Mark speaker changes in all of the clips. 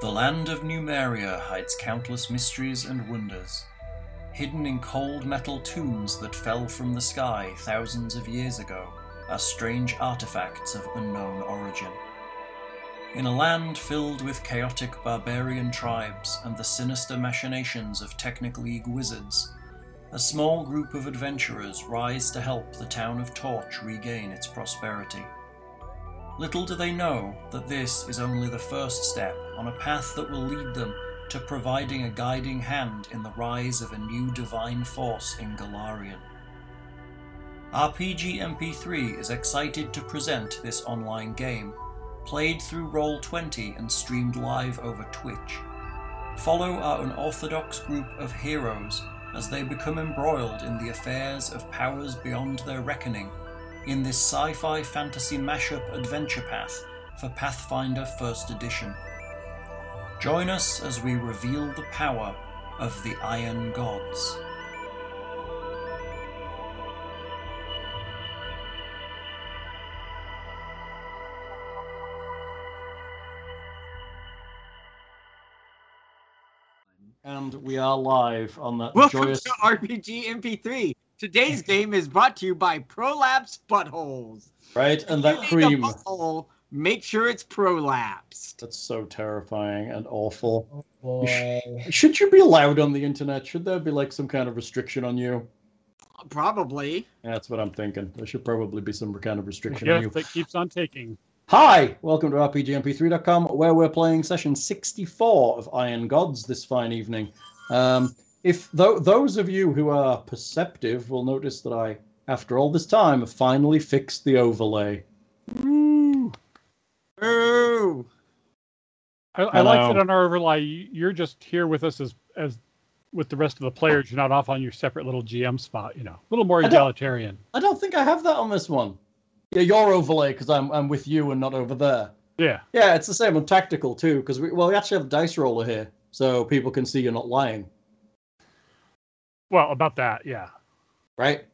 Speaker 1: The land of Numeria hides countless mysteries and wonders, hidden in cold metal tombs that fell from the sky thousands of years ago, are strange artifacts of unknown origin. In a land filled with chaotic barbarian tribes and the sinister machinations of Technic League wizards, a small group of adventurers rise to help the town of Torch regain its prosperity. Little do they know that this is only the first step on a path that will lead them to providing a guiding hand in the rise of a new divine force in Galarian. RPG MP3 is excited to present this online game, played through Roll20 and streamed live over Twitch. Follow our unorthodox group of heroes as they become embroiled in the affairs of powers beyond their reckoning in this sci fi fantasy mashup adventure path for Pathfinder 1st Edition. Join us as we reveal the power of the Iron Gods. And we are live on that
Speaker 2: Welcome
Speaker 1: joyous.
Speaker 2: to RPG MP3. Today's game is brought to you by Prolapse Buttholes.
Speaker 1: Right? And that
Speaker 2: If you need a
Speaker 1: cream.
Speaker 2: butthole, make sure it's prolapsed.
Speaker 1: That's so terrifying and awful.
Speaker 3: Boy.
Speaker 1: Should you be allowed on the internet? Should there be like some kind of restriction on you?
Speaker 2: Probably.
Speaker 1: Yeah, that's what I'm thinking. There should probably be some kind of restriction on
Speaker 4: Yeah,
Speaker 1: you.
Speaker 4: that keeps on taking.
Speaker 1: Hi, welcome to RPGMP3.com, where we're playing session 64 of Iron Gods this fine evening. Um, if tho- those of you who are perceptive will notice that I, after all this time, have finally fixed the overlay.
Speaker 2: Ooh.
Speaker 4: I, I like
Speaker 1: Hello.
Speaker 4: that on our overlay, you- you're just here with us as as with the rest of the players. You're not off on your separate little GM spot. You know, a little more
Speaker 1: don't-
Speaker 4: egalitarian.
Speaker 1: I don't think I have that on this one. Yeah, your overlay because I'm I'm with you and not over there.
Speaker 4: Yeah,
Speaker 1: Yeah, it's the same on tactical too, because we well we actually have a dice roller here, so people can see you're not lying,
Speaker 4: well, about that, yeah.
Speaker 1: right?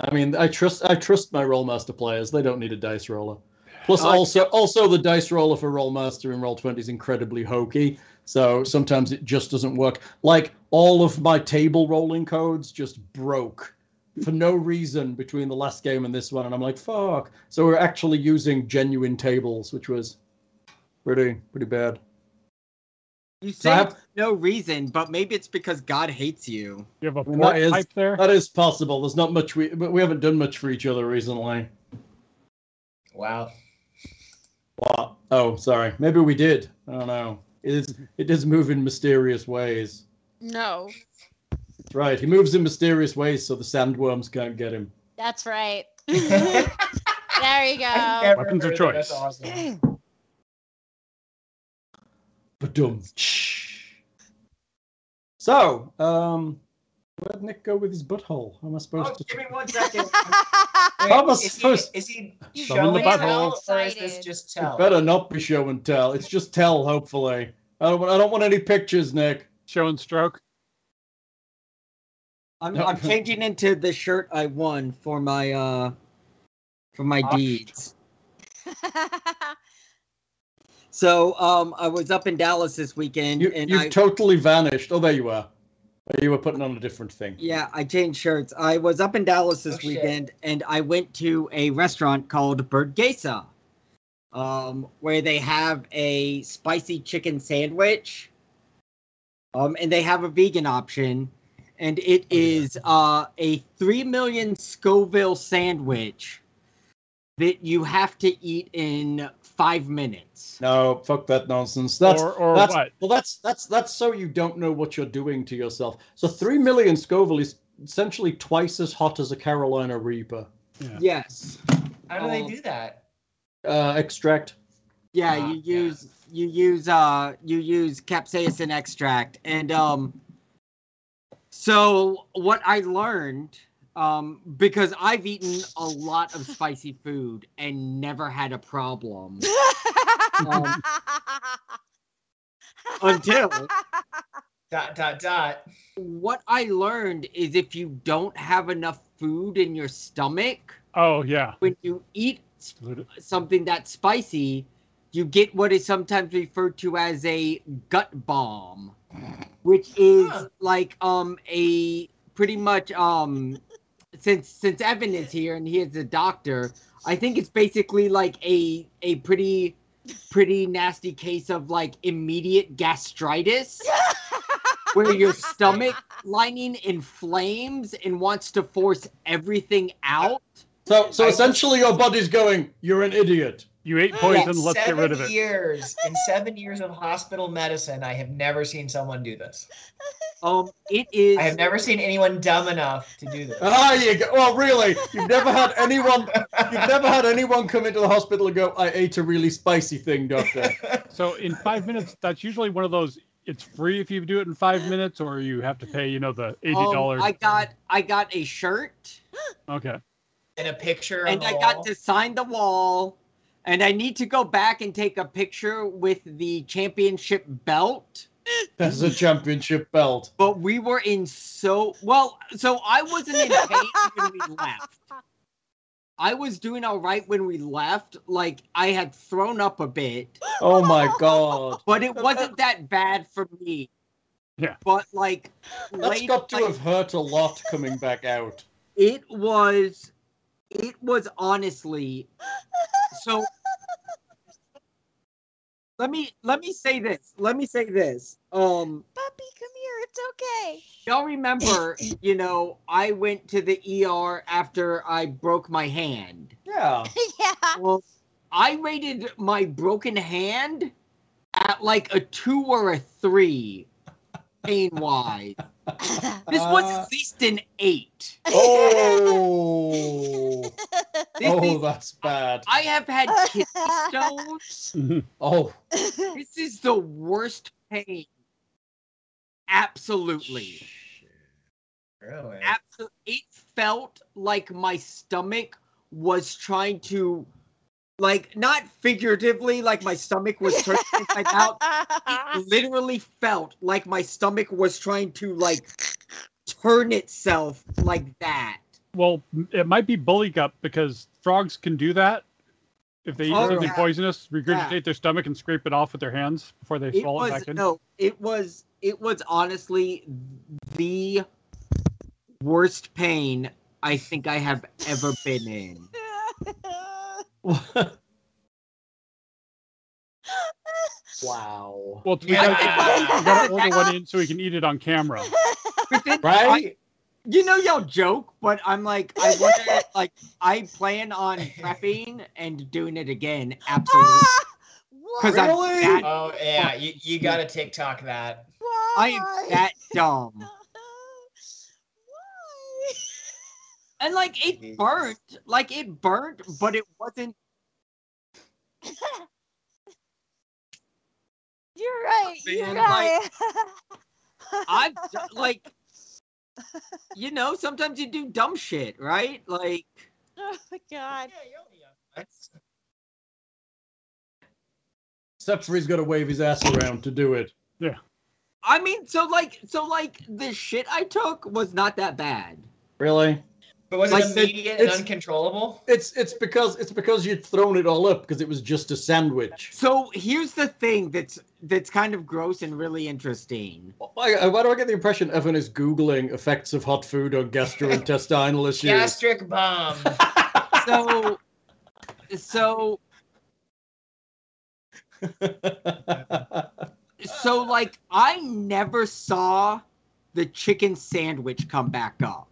Speaker 1: I mean, I trust I trust my rollmaster players; they don't need a dice roller. Plus,
Speaker 2: I-
Speaker 1: also also the dice roller for rollmaster and roll twenty is incredibly hokey, so sometimes it just doesn't work. Like all of my table rolling codes just broke for no reason between the last game and this one, and I'm like, fuck. So we're actually using genuine tables, which was pretty pretty bad.
Speaker 2: You
Speaker 1: So I
Speaker 2: say
Speaker 1: have-
Speaker 2: no reason, but maybe it's because God hates you.
Speaker 4: You have a
Speaker 1: mean,
Speaker 4: port
Speaker 1: that is-
Speaker 4: pipe there.
Speaker 1: That is possible. There's not much we but we haven't done much for each other recently.
Speaker 3: Wow.
Speaker 1: What? Oh, sorry. Maybe we did. I don't know. It is it does move in mysterious ways.
Speaker 5: No,
Speaker 1: That's right. He moves in mysterious ways so the sandworms can't get him.
Speaker 5: that's right.
Speaker 3: I
Speaker 5: there you go.
Speaker 3: never
Speaker 4: Weapons of
Speaker 3: heard that. That's
Speaker 4: choice.
Speaker 3: awesome.
Speaker 1: But dum. So, um where'd Nick go with his butthole? How am I supposed
Speaker 3: Oh,
Speaker 1: to
Speaker 3: give me one second.
Speaker 1: How am I
Speaker 3: Wait, is, he,
Speaker 1: supposed-
Speaker 3: is he
Speaker 5: He's
Speaker 4: really
Speaker 3: showing tell, or is
Speaker 5: excited.
Speaker 3: this just
Speaker 1: It
Speaker 3: tell?
Speaker 1: better not be show and tell. It's just tell, hopefully. I don't want I don't want any pictures, Nick.
Speaker 4: Show and stroke.
Speaker 2: I'm,
Speaker 1: No.
Speaker 2: I'm changing into the shirt I won for my uh for my
Speaker 4: Ah,
Speaker 2: deeds. So um I was up in Dallas this weekend
Speaker 1: You,
Speaker 2: and
Speaker 1: you've
Speaker 2: I
Speaker 1: totally vanished. Oh, there you were. You were putting on a different thing.
Speaker 2: Yeah, I changed shirts. I was up in Dallas this
Speaker 3: Oh, shit.
Speaker 2: weekend, and I went to a restaurant called Bergesa, um, where they have a spicy chicken sandwich, um, and they have a vegan option, and it
Speaker 3: Oh, yeah.
Speaker 2: is uh, a three million Scoville sandwich that you have to eat in five minutes.
Speaker 1: No, fuck that nonsense. That's
Speaker 4: or or
Speaker 1: that's
Speaker 4: what?
Speaker 1: well, that's that's that's so you don't know what you're doing to yourself. So three million Scoville is essentially twice as hot as a Carolina Reaper.
Speaker 4: Yeah.
Speaker 2: Yes.
Speaker 3: How do they
Speaker 2: Oh.
Speaker 3: do that?
Speaker 1: Uh, extract.
Speaker 2: Yeah,
Speaker 3: Ah,
Speaker 2: you
Speaker 3: yeah.
Speaker 2: use you use uh you use capsaicin extract and um so what I learned um because I've eaten a lot of spicy food and never had a problem Um, until
Speaker 3: Dot dot dot.
Speaker 2: what I learned is if you don't have enough food in your stomach
Speaker 4: Oh yeah.
Speaker 2: when you eat
Speaker 4: Dilute it.
Speaker 2: something that's spicy, you get what is sometimes referred to as a gut bomb, which is
Speaker 3: Huh.
Speaker 2: like um a pretty much um since since Evan is here and he is a doctor, I think it's basically like a a pretty pretty nasty case of like immediate gastritis where your stomach lining inflames and wants to force everything out.
Speaker 1: So, so
Speaker 3: I-
Speaker 1: essentially, your body's going. You're an idiot.
Speaker 4: You ate
Speaker 3: In
Speaker 4: poison. Let's get rid of
Speaker 3: seven
Speaker 4: it.
Speaker 3: Years in seven years of hospital medicine, I have never seen someone do this.
Speaker 2: Um it is
Speaker 3: I have never seen anyone dumb enough to do this.
Speaker 1: Ah, you go. Well, really, you've never had anyone. You've never had anyone come into the hospital and go, "I ate a really spicy thing, doctor."
Speaker 4: So in five minutes, that's usually one of those. It's free if you do it in five minutes, or you have to pay, you know, the eighty
Speaker 2: um,
Speaker 4: dollars.
Speaker 2: I got I got a shirt
Speaker 4: okay.
Speaker 3: In a picture, on
Speaker 2: and
Speaker 3: the
Speaker 2: I
Speaker 3: wall.
Speaker 2: got to sign the wall and I need to go back and take a picture with the championship belt.
Speaker 1: There's a championship belt.
Speaker 2: But we were in so well, so I wasn't in pain when we left. I was doing all right when we left. Like I had thrown up a bit,
Speaker 1: Oh my god.
Speaker 2: but it wasn't that bad for me.
Speaker 4: Yeah.
Speaker 2: But like
Speaker 1: That's
Speaker 2: later-
Speaker 1: got to
Speaker 2: like,
Speaker 1: have hurt a lot coming back out.
Speaker 2: it was it was honestly so let me let me say this. Let me say this. Um
Speaker 5: Puppy, come here. It's okay.
Speaker 2: y'all remember, you know, I went to the ER after I broke my hand.
Speaker 1: Yeah.
Speaker 5: yeah.
Speaker 2: Well, I rated my broken hand at like a two or a three pain wise. This was
Speaker 1: Uh,
Speaker 2: at least an eight.
Speaker 1: Oh.
Speaker 2: This
Speaker 1: Oh,
Speaker 2: is,
Speaker 1: that's bad.
Speaker 2: I have had kidney stones.
Speaker 1: Oh,
Speaker 2: This is the worst pain. Absolutely.
Speaker 3: Really?
Speaker 2: Absolutely. It felt like my stomach was trying to, like, not figuratively, like my stomach was turning inside out. it literally felt like my stomach was trying to like turn itself like that.
Speaker 4: Well, m- it might be bully gut because frogs can do that. If they eat
Speaker 2: Oh,
Speaker 4: something
Speaker 2: yeah.
Speaker 4: poisonous, regurgitate
Speaker 2: Yeah.
Speaker 4: their stomach and scrape it off with their hands before they
Speaker 2: It
Speaker 4: swallow
Speaker 2: was
Speaker 4: it back in.
Speaker 2: no, it was it was honestly the worst pain I think I have ever been in.
Speaker 1: wow.
Speaker 4: Well, we
Speaker 3: Yeah.
Speaker 4: gotta, we gotta
Speaker 2: Wow.
Speaker 4: order one in so we can eat it on camera.
Speaker 2: But then I-
Speaker 1: Right?
Speaker 2: you know y'all joke, but I'm like I wonder like I plan on prepping and doing it again absolutely because
Speaker 5: What?
Speaker 2: I'm
Speaker 1: Ah, Really?
Speaker 2: that
Speaker 3: Oh yeah, you, you gotta TikTok that.
Speaker 2: I am that dumb.
Speaker 5: Why?
Speaker 2: And like it
Speaker 3: Jeez.
Speaker 2: burnt, like it burnt, but it wasn't.
Speaker 5: You're right. You're
Speaker 2: Man,
Speaker 5: right.
Speaker 2: like- I've d- like, you know, sometimes you do dumb shit, right? Like,
Speaker 5: oh my god.
Speaker 1: Except for he's got to wave his ass around to do it.
Speaker 2: I mean, so like, so like the shit I took was not that bad.
Speaker 1: Really?
Speaker 3: But was
Speaker 2: Like
Speaker 3: it
Speaker 2: the-
Speaker 3: immediate and
Speaker 1: it's-
Speaker 3: uncontrollable?
Speaker 1: It's it's because it's because you'd thrown it all up because it was just a sandwich.
Speaker 2: So here's the thing that's that's kind of gross and really interesting.
Speaker 1: Why, uh, why do I get the impression Evan is googling effects of hot food on gastrointestinal issues?
Speaker 3: Gastric bomb.
Speaker 2: So, so so like I never saw the chicken sandwich come back up.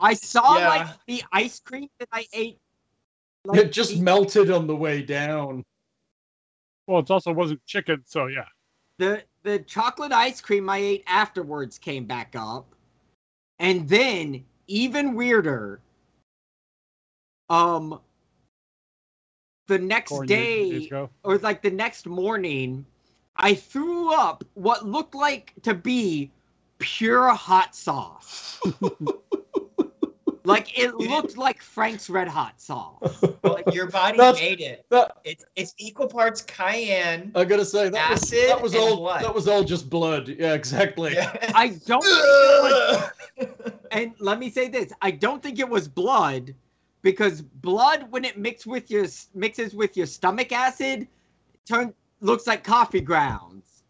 Speaker 2: I saw
Speaker 3: Yeah.
Speaker 2: like the ice cream that I ate.
Speaker 1: it just melted on the way down.
Speaker 4: Well, it also wasn't chicken, so yeah.
Speaker 2: the the chocolate ice cream I ate afterwards came back up, and then even weirder. Um. The next
Speaker 4: Corn years and years
Speaker 2: day,
Speaker 4: ago.
Speaker 2: or like the next morning, I threw up what looked like to be pure hot sauce. like it looked like Frank's Red Hot sauce.
Speaker 3: Well, Your body
Speaker 1: That's-
Speaker 3: made it.
Speaker 1: That,
Speaker 3: It's it's equal parts cayenne.
Speaker 1: I gotta say that was,
Speaker 3: Acid
Speaker 1: that was
Speaker 3: and
Speaker 1: all
Speaker 3: blood.
Speaker 1: that was all just blood. Yeah, exactly.
Speaker 3: Yeah.
Speaker 2: I don't, and let me say this: I don't think it was blood because blood, when it mixes with your mixes with your stomach acid, turn looks like coffee grounds.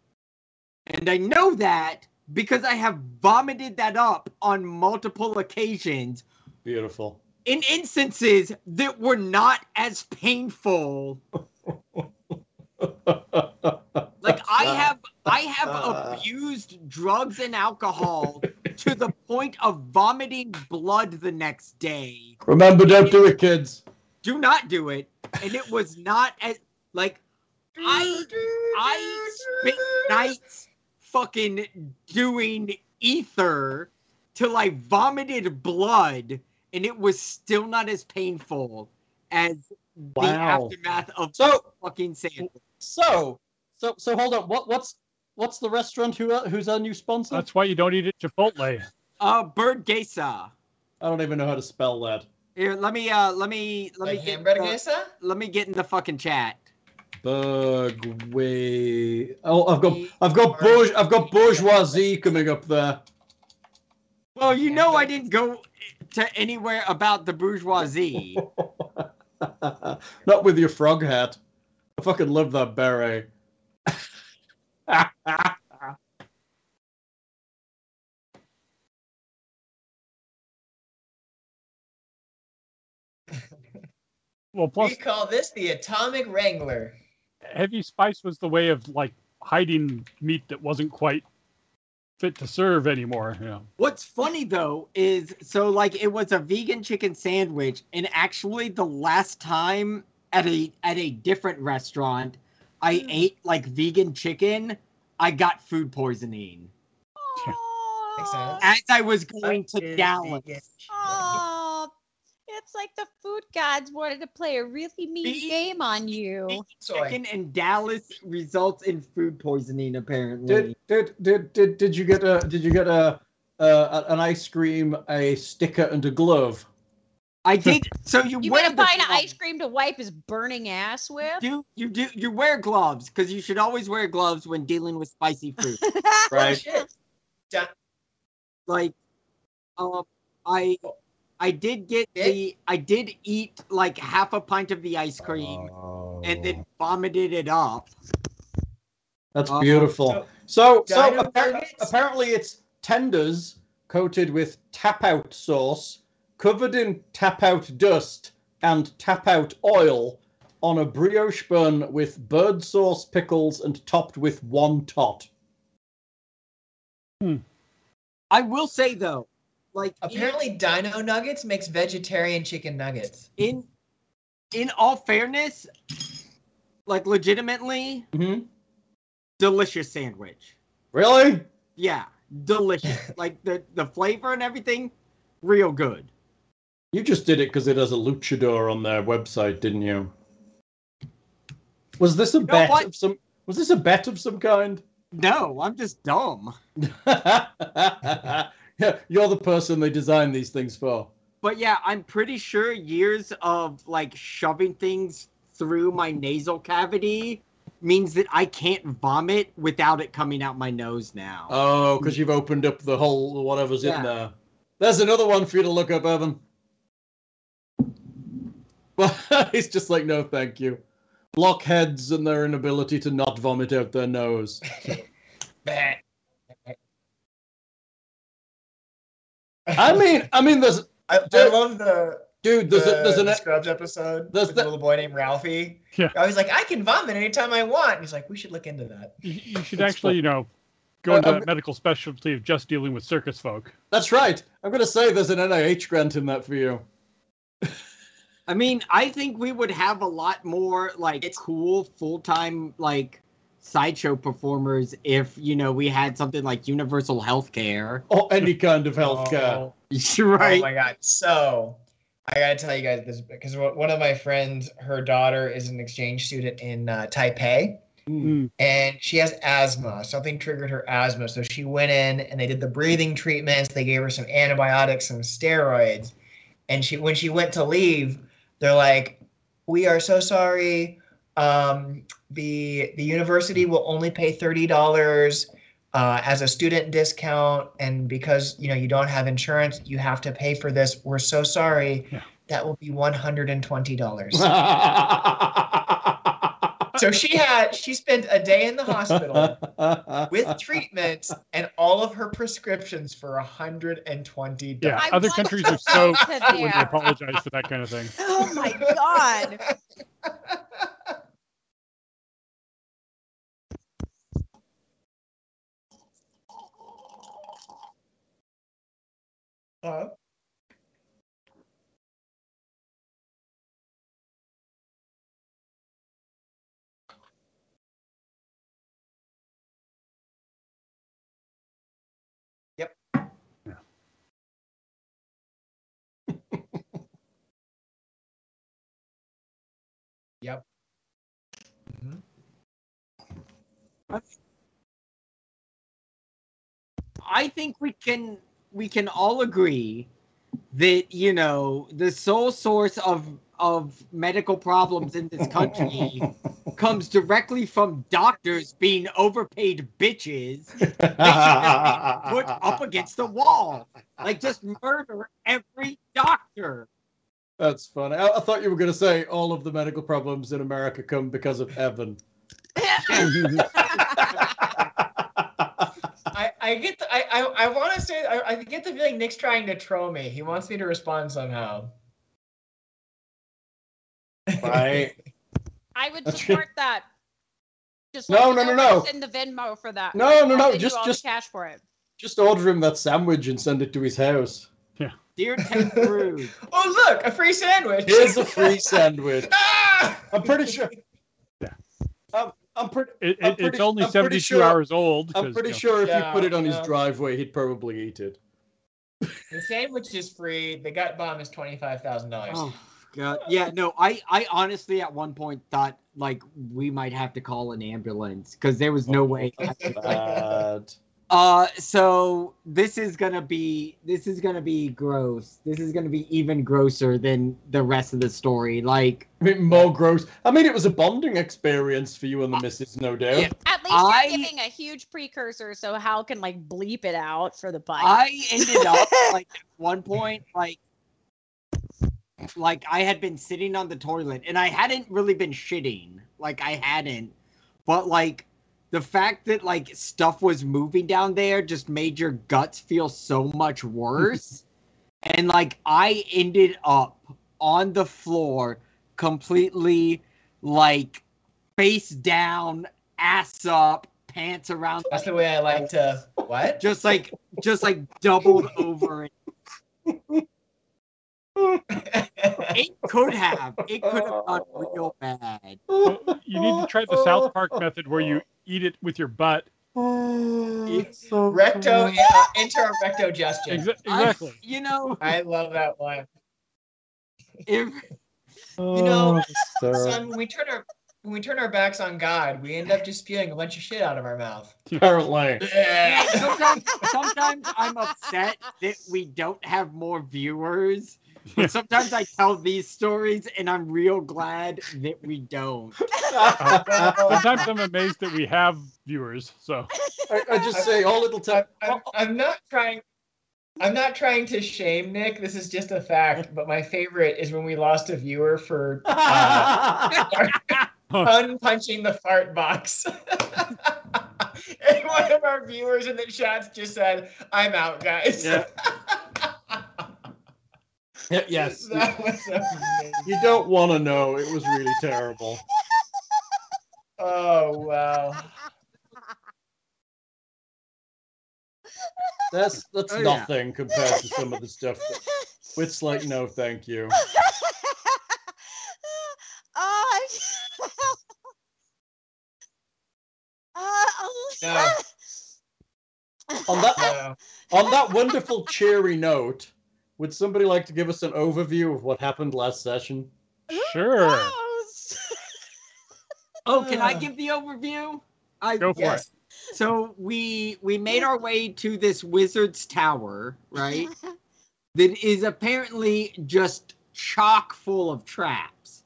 Speaker 2: And I know that because I have vomited that up on multiple occasions
Speaker 1: Beautiful.
Speaker 2: in instances that were not as painful. Like I have I have abused drugs and alcohol to the point of vomiting blood the next day.
Speaker 1: Remember, don't do it, kids.
Speaker 2: Do not do it. And it was not as like I I spent nights fucking doing ether till I vomited blood and it was still not as painful as the
Speaker 1: Wow.
Speaker 2: aftermath of
Speaker 1: So,
Speaker 2: fucking sand.
Speaker 1: so, so, so, hold on. What, what's, what's the restaurant who, uh, who's our new sponsor?
Speaker 4: That's why you don't eat at Chipotle.
Speaker 2: Uh Bird Gesa.
Speaker 1: I don't even know how to spell that.
Speaker 2: Here, let me uh let me let
Speaker 3: Like
Speaker 2: me get in
Speaker 3: hamburger uh,
Speaker 2: the,
Speaker 3: gesa?
Speaker 2: let me get in the fucking chat.
Speaker 1: Burgway. Oh, I've got, I've got, bourge, I've got bourgeoisie coming up there.
Speaker 2: Well, you know I didn't go to anywhere about the bourgeoisie.
Speaker 1: Not with your frog hat. I fucking love that beret.
Speaker 4: Well, plus
Speaker 3: We call this the atomic wrangler.
Speaker 4: heavy spice was the way of like hiding meat that wasn't quite fit to serve anymore. You know.
Speaker 2: What's funny though is so like it was a vegan chicken sandwich, and actually the last time at a at a different restaurant I
Speaker 3: Hmm.
Speaker 2: ate like vegan chicken, I got food poisoning
Speaker 3: Makes sense.
Speaker 2: as I was going
Speaker 3: That
Speaker 2: to
Speaker 3: is
Speaker 2: Dallas.
Speaker 3: vegan.
Speaker 5: Aw, it's like the food gods wanted to play a really mean
Speaker 2: Be-
Speaker 5: game on you.
Speaker 3: Soy.
Speaker 2: Chicken in Dallas results in food poisoning apparently.
Speaker 1: Did did did did, did you get a did you get a uh, an ice cream, a sticker, and a glove?
Speaker 2: I did. So you,
Speaker 5: You
Speaker 2: wear
Speaker 5: gonna
Speaker 2: the
Speaker 5: find
Speaker 2: gloves.
Speaker 5: ice cream to wipe his burning ass with?
Speaker 2: You you do you wear gloves because you should always wear gloves when dealing with spicy food.
Speaker 1: Right.
Speaker 3: Shit.
Speaker 2: like, um, I I did get the I did eat like half a pint of the ice cream and then vomited it up.
Speaker 1: That's
Speaker 2: Oh.
Speaker 1: beautiful. So so,
Speaker 3: Dino
Speaker 1: appar- apparently,
Speaker 3: nuggets?
Speaker 1: it's tenders coated with tap out sauce, covered in tap out dust and tap out oil, on a brioche bun with bird sauce, pickles, and topped with one tot.
Speaker 2: I will say though, like in,
Speaker 3: Apparently, Dino Nuggets makes vegetarian chicken nuggets.
Speaker 2: in in all fairness, like legitimately
Speaker 1: Mm-hmm.
Speaker 2: delicious sandwich.
Speaker 1: Really?
Speaker 2: Yeah, delicious. like the the flavor and everything, real good.
Speaker 1: You just did it because it has a luchador on their website, didn't you? Was this a
Speaker 2: know
Speaker 1: bet
Speaker 2: what?
Speaker 1: of some? Was this a bet of some kind?
Speaker 2: No, I'm just dumb.
Speaker 1: yeah, you're the person they design these things for.
Speaker 2: But yeah, I'm pretty sure years of like shoving things through my nasal cavity means that I can't vomit without it coming out my nose now.
Speaker 1: Oh, because you've opened up the whole whatever's
Speaker 2: Mm. Yeah.
Speaker 1: in there. There's another one for you to look up, Evan. Well, he's just like, no, thank you. Blockheads and their inability to not vomit out their nose.
Speaker 3: Bah.
Speaker 1: I mean, I mean, there's
Speaker 3: I, I
Speaker 1: Dude.
Speaker 3: love the,
Speaker 1: dude, there's a,
Speaker 3: the-
Speaker 1: there's an e
Speaker 3: the Scrubs episode
Speaker 1: there's
Speaker 3: with
Speaker 1: the-
Speaker 3: the little boy named Ralphie.
Speaker 4: Yeah.
Speaker 3: I was like, I can vomit anytime I want. And he's like, we should look into that.
Speaker 4: You, you should
Speaker 1: That's
Speaker 4: actually,
Speaker 1: fu-
Speaker 4: you know, go
Speaker 1: Uh,
Speaker 4: into
Speaker 1: um,
Speaker 4: that medical specialty of just dealing with circus folk.
Speaker 1: That's right. I'm going to say there's an NIH grant in that for you.
Speaker 2: I mean, I think we would have a lot more like
Speaker 3: It's-
Speaker 2: cool full-time like sideshow performers if, you know, we had something like universal healthcare.
Speaker 1: Or any kind of healthcare.
Speaker 3: Oh,
Speaker 2: right.
Speaker 3: Oh my god! So I gotta tell you guys this because one one of my friends, her daughter is an exchange student in uh, Taipei,
Speaker 1: Mm.
Speaker 3: and she has asthma. Something triggered her asthma, so she went in and they did the breathing treatments. They gave her some antibiotics, some steroids, and she when she went to leave, they're like, "We are so sorry. Um, the the university will only pay thirty dollars." uh, as a student discount and because you know you don't have insurance you have to pay for this we're so sorry
Speaker 4: Yeah.
Speaker 3: That will be one hundred and twenty
Speaker 2: Oh.
Speaker 3: dollars. so she had she spent a day in the hospital with treatment and all of her prescriptions for hundred and twenty
Speaker 4: Yeah,
Speaker 6: I
Speaker 3: dollars.
Speaker 4: other
Speaker 6: want
Speaker 4: countries
Speaker 6: to
Speaker 4: are so
Speaker 6: go to
Speaker 4: when they
Speaker 6: there.
Speaker 4: apologize for that kind of thing.
Speaker 6: Oh my god.
Speaker 3: Uh,
Speaker 2: I think we can we can all agree that you know the sole source of of medical problems in this country comes directly from doctors being overpaid bitches that should put up against the wall. Like just murder every doctor.
Speaker 1: That's funny. I, I thought you were going to say all of the medical problems in America come because of Evan.
Speaker 3: I, I get the, I I, I want to say I, I get the feeling Nick's trying to troll me. He wants me to respond somehow.
Speaker 1: Right.
Speaker 5: I would
Speaker 1: That's
Speaker 5: support that. Just
Speaker 1: No,
Speaker 5: let me
Speaker 1: no,
Speaker 5: know
Speaker 1: no,
Speaker 5: when
Speaker 1: no.
Speaker 5: to Send the Venmo for that.
Speaker 1: No, no,
Speaker 5: I'll
Speaker 1: no,
Speaker 5: send you
Speaker 1: just-
Speaker 5: all the
Speaker 1: just-
Speaker 5: cash for it.
Speaker 1: Just order him that sandwich and send it to his house.
Speaker 2: Dear Ted Cruz,
Speaker 3: Oh look, a free sandwich.
Speaker 1: Here's a free sandwich.
Speaker 3: Ah!
Speaker 1: I'm pretty sure.
Speaker 4: Yeah.
Speaker 1: I'm, I'm pretty.
Speaker 4: It,
Speaker 1: I'm
Speaker 4: it,
Speaker 1: pretty-
Speaker 4: it's only
Speaker 1: I'm pretty
Speaker 4: 72
Speaker 1: sure-
Speaker 4: hours old.
Speaker 1: I'm
Speaker 4: 'cause,
Speaker 1: pretty
Speaker 4: you know,
Speaker 1: sure if
Speaker 3: Yeah,
Speaker 1: you put it on
Speaker 3: yeah.
Speaker 1: his driveway, he'd probably eat it.
Speaker 3: The sandwich is free. The gut bomb is twenty five thousand dollars.
Speaker 2: Oh god. Yeah, no, I I honestly at one point thought like we might have to call an ambulance cuz there was no way.
Speaker 1: Bad.
Speaker 2: Uh so this is going to be this is going to be gross. This is going to be even grosser than the rest of the story. Like
Speaker 1: I mean, more gross. I mean, it was a bonding experience for you and the missus, no doubt.
Speaker 2: Yeah.
Speaker 5: At least
Speaker 2: I-
Speaker 5: you're giving a huge precursor, so Hal can like bleep it out for the bike.
Speaker 2: I ended up like at one point like like I had been sitting on the toilet and I hadn't really been shitting. Like I hadn't. But like the fact that like stuff was moving down there just made your guts feel so much worse. and like I ended up on the floor completely like face down, ass up, pants around
Speaker 3: That's the way I like to. What?
Speaker 2: just like just like doubled over it. It could have. It could have gone real bad.
Speaker 4: you need to try the South Park method where you eat it with your butt.
Speaker 1: It's
Speaker 3: Recto uh, inter recto gestion.
Speaker 4: Exa- exactly.
Speaker 2: I, you know,
Speaker 3: I love that one.
Speaker 2: if
Speaker 1: You
Speaker 3: know,
Speaker 1: Oh,
Speaker 3: Son, when we turn our when we turn our backs on God, we end up just spewing a bunch of shit out of our mouth.
Speaker 1: apparently.
Speaker 2: yeah, sometimes sometimes I'm upset that we don't have more viewers. But sometimes I tell these stories and I'm real glad that we don't.
Speaker 1: I,
Speaker 4: Sometimes I'm amazed that we have viewers. So
Speaker 1: I just say all it'll take.
Speaker 3: I'm, I'm not trying. I'm not trying to shame Nick. This is just a fact. But my favorite is when we lost a viewer for uh,
Speaker 2: Oh,
Speaker 3: unpunching the fart box. and one of our viewers in the chats just said, "I'm out, guys."
Speaker 1: Yeah. yes.
Speaker 3: that was amazing.
Speaker 1: You don't want to know. It was really terrible.
Speaker 3: Oh wow.
Speaker 1: That's that's
Speaker 2: Oh, yeah.
Speaker 1: nothing compared to some of the stuff. That, it's like no, thank you.
Speaker 6: oh, I'm- Uh, oh,
Speaker 3: No.
Speaker 1: On that
Speaker 3: Wow.
Speaker 1: on that wonderful cheery note, would somebody like to give us an overview of what happened last session?
Speaker 4: sure,
Speaker 6: gross.
Speaker 2: Oh, can I give the overview? I
Speaker 4: go for
Speaker 3: Yes.
Speaker 2: so we we made our way to this wizard's tower, right? that is apparently just chock full of traps.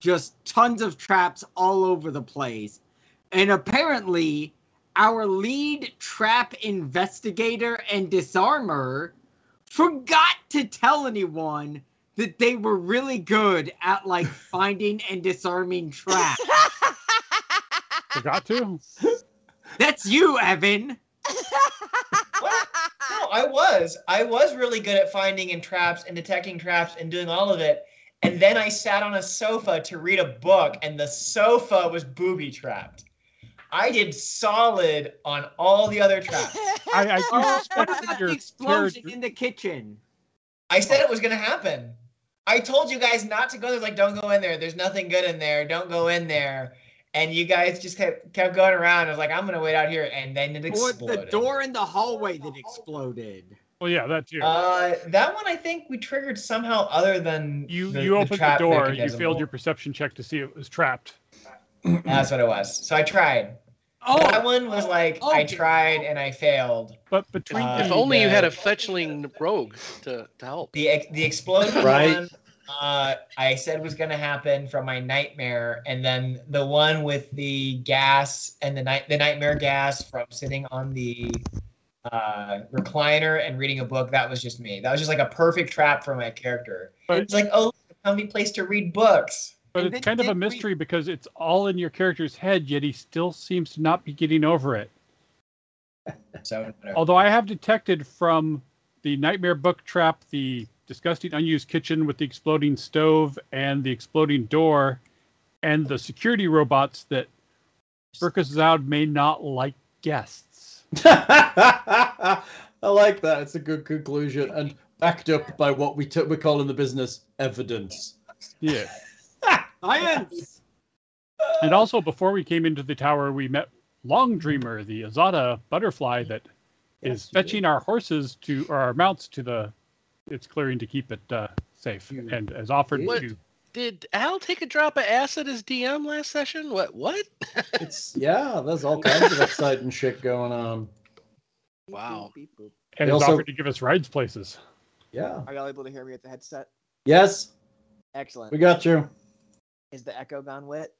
Speaker 2: Just tons of traps all over the place. And apparently, our lead trap investigator and disarmer forgot to tell anyone
Speaker 7: that they were really good at like finding and disarming traps.
Speaker 4: Forgot to.
Speaker 7: That's you, Evan.
Speaker 3: No, I was. I was really good at finding and traps and detecting traps and doing all of it. And then I sat on a sofa to read a book, and the sofa was booby trapped. I did solid on all the other traps.
Speaker 4: I- I
Speaker 7: Oh, what
Speaker 4: That's
Speaker 7: about
Speaker 4: your
Speaker 7: the explosion
Speaker 4: character.
Speaker 7: in the kitchen?
Speaker 3: I said it was going to happen. I told you guys not to go there. Like, don't go in there. There's nothing good in there. Don't go in there. And you guys just kept, kept going around. I was like, I'm going to wait out here. And then it
Speaker 7: Or
Speaker 3: exploded.
Speaker 7: the door in the hallway that exploded.
Speaker 4: Well, yeah, that too.
Speaker 3: Uh, that one I think we triggered somehow other than
Speaker 4: you you opened the,
Speaker 3: trap
Speaker 4: door. You
Speaker 3: mechanism.
Speaker 4: failed your perception check to see it was trapped.
Speaker 3: That's what it was. So I tried. that
Speaker 7: Oh,
Speaker 3: one was like
Speaker 7: oh,
Speaker 3: I
Speaker 7: okay.
Speaker 3: tried and I failed.
Speaker 4: But between
Speaker 3: Uh,
Speaker 8: If
Speaker 4: the,
Speaker 8: only you had a
Speaker 3: Yeah.
Speaker 8: fetchling rogue to, to help.
Speaker 3: The ex- the explosion
Speaker 1: Right.
Speaker 3: one uh, I said was gonna happen from my nightmare, and then the one with the gas and the night the nightmare gas from sitting on the uh, recliner and reading a book. That was just me. That was just like a perfect trap for my character.
Speaker 4: But-
Speaker 3: it's like oh, a comfy place to read books.
Speaker 4: but
Speaker 7: and
Speaker 4: it's
Speaker 7: then
Speaker 4: kind of a
Speaker 7: did we-
Speaker 4: mystery because it's all in your character's head, yet he still seems to not be getting over it.
Speaker 3: So whatever.
Speaker 4: Although I have detected from the nightmare book trap, the disgusting unused kitchen with the exploding stove and the exploding door, and the security robots that Berkazad may not like guests.
Speaker 1: I like that. It's a good conclusion and backed up by what we took we call in the business evidence.
Speaker 4: Yeah.
Speaker 7: science.
Speaker 4: And also, before we came into the tower, we met Long Dreamer, the Azada butterfly that is
Speaker 1: Yes, you did.
Speaker 4: fetching our horses to or our mounts to the its clearing to keep it uh, safe
Speaker 1: You
Speaker 4: and has offered
Speaker 8: did.
Speaker 4: to
Speaker 8: Did Al take a drop of acid as DM last session? What? What?
Speaker 1: It's yeah, there's all kinds of exciting shit going on.
Speaker 8: Wow.
Speaker 4: and
Speaker 1: They
Speaker 4: has
Speaker 1: also-
Speaker 4: offered to give us rides places.
Speaker 1: Yeah.
Speaker 2: Are y'all able to hear me with the headset?
Speaker 1: Yes,
Speaker 2: Excellent.
Speaker 1: we got you.
Speaker 2: Is the echo gone wet?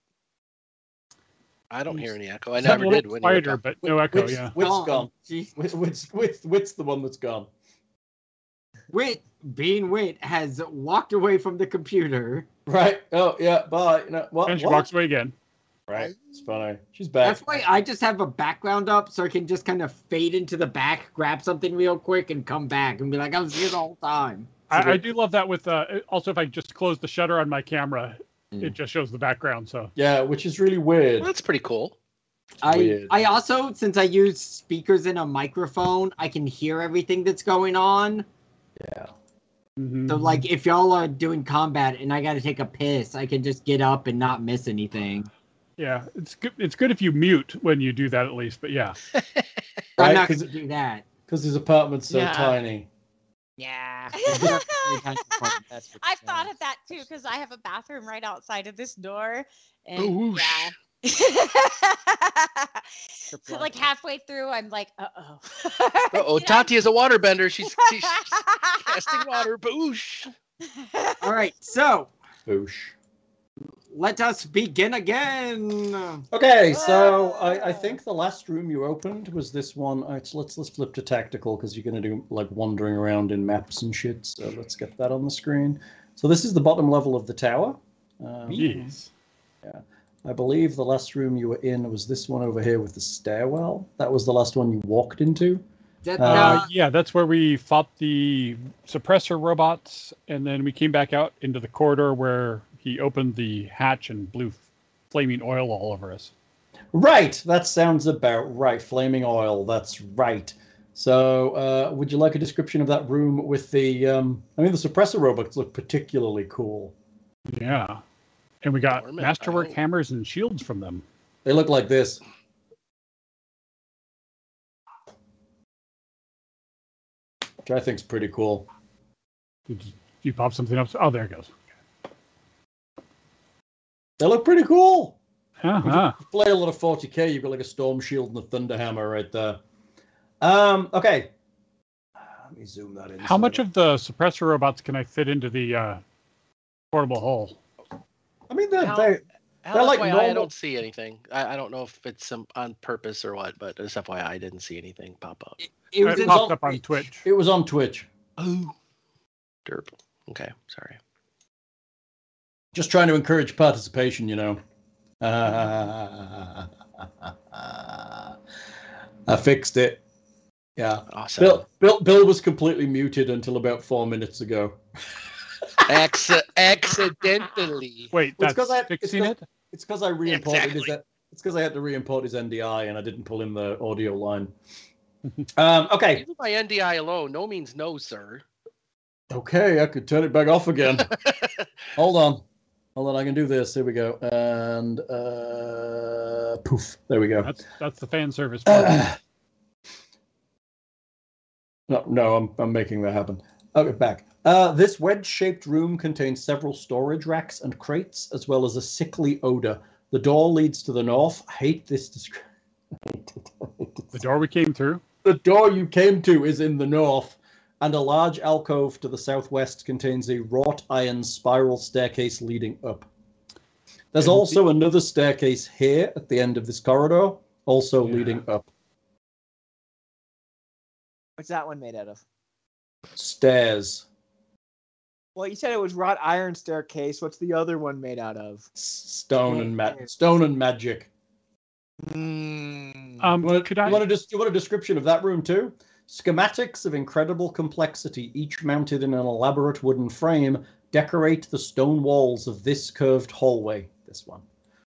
Speaker 8: I don't hear any echo. I
Speaker 4: It's a
Speaker 8: never
Speaker 4: little
Speaker 8: did. When you were
Speaker 4: quieter, but no echo.
Speaker 1: Wit's,
Speaker 4: yeah,
Speaker 1: wit's
Speaker 7: Gone.
Speaker 1: gone.
Speaker 7: Jeez.
Speaker 1: Wit, wit's, wit's, wit's the one that's gone.
Speaker 7: Wit, being Wit, has walked away from the computer.
Speaker 1: Right. Oh yeah. Bye. No, what?
Speaker 4: and she
Speaker 1: what?
Speaker 4: walks away again.
Speaker 1: Right. It's funny. She's back.
Speaker 7: That's why I just have a background up so I can just kind of fade into the back, grab something real quick, and come back and be like, I was here the whole time.
Speaker 4: I, I do love that. With uh, also, if I just close the shutter on my camera,
Speaker 1: Mm.
Speaker 8: Hmm.
Speaker 4: it just shows the background. So
Speaker 1: Yeah, which is really weird.
Speaker 8: Well, that's pretty cool.
Speaker 7: I,
Speaker 1: Weird.
Speaker 7: I also, since I use speakers and a microphone, I can hear everything that's going on.
Speaker 4: Mm-hmm.
Speaker 7: So,
Speaker 1: Mm-hmm.
Speaker 7: like, if y'all are doing combat and I got to take a piss, I can just get up and not miss anything.
Speaker 4: yeah, it's good. It's good if you mute when you do that at least. But yeah,
Speaker 7: I'm
Speaker 1: Right,
Speaker 7: not going
Speaker 1: 'cause-
Speaker 7: to do that.
Speaker 1: Because his apartment's so
Speaker 2: Yeah.
Speaker 1: tiny.
Speaker 7: Yeah.
Speaker 2: That's what
Speaker 5: I've
Speaker 2: it
Speaker 5: thought
Speaker 2: sounds.
Speaker 5: of that too because I have a bathroom right outside of this door, and
Speaker 8: Whoosh.
Speaker 5: yeah.
Speaker 2: Trip
Speaker 5: like
Speaker 2: line.
Speaker 5: halfway through, I'm like, uh oh.
Speaker 8: Oh, Tati is a waterbender. She's, she's casting water. Boosh.
Speaker 7: All right. So,
Speaker 1: Boosh.
Speaker 7: let us begin again.
Speaker 1: Okay, so I, I think the last room you opened was this one. Uh, it's- let's let's flip to tactical because you're gonna do like wandering around in maps and shit. So let's get that on the screen. So this is the bottom level of the tower. Um,
Speaker 4: Jeez.
Speaker 1: I believe the last room you were in was this one over here with the stairwell. That was the last one you walked into.
Speaker 7: That,
Speaker 1: Uh,
Speaker 4: Uh,
Speaker 7: uh,
Speaker 4: yeah, that's where we fought the suppressor robots, and then we came back out into the corridor where he opened the hatch and blew f- flaming oil all over us.
Speaker 1: Right, that sounds about right. Flaming oil. That's right. So, uh, would you like a description of that room with the? Um, I mean, the suppressor robots look particularly cool.
Speaker 4: Yeah, and we got
Speaker 8: Dormant, I
Speaker 4: masterwork
Speaker 8: hope.
Speaker 4: hammers and shields from them.
Speaker 1: They look like this. Which I think's pretty cool.
Speaker 4: Did you- you pop something up? Oh, there it goes.
Speaker 1: They look pretty cool.
Speaker 4: Uh-huh.
Speaker 1: You play a lot of 40k, you've got like a storm shield and a thunder hammer right there. Um, okay. Uh, Let me zoom that in.
Speaker 4: How
Speaker 1: so-
Speaker 4: much of the suppressor robots can I fit into the uh, portable hull?
Speaker 1: I mean, they're,
Speaker 8: How-
Speaker 1: they're,
Speaker 8: Al,
Speaker 1: They're like
Speaker 8: FYI, I
Speaker 1: normal-
Speaker 8: don't see anything. I, I don't know if it's some, on purpose or what, but just FYI, I didn't see anything pop up.
Speaker 7: it was
Speaker 4: It
Speaker 7: in
Speaker 4: popped up on
Speaker 7: Twitch.
Speaker 4: Twitch.
Speaker 1: it was on Twitch.
Speaker 8: Oh, derp. Okay, sorry.
Speaker 1: Just trying to encourage participation, you know. I fixed it. Yeah.
Speaker 8: Awesome.
Speaker 1: Bill, Bill, Bill was completely muted until about four minutes ago.
Speaker 8: Acci- accidentally.
Speaker 4: Wait,
Speaker 1: Well, it's
Speaker 4: that's
Speaker 1: 'cause I- it's
Speaker 4: fixing
Speaker 1: 'cause-
Speaker 4: it?
Speaker 1: It's because I re-imported
Speaker 8: Exactly.
Speaker 1: his. It's because I had to re-import his NDI and I didn't pull in the audio line. um, okay.
Speaker 8: Leave my NDI alone. No means no, sir.
Speaker 1: Okay, I could turn it back off again. Hold on. Hold on, I can do this. Here we go. And uh, poof. There we go.
Speaker 4: That's that's the fan service. part.
Speaker 1: Uh, no, no, I'm, I'm making that happen. Okay, back. Uh, this wedge shaped room contains several storage racks and crates, as well as a sickly odor. The door leads to the north. I hate this description.
Speaker 4: the door we came through.
Speaker 1: The door you came to is in the north, and a large alcove to the southwest contains a wrought iron spiral staircase leading up. There's
Speaker 4: And the-
Speaker 1: also another staircase here at the end of this corridor, also
Speaker 4: Yeah.
Speaker 1: leading up.
Speaker 3: What's that one made out of?
Speaker 1: Stairs.
Speaker 3: Well, you said it was wrought iron staircase. What's the other one made out of?
Speaker 1: S- Stone and ma- stone and magic.
Speaker 8: Mm.
Speaker 4: Um,
Speaker 1: You want,
Speaker 4: could
Speaker 1: a,
Speaker 4: I?
Speaker 1: you, want a dis- you want a description of that room too? Schematics of incredible complexity, each mounted in an elaborate wooden frame, decorate the stone walls of this curved hallway. This one.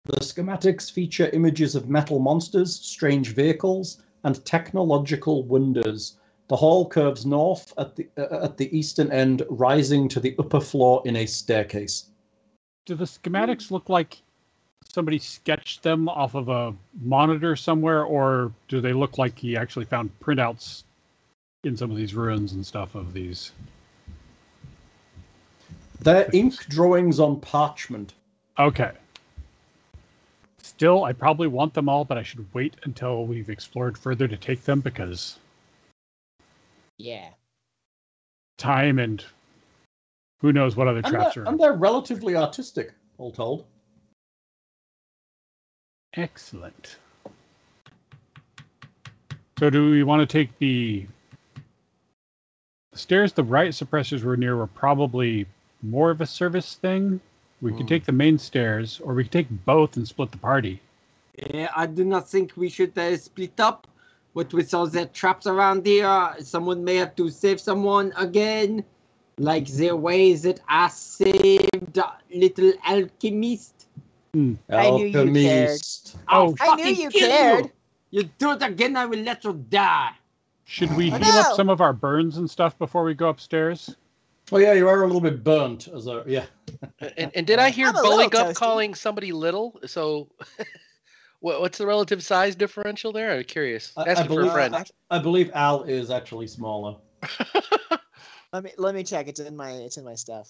Speaker 1: The schematics feature images of metal monsters, strange vehicles, and technological wonders. The hall curves north at the uh, at the eastern end, rising to the upper floor in a staircase.
Speaker 4: do the schematics look like somebody sketched them off of a monitor somewhere, or do they look like he actually found printouts in some of these ruins and stuff of these?
Speaker 1: They're ink drawings on parchment.
Speaker 4: Okay. Still, I probably want them all, but I should wait until we've explored further to take them because
Speaker 3: Yeah.
Speaker 4: time and who knows what other
Speaker 1: And
Speaker 4: traps
Speaker 1: they're,
Speaker 4: are.
Speaker 1: and they're relatively artistic, all told.
Speaker 4: Excellent. So, do we want to take the the stairs? The riot suppressors were near were probably more of a service thing. We could
Speaker 1: Hmm.
Speaker 4: take the main stairs, or we could take both and split the party.
Speaker 2: Yeah, Eh, I do not think we should uh, split up. But with all the traps around here, someone may have to save someone again. Like the way that I saved uh, little alchemist.
Speaker 3: I knew you cared.
Speaker 1: Alchemist.
Speaker 4: Oh,
Speaker 9: I knew
Speaker 2: fucking
Speaker 9: you
Speaker 2: kill
Speaker 9: cared.
Speaker 2: You. you do it again, I will let you die.
Speaker 4: Should we
Speaker 9: Oh,
Speaker 4: heal up
Speaker 9: no.
Speaker 4: some of our burns and stuff before we go upstairs?
Speaker 1: Oh yeah, you are a little bit burnt as a yeah.
Speaker 8: And, and did I hear
Speaker 9: I'm a little
Speaker 8: Bully Up
Speaker 9: toasty.
Speaker 8: calling somebody little? So, what, what's the relative size differential there? I'm curious.
Speaker 1: I- I
Speaker 8: Asking for
Speaker 1: believe-
Speaker 8: a friend.
Speaker 3: I-
Speaker 1: I believe Al is actually smaller.
Speaker 3: Let me let me check. It's in my it's in my stuff.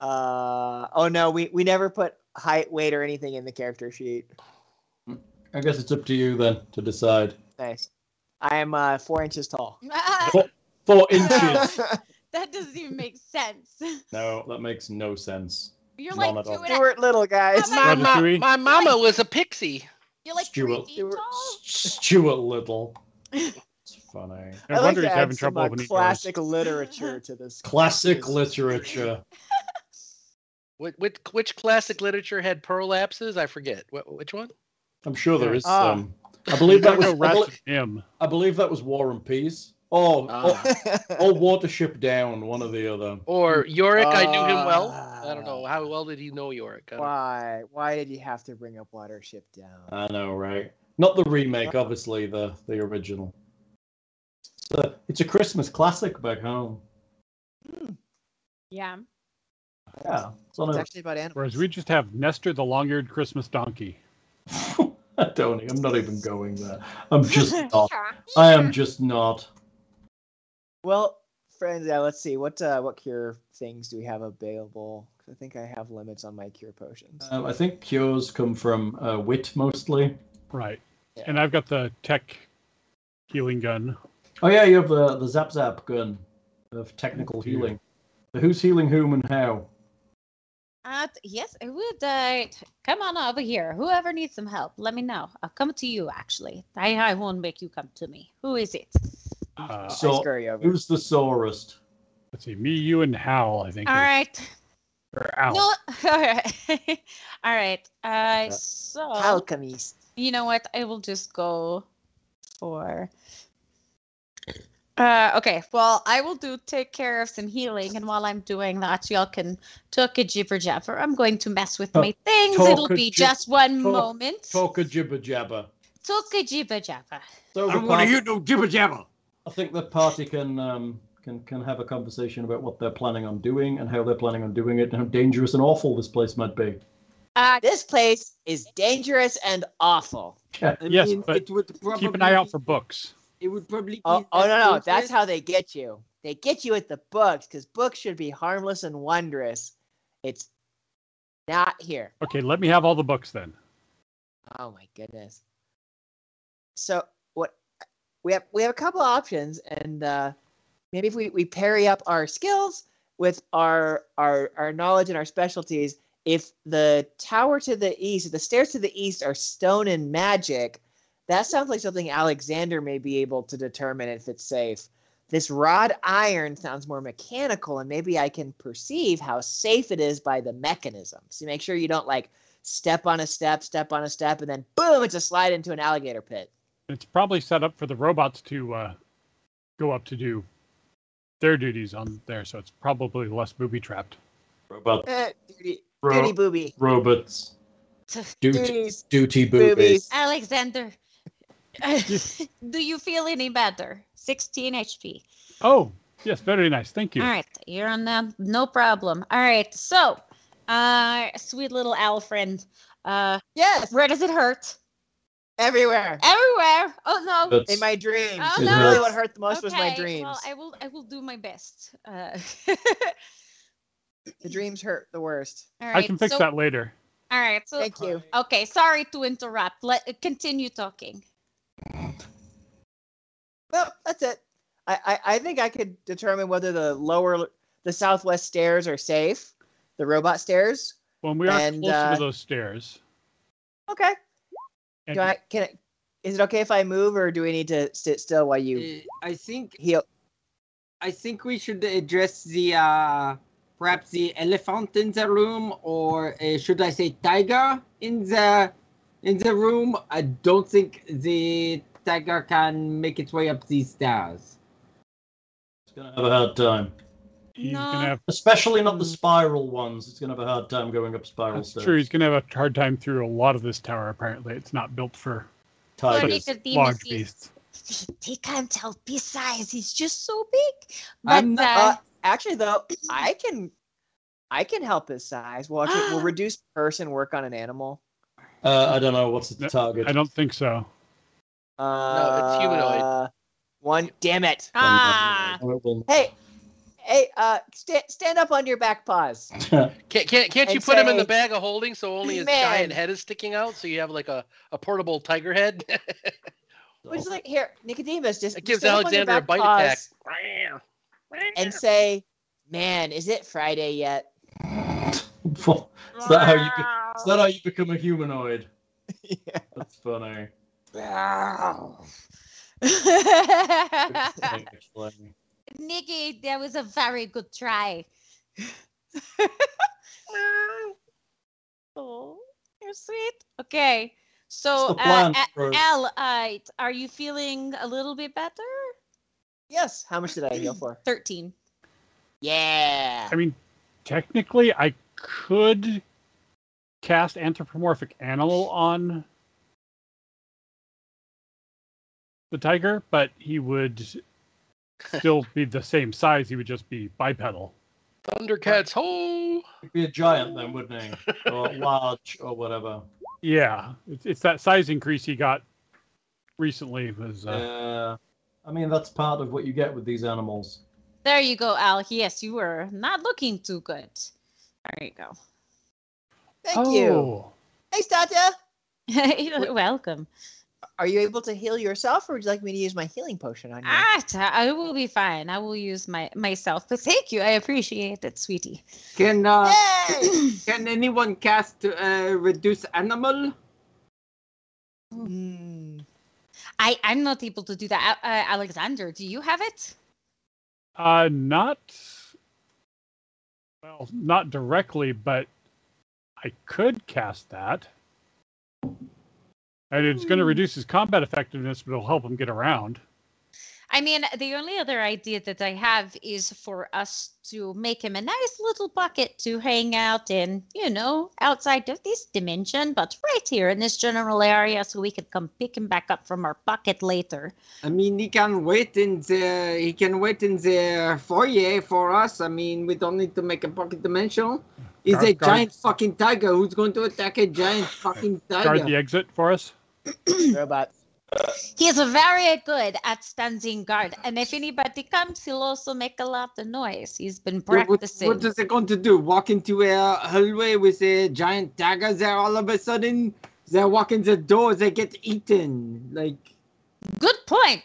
Speaker 3: Uh oh no, we we never put height, weight, or anything in the character sheet.
Speaker 1: I guess it's up to you then to decide.
Speaker 3: Nice. I am uh, four inches tall.
Speaker 1: Four inches.
Speaker 9: that doesn't even make sense.
Speaker 1: no, that makes no sense.
Speaker 9: You're
Speaker 1: None
Speaker 9: like
Speaker 1: at
Speaker 9: two
Speaker 1: all.
Speaker 9: and a,
Speaker 3: Stuart Little guys.
Speaker 9: Mama.
Speaker 8: My,
Speaker 4: Ratatouille?
Speaker 8: ma- my mama was a pixie.
Speaker 9: you're like three
Speaker 1: Stuart.
Speaker 9: feet tall.
Speaker 1: Stuart Little. It's funny.
Speaker 4: No
Speaker 3: I like
Speaker 4: wonder
Speaker 3: to
Speaker 4: he's
Speaker 3: add
Speaker 4: having
Speaker 3: some,
Speaker 4: trouble
Speaker 3: uh,
Speaker 4: opening doors.
Speaker 3: classic literature to this.
Speaker 1: Classic
Speaker 3: This-
Speaker 1: literature.
Speaker 8: Which, which, which classic literature had prolapses? I forget. What, which one?
Speaker 1: I'm sure there is
Speaker 3: Ah.
Speaker 1: some. I believe that
Speaker 4: Gotta
Speaker 1: was
Speaker 4: go
Speaker 1: I, bel-
Speaker 4: rat him.
Speaker 1: I believe that was War and Peace. Oh,
Speaker 8: Ah.
Speaker 1: or, or Watership Down, one or the other.
Speaker 8: Or Yorick, I knew him well. I don't know.
Speaker 3: Ah.
Speaker 8: How well did he know Yorick? I don't-
Speaker 3: Why? Why did you have to bring up Watership
Speaker 8: Uh,
Speaker 3: Down?
Speaker 1: I know, right? Not the remake, obviously, the the original. It's a, it's a Christmas classic back home.
Speaker 5: Yeah.
Speaker 1: Yeah. It's on
Speaker 3: It's
Speaker 1: a,
Speaker 3: actually about animals.
Speaker 4: Whereas we just have Nestor the long-eared Christmas donkey.
Speaker 1: I don't I'm not even going there. I'm just not. I am just not.
Speaker 3: Well, friends, yeah, let's see. What uh, what cure things do we have available? 'Cause I think I have limits on my cure potions.
Speaker 1: Um, I think cures come from uh, wit mostly.
Speaker 4: Right.
Speaker 3: Yeah.
Speaker 4: And I've got the tech healing gun.
Speaker 1: Oh yeah, you have the the zap zap gun of technical healing. The who's healing whom and how.
Speaker 5: Uh, yes, I would. Uh, come on over here. Whoever needs some help, let me know. I'll come to you, actually. I, I won't make you come to me. Who is it?
Speaker 4: Uh,
Speaker 3: I
Speaker 1: So
Speaker 3: scurry over.
Speaker 1: who's the sorest?
Speaker 4: let's see, me, you, and Hal. I think.
Speaker 5: All
Speaker 4: are-
Speaker 5: right.
Speaker 4: Or ow.
Speaker 5: No, all right, all right. Uh, so
Speaker 3: Alchemist.
Speaker 5: you know what? I will just go for. Uh, okay, well, I will do take care of some healing, and while I'm doing that, y'all can talk a jibber jabber. I'm going to mess with
Speaker 1: Ta-
Speaker 5: my things.
Speaker 1: talk
Speaker 5: It'll
Speaker 1: a
Speaker 5: be
Speaker 1: jib-
Speaker 5: just one
Speaker 1: talk-
Speaker 5: moment.
Speaker 1: Talk a jibber jabber.
Speaker 5: Talk a jibber jabber.
Speaker 1: So
Speaker 2: I
Speaker 1: the
Speaker 2: don't want to
Speaker 1: party-
Speaker 2: hear no jibber jabber.
Speaker 1: I think the party can um, can can have a conversation about what they're planning on doing and how they're planning on doing it and how dangerous and awful this place might be.
Speaker 5: Uh,
Speaker 3: This place is dangerous and awful.
Speaker 2: I
Speaker 4: Yes,
Speaker 2: mean,
Speaker 4: but
Speaker 2: it would probably
Speaker 4: Keep an eye out for books.
Speaker 2: It would probably. Be
Speaker 3: Oh, oh
Speaker 2: as
Speaker 3: no, no,
Speaker 2: dangerous-
Speaker 3: that's how they get you. They get you at the books because books should be harmless and wondrous. It's not here.
Speaker 4: Okay, let me have all the books then.
Speaker 3: Oh my goodness. So what we have we have a couple of options and uh, maybe if we, we parry up our skills with our our our knowledge and our specialties, if the tower to the east, the stairs to the east are stone and magic, that sounds like something Alexander may be able to determine if it's safe. This rod iron sounds more mechanical, and maybe I can perceive how safe it is by the mechanism. So make sure you don't like step on a step, step on a step, and then boom, it's a slide into an alligator pit.
Speaker 4: It's probably set up for the robots to uh, go up to do their duties on there, so it's probably less booby trapped.
Speaker 1: Robots.
Speaker 3: Eh, duty, duty
Speaker 1: Ro-
Speaker 3: booby,
Speaker 1: robots. Duty,
Speaker 3: duties,
Speaker 1: duty
Speaker 3: boobies.
Speaker 1: boobies.
Speaker 5: Alexander, do you feel any better? 16 HP.
Speaker 4: Oh, yes, very nice. Thank you.
Speaker 5: All right, you're on them. No problem. All right, so, uh, sweet little owl friend, uh,
Speaker 3: Yes,
Speaker 5: where does it hurt?
Speaker 3: everywhere.
Speaker 5: Everywhere. Oh no.
Speaker 1: That's-
Speaker 3: In my dreams.
Speaker 5: Oh,
Speaker 1: no.
Speaker 3: Really, what hurt the most was my
Speaker 5: Okay,
Speaker 3: dreams.
Speaker 5: Well, I will. I will do my best. Uh,
Speaker 3: The dreams hurt the worst.
Speaker 5: all
Speaker 4: I can
Speaker 5: right,
Speaker 4: fix
Speaker 5: so-
Speaker 4: that later.
Speaker 5: All right. So,
Speaker 3: Thank you.
Speaker 5: okay. Sorry to interrupt. Let continue talking.
Speaker 3: Well, that's it. I, I, I think I could determine whether the lower, the southwest stairs are safe, the robot stairs.
Speaker 4: When we are
Speaker 3: And,
Speaker 4: close
Speaker 3: uh,
Speaker 4: to those stairs,
Speaker 3: Okay.
Speaker 4: and
Speaker 3: Do I can? I, is it okay if I move, or do we need to sit still while you
Speaker 2: Uh, I think.
Speaker 3: heal?
Speaker 2: I think we should address the uh, perhaps the elephant in the room, or uh, should I say tiger in the in the room? I don't think the tiger can make its way up these stairs.
Speaker 1: It's going to have a hard time.
Speaker 4: he's
Speaker 5: No.
Speaker 4: gonna have
Speaker 1: Especially not the spiral ones. It's going to have a hard time going up spiral
Speaker 4: that's
Speaker 1: stairs.
Speaker 4: true. He's gonna have a hard time through a lot of this tower. Apparently, it's not built for
Speaker 5: Poor
Speaker 1: Tigers.
Speaker 5: Nicodemus,
Speaker 4: large
Speaker 5: he's-
Speaker 4: beasts.
Speaker 5: He can't help his size. He's just so big. But
Speaker 2: I'm
Speaker 5: uh,
Speaker 3: Uh, actually, though, I can, I can help his size. Well, actually, we'll reduce person work on an animal.
Speaker 1: Uh, I don't know what's the
Speaker 4: No,
Speaker 1: target.
Speaker 4: I don't think so.
Speaker 3: Uh,
Speaker 8: it's humanoid.
Speaker 3: One, damn it!
Speaker 5: ah,
Speaker 1: Oh, it will-
Speaker 3: Hey, hey, uh, sta stand up on your back paws.
Speaker 8: Can't can't, can't you
Speaker 3: And
Speaker 8: put him in the
Speaker 3: say,
Speaker 8: bag of holding so only his giant
Speaker 3: "Man."
Speaker 8: head is sticking out? So you have like a, a portable tiger head.
Speaker 3: Which is like here, Nicodemus, just
Speaker 8: it gives
Speaker 3: stand up on your
Speaker 8: Alexander a
Speaker 3: back
Speaker 8: bite
Speaker 3: paws
Speaker 8: attack.
Speaker 3: and say, "Man, is it Friday yet?"
Speaker 1: is, that how you, be- is that how you become a humanoid?
Speaker 3: Yeah.
Speaker 1: That's funny. It's funny, actually.
Speaker 5: Nikki, that was a very good try. oh, you're sweet. Okay,
Speaker 1: What's
Speaker 5: so
Speaker 1: the
Speaker 5: uh,
Speaker 1: plan,
Speaker 5: A-
Speaker 1: Rose?
Speaker 5: Al, uh, are you feeling a little bit better?
Speaker 3: Yes. How much did I heal for?
Speaker 5: Thirteen.
Speaker 3: Yeah.
Speaker 4: I mean, technically, I could cast anthropomorphic animal on the tiger, but he would still be the same size. He would just be bipedal.
Speaker 8: Thundercats, ho!
Speaker 1: He'd be a giant then, wouldn't he? Or large or whatever.
Speaker 4: Yeah, it's, it's that size increase he got recently. Was uh,
Speaker 1: Yeah. I mean, that's part of what you get with these animals.
Speaker 5: There you go, Al. Yes, you were not looking too good. There you go.
Speaker 3: Thank you.
Speaker 4: oh,
Speaker 3: Thanks, Tata.
Speaker 5: You're welcome.
Speaker 3: Are you able to heal yourself, or would you like me to use my healing potion on you?
Speaker 5: Ah, t- I will be fine. I will use my myself. But thank you. I appreciate it, sweetie.
Speaker 2: Can uh,
Speaker 3: Yay!
Speaker 2: can anyone cast uh, reduce animal? Hmm,
Speaker 3: Mm,
Speaker 5: I I'm not able to do that. A- Uh, Alexander, do you have it?
Speaker 4: uh, not. uh, Well, not directly, but I could cast that. And it's going to
Speaker 5: Hmm.
Speaker 4: reduce his combat effectiveness, but it'll help him get around.
Speaker 5: I mean, the only other idea that I have is for us to make him a nice little bucket to hang out in, you know, outside of this dimension, but right here in this general area so we can come pick him back up from our bucket later.
Speaker 7: I mean, he can wait in the he can wait in the foyer for us. I mean, we don't need to make a pocket dimension. He's a
Speaker 4: Guard- guard-
Speaker 7: giant fucking tiger. Who's going to attack a giant fucking
Speaker 4: Guard
Speaker 7: tiger?
Speaker 4: the exit for us.
Speaker 2: Robot.
Speaker 5: He is very good at standing guard, and if anybody comes, he'll also make a lot of noise. He's been
Speaker 7: What- what-
Speaker 5: practicing.
Speaker 7: what is it going to do? Walk into a hallway with a giant dagger there all of a sudden? They walk in the door, they get eaten. Like,
Speaker 5: Good point.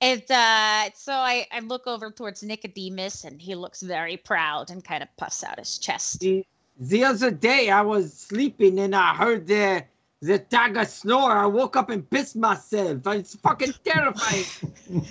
Speaker 5: And uh, so I, I look over towards Nicodemus, and he looks very proud and kind of puffs out his chest.
Speaker 7: the, the other day I was sleeping and I heard the, the dagger snore. I woke up and pissed myself. It's fucking terrifying.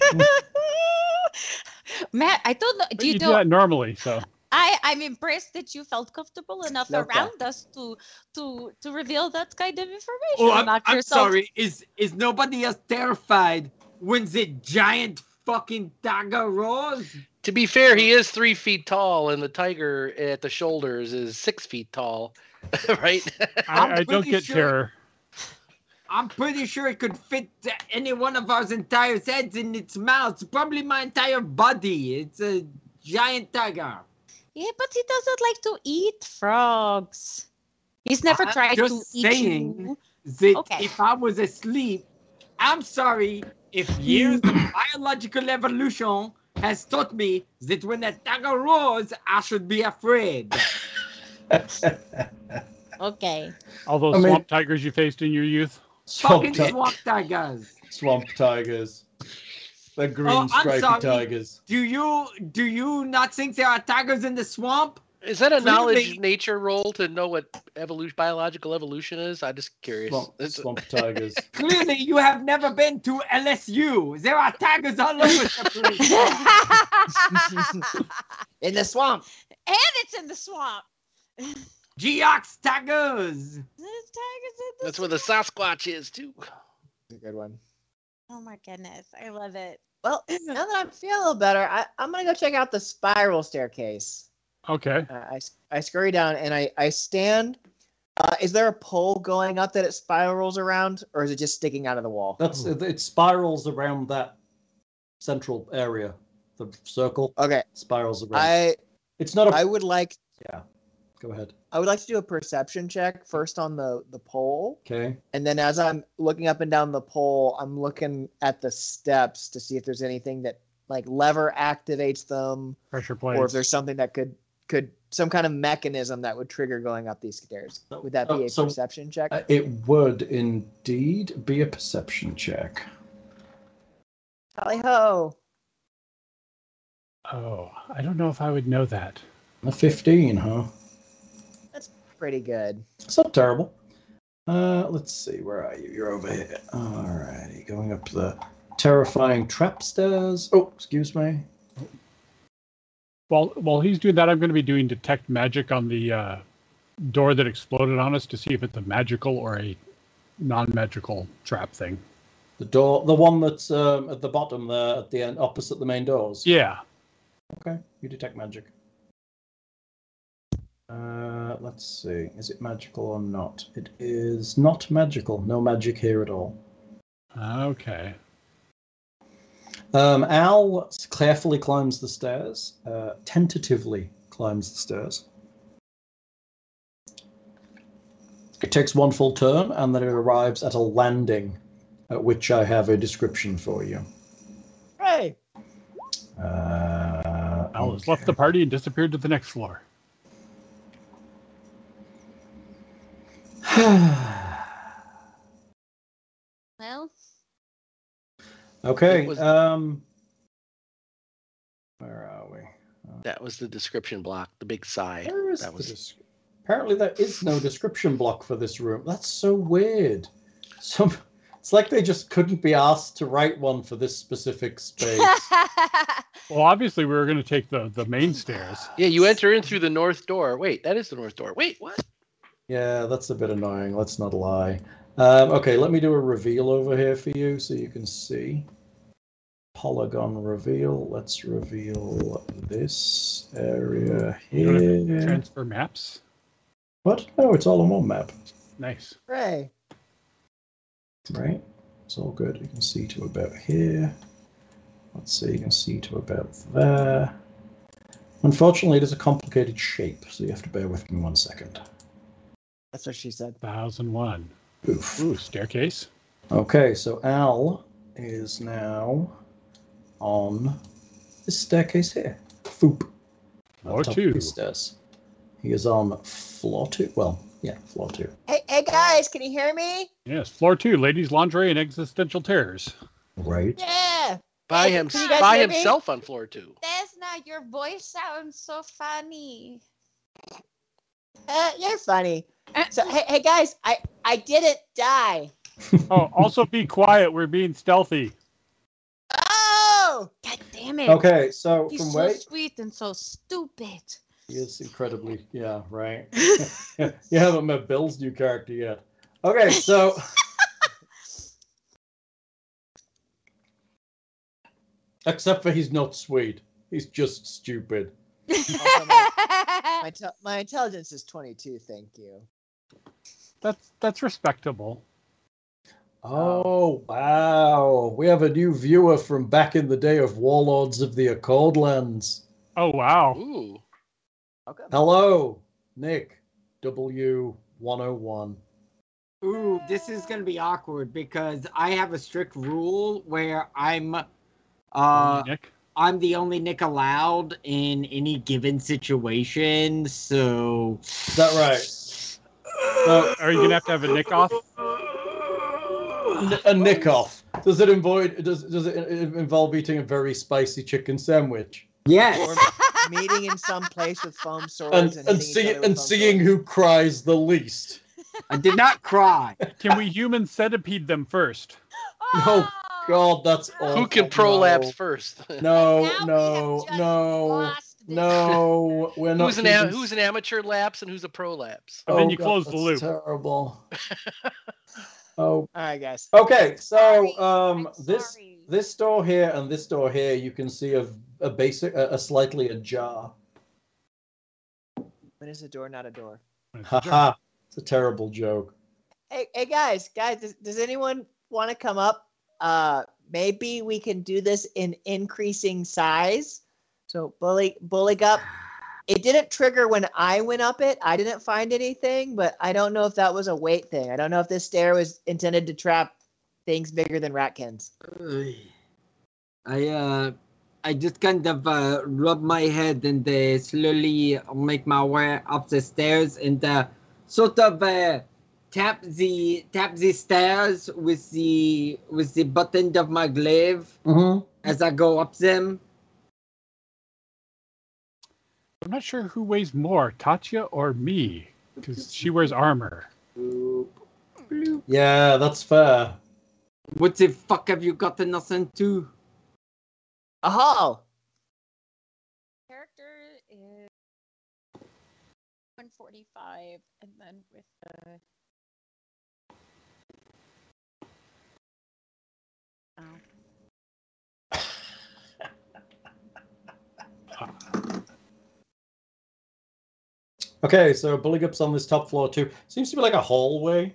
Speaker 5: Matt, I don't know.
Speaker 4: But
Speaker 5: Do you,
Speaker 4: you do
Speaker 5: know?
Speaker 4: that normally, so
Speaker 5: I I'm impressed that you felt comfortable enough
Speaker 2: Love that.
Speaker 5: around us to to to reveal that kind of information
Speaker 7: Oh, I'm,
Speaker 5: about
Speaker 7: I'm
Speaker 5: yourself.
Speaker 7: sorry. Is is nobody else terrified when the giant fucking dagger roars?
Speaker 8: To be fair, he is three feet tall, and the tiger at the shoulders is six feet tall, right?
Speaker 7: I'm
Speaker 4: I, I don't
Speaker 7: pretty
Speaker 4: get
Speaker 7: sure-
Speaker 4: terror.
Speaker 7: I'm pretty sure it could fit uh, any one of our entire heads in its mouth. Probably my entire body. It's a giant dagger.
Speaker 5: Yeah, but he doesn't like to eat frogs. He's never
Speaker 7: I'm
Speaker 5: tried to
Speaker 7: just
Speaker 5: eat
Speaker 7: saying.
Speaker 5: you.
Speaker 7: That
Speaker 5: Okay.
Speaker 7: If I was asleep, I'm sorry if years of biological evolution has taught me that when a dagger roars, I should be afraid.
Speaker 5: Okay.
Speaker 4: All those
Speaker 1: I mean-
Speaker 4: swamp tigers you faced in your youth.
Speaker 1: Swamp,
Speaker 7: Fucking
Speaker 1: ti-
Speaker 7: swamp daggers.
Speaker 1: swamp tigers. The green
Speaker 7: Oh, I'm
Speaker 1: stripy
Speaker 7: sorry.
Speaker 1: tigers.
Speaker 7: Do you do you not think there are tigers in the swamp?
Speaker 8: Is that a knowledge
Speaker 7: Clearly-
Speaker 8: nature role to know what evolution, biological evolution is? I'm just curious.
Speaker 1: Swamp,
Speaker 8: It's-
Speaker 1: swamp tigers.
Speaker 7: Clearly, you have never been to LSU. There are tigers all over the place.
Speaker 2: In the swamp.
Speaker 5: and it's in the swamp.
Speaker 7: Geox tigers.
Speaker 5: This tiger's in the
Speaker 8: That's where the Sasquatch is too.
Speaker 2: That's a good one.
Speaker 5: Oh my goodness. I love it.
Speaker 2: Well, now that I'm feeling a little better, I, I'm gonna go check out the spiral staircase.
Speaker 4: Okay.
Speaker 2: Uh, I s- I scurry down and I I stand. Uh, is there a pole going up that it spirals around, or is it just sticking out of the wall?
Speaker 1: That's it, it spirals around that central area. The circle
Speaker 2: Okay,
Speaker 1: spirals around.
Speaker 2: I
Speaker 1: it's not a
Speaker 2: I would like
Speaker 1: go ahead.
Speaker 2: I would like to do a perception check first on the the pole,
Speaker 1: Okay.
Speaker 2: and then as I'm looking up and down the pole, I'm looking at the steps to see if there's anything that like lever activates them,
Speaker 4: Pressure
Speaker 2: or if
Speaker 4: plates.
Speaker 2: there's something that could could some kind of mechanism that would trigger going up these stairs.
Speaker 1: So-
Speaker 2: Would that
Speaker 1: so-
Speaker 2: be a
Speaker 1: so-
Speaker 2: perception check?
Speaker 1: Uh, It would indeed be a perception check.
Speaker 2: Tally ho!
Speaker 4: Oh, I don't know if I would know that.
Speaker 1: A 15, huh?
Speaker 2: Pretty good.
Speaker 1: It's not terrible. Uh, let's see, where are you? You're over here. Alrighty, going up the terrifying trap stairs. Oh, excuse me.
Speaker 4: While while he's doing that, I'm going to be doing detect magic on the uh, door that exploded on us to see if it's a magical or a non-magical trap thing.
Speaker 1: The door, the one that's um, at the bottom there, at the end, opposite the main doors.
Speaker 4: Yeah.
Speaker 1: Okay, you detect magic. Uh, let's see, is it magical or not? It is not magical. No magic here at all.
Speaker 4: Okay.
Speaker 1: Um, Al carefully climbs the stairs, uh, tentatively climbs the stairs. It takes one full turn and then it arrives at a landing, at which I have a description for you.
Speaker 2: Hey,
Speaker 1: Uh,
Speaker 4: Al has left the party and disappeared to the next floor.
Speaker 5: Well,
Speaker 1: okay.
Speaker 8: It was-
Speaker 1: Um, where are we?
Speaker 8: That was the description block. The big sigh.
Speaker 1: Where is
Speaker 8: That
Speaker 1: the
Speaker 8: was-
Speaker 1: desc- Apparently, there is no description block for this room. That's so weird. Some It's like they just couldn't be asked to write one for this specific space.
Speaker 4: Well, obviously, we were going to take the, the main stairs.
Speaker 8: Yeah, you enter in through the north door. Wait, that is the north door. Wait, what?
Speaker 1: yeah, that's a bit annoying. Let's not lie. Um, okay, let me do a reveal over here for you so you can see. Polygon reveal. Let's reveal this area
Speaker 4: You don't have
Speaker 1: here.
Speaker 4: Transfer maps.
Speaker 1: What? No, it's all on one map,
Speaker 4: Nice.
Speaker 2: Hooray.
Speaker 1: right? It's all good. You can see to about here. Let's see, you can see to about there. Unfortunately, it is a complicated shape, so you have to bear with me one second.
Speaker 2: That's what she said.
Speaker 4: 1001.
Speaker 1: Oof.
Speaker 4: Ooh, staircase.
Speaker 1: Okay, so Al is now on this staircase here. Foop.
Speaker 4: Floor
Speaker 1: Up top of these
Speaker 4: two.
Speaker 1: Stairs. He is on floor two. Well, yeah, floor two.
Speaker 2: Hey, hey guys, can you hear me?
Speaker 4: Yes, floor two. Ladies' laundry and existential terrors.
Speaker 1: Right.
Speaker 2: Yeah.
Speaker 8: By
Speaker 2: Hey,
Speaker 8: him,
Speaker 2: can you guys
Speaker 8: by
Speaker 2: hear me?
Speaker 8: himself on floor two.
Speaker 10: Desna, your voice sounds so funny.
Speaker 2: Uh, you're funny. So hey, hey guys, I I didn't die.
Speaker 4: Oh, also be quiet. We're being stealthy.
Speaker 2: Oh,
Speaker 10: God damn it.
Speaker 1: Okay, so
Speaker 10: He's
Speaker 1: from
Speaker 10: so
Speaker 1: where
Speaker 10: sweet and so stupid.
Speaker 1: he is incredibly yeah, right. you haven't met Bill's new character yet. Okay, so except for he's not sweet. He's just stupid.
Speaker 2: Also, my, my, tel- my intelligence is 22. Thank you.
Speaker 4: That's that's respectable.
Speaker 1: Oh, wow. We have a new viewer from back in the day of Warlords of the Accordlands.
Speaker 4: Oh wow.
Speaker 8: Ooh.
Speaker 2: Welcome.
Speaker 1: Hello, Nick W101.
Speaker 7: Ooh, this is gonna be awkward because I have a strict rule where I'm uh
Speaker 4: Nick.
Speaker 7: I'm the only Nick allowed in any given situation, so
Speaker 1: Is that right?
Speaker 4: So are you gonna have to have a nick off?
Speaker 1: N- A nick off. Does it involve does, does it in- involve eating a very spicy chicken sandwich
Speaker 7: yes.
Speaker 2: Or meeting in some place with foam
Speaker 1: and
Speaker 2: swords and,
Speaker 1: and,
Speaker 2: hitting each
Speaker 1: see,
Speaker 2: other with
Speaker 1: and
Speaker 2: foam
Speaker 1: seeing
Speaker 2: swords.
Speaker 1: who cries the least?
Speaker 7: I did not cry.
Speaker 4: Can we human centipede them first?
Speaker 10: Oh.
Speaker 1: No, God, that's awful.
Speaker 8: Who can prolapse
Speaker 1: No.
Speaker 8: first?
Speaker 1: No,
Speaker 10: Now we have
Speaker 1: no,
Speaker 10: just
Speaker 1: no,
Speaker 10: Lost this.
Speaker 1: no. We're not.
Speaker 8: who's an am-
Speaker 1: humans.
Speaker 8: who's an amateur lapse and who's a prolapse?
Speaker 4: And then you close the loop.
Speaker 1: Oh, that's Terrible. oh.
Speaker 2: All right, guys.
Speaker 1: Okay, so
Speaker 10: Sorry,
Speaker 1: um,
Speaker 10: I'm
Speaker 1: this
Speaker 10: sorry.
Speaker 1: this door here and this door here, you can see a a basic a, a slightly ajar.
Speaker 2: When is a door not a door?
Speaker 1: Haha, it's a terrible joke.
Speaker 2: Hey, hey guys, guys, does, does anyone want to come up? Uh, maybe we can do this in increasing size. So bully, bullying up. It didn't trigger when I went up it. I didn't find anything, but I don't know if that was a weight thing. I don't know if this stair was intended to trap things bigger than ratkins.
Speaker 7: I uh I just kind of uh, rub my head and uh, slowly make my way up the stairs and uh, sort of uh, tap the tap the stairs with the with the butt end of my glaive
Speaker 1: Mm-hmm.
Speaker 7: as I go up them.
Speaker 4: I'm not sure who weighs more, Tatya or me, because she wears armor.
Speaker 1: Yeah, that's fair.
Speaker 7: What the fuck have you gotten us into?
Speaker 2: Oh,
Speaker 10: character is 145 and then with the oh.
Speaker 1: Okay, so Bulligup's on this top floor too. Seems to be like a hallway,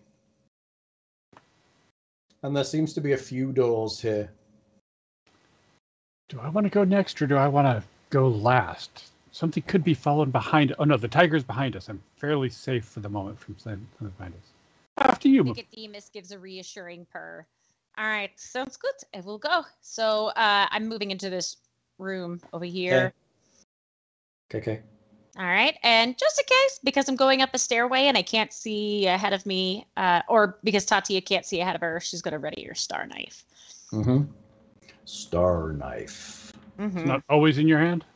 Speaker 1: and there seems to be a few doors here.
Speaker 4: Do I want to go next or do I want to go last? Something could be followed behind. Oh no, the tiger's behind us. I'm fairly safe for the moment from something something behind us. After you,
Speaker 5: Nicodemus gives a reassuring purr. All right, sounds good. I will go. So uh, I'm moving into this room over here.
Speaker 1: Okay, okay.
Speaker 5: All right, and just in case, because I'm going up a stairway and I can't see ahead of me, uh, or because Tatia can't see ahead of her, she's gonna ready her star knife.
Speaker 1: Mm-hmm. Star knife.
Speaker 5: Mm-hmm.
Speaker 4: It's not always in your hand.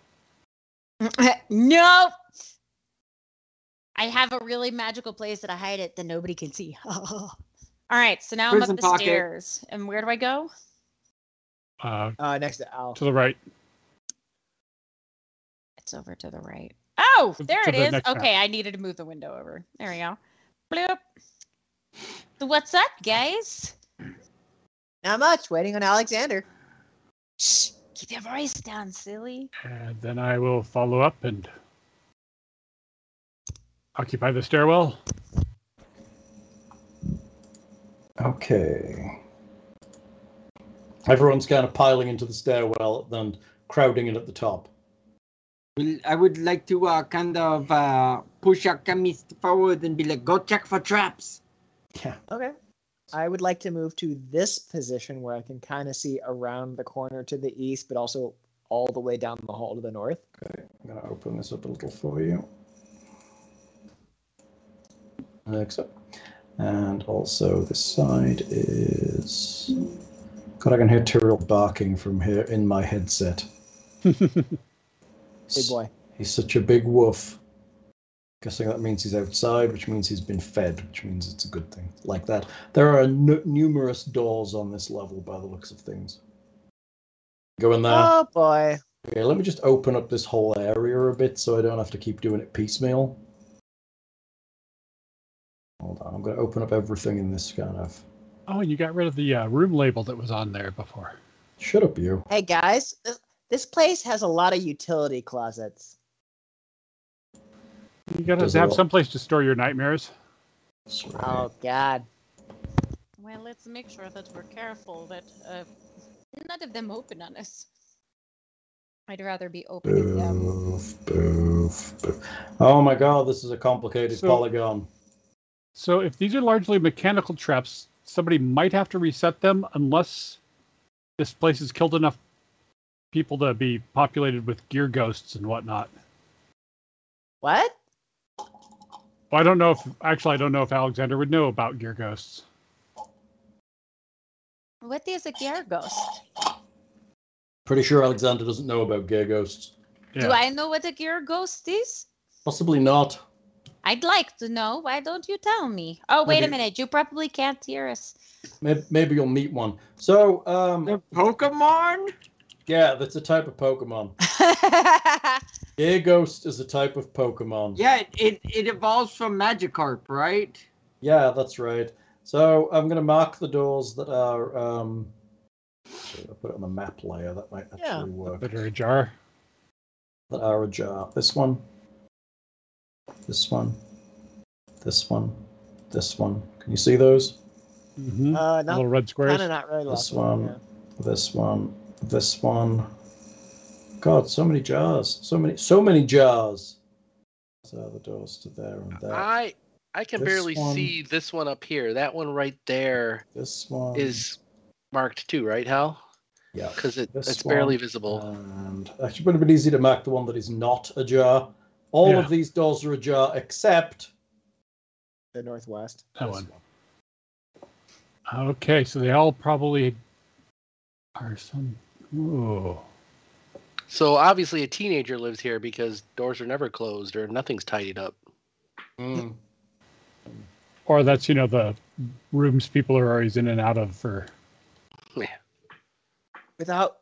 Speaker 5: no, I have a really magical place that I hide it that nobody can see. All right, so now I'm
Speaker 7: Prison
Speaker 5: up the
Speaker 7: pocket.
Speaker 5: stairs. And where do I go?
Speaker 4: Uh,
Speaker 2: Uh, next to Al.
Speaker 4: to the right.
Speaker 5: It's over to the right. Oh,
Speaker 4: To-
Speaker 5: there
Speaker 4: to
Speaker 5: it
Speaker 4: the
Speaker 5: is.
Speaker 4: next
Speaker 5: okay, I needed to move the window over. There we go. Bloop. So what's up, guys?
Speaker 2: Not much. Waiting on Alexander.
Speaker 5: Shh, keep your voice down, silly.
Speaker 4: And then I will follow up and occupy the stairwell.
Speaker 1: Okay. Everyone's kind of piling into the stairwell and crowding in at the top.
Speaker 7: Well, I would like to uh, kind of uh, push our chemist forward and be like, go check for traps.
Speaker 1: Yeah.
Speaker 2: Okay. I would like to move to this position where I can kind of see around the corner to the east, but also all the way down the hall to the north.
Speaker 1: I'm going to open this up a little for you. Like so. And also, this side is. God, I can hear Tyrrell barking from here in my headset.
Speaker 2: Big boy.
Speaker 1: He's such a big woof. Guessing that means he's outside, which means he's been fed, which means it's a good thing. Like that. There are nu- numerous doors on this level by the looks of things. Go in there.
Speaker 2: Oh boy.
Speaker 1: Okay, let me just open up this whole area a bit so I don't have to keep doing it piecemeal. Hold on, I'm going to open up everything in this kind of.
Speaker 4: Oh, and you got rid of the uh, room label that was on there before.
Speaker 1: Shut up, you.
Speaker 2: Hey guys, this, this place has a lot of utility closets.
Speaker 4: You gotta
Speaker 1: Does it
Speaker 4: have
Speaker 1: all-
Speaker 4: some place to store your nightmares.
Speaker 1: Sorry.
Speaker 2: Oh god.
Speaker 5: Well, let's make sure that we're careful that uh, none of them open on us. I'd rather be opening
Speaker 1: Uh.
Speaker 5: them.
Speaker 1: Boof, boof, boof. Oh my god, this is a complicated
Speaker 4: So-
Speaker 1: polygon.
Speaker 4: So if these are largely mechanical traps, somebody might have to reset them unless this place has killed enough people to be populated with gear ghosts and whatnot.
Speaker 2: What?
Speaker 4: Well, I don't know if actually I don't know if Alexander would know about gear ghosts.
Speaker 5: What is a gear ghost?
Speaker 1: Pretty sure Alexander doesn't know about gay ghosts.
Speaker 5: Do I know what a gear ghost is?
Speaker 1: Possibly not.
Speaker 5: I'd like to know. Why don't you tell me? Oh, wait a
Speaker 1: Okay.
Speaker 5: minute. You probably can't hear us.
Speaker 1: Maybe, maybe you'll meet one. So, um,
Speaker 7: The Pokemon?
Speaker 1: yeah, that's a type of Pokemon. Gay ghost is a type of Pokemon.
Speaker 7: Yeah, it, it, it evolves from Magikarp, right?
Speaker 1: Yeah, that's right. So I'm going to mark the doors that are. Um, actually, I'll put it on the map layer. That might actually
Speaker 2: Yeah.
Speaker 1: work.
Speaker 4: Put her in a jar.
Speaker 1: That are ajar. This one. This one. This one. This one. Can you see those?
Speaker 4: hmm
Speaker 2: Uh
Speaker 4: little
Speaker 2: no.
Speaker 4: red squares.
Speaker 2: Kind of not really
Speaker 1: This
Speaker 2: lost.
Speaker 1: one. This one. This one. God, so many jars. So many. So many jars. So the doors to there and there.
Speaker 8: I I can
Speaker 1: This
Speaker 8: barely
Speaker 1: one-
Speaker 8: see this one up here. That one right there
Speaker 1: this one
Speaker 8: is marked too, right, Hal?
Speaker 1: Yeah.
Speaker 8: Because it,
Speaker 1: This
Speaker 8: it's barely
Speaker 1: one, uh,
Speaker 8: visible.
Speaker 1: And actually, would have been easy to mark the one that is not ajar. All
Speaker 4: Yeah.
Speaker 1: of these doors are ajar except
Speaker 2: The northwest.
Speaker 4: that
Speaker 1: this
Speaker 4: one. Okay, so they all probably are some. Ooh.
Speaker 8: So obviously a teenager lives here because doors are never closed or nothing's tidied up.
Speaker 1: Mm.
Speaker 4: Or that's, you know, the rooms people are always in and out of for.
Speaker 2: Without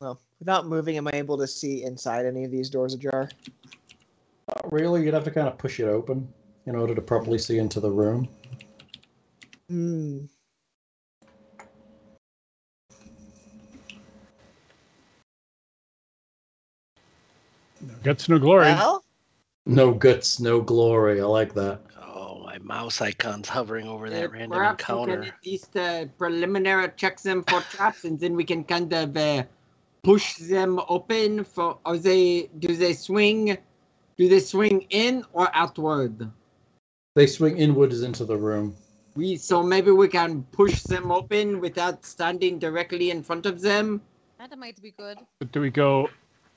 Speaker 2: well, without moving, am I able to see inside any of these doors ajar?
Speaker 1: Not really, you'd have to kind of push it open in order to properly see into the room.
Speaker 2: Hmm.
Speaker 4: Guts no glory.
Speaker 2: Well,
Speaker 1: No guts, no glory. I like that.
Speaker 8: Oh, my mouse icon's hovering over that
Speaker 7: Uh,
Speaker 8: random
Speaker 7: Perhaps we
Speaker 8: encounter.
Speaker 7: can at least uh, preliminary check them for traps, and then we can kind of uh, push them open. For are they? Do they swing? Do they swing in or outward?
Speaker 1: They swing inwards into the room.
Speaker 7: We so maybe we can push them open without standing directly in front of them.
Speaker 5: That might be good.
Speaker 4: Do we go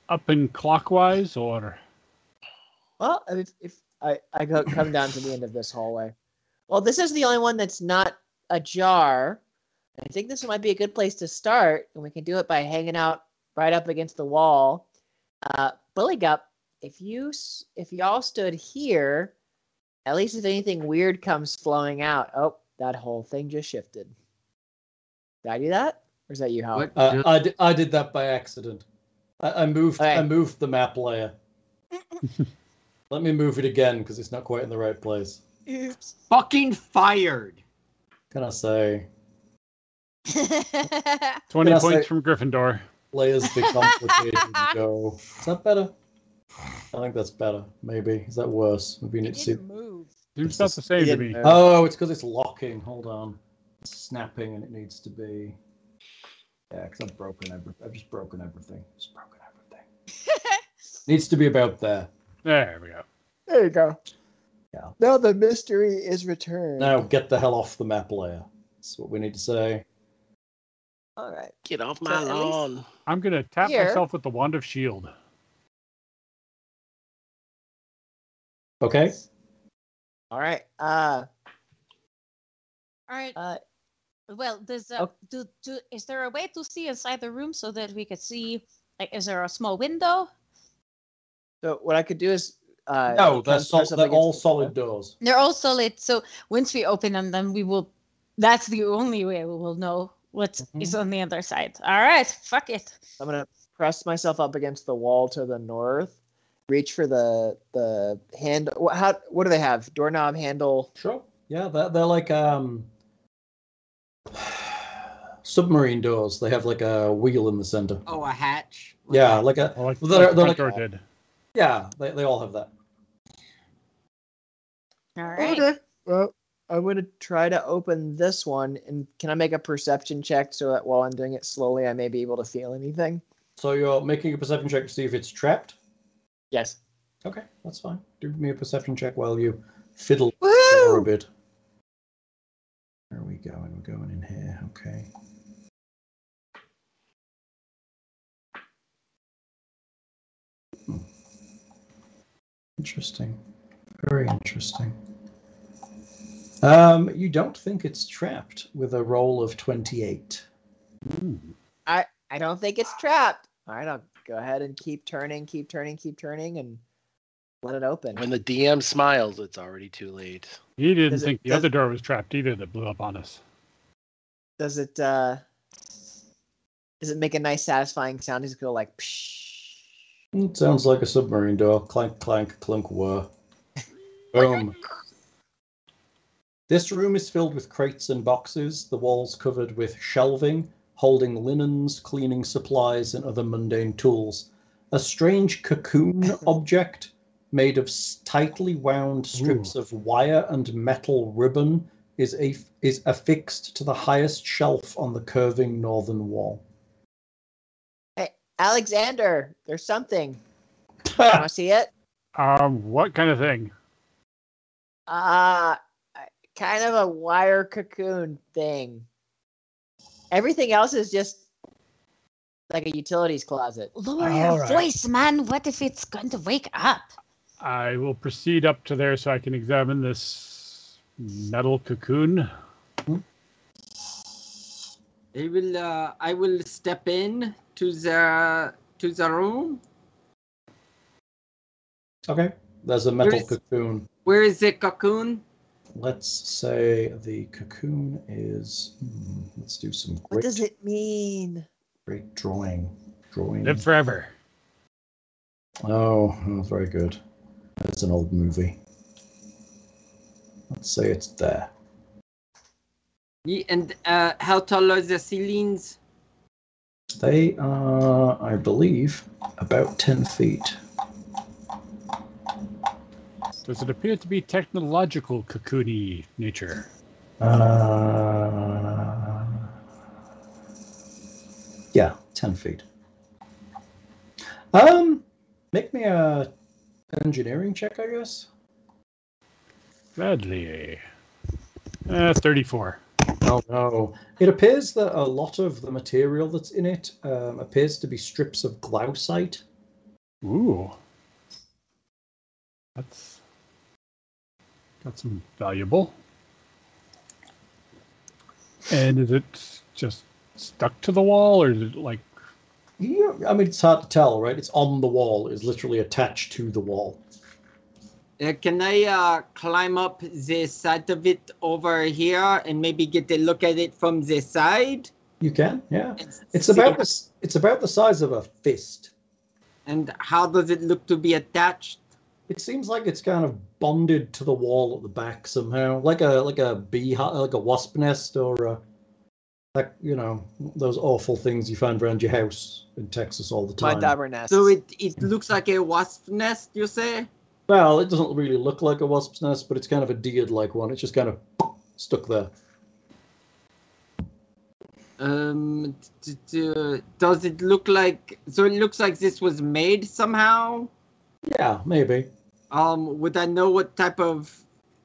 Speaker 4: up and clockwise or.
Speaker 2: well, if, if I I go come down to the end of this hallway. Well, this is the only one that's not ajar. I think this might be a good place to start, and we can do it by hanging out right up against the wall. Uh, Bully Gup, if you s- if y'all stood here, at least if anything weird comes flowing out. Oh, That whole thing just shifted. Did I do that? Or is that you, Howard?
Speaker 7: What?
Speaker 1: Uh,
Speaker 7: do-
Speaker 1: I, d- I did that by accident. I, I moved I
Speaker 2: Okay.
Speaker 1: moved the map layer. Let me move it again because it's not quite in the right place.
Speaker 5: Oops.
Speaker 7: fucking fired.
Speaker 1: Can I say
Speaker 4: Twenty
Speaker 1: Can I
Speaker 4: points
Speaker 1: say-
Speaker 4: from Gryffindor.
Speaker 1: layers be complicated? and go. Is that better? I think that's better. Maybe is that worse? Maybe you need to see.
Speaker 10: didn't move.
Speaker 4: It's not the
Speaker 2: He
Speaker 4: same to
Speaker 2: didn't
Speaker 4: me.
Speaker 2: move.
Speaker 1: Oh, it's because it's locking. Hold on, it's snapping, and it needs to be. Yeah, because I've broken every. I've just broken everything. Just broken everything. needs to be about there.
Speaker 4: There we go.
Speaker 2: There you go.
Speaker 1: Yeah.
Speaker 2: Now the mystery is returned.
Speaker 1: Now get the hell off the map layer. That's what we need to say.
Speaker 2: All right.
Speaker 8: Get off
Speaker 2: at
Speaker 8: my
Speaker 2: least-
Speaker 8: lawn.
Speaker 4: I'm gonna tap
Speaker 2: Here.
Speaker 4: myself with the wand of shield.
Speaker 1: Okay.
Speaker 2: All right. Uh,
Speaker 5: All right.
Speaker 2: uh,
Speaker 5: Well, does uh,
Speaker 2: Okay.
Speaker 5: do, do is there a way to see inside the room so that we could see? Like, is there a small window?
Speaker 2: so what I could do is uh,
Speaker 1: No,
Speaker 2: kind
Speaker 1: they're,
Speaker 2: of
Speaker 1: sol-
Speaker 2: press up
Speaker 1: they're
Speaker 2: against
Speaker 1: all
Speaker 2: the
Speaker 1: solid
Speaker 2: wall.
Speaker 1: doors.
Speaker 5: They're all solid, so once we open them, then we will. That's the only way we will know what is
Speaker 4: Mm-hmm.
Speaker 5: on the other side. All right, fuck it.
Speaker 2: I'm gonna press myself up against the wall to the north. Reach for the the hand. wh- How? What do they have? Doorknob handle.
Speaker 1: Sure. Yeah, they're, they're like um, submarine doors. They have like a wheel in the center.
Speaker 7: Oh, a hatch.
Speaker 1: Yeah, like a
Speaker 4: I like,
Speaker 1: Well, they're-
Speaker 4: like the
Speaker 1: they're
Speaker 4: front door
Speaker 1: like-
Speaker 4: did.
Speaker 1: yeah. They, they all have that.
Speaker 5: All right.
Speaker 2: Okay. Well, I'm gonna try to open this one, and can I make a perception check so that while I'm doing it slowly, I may be able to feel anything?
Speaker 1: So you're making a perception check to see if it's trapped.
Speaker 2: Yes.
Speaker 1: Okay, that's fine. Do me a perception check while you fiddle for a
Speaker 2: Woo!
Speaker 1: bit. Where are we going? We're going in here. Okay. Hmm. Interesting. Very interesting. Um, you don't think it's trapped with a roll of 28.
Speaker 2: I don't think it's trapped. All right, I'll go ahead and keep turning, keep turning, keep turning, and let it open.
Speaker 8: When the DM smiles, it's already too late.
Speaker 4: He didn't
Speaker 2: Does it-
Speaker 4: think the
Speaker 2: does-
Speaker 4: other door was trapped either that blew up on us.
Speaker 2: Does it? uh Does it make a nice, satisfying sound? Does it go like? Psh?
Speaker 1: It sounds like a submarine door. Clank, clank, clunk, whir. Boom. this room is filled with crates and boxes, the walls covered with shelving, holding linens, cleaning supplies, and other mundane tools. A strange cocoon object made of s- tightly wound strips of wire and metal ribbon is, a, is affixed to the highest shelf on the curving northern wall.
Speaker 2: Alexander, there's something. Want to see it?
Speaker 4: Um, what kind of thing?
Speaker 2: Uh kind of a wire cocoon thing. Everything else is just like a utilities closet.
Speaker 5: Lower
Speaker 4: All
Speaker 5: your
Speaker 4: right.
Speaker 5: voice, man. What if it's going to wake up?
Speaker 4: I will proceed up to there so I can examine this metal cocoon.
Speaker 7: I will. Uh, I will step in to the to the room.
Speaker 1: Okay. There's a metal
Speaker 7: is-
Speaker 1: cocoon.
Speaker 7: Where is the cocoon?
Speaker 1: Let's say the cocoon is. hmm, let's do some
Speaker 2: What
Speaker 1: great,
Speaker 2: does it mean?
Speaker 1: great drawing. Drawing.
Speaker 4: Live forever.
Speaker 1: Oh, oh, very good. That's an old movie. Let's say it's there.
Speaker 7: Ye- And uh, how tall are the ceilings?
Speaker 1: They are, I believe, about 10 feet.
Speaker 4: Does it appear to be technological cocoony nature?
Speaker 1: Uh, yeah, 10 feet. Um, make me a engineering check, I guess.
Speaker 4: Gladly. Uh, 34.
Speaker 1: Oh no! It appears that a lot of the material that's in it um, appears to be strips of glaucite.
Speaker 4: Ooh. That's got some valuable. And is it just stuck to the wall or is it like
Speaker 1: Yeah, I mean, it's hard to tell, right? It's on the wall. It's literally attached to the wall.
Speaker 7: Uh, can I uh, climb up the side of it over here and maybe get a look at it from the side?
Speaker 1: You can, yeah.
Speaker 7: and
Speaker 1: It's
Speaker 7: see-
Speaker 1: about this. It's about the size of a fist.
Speaker 7: And how does it look to be attached?
Speaker 1: It seems like it's kind of bonded to the wall at the back somehow, like a like a bee, like a wasp nest, or a, like you know those awful things you find around your house in Texas all the time.
Speaker 2: Mud dauber nest.
Speaker 7: So it, it looks like a wasp nest, you say?
Speaker 1: Well, it doesn't really look like a wasp's nest, but it's kind of a deer-like one. It's just kind of stuck there.
Speaker 7: Um, t- t- uh, does it look like so? It looks like this was made somehow.
Speaker 1: Yeah, maybe.
Speaker 7: Um, would I know what type of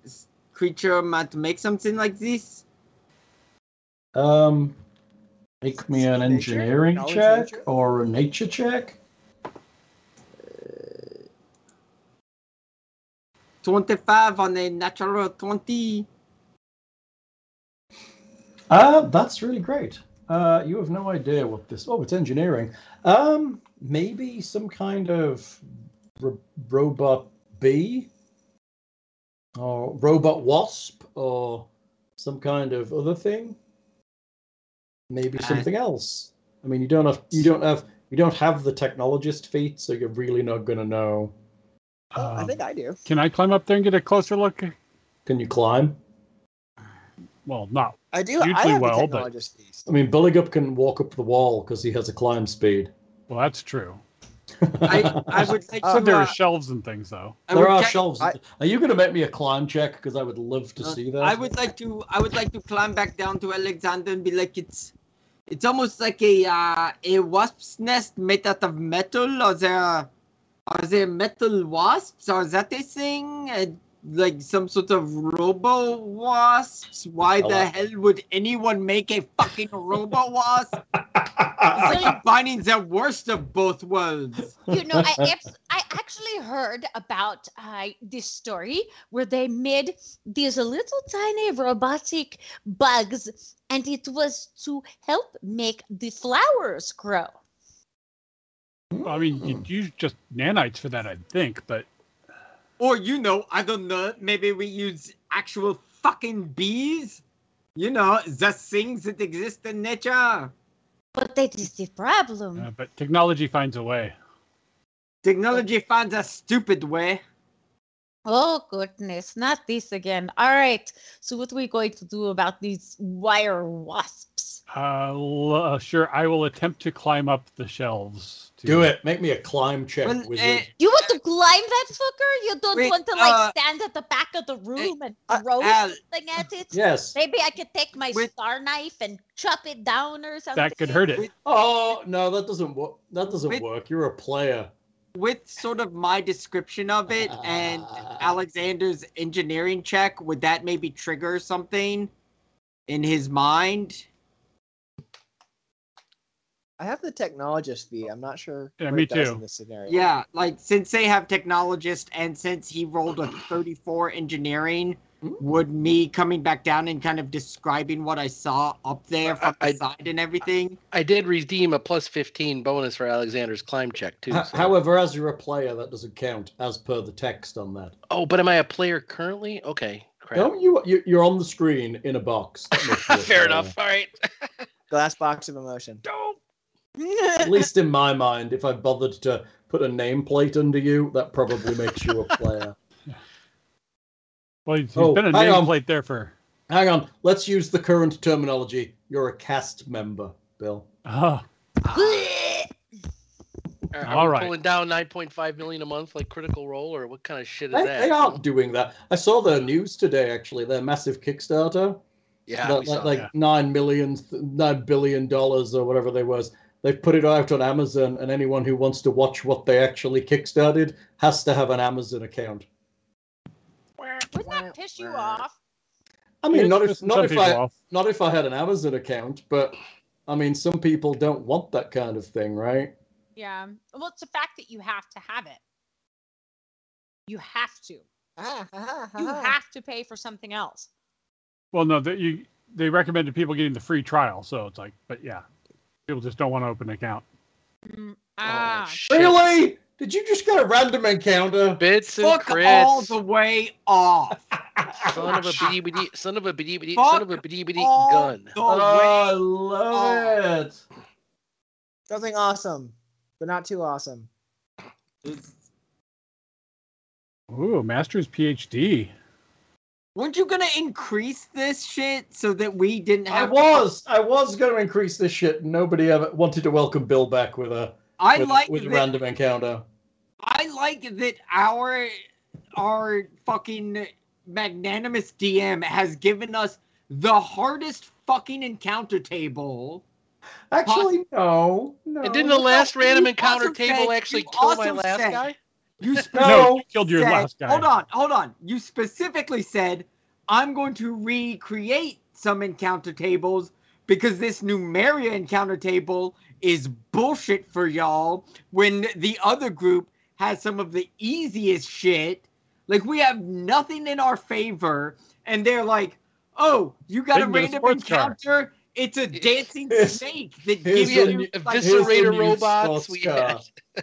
Speaker 7: s- creature might make something like this?
Speaker 1: Um, make me an
Speaker 2: Nature?
Speaker 1: engineering
Speaker 2: Knowledge
Speaker 1: check
Speaker 2: nature?
Speaker 1: or a nature check.
Speaker 7: Twenty-five on a natural twenty.
Speaker 1: Uh, that's really great. Uh, you have no idea what this. Oh, it's engineering. Um, maybe some kind of ro- robot bee, or robot wasp, or some kind of other thing. Maybe
Speaker 7: Uh,
Speaker 1: something else. I mean, you don't have you don't have you don't have the technologist feat, so you're really not gonna know.
Speaker 2: Oh, I
Speaker 4: Um,
Speaker 2: think I do.
Speaker 4: Can I climb up there and get a closer look?
Speaker 1: Can you climb?
Speaker 4: Well, not.
Speaker 2: I do. I
Speaker 4: usually
Speaker 2: have
Speaker 4: well,
Speaker 2: the
Speaker 4: but-
Speaker 2: technologist piece.
Speaker 1: I mean, Bulligup can walk up the wall because he has a climb speed.
Speaker 4: Well, that's true.
Speaker 7: I I would
Speaker 4: Said
Speaker 7: like to.
Speaker 4: Oh,
Speaker 2: Uh-huh.
Speaker 4: there are
Speaker 7: Uh,
Speaker 4: shelves and things, though.
Speaker 7: I
Speaker 1: there
Speaker 7: would
Speaker 1: are
Speaker 7: ca-
Speaker 1: shelves.
Speaker 2: I-
Speaker 1: are you going to make me a climb check? Because I would love to
Speaker 7: Uh,
Speaker 1: see that.
Speaker 7: I would like to. I would like to climb back down to Alexander and be like, it's, it's almost like a uh, a wasp's nest made out of metal. Are there, are there metal wasps? Are that a thing? Uh, like some sort of robo wasps? Why the
Speaker 1: Hello.
Speaker 7: hell would anyone make a fucking robo wasp? It's like combining the worst of both worlds.
Speaker 5: You know, I, abs- I actually heard about uh, this story where they made these little tiny robotic bugs, and it was to help make the flowers grow.
Speaker 4: Well, I mean,
Speaker 2: Hmm.
Speaker 4: you'd use just nanites for that, I think, but
Speaker 7: Or you know, I don't know. Maybe we use actual fucking bees. You know, the things that exist in nature.
Speaker 5: But that is the problem.
Speaker 2: Hmm.
Speaker 4: uh, but technology finds a way.
Speaker 7: Technology finds a stupid way.
Speaker 5: Oh goodness, not this again. All right. So what we going to do about these wire wasps?
Speaker 4: Uh, l- uh, sure, I will attempt to climb up the shelves. To,
Speaker 1: Do it. Make me a climb check,
Speaker 7: Well,
Speaker 1: wizard.
Speaker 5: You want to climb that fucker? You don't
Speaker 7: Wait,
Speaker 5: want to like
Speaker 7: uh,
Speaker 5: stand at the back of the room and
Speaker 7: uh,
Speaker 5: throw
Speaker 7: Al-
Speaker 5: something at it?
Speaker 1: yes.
Speaker 5: Maybe I could take my
Speaker 7: Wait.
Speaker 5: star knife and chop it down or something.
Speaker 4: That could hurt it.
Speaker 1: Oh no, that doesn't work. That doesn't
Speaker 7: Wait.
Speaker 1: work. You're a player.
Speaker 7: With sort of my description of it and Alexander's engineering check, would that maybe trigger something in his mind?
Speaker 2: I have the technologist fee. I'm not sure.
Speaker 4: Yeah,
Speaker 2: what
Speaker 4: me
Speaker 2: it does
Speaker 4: too.
Speaker 2: In this scenario.
Speaker 7: Yeah, like since they have technologist and since he rolled a 34 engineering, would me coming back down and kind of describing what I saw up there from
Speaker 8: I-
Speaker 7: the side and everything?
Speaker 8: I did redeem a plus 15 bonus for Alexander's climb check, too.
Speaker 1: H-
Speaker 8: so-
Speaker 1: However, as you're a player, that doesn't count as per the text on that.
Speaker 8: oh, but am I a player currently? Okay, crap.
Speaker 1: Don't Uh, you? you- You're on the screen in a box. That makes you a
Speaker 8: Fair
Speaker 1: player.
Speaker 8: enough. All right.
Speaker 2: Glass box of emotion.
Speaker 8: Don't.
Speaker 1: At least in my mind, if I bothered to put a nameplate under you, that probably makes you a player.
Speaker 4: Well, it's
Speaker 1: Oh,
Speaker 4: has been a
Speaker 1: hang on.
Speaker 4: nameplate there for.
Speaker 1: Hang on. Let's use the current terminology. You're a cast member, Bill.
Speaker 4: Uh,
Speaker 8: Ah. Are,
Speaker 4: All
Speaker 8: All right.
Speaker 4: right.
Speaker 8: Pulling down 9.5 million a month like Critical Role, or what kind of shit is
Speaker 1: They,
Speaker 8: that?
Speaker 1: they aren't doing that. I saw their news today. Actually, their massive Kickstarter,
Speaker 8: Yeah,
Speaker 1: that-
Speaker 8: we
Speaker 1: that,
Speaker 8: saw
Speaker 1: like
Speaker 8: that.
Speaker 1: nine million, nine billion dollars or whatever they was. They've put it out on Amazon, and anyone who wants to watch what they actually kickstarted has to have an Amazon account.
Speaker 5: Wouldn't that piss you off?
Speaker 1: I mean, not if
Speaker 4: some
Speaker 1: not if
Speaker 4: people
Speaker 1: I
Speaker 4: off.
Speaker 1: not if I had an Amazon account, but I mean, some people don't want that kind of thing, right?
Speaker 5: Yeah. Well, it's the fact that you have to have it. You have to.
Speaker 2: Ah, ah, ah,
Speaker 5: You
Speaker 2: ah.
Speaker 5: have to pay for something else.
Speaker 4: Well, no, that you they recommended people getting the free trial, so it's like, but yeah, people just don't want to open an account.
Speaker 5: Mm,
Speaker 8: Oh,
Speaker 5: ah.
Speaker 8: shit.
Speaker 1: Really? Did you just get a random encounter?
Speaker 8: Bits and
Speaker 7: Fuck
Speaker 8: crits.
Speaker 7: all the way off.
Speaker 8: Son of a bitty bitty, son of a bitty bitty,
Speaker 7: Fuck
Speaker 8: son of a bitty bitty
Speaker 7: all
Speaker 8: gun.
Speaker 7: the
Speaker 1: Oh, I
Speaker 7: Oh.
Speaker 1: love it.
Speaker 2: Something awesome, but not too awesome.
Speaker 7: way.
Speaker 4: Ooh, master's PhD.
Speaker 7: Weren't you gonna increase this shit so that we didn't
Speaker 1: I
Speaker 7: have?
Speaker 1: was, I was going to increase this shit. Nobody ever wanted to welcome Bill back with a
Speaker 7: I
Speaker 1: with,
Speaker 7: like
Speaker 1: with a
Speaker 7: that.
Speaker 1: random encounter.
Speaker 7: I like that our our fucking magnanimous DM has given us the hardest fucking encounter table.
Speaker 1: Actually, no, no.
Speaker 8: And didn't the last
Speaker 7: you
Speaker 8: random
Speaker 7: also
Speaker 8: encounter table
Speaker 7: said-
Speaker 8: actually
Speaker 7: you
Speaker 8: kill my
Speaker 7: also
Speaker 8: last
Speaker 7: said-
Speaker 8: guy?
Speaker 7: You specifically
Speaker 4: No, you killed your
Speaker 7: said-
Speaker 4: last guy.
Speaker 7: Hold on, hold on. You specifically said I'm going to recreate some encounter tables because this Numeria encounter table is bullshit for y'all when the other group has some of the easiest shit. Like we have nothing in our favor, and they're like, "Oh, you got
Speaker 4: They
Speaker 7: a
Speaker 4: can get a
Speaker 7: random
Speaker 4: sports car."
Speaker 7: encounter. It's a dancing
Speaker 1: Here's-
Speaker 7: snake that
Speaker 1: here's
Speaker 7: gives
Speaker 8: We had
Speaker 1: the new-
Speaker 7: you like,
Speaker 1: here's the
Speaker 8: eviscerator
Speaker 1: new
Speaker 8: robots.
Speaker 1: sports
Speaker 8: We
Speaker 1: car.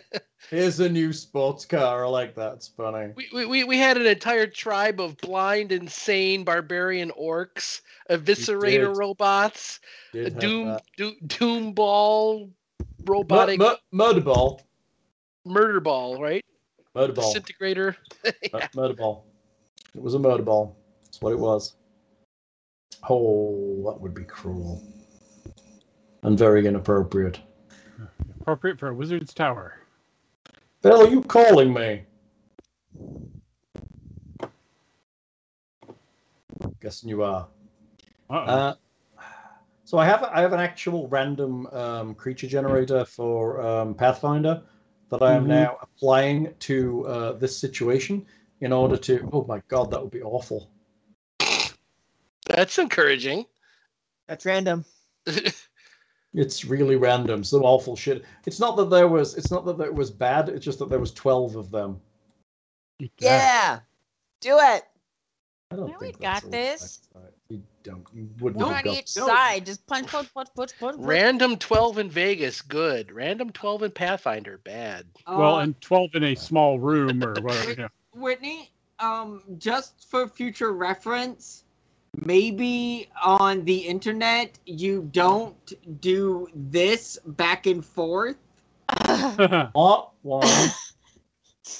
Speaker 8: had,
Speaker 1: Here's a new sports car. I like that. It's funny.
Speaker 8: we, we- we, we had an entire tribe of blind, insane, barbarian orcs, eviscerator
Speaker 1: did.
Speaker 8: robots,
Speaker 1: Did have
Speaker 8: doom,
Speaker 1: that.
Speaker 8: do, doom ball,
Speaker 1: Mur-
Speaker 8: robotic
Speaker 1: mur- murder ball.
Speaker 8: murder ball, right?
Speaker 1: Murder ball.
Speaker 8: Disintegrator.
Speaker 1: Mur- Murder ball. It was a murder ball. That's what it was. Oh, that would be cruel. And very inappropriate.
Speaker 4: Appropriate for a wizard's tower.
Speaker 1: Bill, are you calling me? Guessing you are.
Speaker 4: Uh-oh.
Speaker 1: Uh, so I have I have an actual random um, creature generator for um, Pathfinder that I am
Speaker 4: Mhm.
Speaker 1: now applying to uh, this situation in order to. Oh my god, that would be awful.
Speaker 8: That's encouraging.
Speaker 2: That's random.
Speaker 1: It's really random. Some awful shit. It's not that there was. It's not that it was bad. It's just that there was twelve of them.
Speaker 4: Eat that.
Speaker 2: Yeah, do it.
Speaker 1: I don't
Speaker 5: No, we
Speaker 1: think
Speaker 5: got
Speaker 1: that's a-
Speaker 5: this.
Speaker 1: You don't. You wouldn't
Speaker 5: One
Speaker 1: have
Speaker 5: on
Speaker 1: got.
Speaker 5: each side. Just punch, punch, punch, punch, punch. punch.
Speaker 8: Random 12 in Vegas, good. Random 12 in Pathfinder, bad.
Speaker 4: Well,
Speaker 7: uh,
Speaker 4: and 12 in a small room or whatever. Yeah.
Speaker 7: Whitney, um, just for future reference, maybe on the internet you don't do this back and forth.
Speaker 1: What? Why?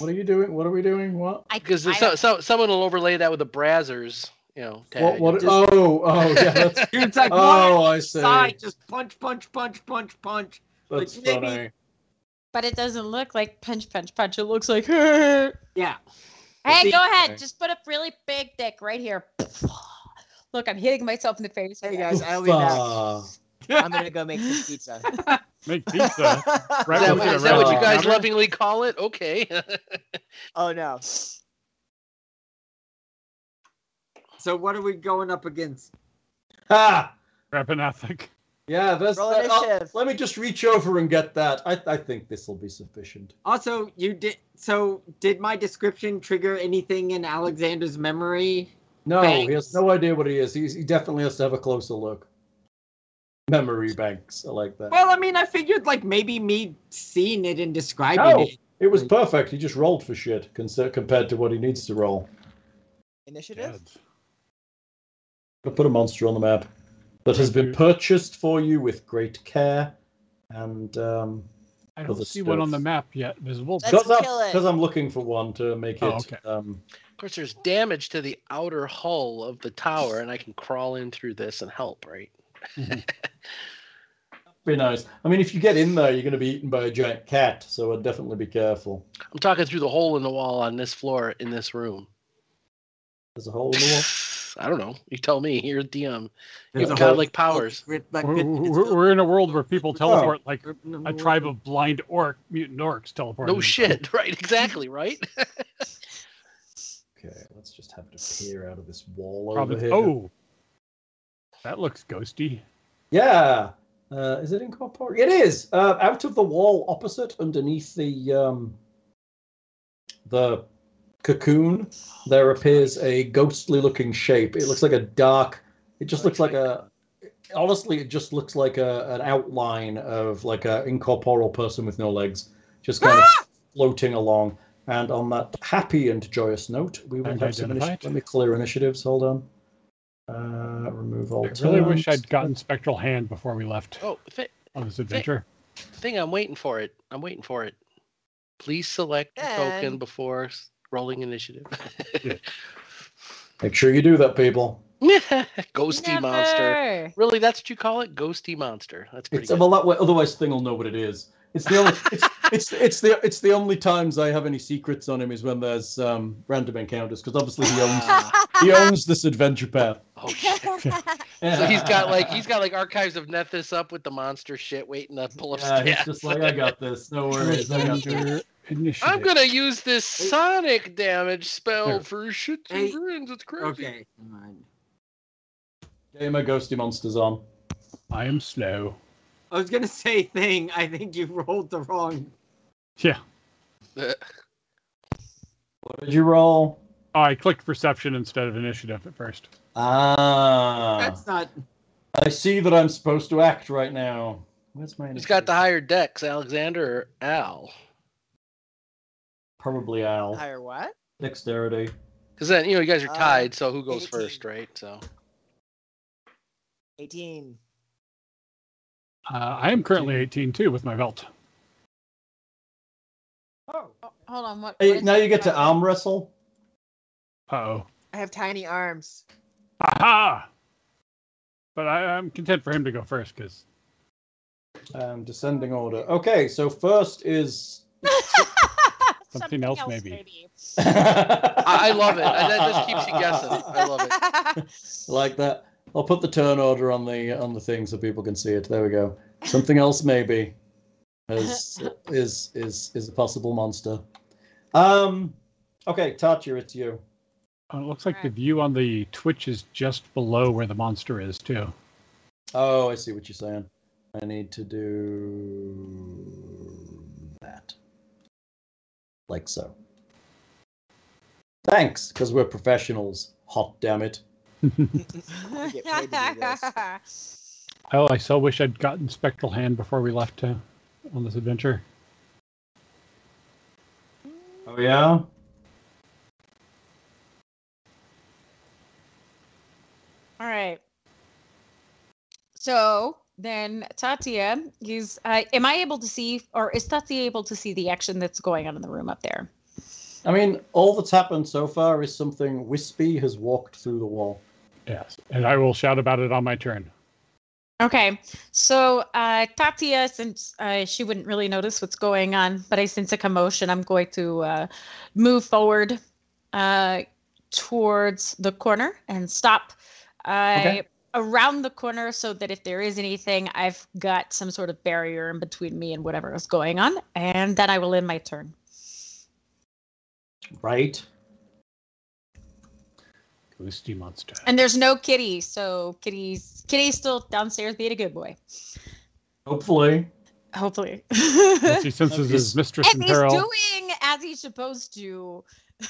Speaker 1: what are you doing? What are we doing? What?
Speaker 5: I,
Speaker 8: Because
Speaker 5: I,
Speaker 8: so, so, someone will overlay that with the Brazzers, you know.
Speaker 1: What?
Speaker 8: tag.
Speaker 1: What? Oh, oh, yeah. That's,
Speaker 7: Dude, it's like one
Speaker 1: oh, I see.
Speaker 7: side, just punch, punch, punch, punch, punch.
Speaker 1: That's
Speaker 7: Like, maybe-
Speaker 1: funny.
Speaker 5: but it doesn't look like punch, punch, punch. It looks like. hey,
Speaker 7: Yeah.
Speaker 5: go
Speaker 7: See-
Speaker 5: ahead.
Speaker 1: Okay.
Speaker 5: Just put a really big dick right here. Look, I'm hitting myself in the face.
Speaker 2: Hey guys, I'll be back.
Speaker 1: Uffa.
Speaker 2: I'm gonna go make some pizza.
Speaker 4: Make pizza. Right
Speaker 8: Is that,
Speaker 4: with
Speaker 8: what-
Speaker 4: a
Speaker 8: is that what you
Speaker 4: random
Speaker 8: guys
Speaker 4: encounter?
Speaker 8: lovingly call it? Okay.
Speaker 2: oh no.
Speaker 7: So what are we going up against?
Speaker 1: Ah,
Speaker 4: Rapanathic.
Speaker 1: yeah. That's,
Speaker 2: Roll
Speaker 1: that- oh,
Speaker 2: initiative.
Speaker 1: let me just reach over and get that. I, I think this will be sufficient.
Speaker 7: Also, you did. So did my description trigger anything in Alexander's memory?
Speaker 1: No,
Speaker 7: Banks.
Speaker 1: he has no idea what he is. He's, he definitely has to have a closer look. Memory banks. I like that.
Speaker 7: Well, I mean, I figured like maybe me seeing it and describing
Speaker 1: No.
Speaker 7: it.
Speaker 1: it was perfect. He just rolled for shit conser- compared to what he needs to roll.
Speaker 2: Initiative.
Speaker 1: Gotta put a monster on the map that has been purchased for you with great care. And um,
Speaker 4: I
Speaker 1: Well,
Speaker 4: don't
Speaker 1: the
Speaker 4: see one on the
Speaker 1: stove.
Speaker 4: map yet visible.
Speaker 2: Let's
Speaker 1: because
Speaker 2: kill it.
Speaker 1: I'm, 'cause I'm looking for one to make it.
Speaker 4: Oh, okay.
Speaker 1: um,
Speaker 8: Of course, there's damage to the outer hull of the tower, and I can crawl in through this and help, right?
Speaker 1: Be nice. I mean, if you get in there, you're going to be eaten by a giant cat, so I'd definitely be careful.
Speaker 8: I'm talking through the hole in the wall on this floor in this room.
Speaker 1: There's a hole in the wall.
Speaker 8: I don't know. You tell me. You're DM. You
Speaker 7: There's
Speaker 8: have
Speaker 7: a whole-
Speaker 8: godlike powers.
Speaker 7: We're, like,
Speaker 4: We're,
Speaker 7: it's-
Speaker 4: we're- we're in a world where
Speaker 1: Oh.
Speaker 4: people teleport like a
Speaker 7: a
Speaker 4: tribe of blind orc, mutant orcs teleport.
Speaker 8: No shit. Right. Exactly. Right.
Speaker 1: Okay, let's just have it appear out of this wall over
Speaker 4: Probably.
Speaker 1: here.
Speaker 4: Oh, that looks ghosty.
Speaker 1: Yeah. Uh, is it incorporeal? It is. Uh, out of the wall opposite, underneath the um, the cocoon, there appears a ghostly-looking shape. It looks like a dark. It just looks like a. Honestly, it just looks like a an outline of like a incorporeal person with no legs, just kind of floating along. And on that happy and joyous note, we will
Speaker 4: And
Speaker 1: have some
Speaker 4: identified.
Speaker 1: initiatives. Let me clear initiatives. Hold on. Uh, remove all.
Speaker 4: I really wish
Speaker 1: terms.
Speaker 4: I'd gotten Spectral Hand before we left
Speaker 8: Oh, th-
Speaker 4: on this adventure.
Speaker 8: thing, I'm waiting for it. I'm waiting for it. Please select a token
Speaker 2: And-
Speaker 8: before s- rolling initiative.
Speaker 1: Make sure you do that, people.
Speaker 8: Ghosty monster.
Speaker 5: Never.
Speaker 8: Really, that's what you call it? Ghosty monster. That's pretty
Speaker 1: It's,
Speaker 8: good.
Speaker 1: well, that way, otherwise, Thing will know what it is. It's the only. it's, it's it's the it's the only times I have any secrets on him is when there's um, random encounters because obviously he owns
Speaker 8: Ah,
Speaker 1: he owns this adventure path.
Speaker 8: oh, shit. So he's got like he's got like archives of Nethys up with the monster shit waiting to pull up
Speaker 1: Yeah, he's
Speaker 8: stats.
Speaker 1: just like I got this. No worries, I got this.
Speaker 4: Under initiative.
Speaker 8: I'm gonna use this sonic damage spell
Speaker 4: There.
Speaker 8: for shit
Speaker 7: Hey,
Speaker 8: and grins. It's crazy.
Speaker 7: Okay. come on.
Speaker 1: Gamer ghosty monsters on.
Speaker 4: I am slow.
Speaker 7: I was gonna say thing. I think you rolled the wrong.
Speaker 4: Yeah.
Speaker 1: What did you roll?
Speaker 4: Oh, I clicked perception instead of initiative at first.
Speaker 1: Ah,
Speaker 7: That's not.
Speaker 1: I see that I'm supposed to act right now. Where's my?
Speaker 8: He's got the
Speaker 1: initiative?
Speaker 8: higher decks, Alexander or Al.
Speaker 1: probably Al
Speaker 2: Higher what?
Speaker 1: dexterity.
Speaker 8: Because then you know you guys are
Speaker 2: Uh,
Speaker 8: tied, so who goes
Speaker 2: 18.
Speaker 8: first, right? So
Speaker 2: 18.
Speaker 4: Uh, I am currently 18 too with my belt.
Speaker 8: Oh.
Speaker 5: Hold on. What,
Speaker 1: Hey,
Speaker 5: what-
Speaker 1: now you get to arm wrestle.
Speaker 4: Uh oh.
Speaker 2: I have tiny arms.
Speaker 4: Aha! But I, I'm content for him to go first because
Speaker 1: Um, descending order. Okay, so first is.
Speaker 4: Something else maybe.
Speaker 8: I, I
Speaker 1: I
Speaker 8: love it. And that just keeps you guessing. I love it.
Speaker 1: Like that. I'll put the turn order on the on the thing so people can see it. There we go. Something else maybe is is is is a possible monster. Um. Okay, Tatya, it's you.
Speaker 4: oh, it looks like the
Speaker 5: Alright.
Speaker 4: view on the Twitch is just below where the monster is too.
Speaker 1: Oh, I see what you're saying. I need to do that. Like so. Thanks, because we're professionals. Hot damn it.
Speaker 2: get paid to do
Speaker 4: Oh, I so wish I'd gotten Spectral Hand before we left uh, on this adventure.
Speaker 1: Oh yeah?
Speaker 5: All right. So then Tatia is uh, am I able to see or is Tatia able to see the action that's going on in the room up there?
Speaker 1: I mean, all that's happened so far is something wispy has walked through the wall.
Speaker 4: Yes. And I will shout about it on my turn.
Speaker 5: Okay. So uh Tatia since uh, she wouldn't really notice what's going on, but I sense a commotion, I'm going to uh move forward uh towards the corner and stop uh
Speaker 1: Okay.
Speaker 5: around the corner so that if there is anything, I've got some sort of barrier in between me and whatever is going on, and then I will end my turn.
Speaker 1: Right?
Speaker 4: Ghosty monster.
Speaker 5: And there's no kitty, so kitty's kitty's still downstairs being a good boy.
Speaker 1: Hopefully.
Speaker 5: Hopefully.
Speaker 4: Once
Speaker 5: and
Speaker 4: he senses his mistress in
Speaker 5: he's
Speaker 4: peril.
Speaker 5: doing as he's supposed to.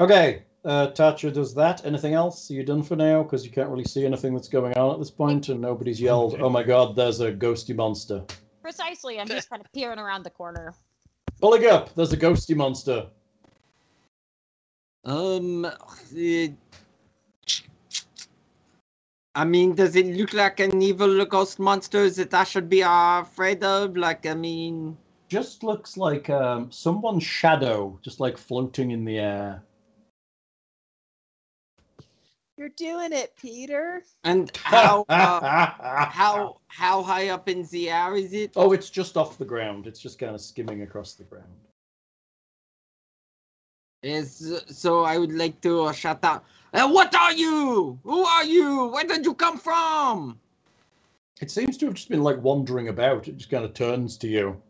Speaker 1: Okay. Uh Tatcha does that. Anything else? Are you done for now? Because you can't really see anything that's going on at this point, and nobody's yelled,
Speaker 4: Okay.
Speaker 1: Oh my god, there's a ghosty monster.
Speaker 5: Precisely. I'm just kind of peering around the corner.
Speaker 1: Bullig up, there's a ghosty monster.
Speaker 7: Um. eh, I mean, does it look like an evil ghost monster that I should be afraid of? Like, I mean,
Speaker 1: just looks like um, someone's shadow, just like floating in the air.
Speaker 2: You're doing it, Peter.
Speaker 7: and how uh, how how high up in the air is it?
Speaker 1: Oh, it's just off the ground. It's just kind of skimming across the ground.
Speaker 7: Yes, so I would like to uh, shout out. "Uh, what are you? Who are you? Where did you come from?
Speaker 1: It seems to have just been like wandering about. It just kind of turns to you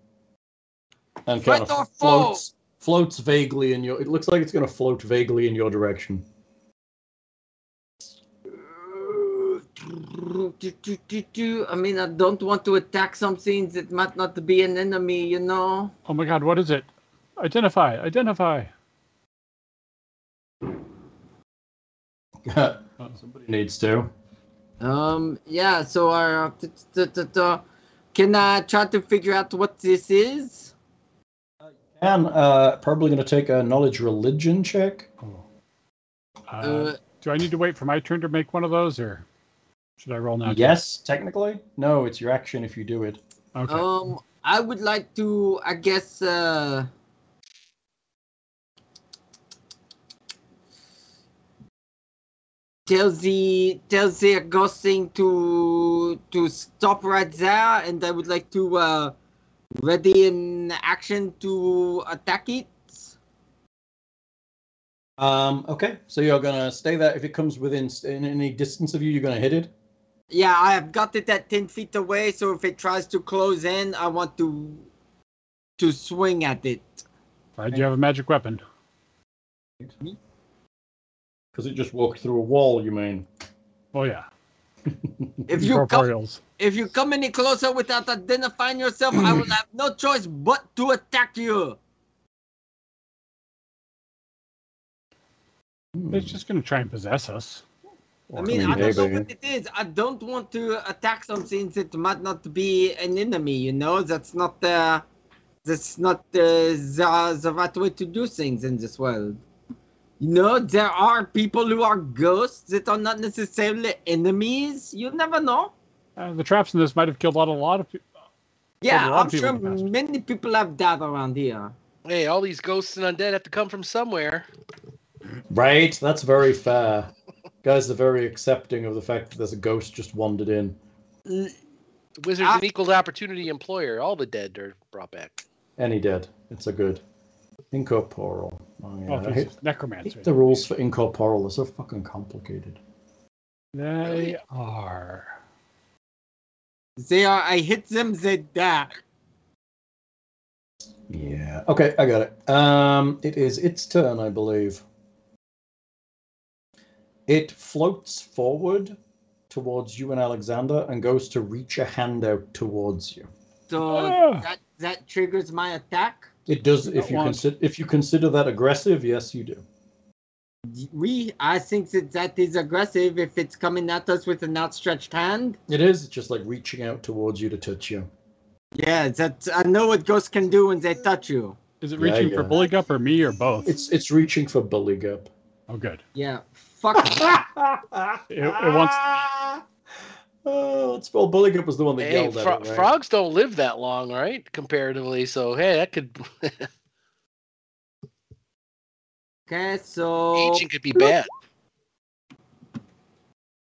Speaker 1: and
Speaker 7: Right
Speaker 1: kind
Speaker 7: or
Speaker 1: of
Speaker 7: foe?
Speaker 1: floats, floats vaguely in your. It looks like it's going to float vaguely in your direction.
Speaker 7: I mean, I don't want to attack something that might not be an enemy, you know?
Speaker 4: Oh my god, what is it? Identify, identify.
Speaker 1: Somebody needs to.
Speaker 7: Um, yeah, so, uh, t- t- t- t- uh, Can I try to figure out what this is?
Speaker 1: And uh, probably going to take a knowledge religion check.
Speaker 4: Uh,
Speaker 7: Uh,
Speaker 4: do I need to wait for my turn to make one of those, or should I roll now?
Speaker 1: Yes, technically. No, it's your action if you do it.
Speaker 4: Okay.
Speaker 7: Um, I would like to, I guess, uh, tell the tell the ghost thing to to stop right there, and I would like to uh, ready in action to attack it.
Speaker 1: Um, okay, so you're going to stay there. If it comes within s- in any distance of you, you're going to hit it.
Speaker 7: Yeah, I have got it at ten feet away, so if it tries to close in, I want to to swing at it.
Speaker 4: Why do you have a magic weapon?
Speaker 1: Because it just walked through a wall, you mean?
Speaker 4: Oh yeah.
Speaker 7: If you come
Speaker 4: corporeals.
Speaker 7: If you come any closer without identifying yourself, I will have no choice but to attack you.
Speaker 4: It's just gonna try and possess us.
Speaker 7: I mean,
Speaker 1: Hmm,
Speaker 7: I don't know
Speaker 1: maybe.
Speaker 7: what it is. I don't want to attack something that might not be an enemy. You know, that's not uh, that's not uh, the the right way to do things in this world. You know, there are people who are ghosts that are not necessarily enemies. You never know.
Speaker 4: Uh, the traps in this might have killed a lot, a lot of people. Well,
Speaker 7: Yeah,
Speaker 4: there are
Speaker 7: I'm
Speaker 4: people
Speaker 7: sure
Speaker 4: in the past.
Speaker 7: many people have died around here.
Speaker 8: Hey, all these ghosts and undead have to come from somewhere.
Speaker 1: Right, that's very fair. Guys are very accepting of the fact that there's a ghost just wandered in.
Speaker 8: The wizard's
Speaker 7: Ah.
Speaker 8: an equal opportunity employer. All the dead are brought back.
Speaker 1: Any dead. It's a good. Incorporeal. Oh, yeah.
Speaker 4: Well,
Speaker 1: I hate,
Speaker 4: if it's necromancer.
Speaker 1: hate the rules for incorporeal. They're so fucking complicated.
Speaker 4: They are.
Speaker 7: They are. I hit them. They die.
Speaker 1: Yeah. Okay, I got it. Um, it is its turn, I believe. It floats forward towards you and Alexander and goes to reach a hand out towards you.
Speaker 7: So
Speaker 4: Ah.
Speaker 7: that that triggers my attack.
Speaker 1: It does
Speaker 4: Not
Speaker 1: if you
Speaker 4: once.
Speaker 1: consider if you consider that aggressive, yes you do.
Speaker 7: We, I think that that is aggressive if it's coming at us with an outstretched hand.
Speaker 1: It is just like reaching out towards you to touch you.
Speaker 7: Yeah, that I know what ghosts can do when they touch you.
Speaker 4: Is it
Speaker 1: Yeah,
Speaker 4: reaching for
Speaker 1: yeah.
Speaker 4: Bully Gup or me or both?
Speaker 1: It's it's reaching for bully gup.
Speaker 4: oh, good.
Speaker 7: Yeah, fuck.
Speaker 4: It, it wants.
Speaker 1: Oh, it's well, bully gup was the one that
Speaker 8: Hey,
Speaker 1: yelled at
Speaker 8: fro-
Speaker 1: it, right?
Speaker 8: frogs don't live that long, right? Comparatively, so hey, that could
Speaker 7: okay, so
Speaker 8: aging could be bad.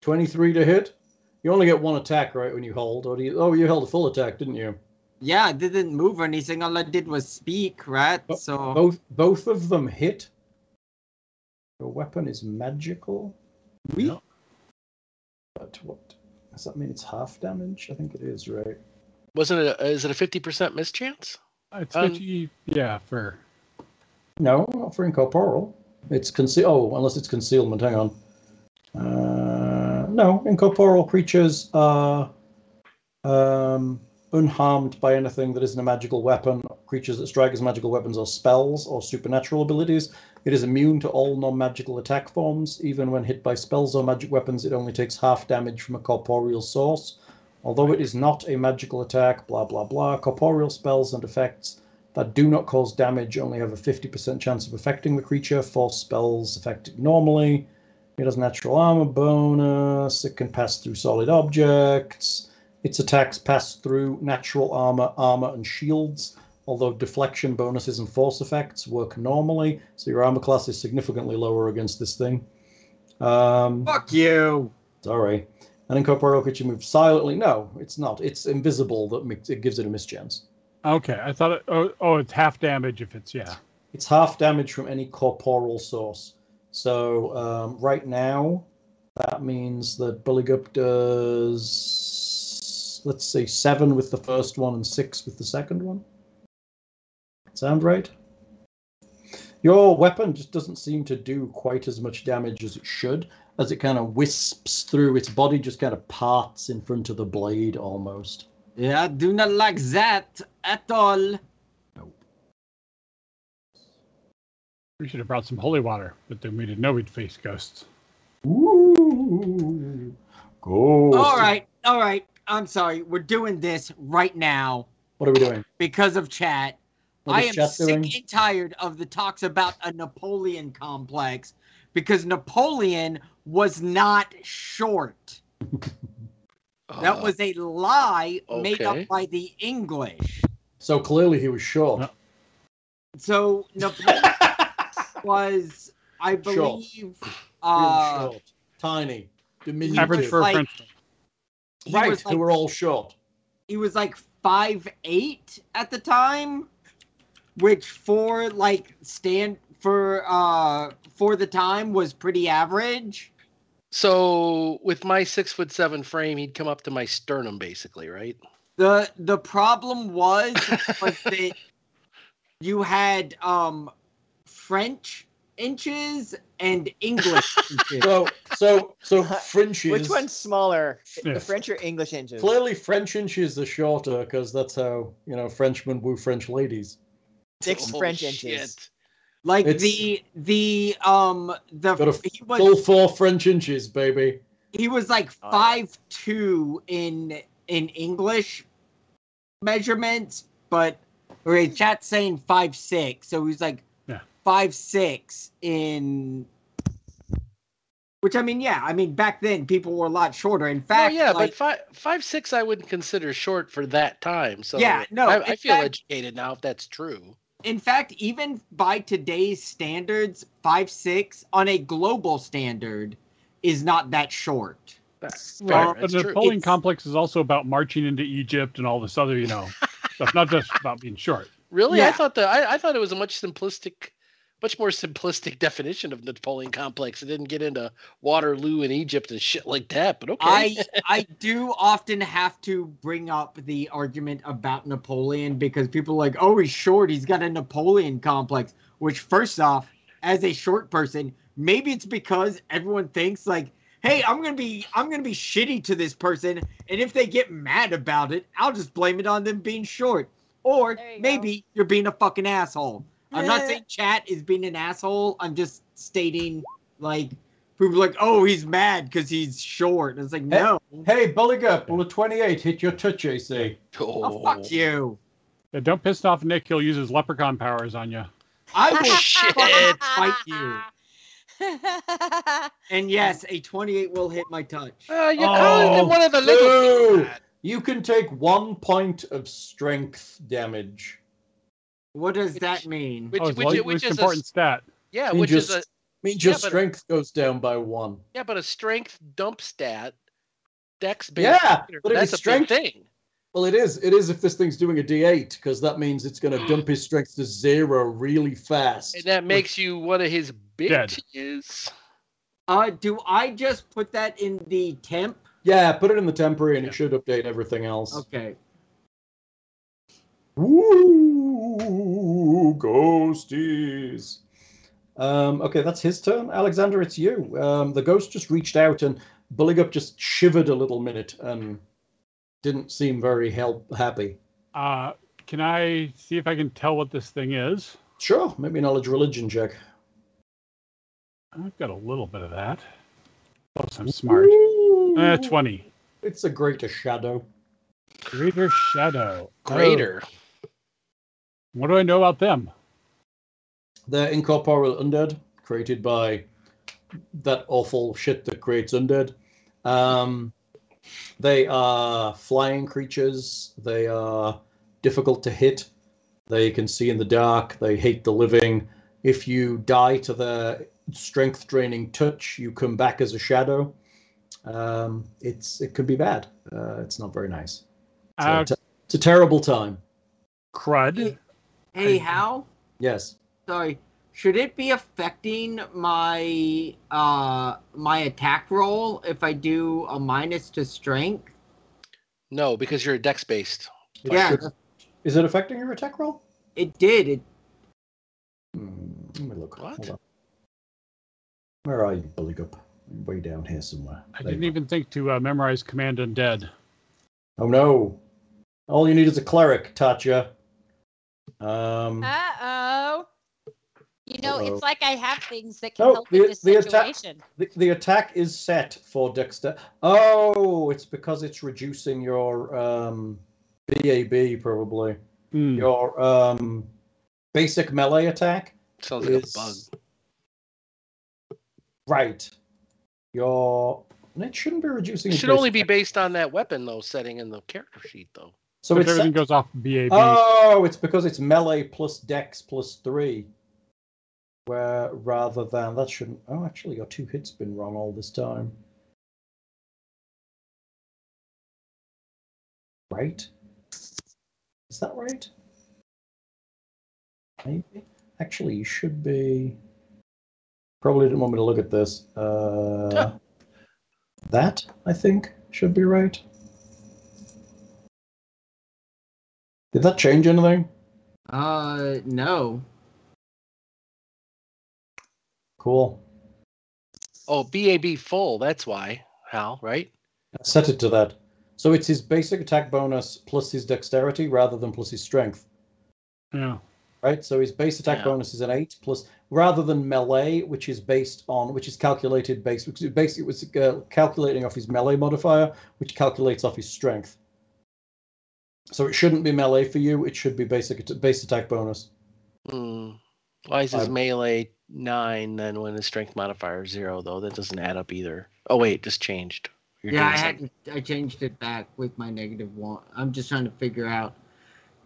Speaker 1: Twenty-three to hit. You only get one attack, right, when you hold, or do you? Oh, you held a full attack, didn't you?
Speaker 7: yeah, I didn't move or anything. All I did was speak, right?
Speaker 1: Oh,
Speaker 7: So
Speaker 1: Both both of them hit. Your weapon is magical.
Speaker 7: we
Speaker 4: Yeah.
Speaker 1: But what does that mean? It's half damage. I think it is, right?
Speaker 8: Wasn't it? A, is it a fifty percent mischance?
Speaker 4: It's
Speaker 8: Um,
Speaker 4: 50, yeah, for.
Speaker 1: No, not for incorporeal. It's conceal. Oh, unless it's concealment. Hang on. Uh, no, incorporeal creatures are um, unharmed by anything that isn't a magical weapon. Creatures that strike as magical weapons or spells or supernatural abilities. It is immune to all non-magical attack forms. Even when hit by spells or magic weapons, it only takes half damage from a corporeal source. Although it is not a magical attack, blah blah blah. Corporeal spells and effects that do not cause damage only have a 50% chance of affecting the creature. Force spells affect it normally. It has natural armor bonus. It can pass through solid objects. Its attacks pass through natural armor, armor, and shields, although deflection bonuses and force effects work normally, so your armor class is significantly lower against this thing. Um,
Speaker 7: fuck you.
Speaker 1: Sorry. An incorporeal creature moves silently. No, it's not. It's invisible that makes, it gives it a mischance.
Speaker 4: Okay, I thought it. Oh, oh, it's half damage if it's. Yeah.
Speaker 1: It's half damage from any corporeal source. So um, right now, that means that Bulligup does, let's say, seven with the first one and six with the second one. Sound right? Your weapon just doesn't seem to do quite as much damage as it should, as it kind of wisps through its body, just kind of parts in front of the blade almost.
Speaker 7: Yeah, I do not like that at all.
Speaker 4: We should have brought some holy water, but then we didn't know we'd face ghosts.
Speaker 1: Ooh. Ghost.
Speaker 7: All right, all right. I'm sorry. We're doing this right now
Speaker 1: What are we doing?
Speaker 7: because of chat.
Speaker 1: What
Speaker 7: I
Speaker 1: is
Speaker 7: am
Speaker 1: chat
Speaker 7: sick
Speaker 1: doing?
Speaker 7: and tired of the talks about a Napoleon complex because Napoleon was not short. that
Speaker 8: Uh,
Speaker 7: was a lie made
Speaker 8: okay.
Speaker 7: up by the English.
Speaker 1: So clearly he was short.
Speaker 4: No.
Speaker 7: So Napoleon was, I
Speaker 1: Short.
Speaker 7: believe,
Speaker 1: Real
Speaker 7: uh,
Speaker 1: short. Tiny.
Speaker 7: he
Speaker 4: Average
Speaker 7: was
Speaker 1: Diminutive.
Speaker 4: for a
Speaker 7: like-
Speaker 4: French.
Speaker 7: he
Speaker 1: right,
Speaker 7: was
Speaker 1: who
Speaker 7: like
Speaker 1: were all short.
Speaker 7: he was like five eight at the time, which for like stand for uh for the time was pretty average.
Speaker 8: So with my six foot seven frame, he'd come up to my sternum basically, right?
Speaker 7: the The problem was was that you had um French inches and English inches.
Speaker 1: So, so, so French is.
Speaker 2: Which one's smaller,
Speaker 4: Yeah.
Speaker 2: the French or English inches?
Speaker 1: Clearly, French inches are shorter because that's how, you know, Frenchmen woo French ladies.
Speaker 2: Six
Speaker 8: Holy
Speaker 2: French
Speaker 8: shit.
Speaker 2: inches.
Speaker 7: Like
Speaker 1: It's-
Speaker 7: the the um the
Speaker 1: Got a
Speaker 7: he
Speaker 1: Full
Speaker 7: was
Speaker 1: four French inches, baby.
Speaker 7: he was like
Speaker 2: Oh, yeah.
Speaker 7: five two in in English measurements, but or his chat's saying five six, so he's like
Speaker 4: Yeah.
Speaker 7: five six in. Which I mean, yeah, I mean back then people were a lot shorter. In
Speaker 8: Well,
Speaker 7: fact,
Speaker 8: yeah,
Speaker 7: like,
Speaker 8: but five five six I wouldn't consider short for that time. So
Speaker 7: Yeah, no,
Speaker 8: I,
Speaker 7: in
Speaker 8: I feel
Speaker 7: fact-
Speaker 8: educated now if that's true.
Speaker 7: in fact, even by today's standards, five six on a global standard is not that short.
Speaker 8: That's fair.
Speaker 4: Well,
Speaker 8: that's
Speaker 4: the
Speaker 8: true.
Speaker 4: Napoleon
Speaker 7: It's-
Speaker 4: complex is also about marching into Egypt and all this other, you know, stuff. Not just about being short.
Speaker 8: Really, I
Speaker 7: Yeah.
Speaker 8: thought that I, I thought it was a much simplistic, much more simplistic definition of Napoleon complex. It didn't get into Waterloo and Egypt and shit like that. But okay,
Speaker 7: I I do often have to bring up the argument about Napoleon because people are like, oh, he's short. He's got a Napoleon complex. Which, first off, as a short person, maybe it's because everyone thinks like, hey, I'm gonna be I'm gonna be shitty to this person, and if they get mad about it, I'll just blame it on them being short. Or
Speaker 10: There you
Speaker 7: maybe you're being a fucking asshole. I'm not
Speaker 2: Eh.
Speaker 7: saying chat is being an asshole. I'm just stating like people are like, oh, he's mad because he's short. And it's like,
Speaker 1: Eh.
Speaker 7: no,
Speaker 1: Hey, Bulliger, will a 28 hit your touch AC?
Speaker 7: oh, fuck you.
Speaker 4: Yeah, don't piss off Nick. He'll use his leprechaun powers on you.
Speaker 7: I will
Speaker 8: Shit.
Speaker 7: fucking fight you.
Speaker 10: That's
Speaker 7: And yes, a 28 will hit my touch.
Speaker 8: Uh, you're calling
Speaker 1: Oh,
Speaker 8: him one of the
Speaker 1: no.
Speaker 8: little. people.
Speaker 1: You can take one point of strength damage.
Speaker 7: What does that mean?
Speaker 8: Which,
Speaker 4: oh, it's
Speaker 8: which,
Speaker 4: well-
Speaker 8: which,
Speaker 4: it's
Speaker 8: is a,
Speaker 4: important
Speaker 8: s-
Speaker 4: stat.
Speaker 8: yeah,
Speaker 1: I mean,
Speaker 8: which
Speaker 1: just,
Speaker 8: is a
Speaker 1: I mean, just
Speaker 8: yeah, but-
Speaker 1: strength goes down by one.
Speaker 8: yeah, but a strength dump stat, dex based.
Speaker 1: Yeah, but if
Speaker 8: that's
Speaker 1: it's
Speaker 8: a
Speaker 1: strength,
Speaker 8: big thing.
Speaker 1: well, it is. It is if this thing's doing a D8 because that means it's going to dump his strength to zero really fast.
Speaker 8: And that makes you one of his
Speaker 4: Dead.
Speaker 8: bitches.
Speaker 7: Uh, do I just put that in the temp?
Speaker 1: Yeah, put it in the temporary and
Speaker 4: Yeah.
Speaker 1: it should update everything else.
Speaker 7: Okay.
Speaker 1: Woo, ghosties. Um, okay, that's his turn. Alexander, it's you. Um, the ghost just reached out and Bulligup just shivered a little minute and didn't seem very help happy.
Speaker 4: Uh, can I see if I can tell what this thing is?
Speaker 1: Sure, maybe knowledge religion check.
Speaker 4: I've got a little bit of that. Plus, I'm smart. Uh, 20.
Speaker 1: It's a greater shadow.
Speaker 4: Greater Shadow.
Speaker 8: Greater.
Speaker 7: Oh.
Speaker 4: What do I know about them?
Speaker 1: They're incorporeal undead created by that awful shit that creates undead. Um, they are flying creatures. They are difficult to hit. They can see in the dark. They hate the living. If you die to their strength draining touch, you come back as a shadow. Um, it's it can be bad. Uh, it's not very nice. So
Speaker 4: Uh,
Speaker 1: it's a- it's a terrible time.
Speaker 4: crud.
Speaker 7: Hey, how?
Speaker 1: Yes.
Speaker 7: Sorry. Should it be affecting my uh my attack roll if I do a minus to strength?
Speaker 8: No, because you're a dex based.
Speaker 1: It
Speaker 7: Yeah.
Speaker 1: should- Is it affecting your attack roll?
Speaker 7: It did. It
Speaker 1: Hmm, let me look.
Speaker 8: What?
Speaker 1: Hold on. Where are you, Billy Gup? Way down here somewhere.
Speaker 4: I
Speaker 1: There you
Speaker 4: didn't
Speaker 1: are.
Speaker 8: e-
Speaker 4: even think to uh, memorize Command Undead.
Speaker 1: Oh no! All you need is a cleric, Tatya. Um,
Speaker 10: Uh oh.
Speaker 5: You know,
Speaker 1: Hello.
Speaker 5: it's like I have things that can
Speaker 1: Oh,
Speaker 5: help
Speaker 1: the-
Speaker 5: with this
Speaker 1: the Oh, attack-
Speaker 5: situation.
Speaker 1: The, the attack is set for Dexter. Oh, it's because it's reducing your um, BAB, probably.
Speaker 4: Hmm.
Speaker 1: Your um, basic melee attack
Speaker 8: Sounds like
Speaker 1: is.
Speaker 8: a bug.
Speaker 1: Right. Your. and It shouldn't be reducing.
Speaker 8: It
Speaker 1: your
Speaker 8: should
Speaker 1: basic
Speaker 8: only be
Speaker 1: attack.
Speaker 8: based on that weapon though setting in the character sheet though.
Speaker 1: So
Speaker 4: If
Speaker 1: it's
Speaker 4: everything
Speaker 1: set-
Speaker 4: goes off BAB.
Speaker 1: Oh, it's because it's melee plus dex plus three. Where rather than that shouldn't. Oh, actually, your two hits been wrong all this time. Right? Is that right? Maybe. Actually, you should be. Probably didn't want me to look at this. Uh, that I think should be right. Did that change anything?
Speaker 7: Uh, no.
Speaker 1: Cool.
Speaker 8: Oh, BAB full. That's why. Hal, right?
Speaker 1: I set it to that. So it's his basic attack bonus plus his dexterity rather than plus his strength,
Speaker 4: Yeah.
Speaker 1: right? So his base attack
Speaker 8: Yeah.
Speaker 1: bonus is an eight plus rather than melee, which is based on which is calculated based which is basically was uh, calculating off his melee modifier, which calculates off his strength. So it shouldn't be melee for you. It should be basic at- base attack bonus.
Speaker 8: Hmm. Why is his
Speaker 1: I-
Speaker 8: melee nine then when his strength modifier is zero though? That doesn't add up either. Oh wait, this changed. You're
Speaker 7: yeah,
Speaker 8: doing
Speaker 7: I
Speaker 8: something.
Speaker 7: had I changed it back with my negative one. I'm just trying to figure out.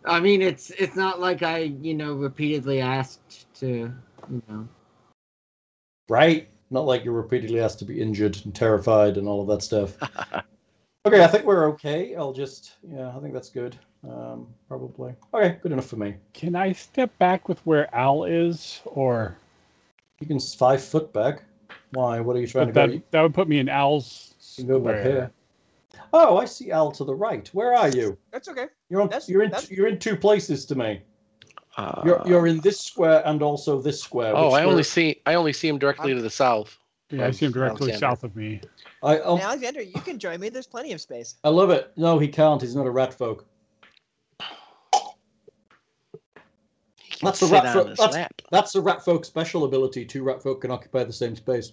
Speaker 7: I mean, it's it's not like I you know repeatedly asked to you know.
Speaker 1: Right? Not like you're repeatedly asked to be injured and terrified and all of that stuff. Okay, I think we're okay. I'll just, yeah, I think that's good. Um, probably. Okay, good enough for me.
Speaker 4: Can I step back with where Al is, or
Speaker 1: You can s- five foot back. Why? What are you trying to
Speaker 4: but
Speaker 1: go?
Speaker 4: that
Speaker 1: You
Speaker 4: that would put me in Al's
Speaker 1: can go back
Speaker 4: square.
Speaker 1: here. Oh, I see Al to the right. Where are you?
Speaker 2: That's okay.
Speaker 1: You're on.
Speaker 2: That's-
Speaker 1: you're in.
Speaker 2: that's-
Speaker 1: You're in two places to me.
Speaker 8: Uh,
Speaker 1: You're you're in this square and also this square.
Speaker 8: Oh,
Speaker 1: which
Speaker 8: I only
Speaker 1: square-
Speaker 8: see I only see him directly to the south.
Speaker 4: Yeah, I see him
Speaker 8: From
Speaker 4: directly
Speaker 8: Alexander.
Speaker 4: south of me.
Speaker 1: I
Speaker 2: And
Speaker 1: oh,
Speaker 2: Alexander, you can join me. There's plenty of space.
Speaker 1: I love it. No, he can't. He's not a rat folk.
Speaker 8: He can
Speaker 1: That's the
Speaker 8: sit
Speaker 1: rat fro-
Speaker 8: on his
Speaker 1: that's-
Speaker 8: lap.
Speaker 1: That's a rat folk special ability. Two rat folk can occupy the same space.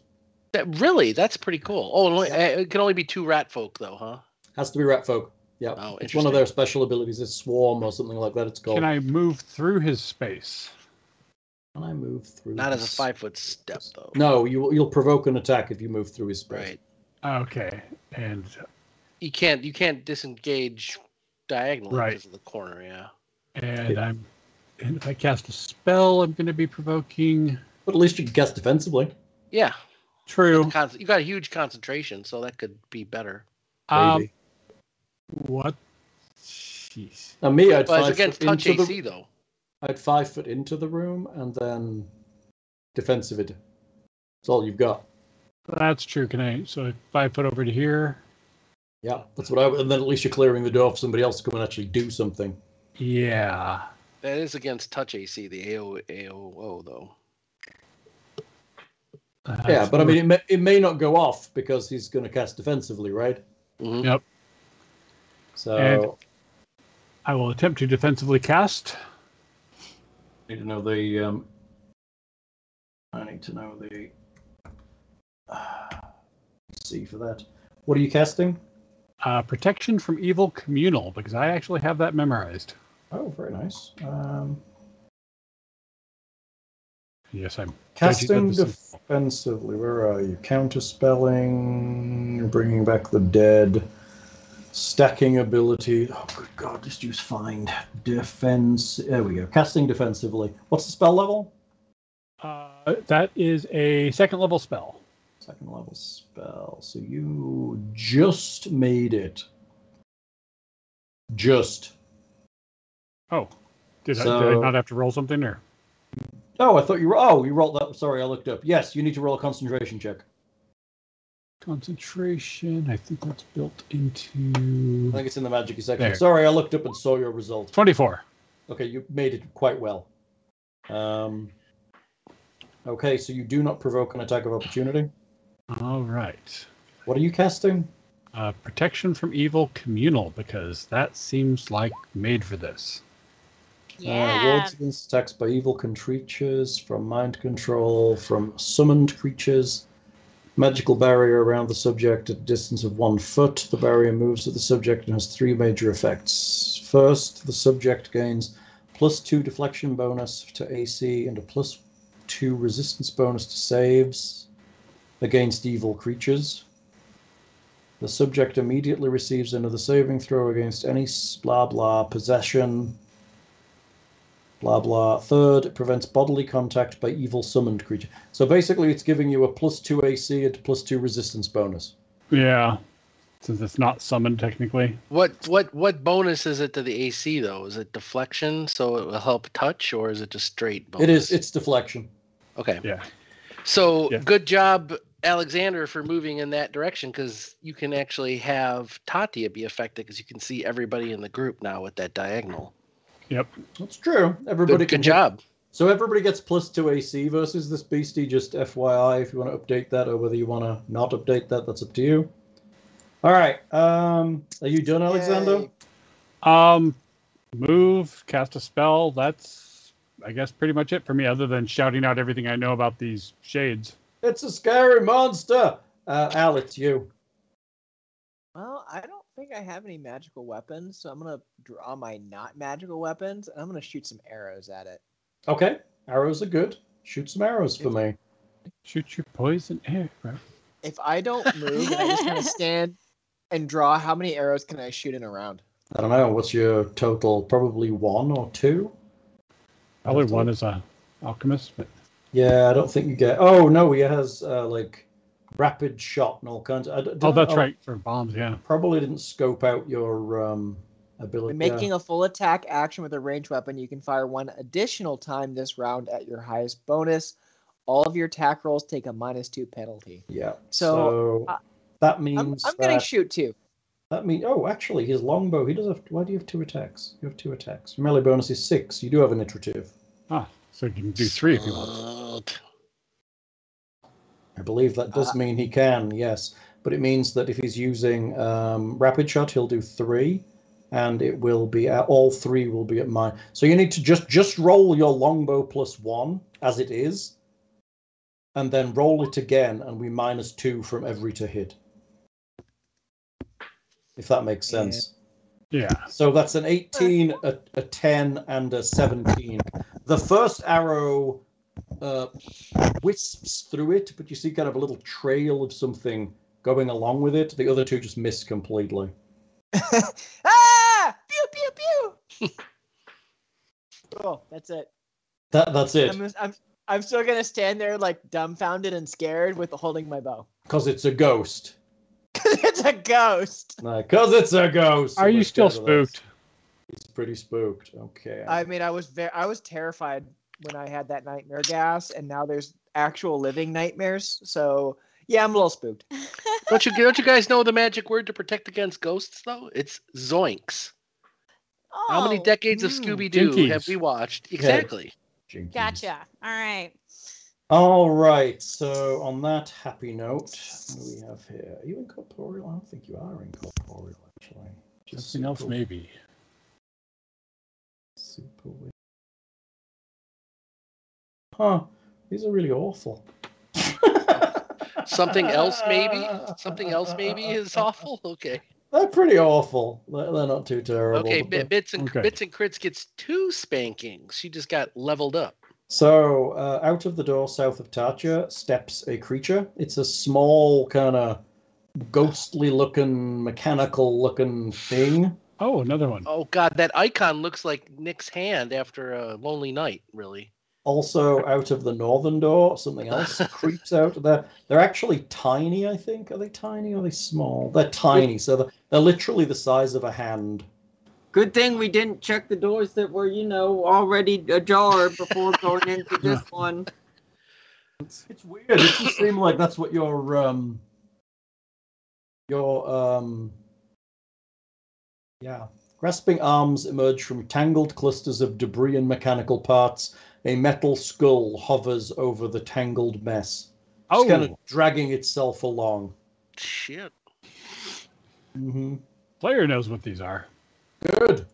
Speaker 8: That, really, that's pretty cool. Oh, and only, uh, it can only be two rat folk though, huh?
Speaker 1: Has to be rat folk. Yeah,
Speaker 8: Oh,
Speaker 1: it's one
Speaker 8: interesting.
Speaker 1: of their special abilities. It's swarm or something like that. It's called.
Speaker 4: Can I move through his space?
Speaker 1: Can I move through?
Speaker 8: Not as a
Speaker 1: his-
Speaker 8: five foot step though.
Speaker 1: No, you you'll provoke an attack if you move through his space.
Speaker 8: Right.
Speaker 4: Okay, and
Speaker 8: You can't you can't disengage diagonally
Speaker 4: Right.
Speaker 8: because of the corner, yeah.
Speaker 4: and I'm and if I cast a spell, I'm going to be provoking.
Speaker 1: But at least you can cast defensively.
Speaker 8: Yeah.
Speaker 4: True.
Speaker 8: Con- you got a huge concentration, so that could be better.
Speaker 4: Um,
Speaker 1: maybe.
Speaker 4: what? Jeez.
Speaker 1: Now me, I'd
Speaker 8: But
Speaker 1: five
Speaker 8: it's against
Speaker 1: foot
Speaker 8: touch
Speaker 1: into
Speaker 8: AC
Speaker 1: the
Speaker 8: though.
Speaker 1: I'd five foot into the room and then defensive it. That's all you've got.
Speaker 4: That's true. Can I? So five foot over to here.
Speaker 1: Yeah, that's what I. would- And then at least you're clearing the door for somebody else to come and actually do something.
Speaker 4: Yeah.
Speaker 8: That is against touch AC, the AO, AOO though.
Speaker 1: yeah,
Speaker 4: That's
Speaker 1: but I
Speaker 4: worth-
Speaker 1: mean, it may, it may not go off because he's going to cast defensively, right?
Speaker 8: Mhm.
Speaker 4: Yep.
Speaker 1: So
Speaker 4: And- I will attempt to defensively cast.
Speaker 1: I need to know the. Um, I need to know the. Uh, see for that. What are you casting?
Speaker 4: Uh, protection from evil communal because I actually have that memorized.
Speaker 1: Oh, very nice. Um,
Speaker 4: Yes, I'm
Speaker 1: casting
Speaker 4: Judging that this is-
Speaker 1: defensively. Where are you? Counterspelling, bringing back the dead, stacking ability. Oh, good God! Just use find defense. There we go. Casting defensively. What's the spell level?
Speaker 4: Uh, that is a second level spell.
Speaker 1: Second level spell. So you just made it. Just.
Speaker 4: Oh, did, I, did I
Speaker 1: So-
Speaker 4: not have to roll something or?
Speaker 1: Oh, I thought you were. Oh, you rolled that. Sorry, I looked up. Yes, you need to roll a concentration check.
Speaker 4: Concentration. I think that's built
Speaker 1: I
Speaker 4: into
Speaker 1: think it's in the magic section.
Speaker 4: There.
Speaker 1: Sorry, I looked up and saw your result.
Speaker 4: 24.
Speaker 1: Okay, you made it quite well. Um, okay, so you do not provoke an attack of opportunity.
Speaker 4: All right.
Speaker 1: What are you casting?
Speaker 4: Uh, protection from evil communal because that seems like made for this.
Speaker 5: Yeah.
Speaker 1: Uh, worlds against attacks by evil con- creatures, from mind control, from summoned creatures. Magical barrier around the subject at a distance of one foot. The barrier moves at the subject and has three major effects. First, the subject gains plus two deflection bonus to AC and a plus two resistance bonus to saves against evil creatures. The subject immediately receives another saving throw against any s- blah blah possession, blah blah. Third, it prevents bodily contact by evil summoned creature. So basically, it's giving you a plus two AC and plus two resistance bonus.
Speaker 4: Yeah. Since it's not summoned technically.
Speaker 8: What what what bonus is it to the AC though? Is it deflection so it will help touch, or is it just straight bonus?
Speaker 1: It is. It's deflection.
Speaker 8: okay.
Speaker 4: Yeah.
Speaker 8: So
Speaker 4: Yeah.
Speaker 8: good job, Alexander, for moving in that direction because you can actually have Tatia be affected because you can see everybody in the group now with that diagonal.
Speaker 1: That's true. Everybody
Speaker 8: Good,
Speaker 1: can
Speaker 8: good
Speaker 1: hit-
Speaker 8: job.
Speaker 1: So everybody gets plus two AC versus this beastie. Just FYI, if you want to update that, or whether you want to not update that, that's up to you. All right. Um, are you done, Alexander?
Speaker 2: Yay.
Speaker 4: Um, move, cast a spell. That's, I guess, pretty much it for me, other than shouting out everything I know about these shades.
Speaker 1: It's a scary monster. Uh, Al, it's you.
Speaker 2: Well, I don't think I have any magical weapons, so I'm gonna draw my not magical weapons and I'm gonna shoot some arrows at it.
Speaker 1: Okay. Arrows are good. Shoot some arrows for me.
Speaker 4: Shoot your poison arrow.
Speaker 2: If I don't move and I just kind of stand and draw, how many arrows can I shoot in a round?
Speaker 1: I don't know. What's your total? Probably one or two.
Speaker 4: Probably one is a alchemist, but
Speaker 1: Yeah, I don't think you get. Oh no, he has uh, like rapid shot and all kinds. Of... I d-
Speaker 4: oh,
Speaker 1: didn't-
Speaker 4: that's right for bombs. Yeah.
Speaker 1: Probably didn't scope out your um, ability.
Speaker 2: When
Speaker 1: yeah.
Speaker 2: making a full attack action with a ranged weapon, you can fire one additional time this round at your highest bonus. All of your attack rolls take a minus two penalty.
Speaker 1: Yeah.
Speaker 2: So,
Speaker 1: So,
Speaker 2: uh,
Speaker 1: that
Speaker 2: I'm,
Speaker 1: means
Speaker 2: I'm gonna
Speaker 1: that,
Speaker 2: shoot two.
Speaker 1: that mean oh actually his longbow he does have why do you have two attacks? You have two attacks. Your melee bonus is six. You do have an iterative.
Speaker 4: Ah, so you can do three if you want.
Speaker 1: I believe that does
Speaker 2: Ah.
Speaker 1: mean he can, yes. But it means that if he's using um, rapid shot, he'll do three, and it will be at, all three will be at mine. So you need to just just roll your longbow plus one as it is, and then roll it again, and we minus two from every to hit. If that makes sense.
Speaker 4: Yeah.
Speaker 1: So that's an 18, a, a 10, and a 17. The first arrow uh, wisps through it, but you see kind of a little trail of something going along with it. The other two just miss completely.
Speaker 2: ah! Pew pew pew. cool. That's it.
Speaker 1: That, that's it,
Speaker 2: I'm, just- I'm I'm still gonna stand there like dumbfounded and scared with holding my bow.
Speaker 1: because it's a ghost.
Speaker 2: it's a ghost.
Speaker 1: Because it's a ghost.
Speaker 4: Are you
Speaker 1: We're
Speaker 4: still
Speaker 1: scared of this.
Speaker 4: spooked?
Speaker 1: It's pretty spooked. Okay.
Speaker 2: I mean, I was very I was terrified when I had that nightmare gas, and now there's actual living nightmares. So yeah, I'm a little spooked.
Speaker 8: Don't you don't you guys know the magic word to protect against ghosts though? It's zoinks. How many
Speaker 5: Oh,
Speaker 8: decades of
Speaker 2: mm.
Speaker 8: Scooby Doo have
Speaker 4: Jinkies.
Speaker 8: we watched? Exactly.
Speaker 1: Jinkies.
Speaker 5: Gotcha. All right.
Speaker 1: All right. So on that happy note, what do we have here? Are you incorporeal? I don't think you are incorporeal, actually. Just
Speaker 4: Something else,
Speaker 1: super-
Speaker 4: maybe.
Speaker 1: Super weird. Huh. These are really awful.
Speaker 8: Something else maybe? Something else maybe is awful. Okay.
Speaker 1: They're pretty awful. They're, they're not too terrible.
Speaker 8: Okay.
Speaker 1: but
Speaker 8: Bi-
Speaker 1: they're-
Speaker 8: bits and
Speaker 4: Okay.
Speaker 8: bits and crits gets two spankings. She just got leveled up.
Speaker 1: So, uh, out of the door south of Tatya steps a creature. It's a small, kind of ghostly looking, mechanical looking thing.
Speaker 4: Oh, another one.
Speaker 8: Oh God, that icon looks like Nick's hand after a lonely night. Really.
Speaker 1: Also, out of the northern door, something else creeps out. They're, they're actually tiny, I think. Are they tiny or are they small? They're tiny, so they're, they're literally the size of a hand.
Speaker 7: Good thing we didn't check the doors that were, you know, already ajar before going into this one.
Speaker 1: It's weird. It doesn't seem like that's what your um your um yeah. Grasping arms emerge from tangled clusters of debris and mechanical parts. A metal skull hovers over the tangled mess. It's
Speaker 4: Oh,
Speaker 1: kind of dragging itself along.
Speaker 8: Shit.
Speaker 1: Mm-hmm.
Speaker 4: player knows what these are.
Speaker 1: Good.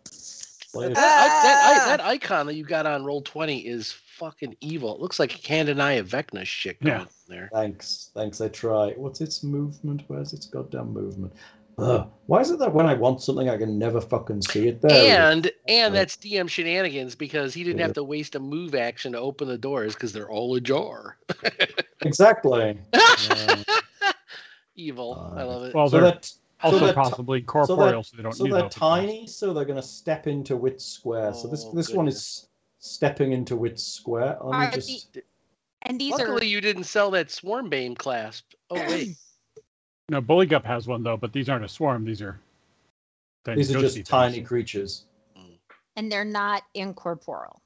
Speaker 1: Blade.
Speaker 8: That, that,
Speaker 10: Ah!
Speaker 8: that icon that you got on roll twenty is fucking evil. It looks like Candania Vecna shit going
Speaker 4: Yeah.
Speaker 8: on there.
Speaker 1: Thanks, thanks. I try. What's its movement? Where's its goddamn movement? Ugh. Why is it that when I want something, I can never fucking see it there?
Speaker 8: And
Speaker 1: Right.
Speaker 8: and that's DM shenanigans because he didn't
Speaker 1: Yeah.
Speaker 8: have to waste a move action to open the doors because they're all ajar.
Speaker 1: Exactly. Yeah.
Speaker 8: Evil. I
Speaker 1: Uh,
Speaker 8: love it.
Speaker 4: Well,
Speaker 1: so
Speaker 4: they're
Speaker 1: that
Speaker 4: also
Speaker 1: they're ti-
Speaker 4: possibly corporeal, so, they don't
Speaker 1: so
Speaker 4: need
Speaker 1: they're
Speaker 4: open
Speaker 1: tiny, so they're going to step into Wit Square. so this
Speaker 8: Oh,
Speaker 1: this one is stepping into Wit Square.
Speaker 5: Are
Speaker 1: I'm
Speaker 5: the-
Speaker 1: just
Speaker 5: And these are
Speaker 8: Luckily, you didn't sell that Swarmbane clasp. Oh wait,
Speaker 4: No, Bully Gup has one though, but these aren't a swarm. These are tiny
Speaker 1: these are
Speaker 4: ghosty
Speaker 1: just
Speaker 4: things.
Speaker 1: tiny creatures.
Speaker 5: and they're not incorporeal.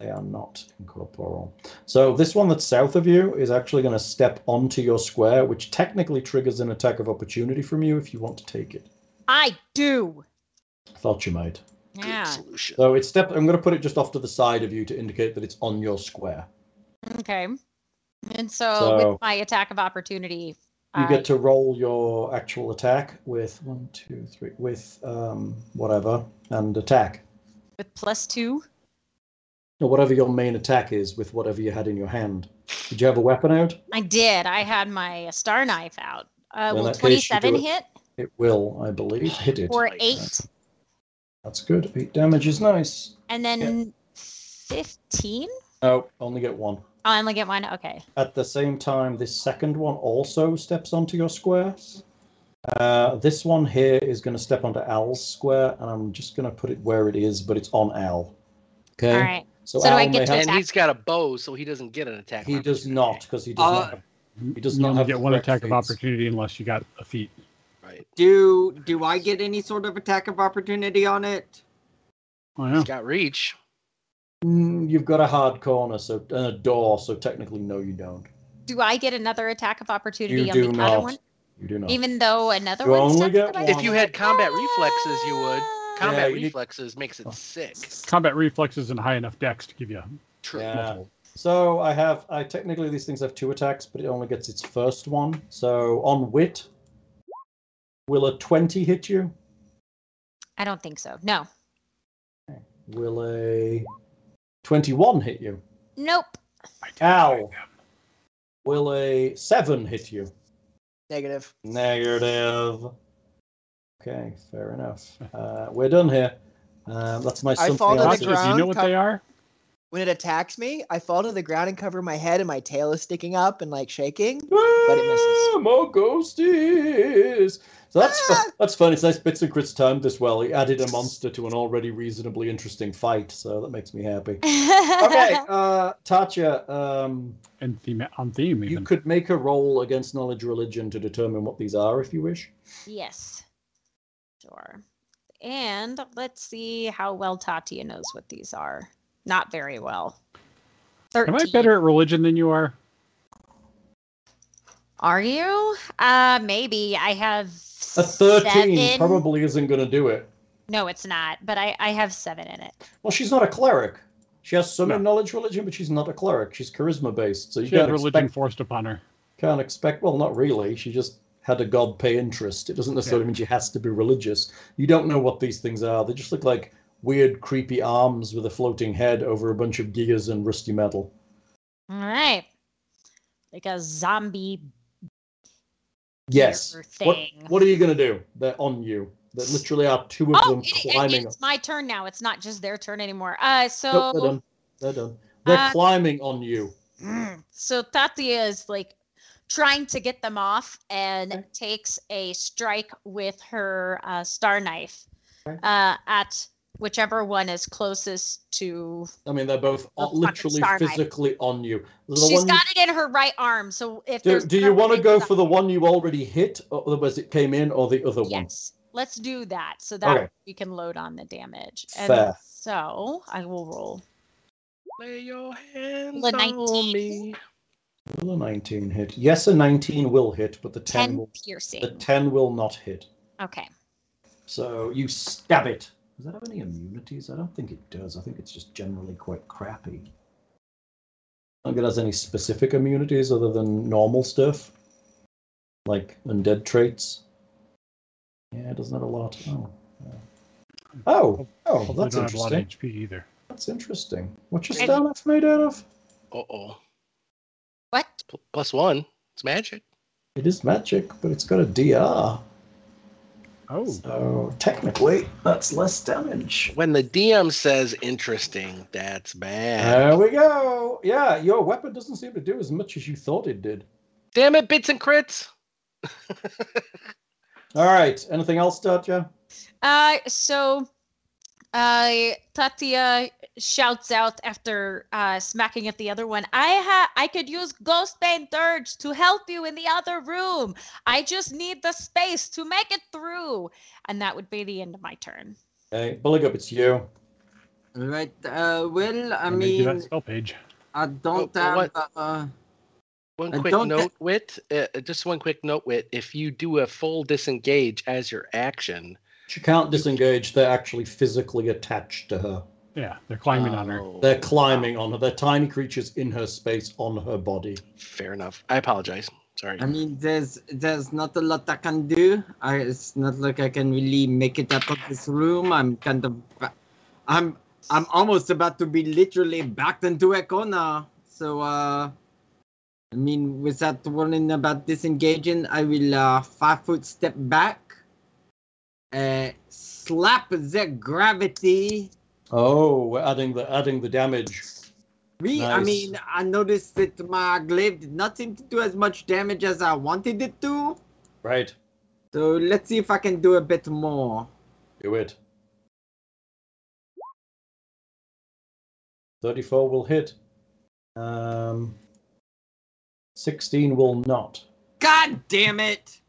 Speaker 1: They are not incorporeal. So this one that's south of you is actually going to step onto your square, which technically triggers an attack of opportunity from you if you want to take it.
Speaker 5: I do.
Speaker 1: Thought you might.
Speaker 8: good
Speaker 5: Yeah.
Speaker 8: solution.
Speaker 1: So it's step. I'm going to put it just off to the side of you to indicate that it's on your square.
Speaker 5: Okay. And so,
Speaker 1: So-
Speaker 5: with my attack of opportunity, uh,
Speaker 1: You
Speaker 5: I,
Speaker 1: get to roll your actual attack with one, two, three, with um, whatever, and attack
Speaker 5: with plus two.
Speaker 1: or whatever your main attack is with whatever you had in your hand. Did you have a weapon out?
Speaker 5: I did. I had my star knife out. Uh,
Speaker 1: In
Speaker 5: will
Speaker 1: that case, you do
Speaker 5: 27
Speaker 1: it.
Speaker 5: hit
Speaker 1: It will, I believe, hit it.
Speaker 5: or
Speaker 8: Nice.
Speaker 5: eight?
Speaker 1: That's good. Eight damage is nice.
Speaker 5: And then 15?
Speaker 1: No, only get one.
Speaker 5: Oh, I only get one. Okay.
Speaker 1: At the same time, this second one also steps onto your square. Uh, this one here is going to step onto Al's square, and I'm just going to put it where it is, but it's on Al. Okay.
Speaker 5: All right.
Speaker 1: So,
Speaker 5: So do
Speaker 1: Al
Speaker 5: I get
Speaker 1: may
Speaker 5: to
Speaker 1: have-
Speaker 8: And
Speaker 5: attack-
Speaker 8: he's got a bow, so he doesn't get an attack.
Speaker 1: He
Speaker 8: of
Speaker 1: does
Speaker 8: opportunity.
Speaker 1: not, because he does
Speaker 7: Uh,
Speaker 1: not. Have, he does
Speaker 4: You
Speaker 1: not
Speaker 4: only
Speaker 1: have
Speaker 4: get one
Speaker 1: correct
Speaker 4: attack of
Speaker 1: feats.
Speaker 4: opportunity unless you got a feat.
Speaker 8: Right.
Speaker 7: Do do I get any sort of attack of opportunity on it?
Speaker 4: Oh,
Speaker 8: He's
Speaker 4: yeah.
Speaker 8: got reach.
Speaker 1: Mm, you've got a hard corner, so and a door, so technically, no, you don't.
Speaker 5: Do I get another attack of opportunity
Speaker 1: You
Speaker 5: on the
Speaker 1: do
Speaker 5: other
Speaker 1: not.
Speaker 5: one?
Speaker 1: You do not.
Speaker 5: Even though another
Speaker 1: You
Speaker 5: one
Speaker 1: only
Speaker 5: steps
Speaker 1: get
Speaker 5: that I-
Speaker 1: one.
Speaker 8: If you had combat reflexes, you would.
Speaker 5: Ah.
Speaker 8: Combat
Speaker 1: you need-
Speaker 8: reflexes makes
Speaker 1: Oh.
Speaker 8: it six.
Speaker 4: Combat reflexes and high enough dex to give you
Speaker 8: True.
Speaker 1: Yeah.
Speaker 4: multiple.
Speaker 1: So I have, I technically these things have two attacks, but it only gets its first one. So on wit, will a twenty hit you?
Speaker 5: I don't think so. No.
Speaker 1: Will a twenty-one hit you?
Speaker 5: Nope.
Speaker 1: Ow! Will a seven hit you?
Speaker 2: Negative.
Speaker 1: Negative. Okay, fair enough. Uh, we're done here. Um, that's my
Speaker 2: I
Speaker 1: something
Speaker 2: fall to the
Speaker 1: else
Speaker 4: Monsters,
Speaker 1: is-
Speaker 2: ground.
Speaker 4: you know what
Speaker 2: co-
Speaker 4: they are?
Speaker 2: When it attacks me, I fall to the ground and cover my head, and my tail is sticking up and like shaking.
Speaker 1: But
Speaker 2: it misses.
Speaker 1: Ah, More ghosties. So that's fu-
Speaker 2: Ah!
Speaker 1: that's fun. It's nice. Bits and Chris timed this well. He added a monster to an already reasonably interesting fight, so that makes me happy. Okay, uh, Tatya, um,
Speaker 4: And theme, on theme,
Speaker 1: you
Speaker 4: even.
Speaker 1: could make a roll against knowledge religion to determine what these are if you wish.
Speaker 5: Yes. Sure. And let's see how well Tatia knows what these are. Not very well. 13.
Speaker 4: Am I better at religion than you are?
Speaker 5: Are you? Uh maybe I have
Speaker 1: A thirteen
Speaker 5: seven.
Speaker 1: probably isn't going to do it.
Speaker 5: No, it's not, but I I have 7 in it.
Speaker 1: Well, she's not a cleric. She has some
Speaker 4: No.
Speaker 1: knowledge religion, but she's not a cleric. She's charisma based, so you
Speaker 4: She had
Speaker 1: can't
Speaker 4: religion
Speaker 1: expect
Speaker 4: forced upon her.
Speaker 1: can't expect well not really she just had a god pay interest it doesn't necessarily mean she has to be religious you don't know what these things are they just look like weird creepy arms with a floating head over a bunch of gears and rusty metal
Speaker 5: All right. Like a zombie
Speaker 1: yes
Speaker 5: Gear
Speaker 1: what,
Speaker 5: thing.
Speaker 1: what are you going to do they're on you there literally are two of
Speaker 5: Oh,
Speaker 1: them
Speaker 5: it- it-
Speaker 1: climbing
Speaker 5: it's my turn now. It's not just their turn anymore. Uh so
Speaker 1: nope, they're done they're done they're
Speaker 5: Uh,
Speaker 1: climbing on you
Speaker 5: Mm. So Tatia is like trying to get them off and
Speaker 1: Okay.
Speaker 5: takes a strike with her uh, star knife
Speaker 1: Okay.
Speaker 5: uh, at whichever one is closest to.
Speaker 1: i mean they're both
Speaker 5: Oh,
Speaker 1: on-
Speaker 5: fucking
Speaker 1: literally
Speaker 5: star knife.
Speaker 1: physically on you the
Speaker 5: She's
Speaker 1: one you-
Speaker 5: got it in her right arm. So if
Speaker 1: do,
Speaker 5: there's
Speaker 1: do you
Speaker 5: another
Speaker 1: want to
Speaker 5: big
Speaker 1: go
Speaker 5: zombie-
Speaker 1: for the one you already hit or was it came in or the other one
Speaker 5: yes, let's do that. So that
Speaker 1: Okay.
Speaker 5: we can load on the damage.
Speaker 1: Fair.
Speaker 5: And so I will roll.
Speaker 8: Lay your hands
Speaker 5: The
Speaker 8: on
Speaker 5: 19.
Speaker 8: me.
Speaker 1: Will a 19 hit? Yes, a 19 will hit, but the 10,
Speaker 5: 10
Speaker 1: will, the
Speaker 5: piercing.
Speaker 1: 10 will not hit.
Speaker 5: Okay.
Speaker 1: So you stab it. Does that have any immunities? I don't think it does. I think it's just generally quite crappy. I don't think it has any specific immunities other than normal stuff, like undead traits. Yeah, it doesn't have a lot. Oh. Oh, oh,
Speaker 4: Hopefully
Speaker 1: that's
Speaker 4: don't have a lot of
Speaker 1: interesting.
Speaker 4: HP either.
Speaker 1: That's interesting. What's your stamina
Speaker 5: And-
Speaker 1: made out of?
Speaker 8: Uh oh.
Speaker 5: What?
Speaker 8: Plus one. It's magic.
Speaker 1: It is magic, but it's got a DR.
Speaker 4: Oh,
Speaker 1: So technically, that's less damage.
Speaker 8: When the DM says interesting, that's bad.
Speaker 1: There we go. Yeah, your weapon doesn't seem to do as much as you thought it did.
Speaker 8: Damn it, bits and crits.
Speaker 1: All right. Anything else, Tatya?
Speaker 5: Uh, so, uh, Tatia shouts out after uh, smacking at the other one. I ha- I could use Ghostbane Dirge to help you in the other room. I just need the space to make it through, and that would be the end of my turn.
Speaker 1: Hey, Bullig up, it's you.
Speaker 7: All right. Uh, well, I
Speaker 4: let me do
Speaker 7: mean,
Speaker 4: that spell page.
Speaker 7: I don't
Speaker 8: Oh,
Speaker 7: have.
Speaker 8: what?
Speaker 7: Uh,
Speaker 8: One
Speaker 7: I
Speaker 8: quick
Speaker 7: don't
Speaker 8: note, Wit. Uh, just one quick note, Wit. If you do a full disengage as your action,
Speaker 1: She can't disengage. They're actually physically attached to her.
Speaker 4: Yeah, they're climbing on her.
Speaker 8: Oh,
Speaker 1: They're climbing on her. They're tiny creatures in her space on her body.
Speaker 8: Fair enough. I apologize. Sorry.
Speaker 7: I mean, there's there's not a lot I can do. I, it's not like I can really make it out of this room. I'm kind of, ba- I'm I'm almost about to be literally backed into a corner. So, uh, I mean, without worrying about disengaging, I will uh, five foot step back, uh, slap the gravity.
Speaker 1: Oh, we're adding the adding the damage.
Speaker 7: We, I
Speaker 1: Nice.
Speaker 7: mean, I noticed that my glaive did not seem to do as much damage as I wanted it to.
Speaker 1: Right.
Speaker 7: So let's see if I can do a bit more.
Speaker 1: Do it. Thirty-four will hit. Um, sixteen will not.
Speaker 7: God damn it!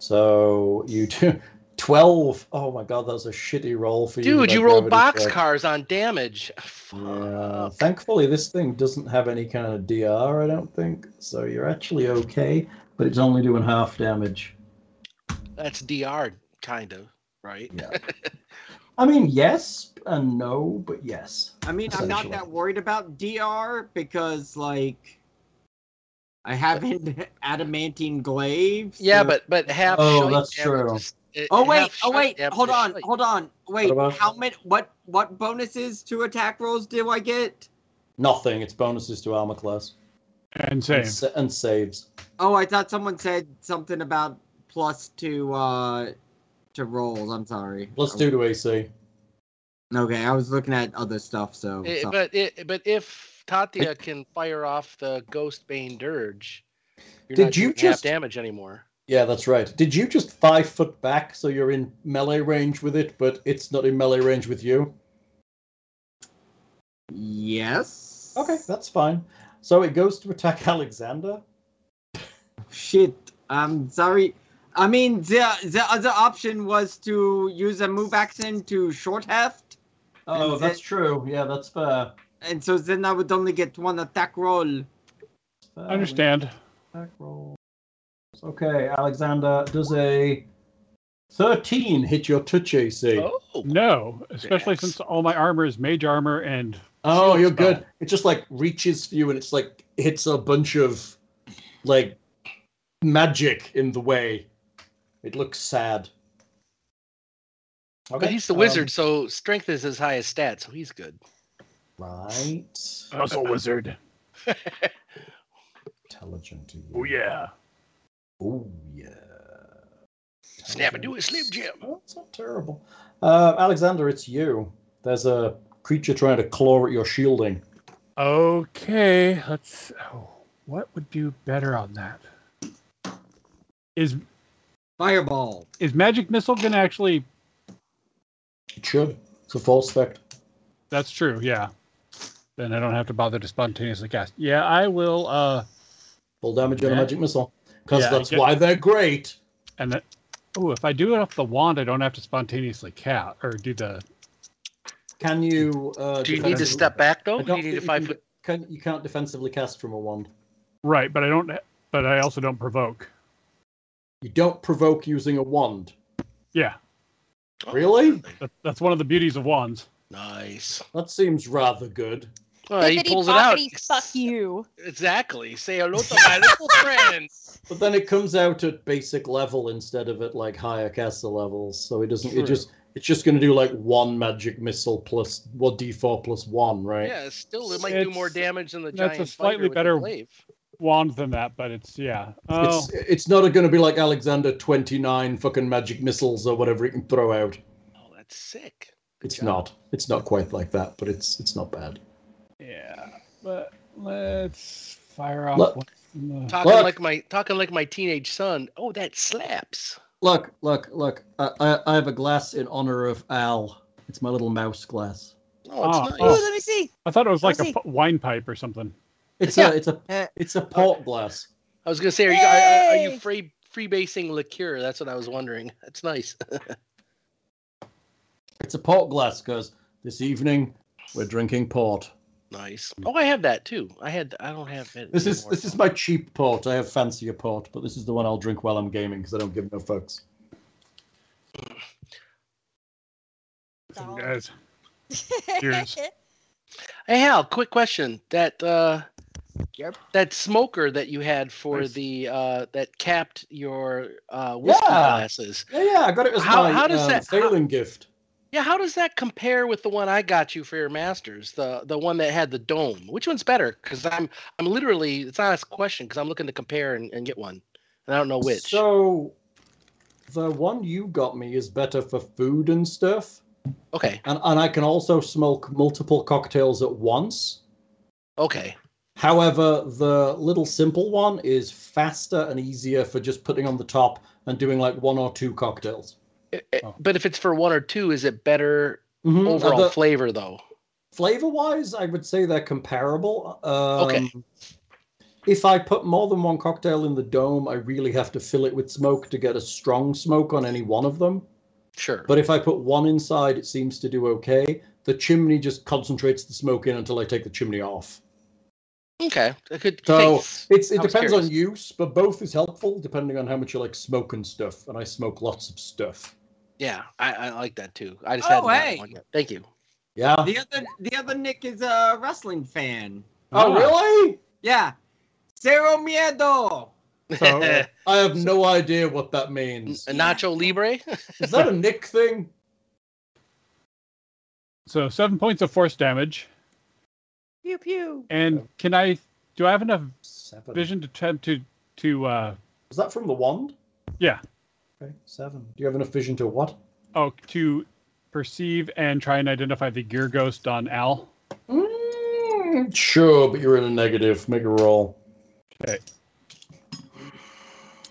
Speaker 1: So you do twelve. Oh my god, that's a shitty roll for you. with
Speaker 8: Dude,
Speaker 1: that
Speaker 8: you rolled
Speaker 1: gravity
Speaker 8: box
Speaker 1: check.
Speaker 8: cars on damage.
Speaker 1: Yeah.
Speaker 8: Fuck.
Speaker 1: Thankfully, this thing doesn't have any kind of DR. I don't think. So you're actually okay, but it's only doing half damage.
Speaker 8: That's DR, kind of, right?
Speaker 1: Yeah. I mean, yes and no, but yes.
Speaker 7: I mean, I'm not
Speaker 1: Essentially.
Speaker 7: that worried about DR because, like, I have an adamantine glaive.
Speaker 8: Yeah,
Speaker 7: so-
Speaker 8: but but half.
Speaker 1: Oh,
Speaker 8: shite
Speaker 1: that's
Speaker 8: damage
Speaker 1: true.
Speaker 8: is- it-
Speaker 7: Oh wait!
Speaker 8: half
Speaker 7: Oh
Speaker 8: shite
Speaker 7: wait!
Speaker 8: damage
Speaker 7: Hold
Speaker 8: is
Speaker 7: on!
Speaker 8: shite.
Speaker 7: Hold on! Wait!
Speaker 1: about-
Speaker 7: How many? What? What bonuses to attack rolls do I get?
Speaker 1: Nothing. It's bonuses to armor class
Speaker 4: And
Speaker 1: and,
Speaker 4: save.
Speaker 1: sa- and saves.
Speaker 7: Oh, I thought someone said something about plus to uh to rolls. I'm sorry.
Speaker 1: Plus two to AC.
Speaker 7: Okay, I was looking at other stuff. So
Speaker 8: It-
Speaker 7: sorry.
Speaker 8: Eh, but it, but if Tatia can fire off the Ghost Bane Dirge, you're
Speaker 1: Did
Speaker 8: not
Speaker 1: you
Speaker 8: doing
Speaker 1: just-
Speaker 8: half damage anymore.
Speaker 1: Yeah, that's right. Did you just five foot back so you're in melee range with it, but it's not in melee range with you?
Speaker 7: yes.
Speaker 1: Okay, that's fine. So it goes to attack Alexander.
Speaker 7: Shit. I'm sorry. I mean, the the other option was to use a move action to short heft,
Speaker 1: Oh,
Speaker 7: And
Speaker 1: that's
Speaker 7: it-
Speaker 1: true. Yeah, that's fair.
Speaker 7: and so then I would only get one attack roll.
Speaker 1: Fair.
Speaker 4: I understand.
Speaker 1: Attack rolls. Okay, Alexander does a 13 hit your touch AC.
Speaker 8: Oh,
Speaker 4: No, especially
Speaker 8: Yes.
Speaker 4: since all my armor is mage armor and
Speaker 1: Oh,
Speaker 4: Shield
Speaker 1: you're
Speaker 4: spell.
Speaker 1: good. It just like reaches for you and it's like hits a bunch of like magic in the way. It looks sad. Okay.
Speaker 8: but he's the
Speaker 1: um,
Speaker 8: wizard, so strength is his highest stat, so he's good.
Speaker 1: um, right.
Speaker 8: Oh.
Speaker 4: muscle wizard.
Speaker 1: Intelligent.
Speaker 4: Oh yeah.
Speaker 1: Oh yeah.
Speaker 8: Snap into a Slim Jim.
Speaker 1: Oh, That's not terrible. Uh, Alexander, it's you. There's a creature trying to claw at your shielding.
Speaker 4: Okay, let's. Oh, what would do better on that? Is
Speaker 7: Fireball.
Speaker 4: is magic missile gonna actually?
Speaker 1: It should. It's a false effect.
Speaker 4: That's true. Yeah. Then I don't have to bother to spontaneously cast. Yeah, I will. Uh,
Speaker 1: Full damage on a
Speaker 4: Yeah.
Speaker 1: magic missile. Because
Speaker 4: Yeah, I
Speaker 1: that's
Speaker 4: get-
Speaker 1: why they're great.
Speaker 4: and that. Oh, if I do it off the wand, I don't have to spontaneously cast or do the.
Speaker 1: Can you? Uh,
Speaker 8: Do you
Speaker 1: defend-
Speaker 8: need to step back though?
Speaker 1: I
Speaker 8: Do
Speaker 1: don't
Speaker 8: you need
Speaker 1: think
Speaker 8: to five
Speaker 1: you
Speaker 8: foot?
Speaker 1: can, can, you can't defensively cast from a wand.
Speaker 4: Right, but I don't. But I also don't provoke.
Speaker 1: You don't provoke using a wand.
Speaker 4: Yeah,
Speaker 1: Really?
Speaker 4: that, that's one of the beauties of wands.
Speaker 8: Nice.
Speaker 1: That seems rather good.
Speaker 8: Well, Oh, he
Speaker 5: Bippity
Speaker 8: pulls it out.
Speaker 5: boppity, Fuck you.
Speaker 8: Exactly. Say hello to my little friend.
Speaker 1: But then it comes out at basic level instead of at like higher caster levels, so it doesn't.
Speaker 8: True.
Speaker 1: It just It's just going to do like one magic missile plus what d4 plus one, right?
Speaker 8: Yeah, it's still it might do more
Speaker 4: It's-
Speaker 8: damage than the
Speaker 4: that's a
Speaker 8: giant
Speaker 4: slightly
Speaker 8: fighter with the
Speaker 4: better-
Speaker 8: glaive.
Speaker 4: wand than that, but it's yeah. Oh,
Speaker 1: It's it's not going to be like Alexander 29 fucking magic missiles or whatever he can throw out.
Speaker 8: Oh, that's sick.
Speaker 1: It's
Speaker 8: job.
Speaker 1: not. It's not quite like that, but it's it's not bad.
Speaker 4: yeah. But let's fire off.
Speaker 1: Look.
Speaker 4: one from the-
Speaker 8: Talking
Speaker 1: Look.
Speaker 8: like my talking like my teenage son. Oh, that slaps.
Speaker 1: Look, look, look. I, I, I have a glass in honor of Al. It's my little mouse glass.
Speaker 8: Oh, it's
Speaker 4: Ah,
Speaker 8: nice.
Speaker 4: oh.
Speaker 2: Ooh, let me see.
Speaker 4: I thought it was like a
Speaker 2: Let's see.
Speaker 4: pu- wine pipe or something.
Speaker 1: It's
Speaker 2: Yeah.
Speaker 1: a it's
Speaker 2: Eh.
Speaker 1: a it's a port glass.
Speaker 8: I was gonna say, are you are, are you
Speaker 2: Yay!
Speaker 8: free freebasing liqueur? That's what I was wondering. That's nice.
Speaker 1: It's a port glass because this evening we're drinking port.
Speaker 8: nice. Oh, I have that too. I had. I don't have it.
Speaker 1: Mm. This is
Speaker 8: anymore.
Speaker 1: this is my cheap port. I have fancier port, but this is the one I'll drink while I'm gaming because I don't give no fucks.
Speaker 4: Some guys. Cheers.
Speaker 8: Hey Hal, quick question. That uh
Speaker 2: Yep.
Speaker 8: that smoker that you had for
Speaker 1: Nice.
Speaker 8: the uh that capped your uh whiskey
Speaker 1: Yeah.
Speaker 8: glasses.
Speaker 1: Yeah, yeah, I got it as
Speaker 8: How-
Speaker 1: my
Speaker 8: how does
Speaker 1: um,
Speaker 8: that- how-
Speaker 1: failing gift.
Speaker 8: Yeah, how does that compare with the one I got you for your masters? The the one that had the dome. Which one's better? Because I'm I'm literally it's not a question because I'm looking to compare and, and get one. And I don't know which.
Speaker 1: So the one you got me is better for food and stuff,
Speaker 8: okay.
Speaker 1: and and I can also smoke multiple cocktails at once.
Speaker 8: Okay.
Speaker 1: However, the little simple one is faster and easier for just putting on the top and doing like one or two cocktails.
Speaker 8: I- I-
Speaker 4: Oh.
Speaker 8: But if it's for one or two, is it better
Speaker 1: Mhm, and
Speaker 8: overall
Speaker 1: the-
Speaker 8: flavor though?
Speaker 1: flavor wise, I would say they're comparable. Um,
Speaker 8: Okay.
Speaker 1: If I put more than one cocktail in the dome, I really have to fill it with smoke to get a strong smoke on any one of them.
Speaker 8: Sure.
Speaker 1: But if I put one inside, it seems to do okay. The chimney just concentrates the smoke in until I take the chimney off.
Speaker 8: okay. I could
Speaker 1: So
Speaker 8: thanks.
Speaker 1: it's it
Speaker 8: I was
Speaker 1: depends
Speaker 8: curious.
Speaker 1: on use, but both is helpful depending on how much you like smoke and stuff. And I smoke lots of stuff.
Speaker 8: Yeah, I, I like that too. I just
Speaker 7: Oh,
Speaker 8: hadn't gotten
Speaker 7: hey.
Speaker 8: one yet. Thank you.
Speaker 1: Yeah.
Speaker 7: The other the other Nick is a wrestling fan.
Speaker 1: oh really?
Speaker 7: Yeah. Cero miedo.
Speaker 1: So, I have no idea what that means.
Speaker 8: A Nacho Libre.
Speaker 1: Is that a Nick thing?
Speaker 4: So seven points of force damage.
Speaker 2: Pew pew.
Speaker 4: And can I? Do I have enough
Speaker 1: Seven.
Speaker 4: vision to attempt to to? uh
Speaker 1: Is that from the wand?
Speaker 4: Yeah.
Speaker 1: Okay, seven. Do you have enough vision to what?
Speaker 4: Oh, to perceive and try and identify the gear ghost on Al.
Speaker 1: Mm, sure, but you're in a negative. Make a roll.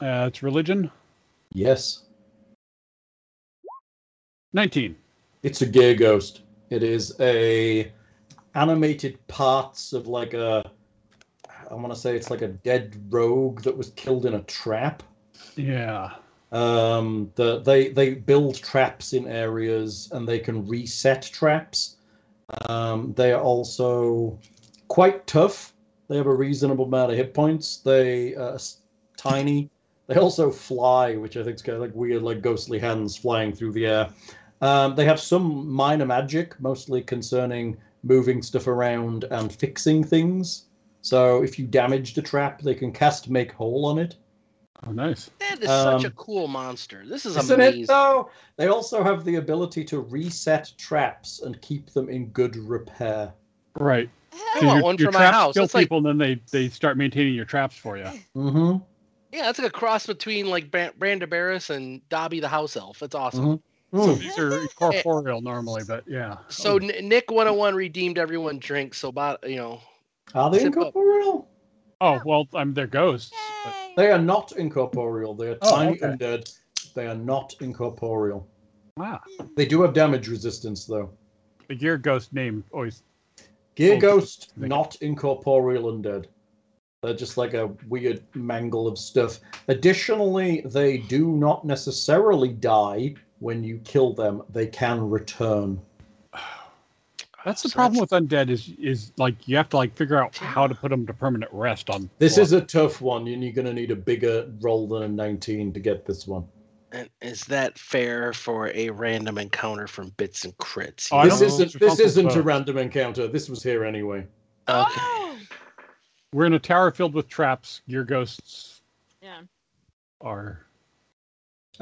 Speaker 4: Uh, it's religion.
Speaker 1: Yes.
Speaker 4: Nineteen.
Speaker 1: It's a gear ghost. It is a animated parts of like a I want to say it's like a dead rogue that was killed in a trap.
Speaker 4: Yeah.
Speaker 1: Um, the, they they build traps in areas and they can reset traps. Um, they are also quite tough. They have a reasonable amount of hit points. They uh, s- tiny. They also fly, which I think is kind of like weird, like ghostly hands flying through the air. Um, they have some minor magic, mostly concerning moving stuff around and fixing things. So if you damage the trap, they can cast make whole on it.
Speaker 4: Oh, nice.
Speaker 8: That is such a
Speaker 1: Um,
Speaker 8: cool monster. This is
Speaker 1: Isn't
Speaker 8: amazing.
Speaker 1: it though? They also have the ability to reset traps and keep them in good repair.
Speaker 4: Right.
Speaker 8: I want one for my
Speaker 4: traps
Speaker 8: house.
Speaker 4: Kill
Speaker 8: That's like
Speaker 4: people, and then they they start maintaining your traps for you.
Speaker 1: Mm-hmm.
Speaker 8: yeah, that's like a cross between like Bran- Brandabaris and Dobby the house elf. That's awesome.
Speaker 1: Mhm.
Speaker 4: So these are corporeal normally, but yeah.
Speaker 8: So N- Nick 101 redeemed everyone drinks. So about you know
Speaker 1: Are they
Speaker 8: Zip up.
Speaker 1: incorporeal?
Speaker 4: oh well, I'm they're ghosts. but-
Speaker 1: They are not incorporeal. They are
Speaker 4: Oh,
Speaker 1: tiny
Speaker 4: okay.
Speaker 1: undead. They are not incorporeal.
Speaker 4: Wow.
Speaker 1: They do have damage resistance though.
Speaker 4: The gear ghost name always
Speaker 1: Gear
Speaker 4: Oh,
Speaker 1: Ghost,
Speaker 4: thank you.
Speaker 1: not incorporeal undead. They're just like a weird mangle of stuff. Additionally, they do not necessarily die when you kill them. They can return.
Speaker 4: That's the
Speaker 8: So
Speaker 4: problem with undead is is like you have to like figure out how to put them to permanent rest on.
Speaker 1: This
Speaker 4: floor.
Speaker 1: is a tough one, and you're going to need a bigger roll than a 19 to get this one.
Speaker 8: and is that fair for a random encounter from Bits and Crits?
Speaker 4: Oh, I
Speaker 1: This
Speaker 4: don't know
Speaker 1: isn't
Speaker 4: if
Speaker 1: this
Speaker 4: responsible
Speaker 1: isn't a
Speaker 4: vote.
Speaker 1: random encounter. This was here anyway.
Speaker 8: Okay.
Speaker 4: We're in a tower filled with traps. Gear ghosts
Speaker 10: Yeah.
Speaker 4: are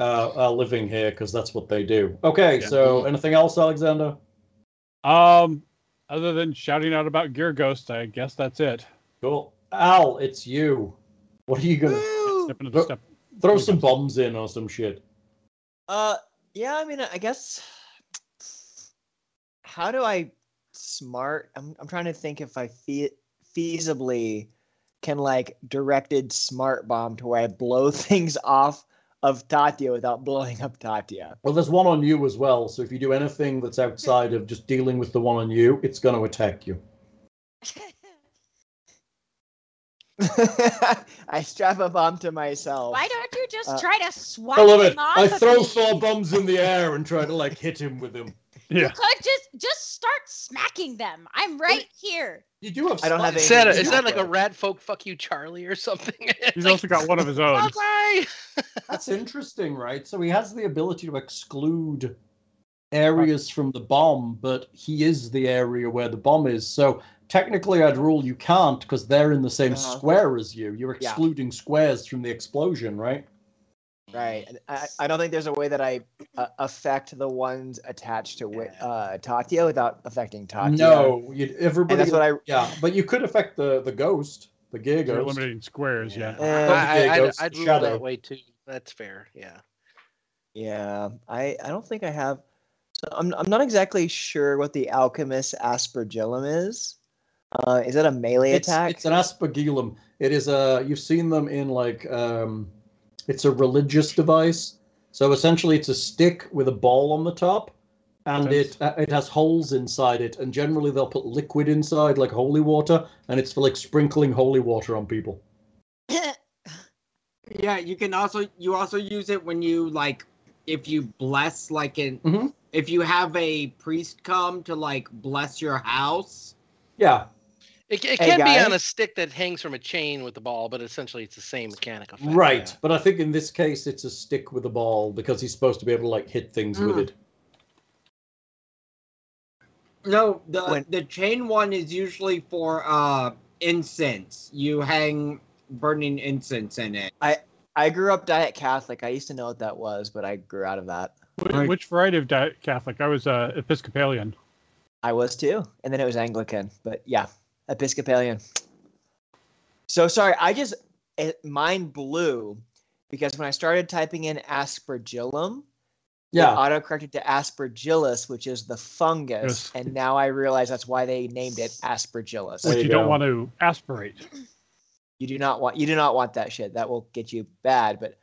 Speaker 1: uh, are living here because that's what they do. Okay,
Speaker 4: Yeah.
Speaker 1: so anything else, Alexander?
Speaker 4: Um, other than shouting out about Gear Ghost, I guess that's it.
Speaker 1: Cool. Al, it's you. What are you gonna
Speaker 2: Woo!
Speaker 4: Step into
Speaker 1: Nope.
Speaker 4: step.
Speaker 1: throw some bombs in or some shit?
Speaker 2: Uh, yeah. I mean, I guess. How do I smart? I'm I'm trying to think if I fe- feasibly can like directed smart bomb to where I blow things off of Tatia without blowing up Tatia.
Speaker 1: Well, there's one on you as well. So if you do anything that's outside of just dealing with the one on you, it's going to attack you.
Speaker 2: I strap a bomb to myself.
Speaker 5: Why don't you just
Speaker 2: Uh,
Speaker 5: try to swat
Speaker 1: I love it.
Speaker 5: him off?
Speaker 1: I
Speaker 5: of
Speaker 1: throw
Speaker 5: me?
Speaker 1: four bombs in the air and try to like hit him with them.
Speaker 5: You
Speaker 4: Yeah.
Speaker 5: could just just start smacking them. I'm right here.
Speaker 1: You do have.
Speaker 2: I don't have
Speaker 1: slight-
Speaker 2: any-
Speaker 8: Is that, a,
Speaker 2: Yeah.
Speaker 8: is that like a rat folk fuck you Charlie or something? It's
Speaker 4: He's
Speaker 8: like,
Speaker 4: also got one of his own.
Speaker 8: "Bye-bye."
Speaker 1: That's interesting, right? So he has the ability to exclude areas from the bomb, but he is the area where the bomb is. So technically, I'd rule you can't because they're in the same
Speaker 2: Uh-huh.
Speaker 1: square as you. You're
Speaker 2: Yeah.
Speaker 1: excluding squares from the explosion, right?
Speaker 2: Right. And I, I don't think there's a way that I uh, affect the ones attached to wi-
Speaker 8: Yeah.
Speaker 2: uh, Tatia without affecting Tatia.
Speaker 1: No, you,
Speaker 2: And
Speaker 1: everybody.
Speaker 2: that's what I.
Speaker 1: Yeah, but you could affect the the ghost, the gear
Speaker 4: You're
Speaker 1: ghost.
Speaker 4: eliminating squares, yeah.
Speaker 2: Uh,
Speaker 8: I, I, I'd,
Speaker 1: Ghost,
Speaker 8: I'd rule
Speaker 1: Shadow.
Speaker 8: that way too. That's fair. Yeah.
Speaker 2: Yeah. I, I don't think I have. So I'm, I'm not exactly sure what the Alchemist Aspergillum is. Uh, is it a melee
Speaker 1: It's,
Speaker 2: attack?
Speaker 1: it's an aspergillum. It is a. You've seen them in like. Um, it's a religious device. So essentially, it's a stick with a ball on the top, and it uh, it has holes inside it. And generally, they'll put liquid inside, like holy water, and it's for like sprinkling holy water on people.
Speaker 7: Yeah, you can also you also use it when you like if you bless like an
Speaker 1: Mhm.
Speaker 7: if you have a priest come to like bless your house.
Speaker 1: Yeah,
Speaker 8: It, it
Speaker 2: Hey,
Speaker 8: can be
Speaker 2: guys.
Speaker 8: on a stick that hangs from a chain with the ball, but essentially it's the same mechanic effect.
Speaker 1: right.
Speaker 8: yeah.
Speaker 1: But I think in this case, it's a stick with a ball because he's supposed to be able to like hit things with
Speaker 7: Mm.
Speaker 1: it.
Speaker 7: No, the
Speaker 2: When-
Speaker 7: the chain one is usually for uh incense. You hang burning incense in it.
Speaker 2: I grew up diet Catholic. I used to know what that was, but I grew out of that.
Speaker 4: Which,
Speaker 7: Right.
Speaker 4: which variety of diet Catholic? I was uh, Episcopalian.
Speaker 2: I was too. And then it was Anglican, but yeah, Episcopalian. So sorry, I just it, mind blew because when I started typing in aspergillum,
Speaker 1: Yeah,
Speaker 2: it autocorrected to aspergillus, which is the fungus,
Speaker 4: Yes.
Speaker 2: and now I realize that's why they named it aspergillus.
Speaker 1: There
Speaker 4: Which
Speaker 1: you
Speaker 4: you don't
Speaker 1: go.
Speaker 4: want to aspirate.
Speaker 2: You do not want you do not want that shit. That will get you bad. But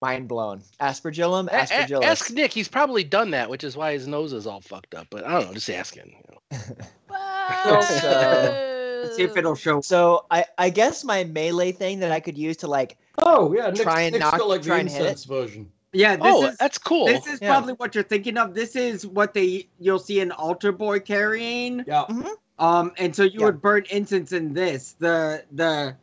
Speaker 2: mind blown. Aspergillum,
Speaker 8: A- a-
Speaker 2: aspergillus.
Speaker 8: ask Nick. He's probably done that, which is why his nose is all fucked up. But I don't know. Just asking. You know.
Speaker 7: Let's see if
Speaker 5: Whoa.
Speaker 7: it'll show.
Speaker 2: so I I guess my melee thing that I could use to like
Speaker 1: Oh yeah, Nick's,
Speaker 2: Try and
Speaker 1: Nick's
Speaker 2: knock-
Speaker 1: got like
Speaker 2: try
Speaker 1: the
Speaker 2: and hit it.
Speaker 1: incense version.
Speaker 7: Yeah, this
Speaker 8: Oh,
Speaker 7: is
Speaker 8: that's cool.
Speaker 7: this is
Speaker 8: Yeah.
Speaker 7: probably what you're thinking of. This is what they you'll see an altar boy carrying.
Speaker 1: Yeah,
Speaker 7: Um, and so you
Speaker 2: Yeah.
Speaker 7: would burn incense in this. The the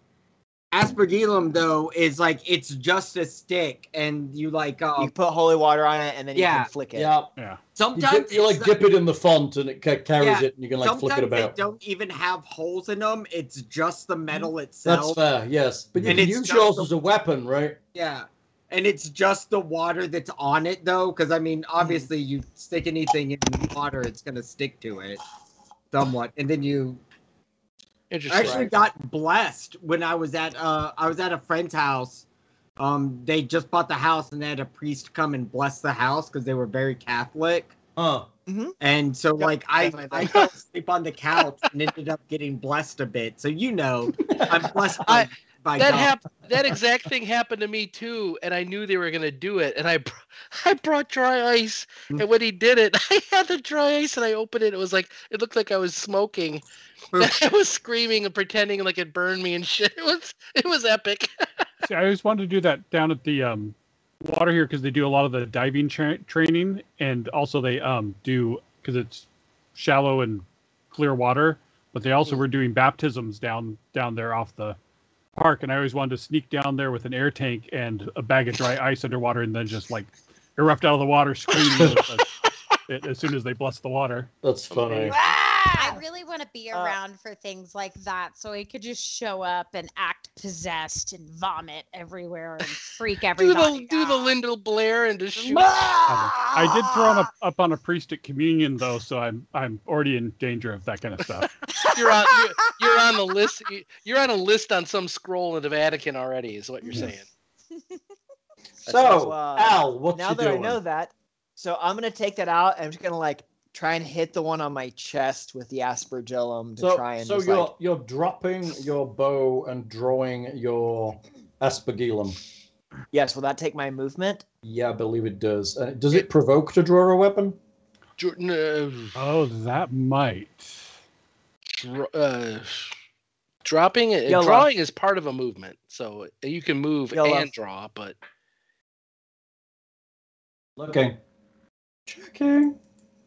Speaker 7: aspergillum though is like it's just a stick, and you like um
Speaker 2: you put holy water on it and then you
Speaker 7: Yeah.
Speaker 2: can flick it.
Speaker 1: yeah.
Speaker 4: Yeah.
Speaker 1: You,
Speaker 7: sometimes
Speaker 1: dip, you
Speaker 7: it's
Speaker 1: like dip it in the font and it ca- carries
Speaker 7: Yeah,
Speaker 1: it, and you can like flick it
Speaker 7: sometimes
Speaker 1: about.
Speaker 7: they don't even have holes in them. It's just the metal
Speaker 1: That's
Speaker 7: itself.
Speaker 1: fair, yes. But you
Speaker 7: And
Speaker 1: can
Speaker 7: it's
Speaker 1: use
Speaker 7: just
Speaker 1: yours
Speaker 7: the-
Speaker 1: as a weapon, right?
Speaker 7: Yeah. And it's just the water that's on it though, because I mean,
Speaker 2: Hmm.
Speaker 7: obviously, you stick anything in water, it's gonna stick to it somewhat. And then you I
Speaker 8: Interesting.
Speaker 7: actually got blessed when I was at uh I was at a friend's house. Um, they just bought the house and they had a priest come and bless the house because they were very Catholic.
Speaker 1: Huh.
Speaker 7: And so
Speaker 2: Yep,
Speaker 7: like I
Speaker 2: definitely
Speaker 7: I
Speaker 2: that.
Speaker 7: fell asleep on the couch and ended up getting blessed a bit. So you know I'm blessed by,
Speaker 8: I-
Speaker 7: by
Speaker 8: that
Speaker 7: God.
Speaker 8: happened. That exact thing happened to me too, and I knew they were gonna do it. And I, br- I brought dry ice, and when he did it, I had the dry ice, and I opened it. It was like it looked like I was smoking. I was screaming and pretending like it burned me and shit. It was it was epic.
Speaker 4: See, I always wanted to do that down at the um, water here because they do a lot of the diving tra- training, and also they um, do because it's shallow and clear water. But they also were doing baptisms down down there off the park, and I always wanted to sneak down there with an air tank and a bag of dry ice underwater, and then just like erupt out of the water screaming with the- it, as soon as they bless the water.
Speaker 1: That's funny.
Speaker 7: Ah!
Speaker 5: I really want to be
Speaker 2: Uh,
Speaker 5: around for things like that so I could just show up and act possessed and vomit everywhere and freak
Speaker 8: Do
Speaker 5: everybody.
Speaker 8: the do the
Speaker 5: out.
Speaker 8: Lyndall Blair and just shoot.
Speaker 4: I did throw on a, up on a priest at communion though, so I'm I'm already in danger of that kind of stuff.
Speaker 8: You're on you're, you're on the list. you- You're on a list on some scroll in the Vatican already. Is what you're saying.
Speaker 1: So,
Speaker 2: why.
Speaker 1: Al, what
Speaker 2: now
Speaker 1: you
Speaker 2: that
Speaker 1: doing?
Speaker 2: I know that, so I'm gonna take that out. And I'm just gonna like try and hit the one on my chest with the aspergillum to
Speaker 1: so,
Speaker 2: try and
Speaker 1: so
Speaker 2: just,
Speaker 1: you're
Speaker 2: like,
Speaker 1: you're dropping your bow and drawing your aspergillum.
Speaker 2: yes, will that take my movement?
Speaker 1: Yeah, I believe it does. Uh, does it provoke to draw a weapon?
Speaker 8: Jordan, uh,
Speaker 4: Oh, that might.
Speaker 8: dr- uh, dropping it.
Speaker 2: Yellow.
Speaker 8: Drawing is part of a movement, so you can move
Speaker 2: Yellow.
Speaker 8: and draw. But
Speaker 1: Looking. Checking.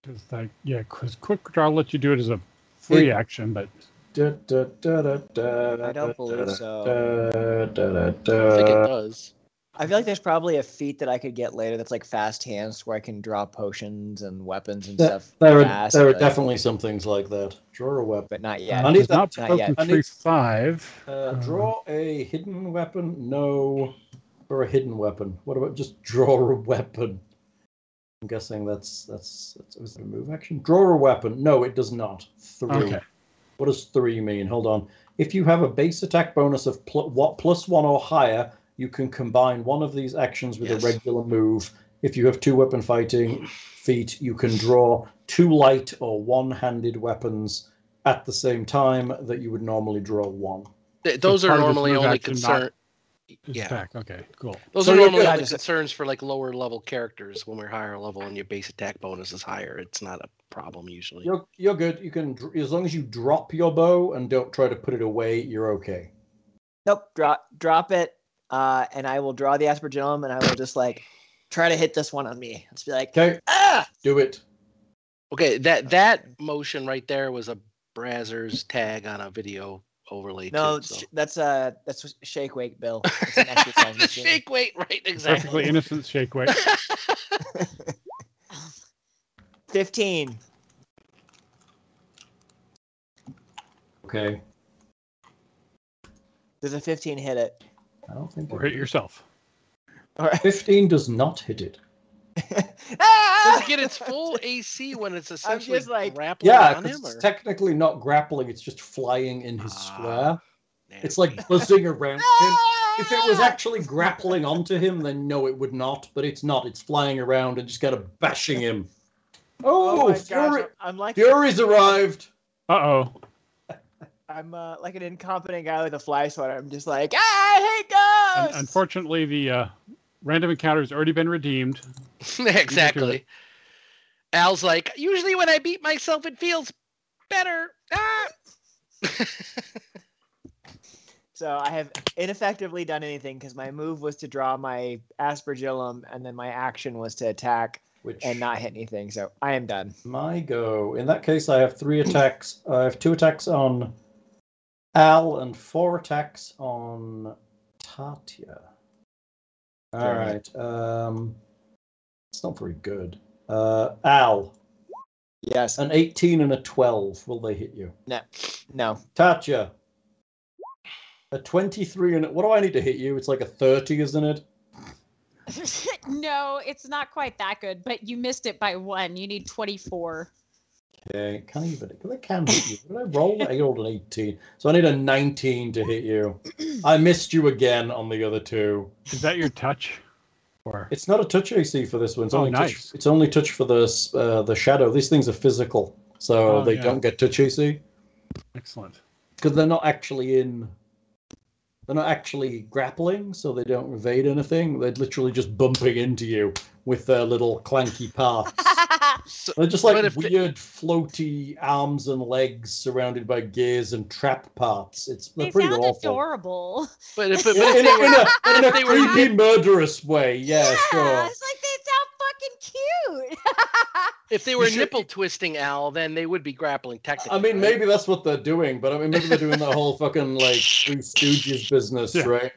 Speaker 4: Cause like yeah, 'cause quick draw lets you do it as a free
Speaker 1: Yeah.
Speaker 4: action, but
Speaker 1: Da, da, da, da, da,
Speaker 2: I don't
Speaker 1: da,
Speaker 2: believe
Speaker 1: da,
Speaker 2: so.
Speaker 1: da, da, da,
Speaker 8: I think it
Speaker 4: Uh,
Speaker 1: da.
Speaker 8: does.
Speaker 2: I feel like there's probably a feat that I could get later that's like fast hands where I can draw potions and weapons and
Speaker 1: There-
Speaker 2: stuff
Speaker 1: There are,
Speaker 2: fast,
Speaker 1: there are
Speaker 2: but,
Speaker 1: definitely some things like that. Draw a weapon.
Speaker 2: but not
Speaker 1: I
Speaker 2: yet.
Speaker 1: need
Speaker 4: does
Speaker 1: that-
Speaker 4: not
Speaker 2: not
Speaker 4: provoke
Speaker 2: yet.
Speaker 4: and
Speaker 1: I need-
Speaker 4: free five.
Speaker 1: Uh,
Speaker 4: Um,
Speaker 1: draw a hidden weapon? No. Or a hidden weapon. What about just draw a weapon? I'm guessing that's that's, that's was it a move action? Draw a weapon. No, it does not. Three.
Speaker 4: Okay.
Speaker 1: What does three mean? Hold on. If you have a base attack bonus of pl- what plus one or higher, you can combine one of these actions with
Speaker 8: Yes.
Speaker 1: a regular move. If you have two weapon fighting feet, you can draw two light or one-handed weapons at the same time that you would normally draw one.
Speaker 8: Th- those are
Speaker 4: part of his
Speaker 8: normally
Speaker 4: move
Speaker 8: only
Speaker 4: action, not-
Speaker 8: concern.
Speaker 4: His
Speaker 8: Yeah.
Speaker 4: attack. Okay, cool.
Speaker 8: Those
Speaker 2: So
Speaker 8: are
Speaker 2: you're
Speaker 8: normally
Speaker 2: good. I
Speaker 8: only
Speaker 2: just-
Speaker 8: concerns for like lower level characters. When we're higher level and your base attack bonus is higher, it's not a problem usually.
Speaker 1: You're you're good. You can dr- as long as you drop your bow and don't try to put it away. You're okay.
Speaker 2: Nope, drop drop it. Uh, and I will draw the aspergillum and I will just like try to hit this one on me. Let's be like,
Speaker 1: Okay,
Speaker 2: ah!
Speaker 1: do it.
Speaker 8: Okay, that that motion right there was a Brazzers tag on a video overlay.
Speaker 2: No,
Speaker 8: too, so.
Speaker 2: sh- that's uh that's shake weight, Bill. It's an exercise
Speaker 8: the
Speaker 2: machine.
Speaker 8: shake weight, right?
Speaker 4: Perfectly
Speaker 8: Exactly.
Speaker 4: innocent shake weight.
Speaker 2: Fifteen.
Speaker 1: Okay.
Speaker 2: Does a fifteen hit it?
Speaker 1: I don't think
Speaker 4: or hit yourself.
Speaker 2: All right.
Speaker 1: fifteen does not hit it.
Speaker 8: Does
Speaker 2: ah!
Speaker 8: it get its full AC when it's essentially
Speaker 2: just like-
Speaker 8: grappling
Speaker 1: Yeah,
Speaker 8: on
Speaker 1: 'cause
Speaker 8: him?
Speaker 1: it's
Speaker 8: Or?
Speaker 1: technically not grappling. It's just flying in his
Speaker 8: Ah,
Speaker 1: square. It's
Speaker 8: nasty.
Speaker 1: like buzzing around him. If it was actually grappling onto him, then no, it would not. But it's not. It's flying around and just kind of bashing him.
Speaker 2: Oh,
Speaker 1: Oh,
Speaker 2: my
Speaker 1: Fury,
Speaker 2: gosh! I'm like
Speaker 1: Fury's arrived.
Speaker 4: Uh oh.
Speaker 2: I'm uh, like an incompetent guy with a fly swatter. I'm just like, ah, I hate ghosts.
Speaker 4: unfortunately, the uh, random encounter has already been redeemed.
Speaker 8: exactly. Al's like, usually when I beat myself, it feels better. Ah!
Speaker 2: so I have ineffectively done anything because my move was to draw my aspergillum, and then my action was to attack
Speaker 1: Which
Speaker 2: and not hit anything. So I am done.
Speaker 1: My go. In that case, I have three attacks. I have two attacks on Al and four attacks on Tatya. All
Speaker 2: Fair
Speaker 1: right. Um, it's not very good. Uh, Al,
Speaker 2: Yes.
Speaker 1: an 18 and a 12. Will they hit you?
Speaker 2: No. No.
Speaker 1: Tatya, a 23 and what do I need to hit you? It's like a 30, isn't it?
Speaker 5: no, it's not quite that good, but you missed it by one. You need 24.
Speaker 1: Okay, can't even. They can hit you. Did I roll? I rolled an 18. So I need a 19 to hit you. I missed you again on the other two.
Speaker 4: Is that your touch? Or
Speaker 1: It's not a touch AC for this one. It's
Speaker 4: Oh,
Speaker 1: only
Speaker 4: nice.
Speaker 1: touch, it's only touch for the s- uh, the shadow. These things are physical, so
Speaker 4: Oh,
Speaker 1: they
Speaker 4: yeah.
Speaker 1: don't get touch AC
Speaker 4: excellent.
Speaker 1: because they're not actually in. They're not actually grappling, so they don't evade anything. They're literally just bumping into you with their little clanky parts.
Speaker 8: So,
Speaker 1: They're just like
Speaker 8: But if they-
Speaker 1: weird, floaty arms and legs surrounded by gears and trap parts. It's they're
Speaker 5: they
Speaker 1: pretty
Speaker 5: sound
Speaker 1: awful.
Speaker 5: adorable.
Speaker 8: but if, but
Speaker 1: Yeah,
Speaker 8: if
Speaker 1: in,
Speaker 8: they
Speaker 1: a,
Speaker 8: were
Speaker 1: in a, in a
Speaker 8: if they were
Speaker 1: creepy, murderous way. Yeah, sure.
Speaker 5: It's like they sound fucking cute.
Speaker 8: If they were
Speaker 1: should-
Speaker 8: nipple twisting Al, then they would be grappling technically.
Speaker 1: I mean,
Speaker 8: right?
Speaker 1: maybe that's what they're doing, but I mean, maybe they're doing that whole fucking like Three Stooges business,
Speaker 4: Yeah.
Speaker 1: right?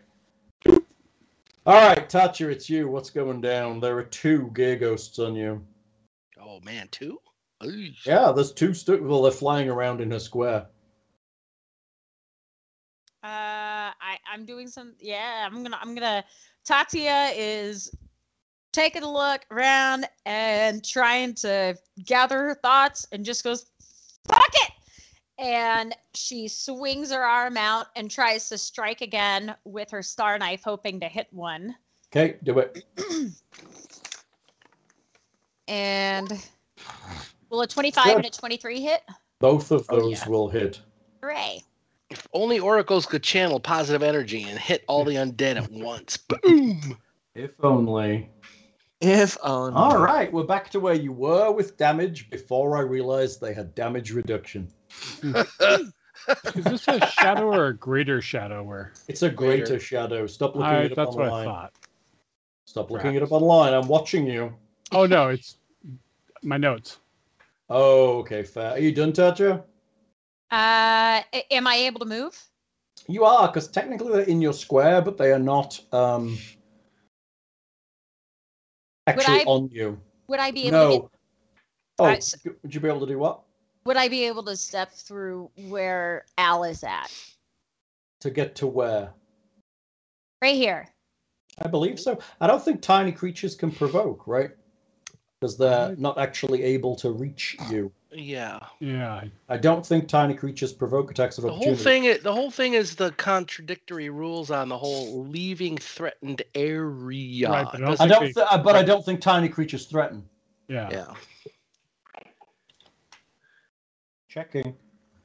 Speaker 1: All right, Tatcher, it's you. What's going down? There are two gear ghosts on you.
Speaker 8: Oh man, two. Ooh.
Speaker 1: Yeah, there's two. Stu- well, they're flying around in a square.
Speaker 5: Uh, I I'm doing some. Yeah, I'm gonna. I'm gonna. Tatia is taking a look around and trying to gather her thoughts, and just goes, "Fuck it!" And she swings her arm out and tries to strike again with her star knife, hoping to hit one.
Speaker 1: Okay, do it.
Speaker 5: And will a 25 and a 23 hit?
Speaker 1: Both of
Speaker 8: Oh,
Speaker 1: those will hit.
Speaker 5: Hooray!
Speaker 8: If only oracles could channel positive energy and hit all the undead at once. Boom!
Speaker 1: If only.
Speaker 2: If only.
Speaker 1: All right, we're back to where you were with damage before I realized they had damage reduction.
Speaker 4: Is this a shadow or a greater shadow? Or
Speaker 1: It's a greater
Speaker 8: Greater.
Speaker 1: shadow. Stop looking
Speaker 4: I,
Speaker 1: it up
Speaker 4: that's what
Speaker 1: online.
Speaker 4: I thought.
Speaker 1: Stop looking it up online. I'm watching you.
Speaker 4: Oh no, it's my notes.
Speaker 1: Oh, okay, fair. Are you done, Tatcha?
Speaker 5: Uh, a- am I able to move?
Speaker 1: You are, because technically they're in your square, but they are not um, actually
Speaker 5: I-
Speaker 1: on you.
Speaker 5: Would I be able to get,
Speaker 1: No. Oh,
Speaker 5: I s-
Speaker 1: g- would you be able to do what?
Speaker 5: would I be able to step through where Al is at?
Speaker 1: To get to where?
Speaker 5: Right here.
Speaker 1: I believe so. I don't think tiny creatures can provoke, right? Because
Speaker 8: Mm.
Speaker 1: they're not actually able to reach you.
Speaker 8: Yeah.
Speaker 4: Yeah, I-
Speaker 1: I don't think tiny creatures provoke attacks of
Speaker 8: The whole
Speaker 1: opportunity.
Speaker 8: thing. i- The whole thing is the contradictory rules on the whole leaving threatened area.
Speaker 4: Right, but I don't
Speaker 8: Doesn't-
Speaker 1: I don't,
Speaker 4: Okay.
Speaker 1: th- uh, but I don't think tiny creatures threaten.
Speaker 4: yeah.
Speaker 8: yeah.
Speaker 1: Checking.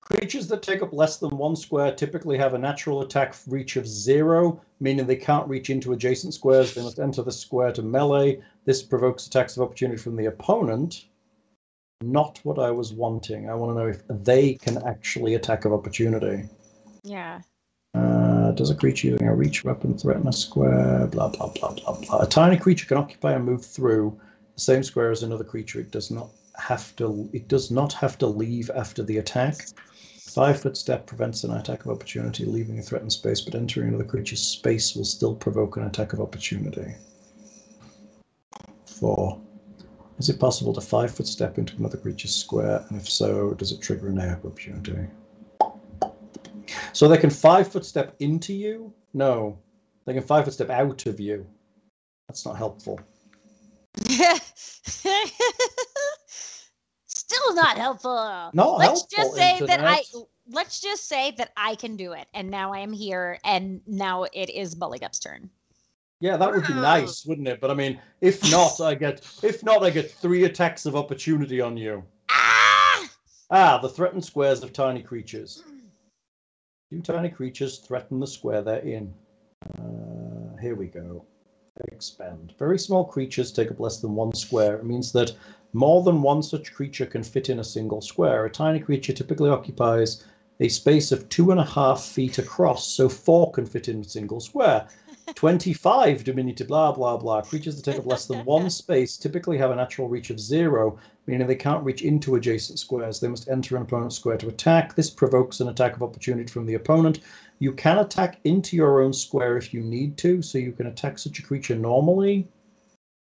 Speaker 1: Creatures that take up less than one square typically have a natural attack reach of zero, meaning they can't reach into adjacent squares. They must enter the square to melee. This provokes attacks of opportunity from the opponent. Not what I was wanting. I want to know if they can actually attack of opportunity.
Speaker 5: Yeah.
Speaker 1: Uh, does a creature using a reach weapon threaten a square? Blah blah blah blah blah. A tiny creature can occupy and move through the same square as another creature. It does not have to. It does not have to leave after the attack. Five foot step prevents an attack of opportunity, leaving a threatened space, but entering another creature's space will still provoke an attack of opportunity. Four. Is it possible to five foot step into another creature's square? And if so, does it trigger an attack of opportunity? So they can five foot step into you? No. They can five foot step out of you. That's not helpful.
Speaker 5: Still not helpful.
Speaker 1: Not
Speaker 5: let's
Speaker 1: helpful,
Speaker 5: just say that I
Speaker 1: internet.
Speaker 5: let's just say that I can do it and now I am here and now it is Bullygup's turn.
Speaker 1: Yeah, that would be nice, wouldn't it? But I mean, if not, I get if not, I get three attacks of opportunity on you.
Speaker 5: Ah!
Speaker 1: Ah, the threatened squares of tiny creatures. Two tiny creatures threaten the square they're in. Uh, here we go. Expand. Very small creatures take up less than one square. It means that more than one such creature can fit in a single square. A tiny creature typically occupies a space of two and a half feet across, so four can fit in a single square. 25 diminutive, blah, blah, blah. Creatures that take up less than one space typically have a natural reach of zero, meaning they can't reach into adjacent squares. They must enter an opponent's square to attack. This provokes an attack of opportunity from the opponent. You can attack into your own square if you need to, so you can attack such a creature normally.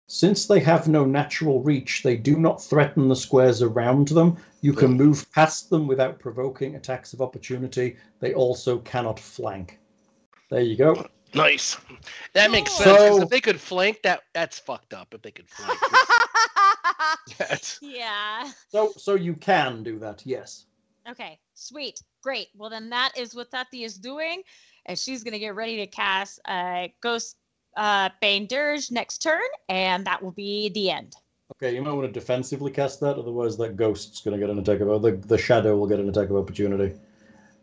Speaker 1: Since they have no natural reach, they do not threaten the squares around them. You can move past them without provoking attacks of opportunity. They also cannot flank. There you go.
Speaker 8: Nice. That makes
Speaker 5: Cool.
Speaker 8: sense. 'cause
Speaker 1: So-
Speaker 8: if they could flank, that that's fucked up. If they could flank, that's
Speaker 5: yeah.
Speaker 1: So, so you can do that. Yes.
Speaker 5: Okay, sweet, great. Well, then that is what Tati is doing, and she's gonna get ready to cast uh, Ghost uh, Bane Dirge next turn, and that will be the end.
Speaker 1: Okay, you might want to defensively cast that, otherwise that ghost's going to get an attack of the the shadow will get an attack of opportunity.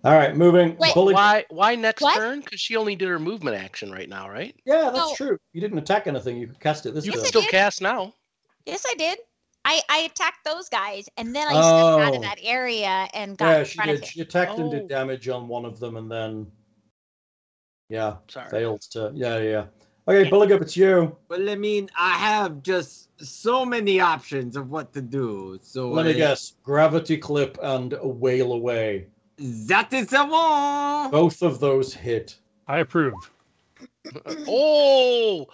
Speaker 1: All right, moving.
Speaker 5: Wait,
Speaker 1: Bully-
Speaker 8: why. Why next
Speaker 5: What?
Speaker 8: turn? Because she only did her movement action right now, right?
Speaker 1: Yeah, that's
Speaker 5: No.
Speaker 1: true. You didn't attack anything. You could cast it this
Speaker 8: You
Speaker 5: Yes,
Speaker 8: can
Speaker 5: I
Speaker 1: turn.
Speaker 8: still
Speaker 5: did.
Speaker 8: cast now.
Speaker 5: Yes, I did. I I attacked those guys, and then I stepped out
Speaker 1: Oh.
Speaker 5: of that area and got
Speaker 1: Yeah,
Speaker 5: in
Speaker 1: she
Speaker 5: front of
Speaker 1: did.
Speaker 5: him.
Speaker 1: She attacked and
Speaker 8: Oh.
Speaker 1: did damage on one of them, and then yeah,
Speaker 8: Sorry.
Speaker 1: failed to. Yeah, yeah. Okay, Bullock up. It's you.
Speaker 7: Well, I mean, I have just so many options of what to do. So
Speaker 1: Let me
Speaker 7: uh,
Speaker 1: guess. Gravity clip and wail away.
Speaker 7: That is the one.
Speaker 1: Both of those hit.
Speaker 4: I approve.
Speaker 8: Uh, Oh.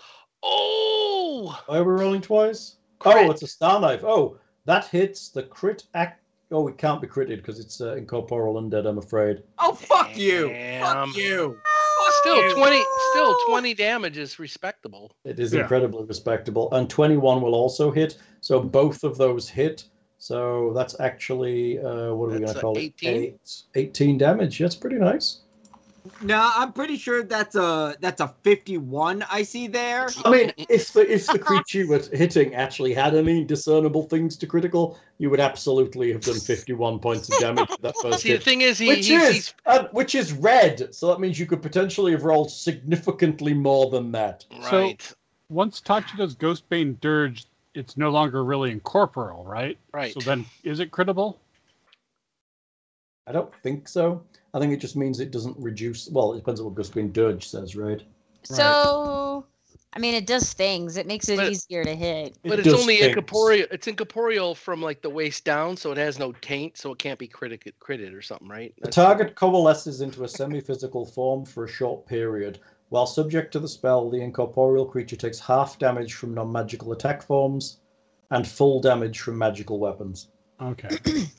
Speaker 8: Oh.
Speaker 1: Why are we rolling twice?
Speaker 8: Crit.
Speaker 1: Oh, it's a star knife. Oh, that hits the crit act. Oh, it can't be critted because it's uh, incorporeal undead. I'm afraid.
Speaker 8: Um,
Speaker 7: Oh, fuck you.
Speaker 8: Damn.
Speaker 7: Fuck you.
Speaker 8: Still twenty. Still twenty damage is respectable.
Speaker 1: It is
Speaker 4: Yeah.
Speaker 1: incredibly respectable. And 21 will also hit. So both of those hit. So that's actually, uh, what are we going
Speaker 8: That's
Speaker 1: to
Speaker 8: a
Speaker 1: call
Speaker 8: 18?
Speaker 1: it? Eight, 18 damage. That's pretty nice.
Speaker 7: No, I'm pretty sure that's a that's a 51 I see there.
Speaker 1: I mean, if the, if the creature you were hitting actually had any discernible things to critical, you would absolutely have done 51 points of damage with that first
Speaker 8: See, the
Speaker 1: hit.
Speaker 8: thing is, he,
Speaker 1: Which
Speaker 8: he's,
Speaker 1: is, uh, which is red. So that means you could potentially have rolled significantly more than that.
Speaker 8: he's
Speaker 4: So-
Speaker 8: right.
Speaker 4: Once Tachida's Ghostbane Dirge, it's no longer really incorporeal, right?
Speaker 8: right.
Speaker 4: So then, is it critical?
Speaker 1: I don't think so. I think it just means it doesn't reduce. Well, it depends on what Guspin Dirge says, right?
Speaker 5: So, I mean, it does things. It makes it
Speaker 8: But-
Speaker 5: easier to hit.
Speaker 1: It
Speaker 8: but it's
Speaker 1: does
Speaker 8: only
Speaker 1: things.
Speaker 8: incorporeal. It's incorporeal from like the waist down, so it has no taint, so it can't be critic critted or something, right?
Speaker 1: The
Speaker 8: That's-
Speaker 1: target coalesces into a semi physical form for a short period. While subject to the spell, the incorporeal creature takes half damage from non magical attack forms and full damage from magical weapons.
Speaker 4: Okay.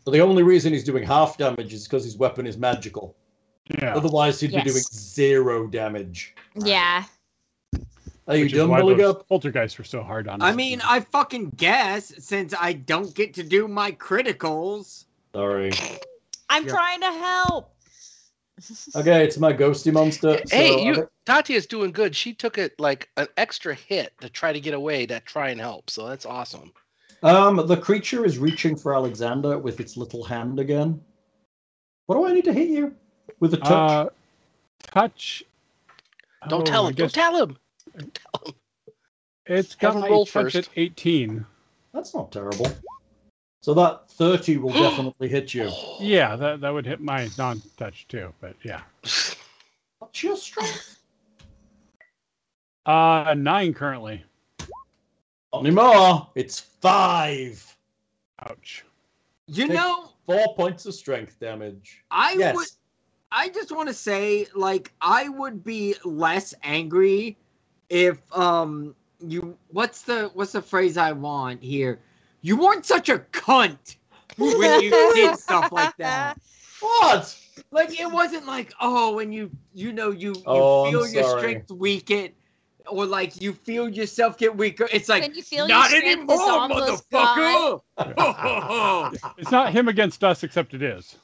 Speaker 1: So the only reason he's doing half damage is because his weapon is magical.
Speaker 4: Yeah.
Speaker 1: Otherwise, he'd be doing
Speaker 5: Yes.
Speaker 1: zero damage.
Speaker 5: Yeah.
Speaker 1: Are you
Speaker 4: Which is
Speaker 1: done,
Speaker 4: why
Speaker 1: Billy
Speaker 4: those
Speaker 1: Goat?
Speaker 4: poltergeists are so hard on
Speaker 7: I
Speaker 4: us. Uh,
Speaker 7: mean, I fucking guess since I don't get to do my criticals.
Speaker 1: Sorry.
Speaker 5: I'm
Speaker 7: Yeah.
Speaker 5: trying to help.
Speaker 1: Okay, it's my ghosty monster. So
Speaker 8: hey,
Speaker 1: I
Speaker 8: you Tati is doing good. She took it like an extra hit to try to get away to try and help. So that's awesome.
Speaker 1: Um, the creature is reaching for Alexander with its little hand again. What do I need to hit you with a touch?
Speaker 4: Uh, touch.
Speaker 8: Don't
Speaker 4: Oh,
Speaker 8: tell
Speaker 4: I
Speaker 8: him. Don't
Speaker 4: guess
Speaker 8: tell him.
Speaker 4: It's
Speaker 8: Have
Speaker 4: got
Speaker 8: him
Speaker 4: my
Speaker 8: roll
Speaker 4: touch at
Speaker 8: first.
Speaker 4: 18.
Speaker 1: That's not terrible. So that thirty will definitely hit you.
Speaker 4: Yeah, that, that would hit my non-touch too, but yeah.
Speaker 1: What's your strength?
Speaker 4: Uh, nine currently.
Speaker 1: Not anymore. It's five.
Speaker 4: Ouch.
Speaker 7: You
Speaker 1: Take-
Speaker 7: know,
Speaker 1: Four points of strength damage.
Speaker 7: I
Speaker 1: yes.
Speaker 7: would I just want to say like I would be less angry if um you what's the what's the phrase I want here? You weren't such a cunt when you did stuff like that.
Speaker 1: What?
Speaker 7: Like it wasn't like oh, and you you know you you
Speaker 1: Oh, I'm
Speaker 7: feel your
Speaker 1: sorry.
Speaker 7: strength weaken, or like you feel yourself get weaker. It's like
Speaker 5: When you feel your
Speaker 7: not
Speaker 5: strength is
Speaker 7: anymore,
Speaker 5: almost gone.
Speaker 7: motherfucker.
Speaker 4: It's not him against us, except it is.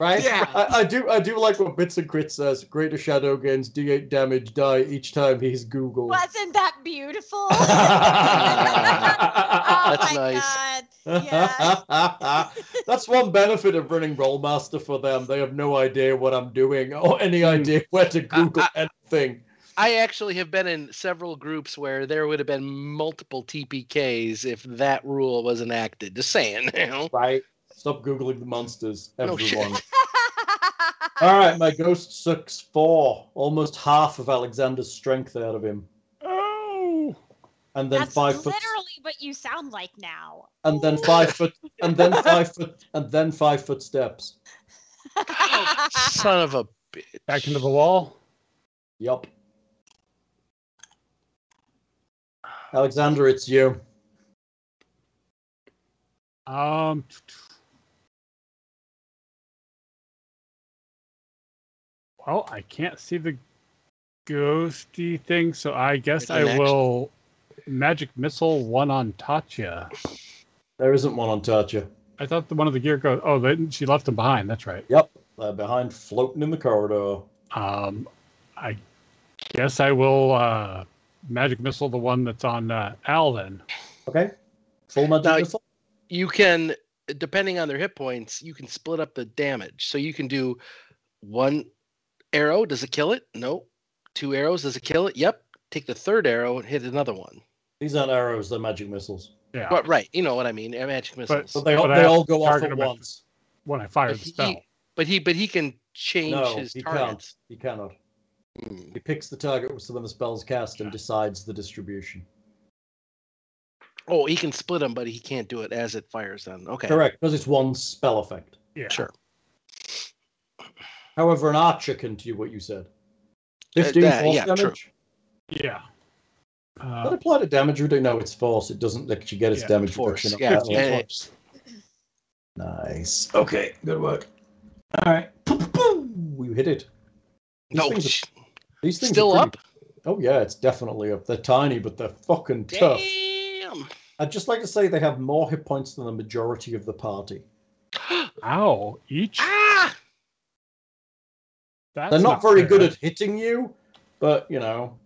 Speaker 1: Right?
Speaker 7: Yeah.
Speaker 1: I, I do. I do like what Bits and Crit says. Greater shadow gains D8 damage die each time he's Googled.
Speaker 5: Wasn't that beautiful?
Speaker 1: That's
Speaker 5: oh
Speaker 8: That's
Speaker 5: my
Speaker 8: nice.
Speaker 5: god. Yeah.
Speaker 1: That's one benefit of running Rollmaster for them. They have no idea what I'm doing or any
Speaker 8: Hmm.
Speaker 1: idea where to
Speaker 8: Ah,
Speaker 1: Google anything.
Speaker 8: I actually have been in several groups where there would have been multiple TPKs if that rule was enacted. Just saying, you know.
Speaker 1: Right. Stop Googling the monsters,
Speaker 8: No shit.
Speaker 1: everyone. All right, my ghost sucks four, almost half of Alexander's strength out of him.
Speaker 4: Oh.
Speaker 1: And then
Speaker 5: That's
Speaker 1: five
Speaker 5: literally
Speaker 1: foot,
Speaker 5: what you sound like now.
Speaker 1: and then five foot, and then five foot, and then five foot steps.
Speaker 8: Son of a bitch.
Speaker 4: Back into the wall.
Speaker 1: Yup. Alexander, it's you.
Speaker 4: Um. Well, I can't see the ghosty thing, so I guess
Speaker 8: It's
Speaker 4: I
Speaker 8: next.
Speaker 4: will magic missile one on Tatya.
Speaker 1: There isn't one on Tatcha.
Speaker 4: I thought the one of the gear goes. Oh, they, she left him behind. That's right.
Speaker 1: Yep, they're behind, floating in the corridor.
Speaker 4: Um, I guess I will uh, magic missile the one that's on uh, Al then.
Speaker 1: Okay. Full magic
Speaker 8: Now-
Speaker 1: missile.
Speaker 8: You can, depending on their hit points, you can split up the damage. So you can do one arrow. Does it kill it? No. Two arrows. Does it kill it? Yep. Take the third arrow and hit another one.
Speaker 1: These aren't arrows; they're magic missiles.
Speaker 4: Yeah.
Speaker 8: But right, you know what I mean. uh, Magic missiles.
Speaker 1: So
Speaker 8: But,
Speaker 1: they all,
Speaker 4: But I
Speaker 1: they
Speaker 4: have
Speaker 1: all
Speaker 4: to
Speaker 1: go off
Speaker 4: target
Speaker 1: at
Speaker 4: them at-
Speaker 1: once.
Speaker 4: when I fire the
Speaker 8: he-
Speaker 4: spell.
Speaker 8: he, but he can change
Speaker 1: No,
Speaker 8: his
Speaker 1: he
Speaker 8: targets.
Speaker 1: can't. He cannot.
Speaker 8: Hmm.
Speaker 1: He picks the target so when the spell's cast and decides the distribution.
Speaker 8: Oh, he can split them, but he can't do it as it fires. Then okay.
Speaker 1: Correct, because it's one spell effect.
Speaker 4: Yeah.
Speaker 8: Sure.
Speaker 1: However, an archer can do what you said.
Speaker 8: Uh,
Speaker 1: Fifteen
Speaker 8: that-
Speaker 1: force
Speaker 8: yeah, true.
Speaker 1: damage.
Speaker 4: Yeah.
Speaker 1: That
Speaker 4: Uh,
Speaker 1: apply to damage, or do no? It's force. It doesn't let you get its
Speaker 4: Yeah,
Speaker 1: damage
Speaker 8: force,
Speaker 1: reduction.
Speaker 8: yeah, eh.
Speaker 1: up.
Speaker 8: yeah, yeah.
Speaker 1: Nice. Okay, good work. All right, you hit it. These
Speaker 8: No.
Speaker 1: things are-
Speaker 8: sh-
Speaker 1: These things are
Speaker 8: Still
Speaker 1: pretty-
Speaker 8: up?
Speaker 1: Oh yeah, it's definitely up. They're tiny, but they're fucking tough.
Speaker 8: Damn.
Speaker 1: I'd just like to say they have more hit points than the majority of the party.
Speaker 4: Ow! Each.
Speaker 8: Ah.
Speaker 4: That's
Speaker 1: they're not, very
Speaker 4: fair.
Speaker 1: good at hitting you, but you know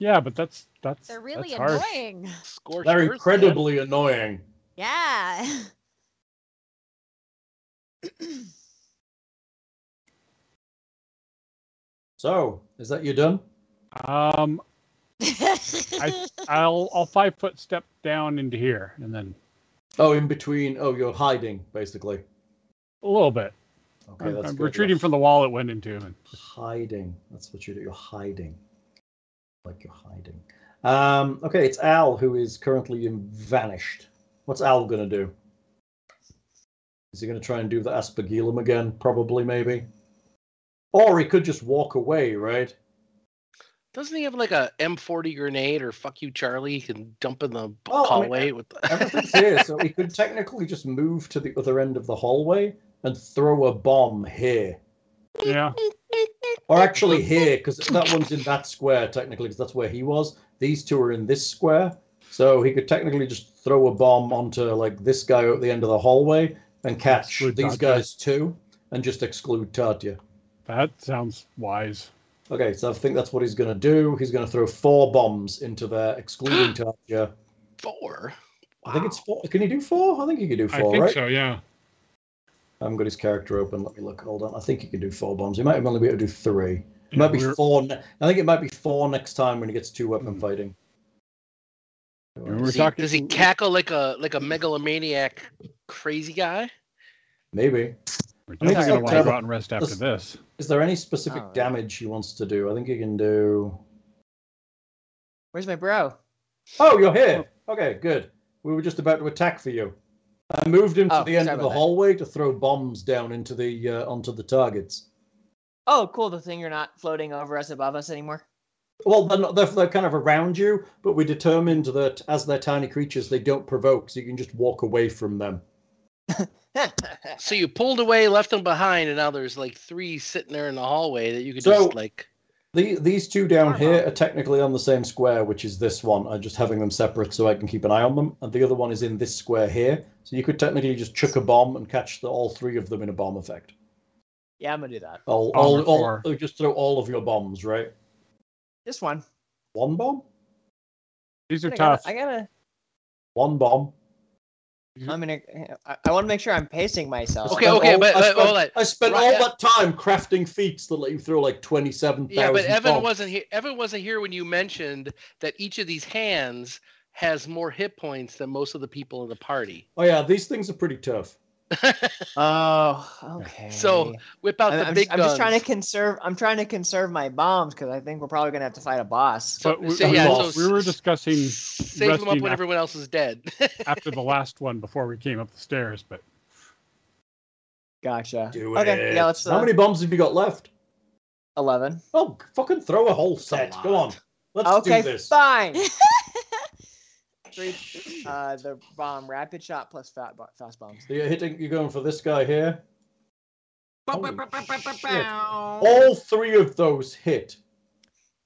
Speaker 4: Yeah, but that's that's.
Speaker 5: They're really
Speaker 4: that's harsh.
Speaker 5: annoying.
Speaker 8: Scorched
Speaker 1: they're
Speaker 8: earth, man.
Speaker 1: incredibly annoying.
Speaker 5: Yeah.
Speaker 1: So, is that you done?
Speaker 4: Um, I'll I'll five foot step down into here, and then
Speaker 1: Oh, in between. Oh, you're hiding basically.
Speaker 4: a little bit.
Speaker 1: Okay, that's
Speaker 4: I'm
Speaker 1: good.
Speaker 4: retreating from the wall it went into. And
Speaker 1: hiding. That's what you do. You're hiding. Like you're hiding. Um, okay, it's Al who is currently in vanished. What's Al gonna do? Is he gonna try and do the aspergillum again? Probably, maybe. Or he could just walk away, right?
Speaker 8: Doesn't he have like a M40 grenade or fuck you, Charlie? He can dump in the
Speaker 1: Well, Oh, I mean,
Speaker 8: hallway with. The...
Speaker 1: Everything's here, so he could technically just move to the other end of the hallway and throw a bomb here.
Speaker 4: yeah,
Speaker 1: Or actually here, because that one's in that square technically, because that's where he was. These two are in this square, so he could technically just throw a bomb onto like this guy at the end of the hallway and catch
Speaker 4: Exclude
Speaker 1: these
Speaker 4: Tatya.
Speaker 1: guys too, and just exclude Tatya.
Speaker 4: that sounds wise.
Speaker 1: Okay, so I think that's what he's going to do. He's going to throw four bombs into there, excluding Tatya.
Speaker 8: Four.
Speaker 1: I think it's four. Can he do four? I think he could do
Speaker 4: I
Speaker 1: four,
Speaker 4: think
Speaker 1: right?
Speaker 4: so. Yeah.
Speaker 1: I haven't got his character open. Let me look. Hold on. I think he could do four bombs. He might only be able to do three. It
Speaker 4: Yeah,
Speaker 1: might be
Speaker 4: we're-
Speaker 1: four. Ne- I think it might be four next time when he gets two weapon
Speaker 4: Hmm.
Speaker 1: fighting.
Speaker 4: we were
Speaker 8: Does he,
Speaker 4: talking-
Speaker 8: does he cackle like a like a megalomaniac crazy guy?
Speaker 1: Maybe.
Speaker 4: We're
Speaker 1: I mean,
Speaker 4: definitely gonna
Speaker 1: it's
Speaker 4: want to
Speaker 1: not
Speaker 4: go out and rest after
Speaker 1: terrible.
Speaker 4: this.
Speaker 1: Is there any specific
Speaker 2: Oh.
Speaker 1: damage he wants to do? I think he can do.
Speaker 2: Where's my bro?
Speaker 1: Oh, you're here. Okay, good. We were just about to attack for you. I moved him to
Speaker 2: Oh,
Speaker 1: the end
Speaker 2: sorry
Speaker 1: of the
Speaker 2: about that.
Speaker 1: hallway to throw bombs down into the uh, onto the targets.
Speaker 2: Oh, cool. The thing you're not floating over us above us anymore.
Speaker 1: Well, they're, not, they're, they're kind of around you, but we determined that as they're tiny creatures, they don't provoke, so you can just walk away from them.
Speaker 8: So you pulled away, left them behind, and now there's like three sitting there in the hallway that you could
Speaker 1: So-
Speaker 8: just like.
Speaker 1: The, these two down here are technically on the same square, which is this one. I'm just having them separate so I can keep an eye on them. And the other one is in this square here. So you could technically just chuck a bomb and catch the, all three of them in a bomb effect.
Speaker 2: yeah, I'm gonna do that.
Speaker 1: All,
Speaker 4: Bomb
Speaker 1: all,
Speaker 4: or
Speaker 1: all,
Speaker 4: four.
Speaker 1: oh, just throw all of your bombs, right?
Speaker 2: This one.
Speaker 1: One bomb?
Speaker 4: These are
Speaker 2: I gotta.
Speaker 4: tough.
Speaker 2: I gotta.
Speaker 1: One bomb.
Speaker 2: I'm gonna. I, I want to make sure I'm pacing myself.
Speaker 8: Mm-hmm. Okay,
Speaker 1: Spent
Speaker 8: okay, but-
Speaker 1: I
Speaker 8: but-
Speaker 1: spent,
Speaker 8: hold on.
Speaker 1: I spent
Speaker 8: Right,
Speaker 1: all
Speaker 8: yeah.
Speaker 1: that time crafting feats that let you throw like 27,000
Speaker 8: Yeah, but Evan
Speaker 1: bombs.
Speaker 8: wasn't here. Evan wasn't here when you mentioned that each of these hands has more hit points than most of the people in the party.
Speaker 1: Oh, yeah, these things are pretty tough.
Speaker 2: Oh, okay.
Speaker 8: So whip out
Speaker 2: I'm,
Speaker 8: the
Speaker 2: I'm,
Speaker 8: big
Speaker 2: I'm
Speaker 8: guns.
Speaker 2: just trying to conserve. I'm trying to conserve my bombs because I think we're probably gonna have to fight a boss.
Speaker 8: So-
Speaker 4: But we,
Speaker 8: so
Speaker 4: we
Speaker 8: yeah,
Speaker 4: were-
Speaker 8: so
Speaker 4: we were
Speaker 8: s-
Speaker 4: discussing
Speaker 8: save them up
Speaker 4: resting
Speaker 8: when
Speaker 4: after-
Speaker 8: everyone else is dead.
Speaker 4: after the last one before we came up the stairs, but
Speaker 2: Gotcha.
Speaker 1: Do
Speaker 2: okay.
Speaker 1: it.
Speaker 2: Yeah. Let's. Uh,
Speaker 1: How many bombs have you got left?
Speaker 2: Eleven.
Speaker 1: Oh, fucking throw a whole
Speaker 8: a
Speaker 1: set. Come on.
Speaker 8: lot.
Speaker 1: Let's
Speaker 2: Okay.
Speaker 1: do this.
Speaker 2: Fine. Three. Uh, the bomb, rapid shot plus fat bo- fast bombs.
Speaker 1: So you're hitting. You're going for this guy here. Holy shit. Oh.
Speaker 7: All
Speaker 1: All three of those hit.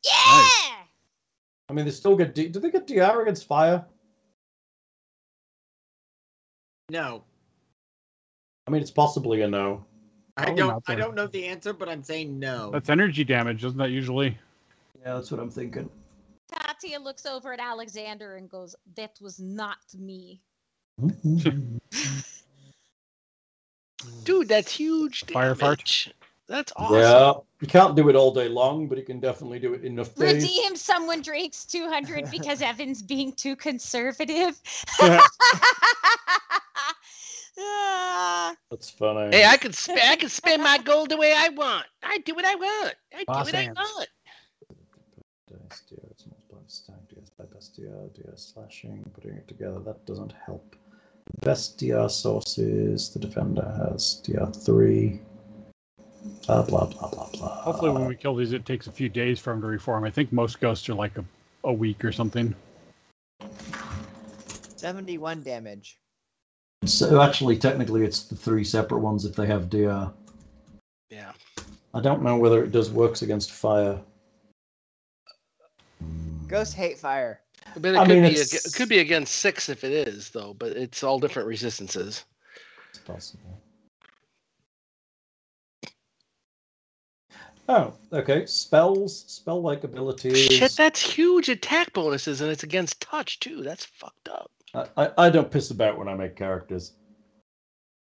Speaker 5: yeah.
Speaker 1: I mean, they still get. D- Do they get DR against fire?
Speaker 7: no.
Speaker 1: I mean, it's possibly a no.
Speaker 7: I
Speaker 4: Probably
Speaker 7: don't.
Speaker 4: not
Speaker 7: I
Speaker 4: there.
Speaker 7: don't know the answer, but I'm saying
Speaker 1: Oh.
Speaker 7: no.
Speaker 4: that's energy damage, isn't that usually?
Speaker 1: Yeah, that's what I'm thinking.
Speaker 5: Tatia looks over at Alexander and goes, "That was not me."
Speaker 8: Dude, that's huge
Speaker 4: Fire fart.
Speaker 8: damage. That's awesome.
Speaker 1: yeah, you can't do it all day long, but you can definitely do it enough days.
Speaker 5: Redeem someone drinks 200 because Evan's being too conservative. Ah.
Speaker 1: That's funny.
Speaker 8: Hey, I could sp- I could spend my gold the way I want. I do what I want. I do
Speaker 4: Boss
Speaker 8: what I
Speaker 4: hands.
Speaker 8: want.
Speaker 1: Dice, dear, it's multiplied by stack, dear, it's by best DR, dear, slashing, putting it together, that doesn't help. The best DR sources, the defender has DR3, blah, blah, blah, blah, blah.
Speaker 4: Hopefully, when we kill these, it takes a few days for them to reform. I think most ghosts are like a, a week or something.
Speaker 2: Seventy-one damage.
Speaker 1: So actually, technically, it's the three separate ones if they have DR.
Speaker 8: Yeah.
Speaker 1: I don't know whether it does works against fire.
Speaker 2: Ghosts hate fire.
Speaker 8: But it
Speaker 1: I
Speaker 8: could
Speaker 1: mean,
Speaker 8: be
Speaker 1: it's-
Speaker 8: ag- it could be against six if it is though. But it's all different resistances.
Speaker 1: It's possible. Oh, okay. Spells, spell-like abilities.
Speaker 8: Shit, that's huge attack bonuses, and it's against touch too. That's fucked up.
Speaker 1: I, I, I don't piss about when I make characters.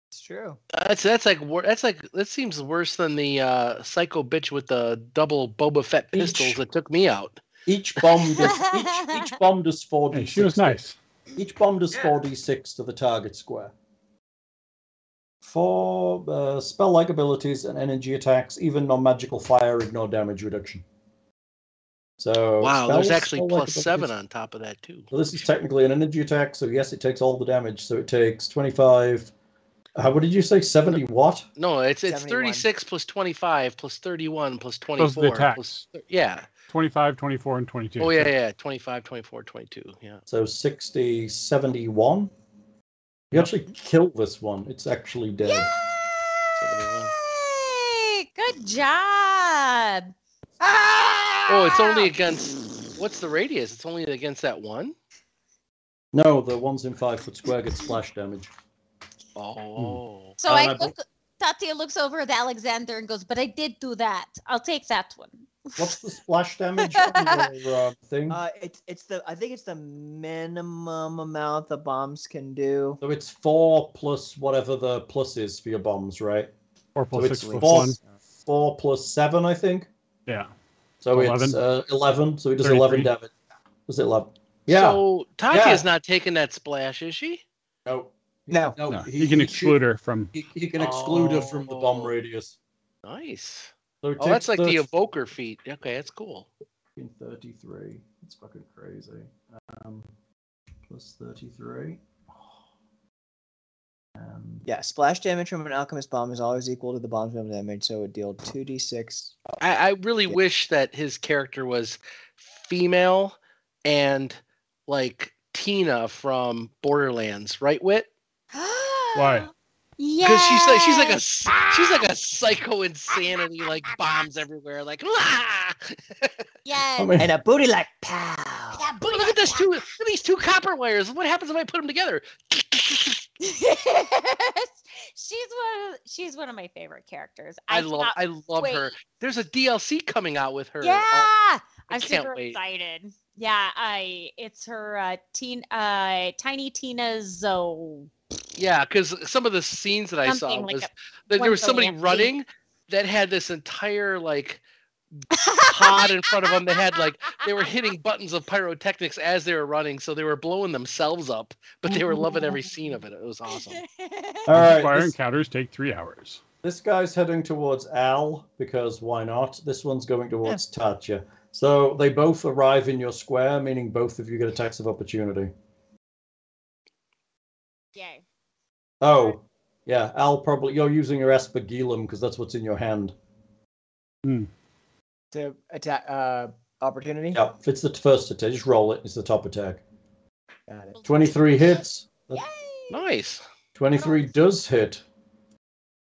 Speaker 2: It's true.
Speaker 8: That's that's like wor- that's like that seems worse than the uh, psycho bitch with the double Boba Fett pistols
Speaker 1: Each-
Speaker 8: that took me out.
Speaker 1: Each bomb does each, each bomb does four d
Speaker 4: And
Speaker 1: six.
Speaker 4: she was nice.
Speaker 1: Each bomb does
Speaker 3: Yeah.
Speaker 1: four d six to the target square. For uh, spell-like abilities and energy attacks, even non-magical fire ignore damage reduction. Oh, So
Speaker 8: Wow, there's
Speaker 1: spells,
Speaker 8: actually
Speaker 1: spell-like
Speaker 8: plus seven
Speaker 1: abilities-
Speaker 8: on top of that too.
Speaker 1: Well, this is technically an energy attack, so yes, it takes all the damage. So it takes 25. Uh, what did you say? 70 what?
Speaker 8: No, it's it's
Speaker 2: 71.
Speaker 8: thirty six plus twenty five plus thirty one plus twenty
Speaker 4: Those are the
Speaker 8: four
Speaker 4: attacks.
Speaker 8: yeah.
Speaker 4: 25, 24, and 22.
Speaker 8: Oh yeah, yeah, 25, 24, 22. Yeah.
Speaker 1: So 60, 71.
Speaker 8: Mm-hmm.
Speaker 1: You actually kill this one. It's actually dead.
Speaker 5: Yay! Good job.
Speaker 8: Oh, it's only against what's the radius? It's only against that one?
Speaker 1: No, the ones in five foot square get splash damage.
Speaker 8: Oh.
Speaker 5: So
Speaker 1: Um,
Speaker 5: I
Speaker 1: I
Speaker 5: look. Tatia looks over at Alexander and goes, "But I did do that. I'll take that one."
Speaker 1: What's the splash damage on your uh, thing?
Speaker 2: Uh, it's it's the I think it's the minimum amount the bombs can do.
Speaker 1: so it's four plus whatever the plus is for your bombs, right?
Speaker 4: Four plus
Speaker 1: so
Speaker 4: six
Speaker 1: it's
Speaker 4: plus
Speaker 1: four,
Speaker 4: one.
Speaker 1: four plus seven, I think.
Speaker 4: Yeah.
Speaker 1: So it's
Speaker 4: 11.
Speaker 1: uh, 11. So it does 11
Speaker 4: 33.
Speaker 1: damage. Does it 11? Yeah.
Speaker 8: So Tatia's
Speaker 1: Yeah.
Speaker 8: not taking that splash, is she?
Speaker 1: no.
Speaker 2: No.
Speaker 1: No,
Speaker 4: No,
Speaker 1: Oh, he-
Speaker 4: you can
Speaker 1: he
Speaker 4: exclude
Speaker 1: shoot-
Speaker 4: her from.
Speaker 1: He, he can exclude her from the bomb
Speaker 8: Oh.
Speaker 1: radius.
Speaker 8: Nice.
Speaker 1: So it
Speaker 8: Oh, that's like
Speaker 1: takes
Speaker 8: the
Speaker 1: 30
Speaker 8: evoker feat. Okay, that's cool.
Speaker 1: 33. It's fucking crazy. Um, plus 33. And
Speaker 2: Yeah, splash damage from an alchemist bomb is always equal to the bomb's minimum damage, so it would deal two d six.
Speaker 8: I, I really
Speaker 2: Yeah.
Speaker 8: wish that his character was female and like Tina from Borderlands, right, Wit?
Speaker 4: Why?
Speaker 5: Yeah.
Speaker 8: Because she's like she's like a s- she's like a psycho insanity, like bombs everywhere, like "Wah!"
Speaker 5: Yes.
Speaker 1: I
Speaker 8: Oh
Speaker 1: mean,
Speaker 2: And a booty like pow.
Speaker 5: Yeah,
Speaker 8: Look at this two look at these two copper wires. What happens if I put them together?
Speaker 5: she's one. Of, she's one of my favorite characters.
Speaker 8: I,
Speaker 5: cannot
Speaker 8: love I love
Speaker 5: wait.
Speaker 8: her. There's a DLC coming out with her. Oh,
Speaker 5: Yeah,
Speaker 8: I
Speaker 5: I'm
Speaker 8: can't
Speaker 5: super
Speaker 8: wait.
Speaker 5: excited. Yeah, I. It's her uh, teen, uh, tiny Tina Zoe.
Speaker 8: Yeah, because some of the scenes that I saw
Speaker 5: Something like
Speaker 8: was
Speaker 5: a-
Speaker 8: that there
Speaker 5: one
Speaker 8: was somebody
Speaker 5: billion feet.
Speaker 8: running that had this entire like pod in front of them. They had like they were hitting buttons of pyrotechnics as they were running, so they were blowing themselves up. But they were loving every scene of it. It was awesome.
Speaker 1: all right.
Speaker 4: Fire
Speaker 1: This,
Speaker 4: encounters take three hours.
Speaker 1: this guy's heading towards Al because why not? This one's going towards Tatya. So they both arrive in your square, meaning both of you get attacks of opportunity.
Speaker 5: Yay.
Speaker 1: Oh, yeah. Al probably you're using your aspergillum because that's what's in your hand.
Speaker 2: To attack uh opportunity.
Speaker 1: Yeah, if it's the first attack, just roll it. It's the top attack.
Speaker 2: Got it.
Speaker 1: Twenty-three hits.
Speaker 5: Yay.
Speaker 8: Nice.
Speaker 1: Twenty-three does hit,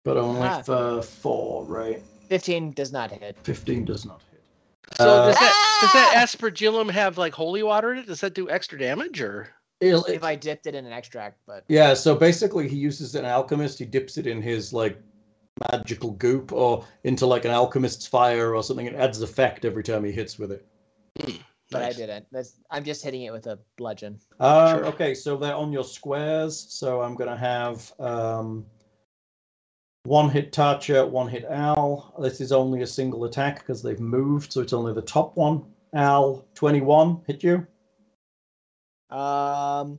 Speaker 1: but only
Speaker 2: Ah.
Speaker 1: for four. Right,
Speaker 2: Fifteen does not hit.
Speaker 1: fifteen does not hit.
Speaker 8: So
Speaker 1: Uh,
Speaker 8: does that does that
Speaker 5: Ah!
Speaker 8: aspergillum have like holy water in it? Does that do extra damage or?
Speaker 1: It'll-
Speaker 2: If I dipped it in an extract, but
Speaker 1: yeah, so basically, he uses an alchemist. He dips it in his like magical goop or into like an alchemist's fire or something. It adds effect every time he hits with it.
Speaker 2: but I
Speaker 8: Nice.
Speaker 2: didn't. That's I'm just hitting it with a bludgeon.
Speaker 1: Uh,
Speaker 8: Sure.
Speaker 1: Okay, so they're on your squares. So I'm going to have um, one hit Tatcha, one hit Al. This is only a single attack because they've moved, so it's only the top one. Al, 21, hit you.
Speaker 2: Um,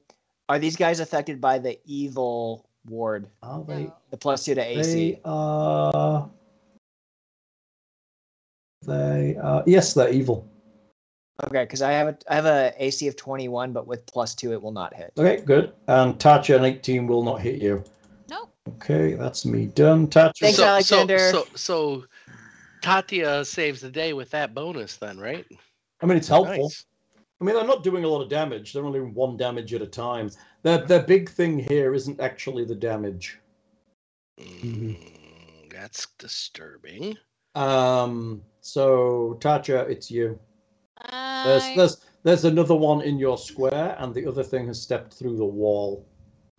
Speaker 2: are these guys affected by the evil ward?
Speaker 1: Are they?
Speaker 5: No.
Speaker 2: The plus two to AC.
Speaker 1: They are. They are. Yes, they're evil.
Speaker 2: Okay, because I have a I have a AC of twenty one, but with plus two, it will not hit.
Speaker 1: Okay, good. And Tatcha and 18 will not hit you.
Speaker 5: Nope.
Speaker 1: Okay, that's me done. Tatcha.
Speaker 2: Thanks,
Speaker 8: so,
Speaker 2: Alexander.
Speaker 8: So, so so Tatia saves the day with that bonus then, right?
Speaker 1: I mean, it's helpful.
Speaker 8: Nice.
Speaker 1: I mean, they're not doing a lot of damage. They're only doing one damage at a time. Their their big thing here isn't actually the damage.
Speaker 8: Mm, that's disturbing.
Speaker 1: Um, so Tatcha, it's you. There's,
Speaker 5: I-
Speaker 1: there's there's another one in your square, and the other thing has stepped through the wall.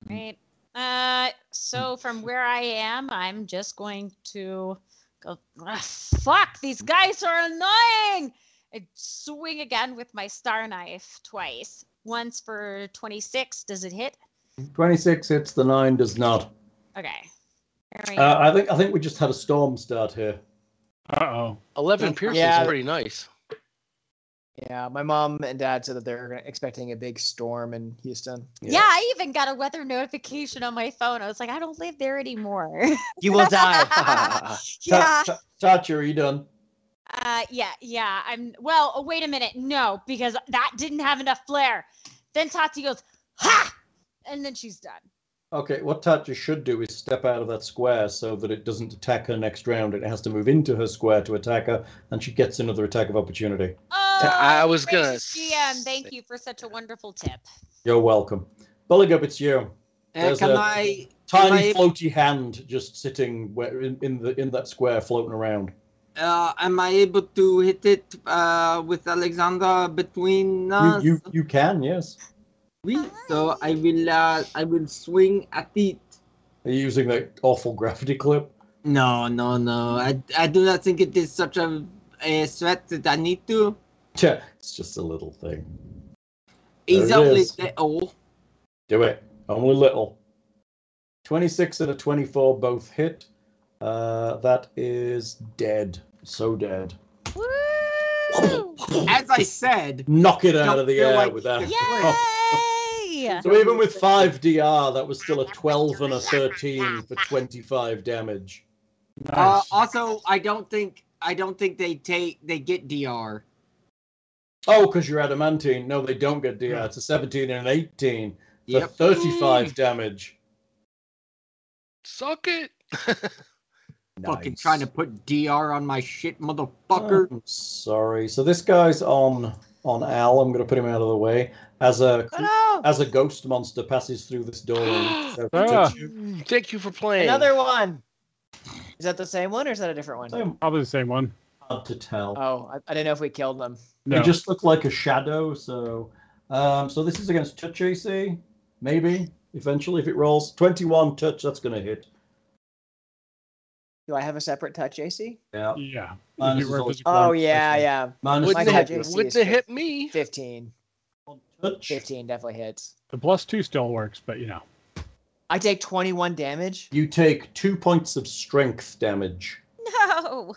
Speaker 5: Right. Uh, so from where I am, I'm just going to go. "Ah, fuck, these guys are annoying. I swing again with my star knife twice. Once for 26. Does it hit?
Speaker 1: Twenty six hits. The nine does not.
Speaker 5: Okay. There we
Speaker 1: Uh, I think I think we just had a storm start here.
Speaker 4: Uh oh.
Speaker 8: 11 piercing
Speaker 2: Yeah.
Speaker 8: is pretty nice.
Speaker 2: Yeah, my mom and dad said that they're expecting a big storm in Houston.
Speaker 5: yeah. I even got a weather notification on my phone. I was like, I don't live there anymore.
Speaker 2: You will
Speaker 5: die. yeah.
Speaker 1: Ta- Ta- Tatcha, are you done?
Speaker 5: Uh, yeah, yeah. I'm well. oh, Wait a minute. No, because that didn't have enough flair. Then Tati goes, ha, and then she's done.
Speaker 1: Okay, what Tatcha should do is step out of that square so that it doesn't attack her next round. It has to move into her square to attack her, and she gets another attack of opportunity.
Speaker 5: Oh,
Speaker 8: I was gonna
Speaker 5: gracious GM, thank
Speaker 8: say-
Speaker 5: you for such a wonderful tip.
Speaker 1: You're welcome. Bulligup, it's you.
Speaker 7: Uh,
Speaker 1: There's
Speaker 7: can
Speaker 1: a-
Speaker 7: I?
Speaker 1: Tiny
Speaker 7: Am I-
Speaker 1: floaty hand just sitting where, in, in the in that square, floating around.
Speaker 7: Uh, am I able to hit it uh, with Alexander between
Speaker 1: You,
Speaker 7: us?
Speaker 1: you you can yes.
Speaker 7: Oui, so I will. Uh, I will swing at it.
Speaker 1: Are you using that awful gravity clip?
Speaker 7: No, no, no. I, I do not think it is such a, a threat that I need to.
Speaker 1: Yeah, it's just a little thing. There
Speaker 7: Is
Speaker 1: it
Speaker 7: only
Speaker 1: is.
Speaker 7: the- oh
Speaker 1: Do it. Only little. 26 and a 24 both hit. Uh, that is dead. So dead.
Speaker 5: Woo!
Speaker 7: as I said.
Speaker 1: Knock it out of the
Speaker 7: Don't feel
Speaker 1: air
Speaker 7: like
Speaker 1: with that.
Speaker 5: Yay!
Speaker 1: So even with 5 DR, that was still a 12 and a 13 for 25 damage.
Speaker 7: Uh,
Speaker 4: Nice.
Speaker 7: also, I don't think I don't think they take they get DR.
Speaker 1: Oh, because you're adamantine. No, they don't get DR. It's a 17 and an 18 for
Speaker 7: Yep.
Speaker 1: 35 damage.
Speaker 8: Suck it.
Speaker 7: Fucking
Speaker 1: Nice. Oh,
Speaker 7: trying to put DR on my shit, motherfucker.
Speaker 1: I'm sorry. So this guy's on on Al. I'm going to put him out of the way. As a
Speaker 2: Oh
Speaker 1: as a ghost monster passes through this door, and so
Speaker 4: Ah.
Speaker 1: takes you.
Speaker 8: Thank you for
Speaker 2: no!
Speaker 8: playing.
Speaker 2: Another one. Is that the same one or is that a different one?
Speaker 1: So
Speaker 4: Probably the same one.
Speaker 1: hard to tell.
Speaker 2: Oh, I, I didn't know if we killed them.
Speaker 1: They
Speaker 4: No.
Speaker 1: just look like a shadow. So, um, so this is against touch AC. Maybe eventually, if it rolls 21 touch, that's going to hit.
Speaker 2: Do I have a separate touch AC?
Speaker 1: Yeah.
Speaker 8: Mm.
Speaker 4: Yeah.
Speaker 1: Mine
Speaker 4: If
Speaker 1: is
Speaker 4: you were
Speaker 1: also-
Speaker 4: physical-
Speaker 2: Oh
Speaker 1: One,
Speaker 2: yeah,
Speaker 1: okay.
Speaker 2: yeah.
Speaker 1: Minus
Speaker 8: Wouldn't
Speaker 2: My
Speaker 8: it,
Speaker 2: touch AC
Speaker 8: wouldn't
Speaker 2: is
Speaker 8: it hit me?
Speaker 2: Fifteen.
Speaker 1: 21 touch.
Speaker 2: Fifteen definitely hits.
Speaker 4: The plus two still works, but you know.
Speaker 2: I take twenty-one damage.
Speaker 1: You take two points of strength damage.
Speaker 5: No,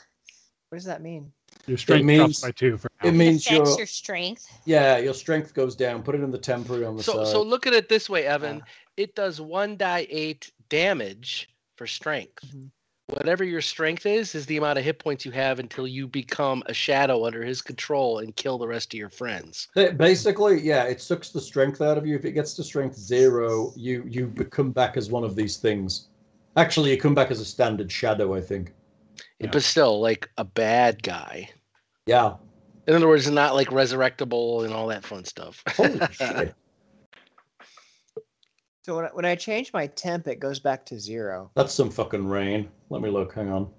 Speaker 2: What does that mean?
Speaker 4: Your strength
Speaker 1: means-
Speaker 4: drops by two for now.
Speaker 1: It means
Speaker 5: affects
Speaker 1: your
Speaker 5: your strength.
Speaker 1: yeah, your strength goes down. Put it in the temporary on the
Speaker 8: So,
Speaker 1: side.
Speaker 8: so look at it this way, Evan. It does one die eight damage for strength.
Speaker 1: Mm-hmm.
Speaker 2: Mhm.
Speaker 8: Whatever your strength is, is the amount of hit points you have until you become a shadow under his control and kill the rest of your friends.
Speaker 1: Ba- Basically, yeah, it sucks the strength out of you. If it gets to strength zero, you you be- come back as one of these things. Actually, you come back as a standard shadow, I think.
Speaker 4: Yeah.
Speaker 8: But still, like a bad guy.
Speaker 1: Yeah.
Speaker 8: In other words, not like resurrectable and all that fun stuff.
Speaker 1: Holy shit.
Speaker 2: So when I, when I change my temp, it goes back to zero.
Speaker 1: That's some fucking rain. Let me look. Hang on.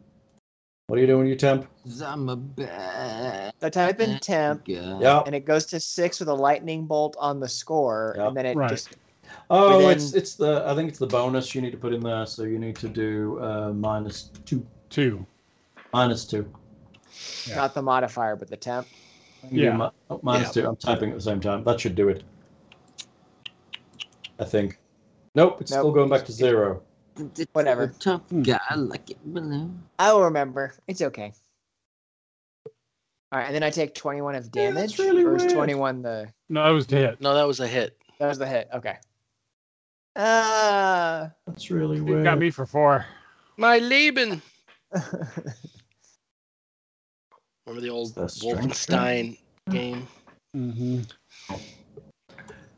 Speaker 1: What are you doing, you temp?
Speaker 7: I'm a bad
Speaker 2: I type in temp,
Speaker 7: guy.
Speaker 1: Yeah.
Speaker 2: Uh, and it goes to six with a lightning bolt on the score,
Speaker 1: Yeah.
Speaker 2: and then it
Speaker 4: Right.
Speaker 2: just
Speaker 1: Oh,
Speaker 2: within-
Speaker 1: it's it's the I think it's the bonus you need to put in there. So you need to do uh, minus two,
Speaker 4: Two.
Speaker 1: minus two.
Speaker 4: Yeah.
Speaker 2: not the modifier, but the temp.
Speaker 1: I can do
Speaker 4: Yeah.
Speaker 1: mi- oh, minus two. I'm typing at the same time. That should do it. I think. Nope, it's
Speaker 2: Nope.
Speaker 1: still going back to zero.
Speaker 2: Whatever.
Speaker 7: A tough
Speaker 4: Hmm.
Speaker 7: guy, I like it. below.
Speaker 2: I'll remember. It's okay. All right, and then I take twenty-one of
Speaker 1: Yeah, that's
Speaker 2: damage.
Speaker 1: really
Speaker 2: or is
Speaker 1: weird.
Speaker 2: twenty-one the
Speaker 4: No, that was to hit.
Speaker 8: no, that was a hit.
Speaker 2: that was the hit? Okay. Uh
Speaker 1: That's really
Speaker 4: You
Speaker 1: weird.
Speaker 4: got me for four.
Speaker 8: My Leben. Remember the old
Speaker 1: That's strength,
Speaker 8: Wolfenstein game?
Speaker 4: Mm-hmm.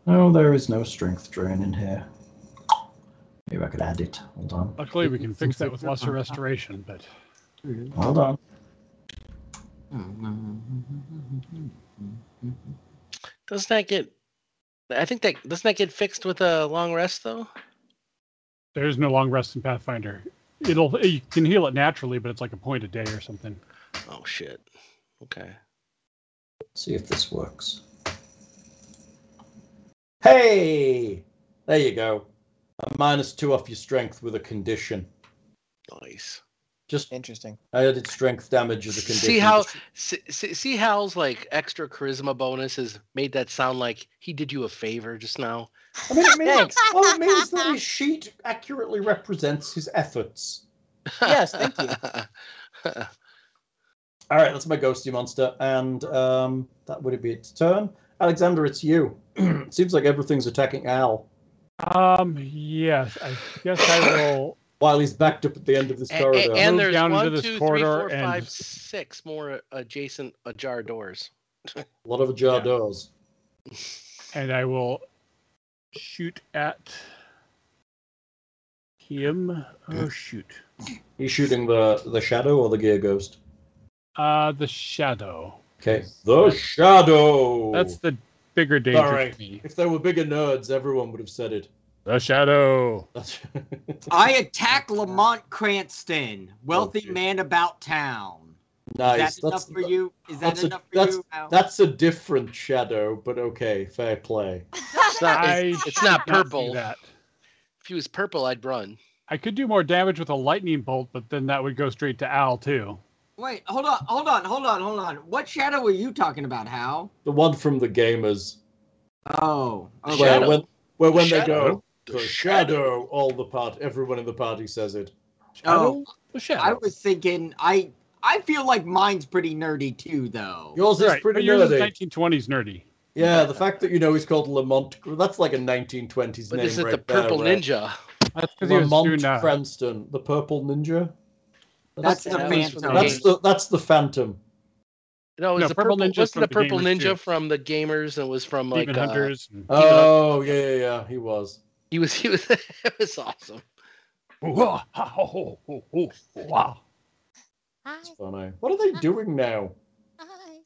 Speaker 1: No, Oh, there is no strength drain in here. Maybe I could add it. Hold on.
Speaker 4: Luckily, we can fix that with lesser restoration, but
Speaker 1: Hold on.
Speaker 8: Doesn't that get? I think that doesn't that get fixed with a long rest though.
Speaker 4: there's no long rest in Pathfinder. It'll you can heal it naturally, but it's like a point a day or something.
Speaker 8: Oh shit. Okay.
Speaker 1: See if this works. Hey! There you go. A minus two off your strength with a condition.
Speaker 8: Nice.
Speaker 1: Just
Speaker 2: Interesting.
Speaker 1: I added strength damage as a condition.
Speaker 8: See how
Speaker 1: just-
Speaker 8: see, see see how's like extra charisma bonus has made that sound like he did you a favor just now.
Speaker 1: I mean, it means,
Speaker 2: Thanks.
Speaker 1: well, it means that his sheet accurately represents his efforts.
Speaker 2: Yes, thank you.
Speaker 1: All right, that's my ghosty monster, and um, that would be its turn. Alexander, it's you. Seems like everything's attacking Al
Speaker 4: Um, yes, I guess I will.
Speaker 1: while he's backed up at the end of this
Speaker 8: A- a-
Speaker 1: corridor.
Speaker 8: and
Speaker 4: Move
Speaker 8: there's
Speaker 4: down into
Speaker 8: one, two,
Speaker 4: this
Speaker 8: three,
Speaker 4: corridor
Speaker 8: four,
Speaker 4: and-
Speaker 8: five, six more adjacent ajar doors.
Speaker 1: a lot of ajar
Speaker 4: Yeah.
Speaker 1: doors.
Speaker 4: and I will shoot at him. Oh shoot!
Speaker 1: He's shooting the the shadow or the gear ghost.
Speaker 4: Uh the shadow.
Speaker 1: Okay, the shadow.
Speaker 4: That's the bigger danger.
Speaker 1: Alright.
Speaker 4: to me.
Speaker 1: if there were bigger nerds, everyone would have said it.
Speaker 4: The shadow.
Speaker 1: That's
Speaker 7: I attack Lamont Cranston, wealthy
Speaker 1: shit.
Speaker 7: man about town. Is
Speaker 1: nice.
Speaker 7: that
Speaker 1: That's
Speaker 7: enough for you? Is that
Speaker 1: that's a-
Speaker 7: enough for
Speaker 1: that's-
Speaker 7: you? Al?
Speaker 1: that's a different shadow, but okay, fair play.
Speaker 8: It's not,
Speaker 4: I
Speaker 8: it's, it's not
Speaker 4: Not do
Speaker 8: purple.
Speaker 4: That.
Speaker 8: If he was purple, I'd run.
Speaker 4: I could do more damage with a lightning bolt, but then that would go straight to Al too.
Speaker 7: Wait, hold on, hold on, hold on, hold on. What shadow were you talking about, Hal?
Speaker 1: The one from the gamers.
Speaker 7: Oh, okay.
Speaker 8: Shadow.
Speaker 1: Where when, where when they
Speaker 8: Shadow.
Speaker 1: go, the shadow, all the part, everyone in the party says it.
Speaker 7: Oh.
Speaker 4: Shadow. The shadow.
Speaker 7: I was thinking. I I feel like mine's pretty nerdy too, though.
Speaker 1: Yours is
Speaker 4: right.
Speaker 1: pretty
Speaker 4: but yours
Speaker 1: nerdy.
Speaker 4: is 1920s nerdy.
Speaker 1: yeah, the fact that you know he's called Lamont, that's like a 1920s
Speaker 8: But
Speaker 1: name
Speaker 8: this is
Speaker 1: right
Speaker 8: the purple
Speaker 1: there, right?
Speaker 8: ninja.
Speaker 4: That's because he was
Speaker 1: Lamont
Speaker 4: doing uh,
Speaker 1: Cranston, the Purple Ninja.
Speaker 7: That's the
Speaker 8: that was from
Speaker 7: phantom.
Speaker 8: the
Speaker 1: That's
Speaker 8: game.
Speaker 1: the that's the Phantom.
Speaker 8: No, it was
Speaker 4: No,
Speaker 8: the
Speaker 4: Purple
Speaker 8: purple,
Speaker 4: Ninja's
Speaker 8: wasn't
Speaker 4: from
Speaker 8: the
Speaker 4: the
Speaker 8: purple
Speaker 4: gamers,
Speaker 8: ninja
Speaker 4: too.
Speaker 8: from the gamers and was from like
Speaker 4: demon
Speaker 8: uh,
Speaker 4: hunters. and-
Speaker 1: Oh yeah, yeah, yeah, he was.
Speaker 8: he was he was it was awesome.
Speaker 4: Whoa, ha, ho, ho, ho, ho, wow.
Speaker 5: Hi,
Speaker 1: It's funny. What are they doing now?
Speaker 5: hi.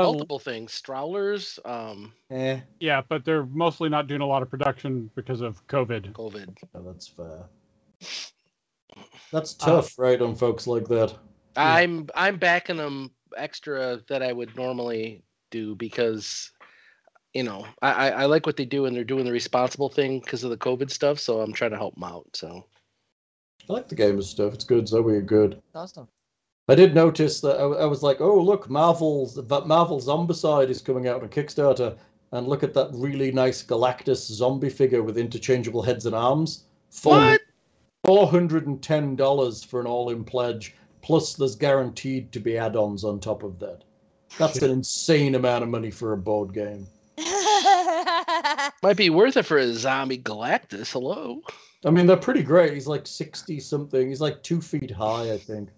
Speaker 4: Uh,
Speaker 8: Multiple things. Strollers, um
Speaker 1: Eh,
Speaker 4: yeah, but they're mostly not doing a lot of production because of COVID.
Speaker 8: COVID.
Speaker 1: no, that's fair. That's tough, right, on folks like that.
Speaker 8: I'm I'm backing them extra that I would normally do because you know I, I, I like what they do and they're doing the responsible thing because of the COVID stuff. So I'm trying to help them out. So
Speaker 1: I like the gamers stuff. It's good. So we're good.
Speaker 2: Awesome.
Speaker 1: I did notice that I, I was like, "Oh, look, Marvel's that Marvel Zombicide is coming out on Kickstarter, and look at that really nice Galactus zombie figure with interchangeable heads and arms."
Speaker 8: what?
Speaker 1: Four hundred and ten dollars for an all-in pledge, plus there's guaranteed to be add-ons on top of that. That's an insane amount of money for a board game.
Speaker 8: Might be worth it for a zombie Galactus. Hello.
Speaker 1: I mean, they're pretty great. He's like sixty something. He's like two feet high, I think.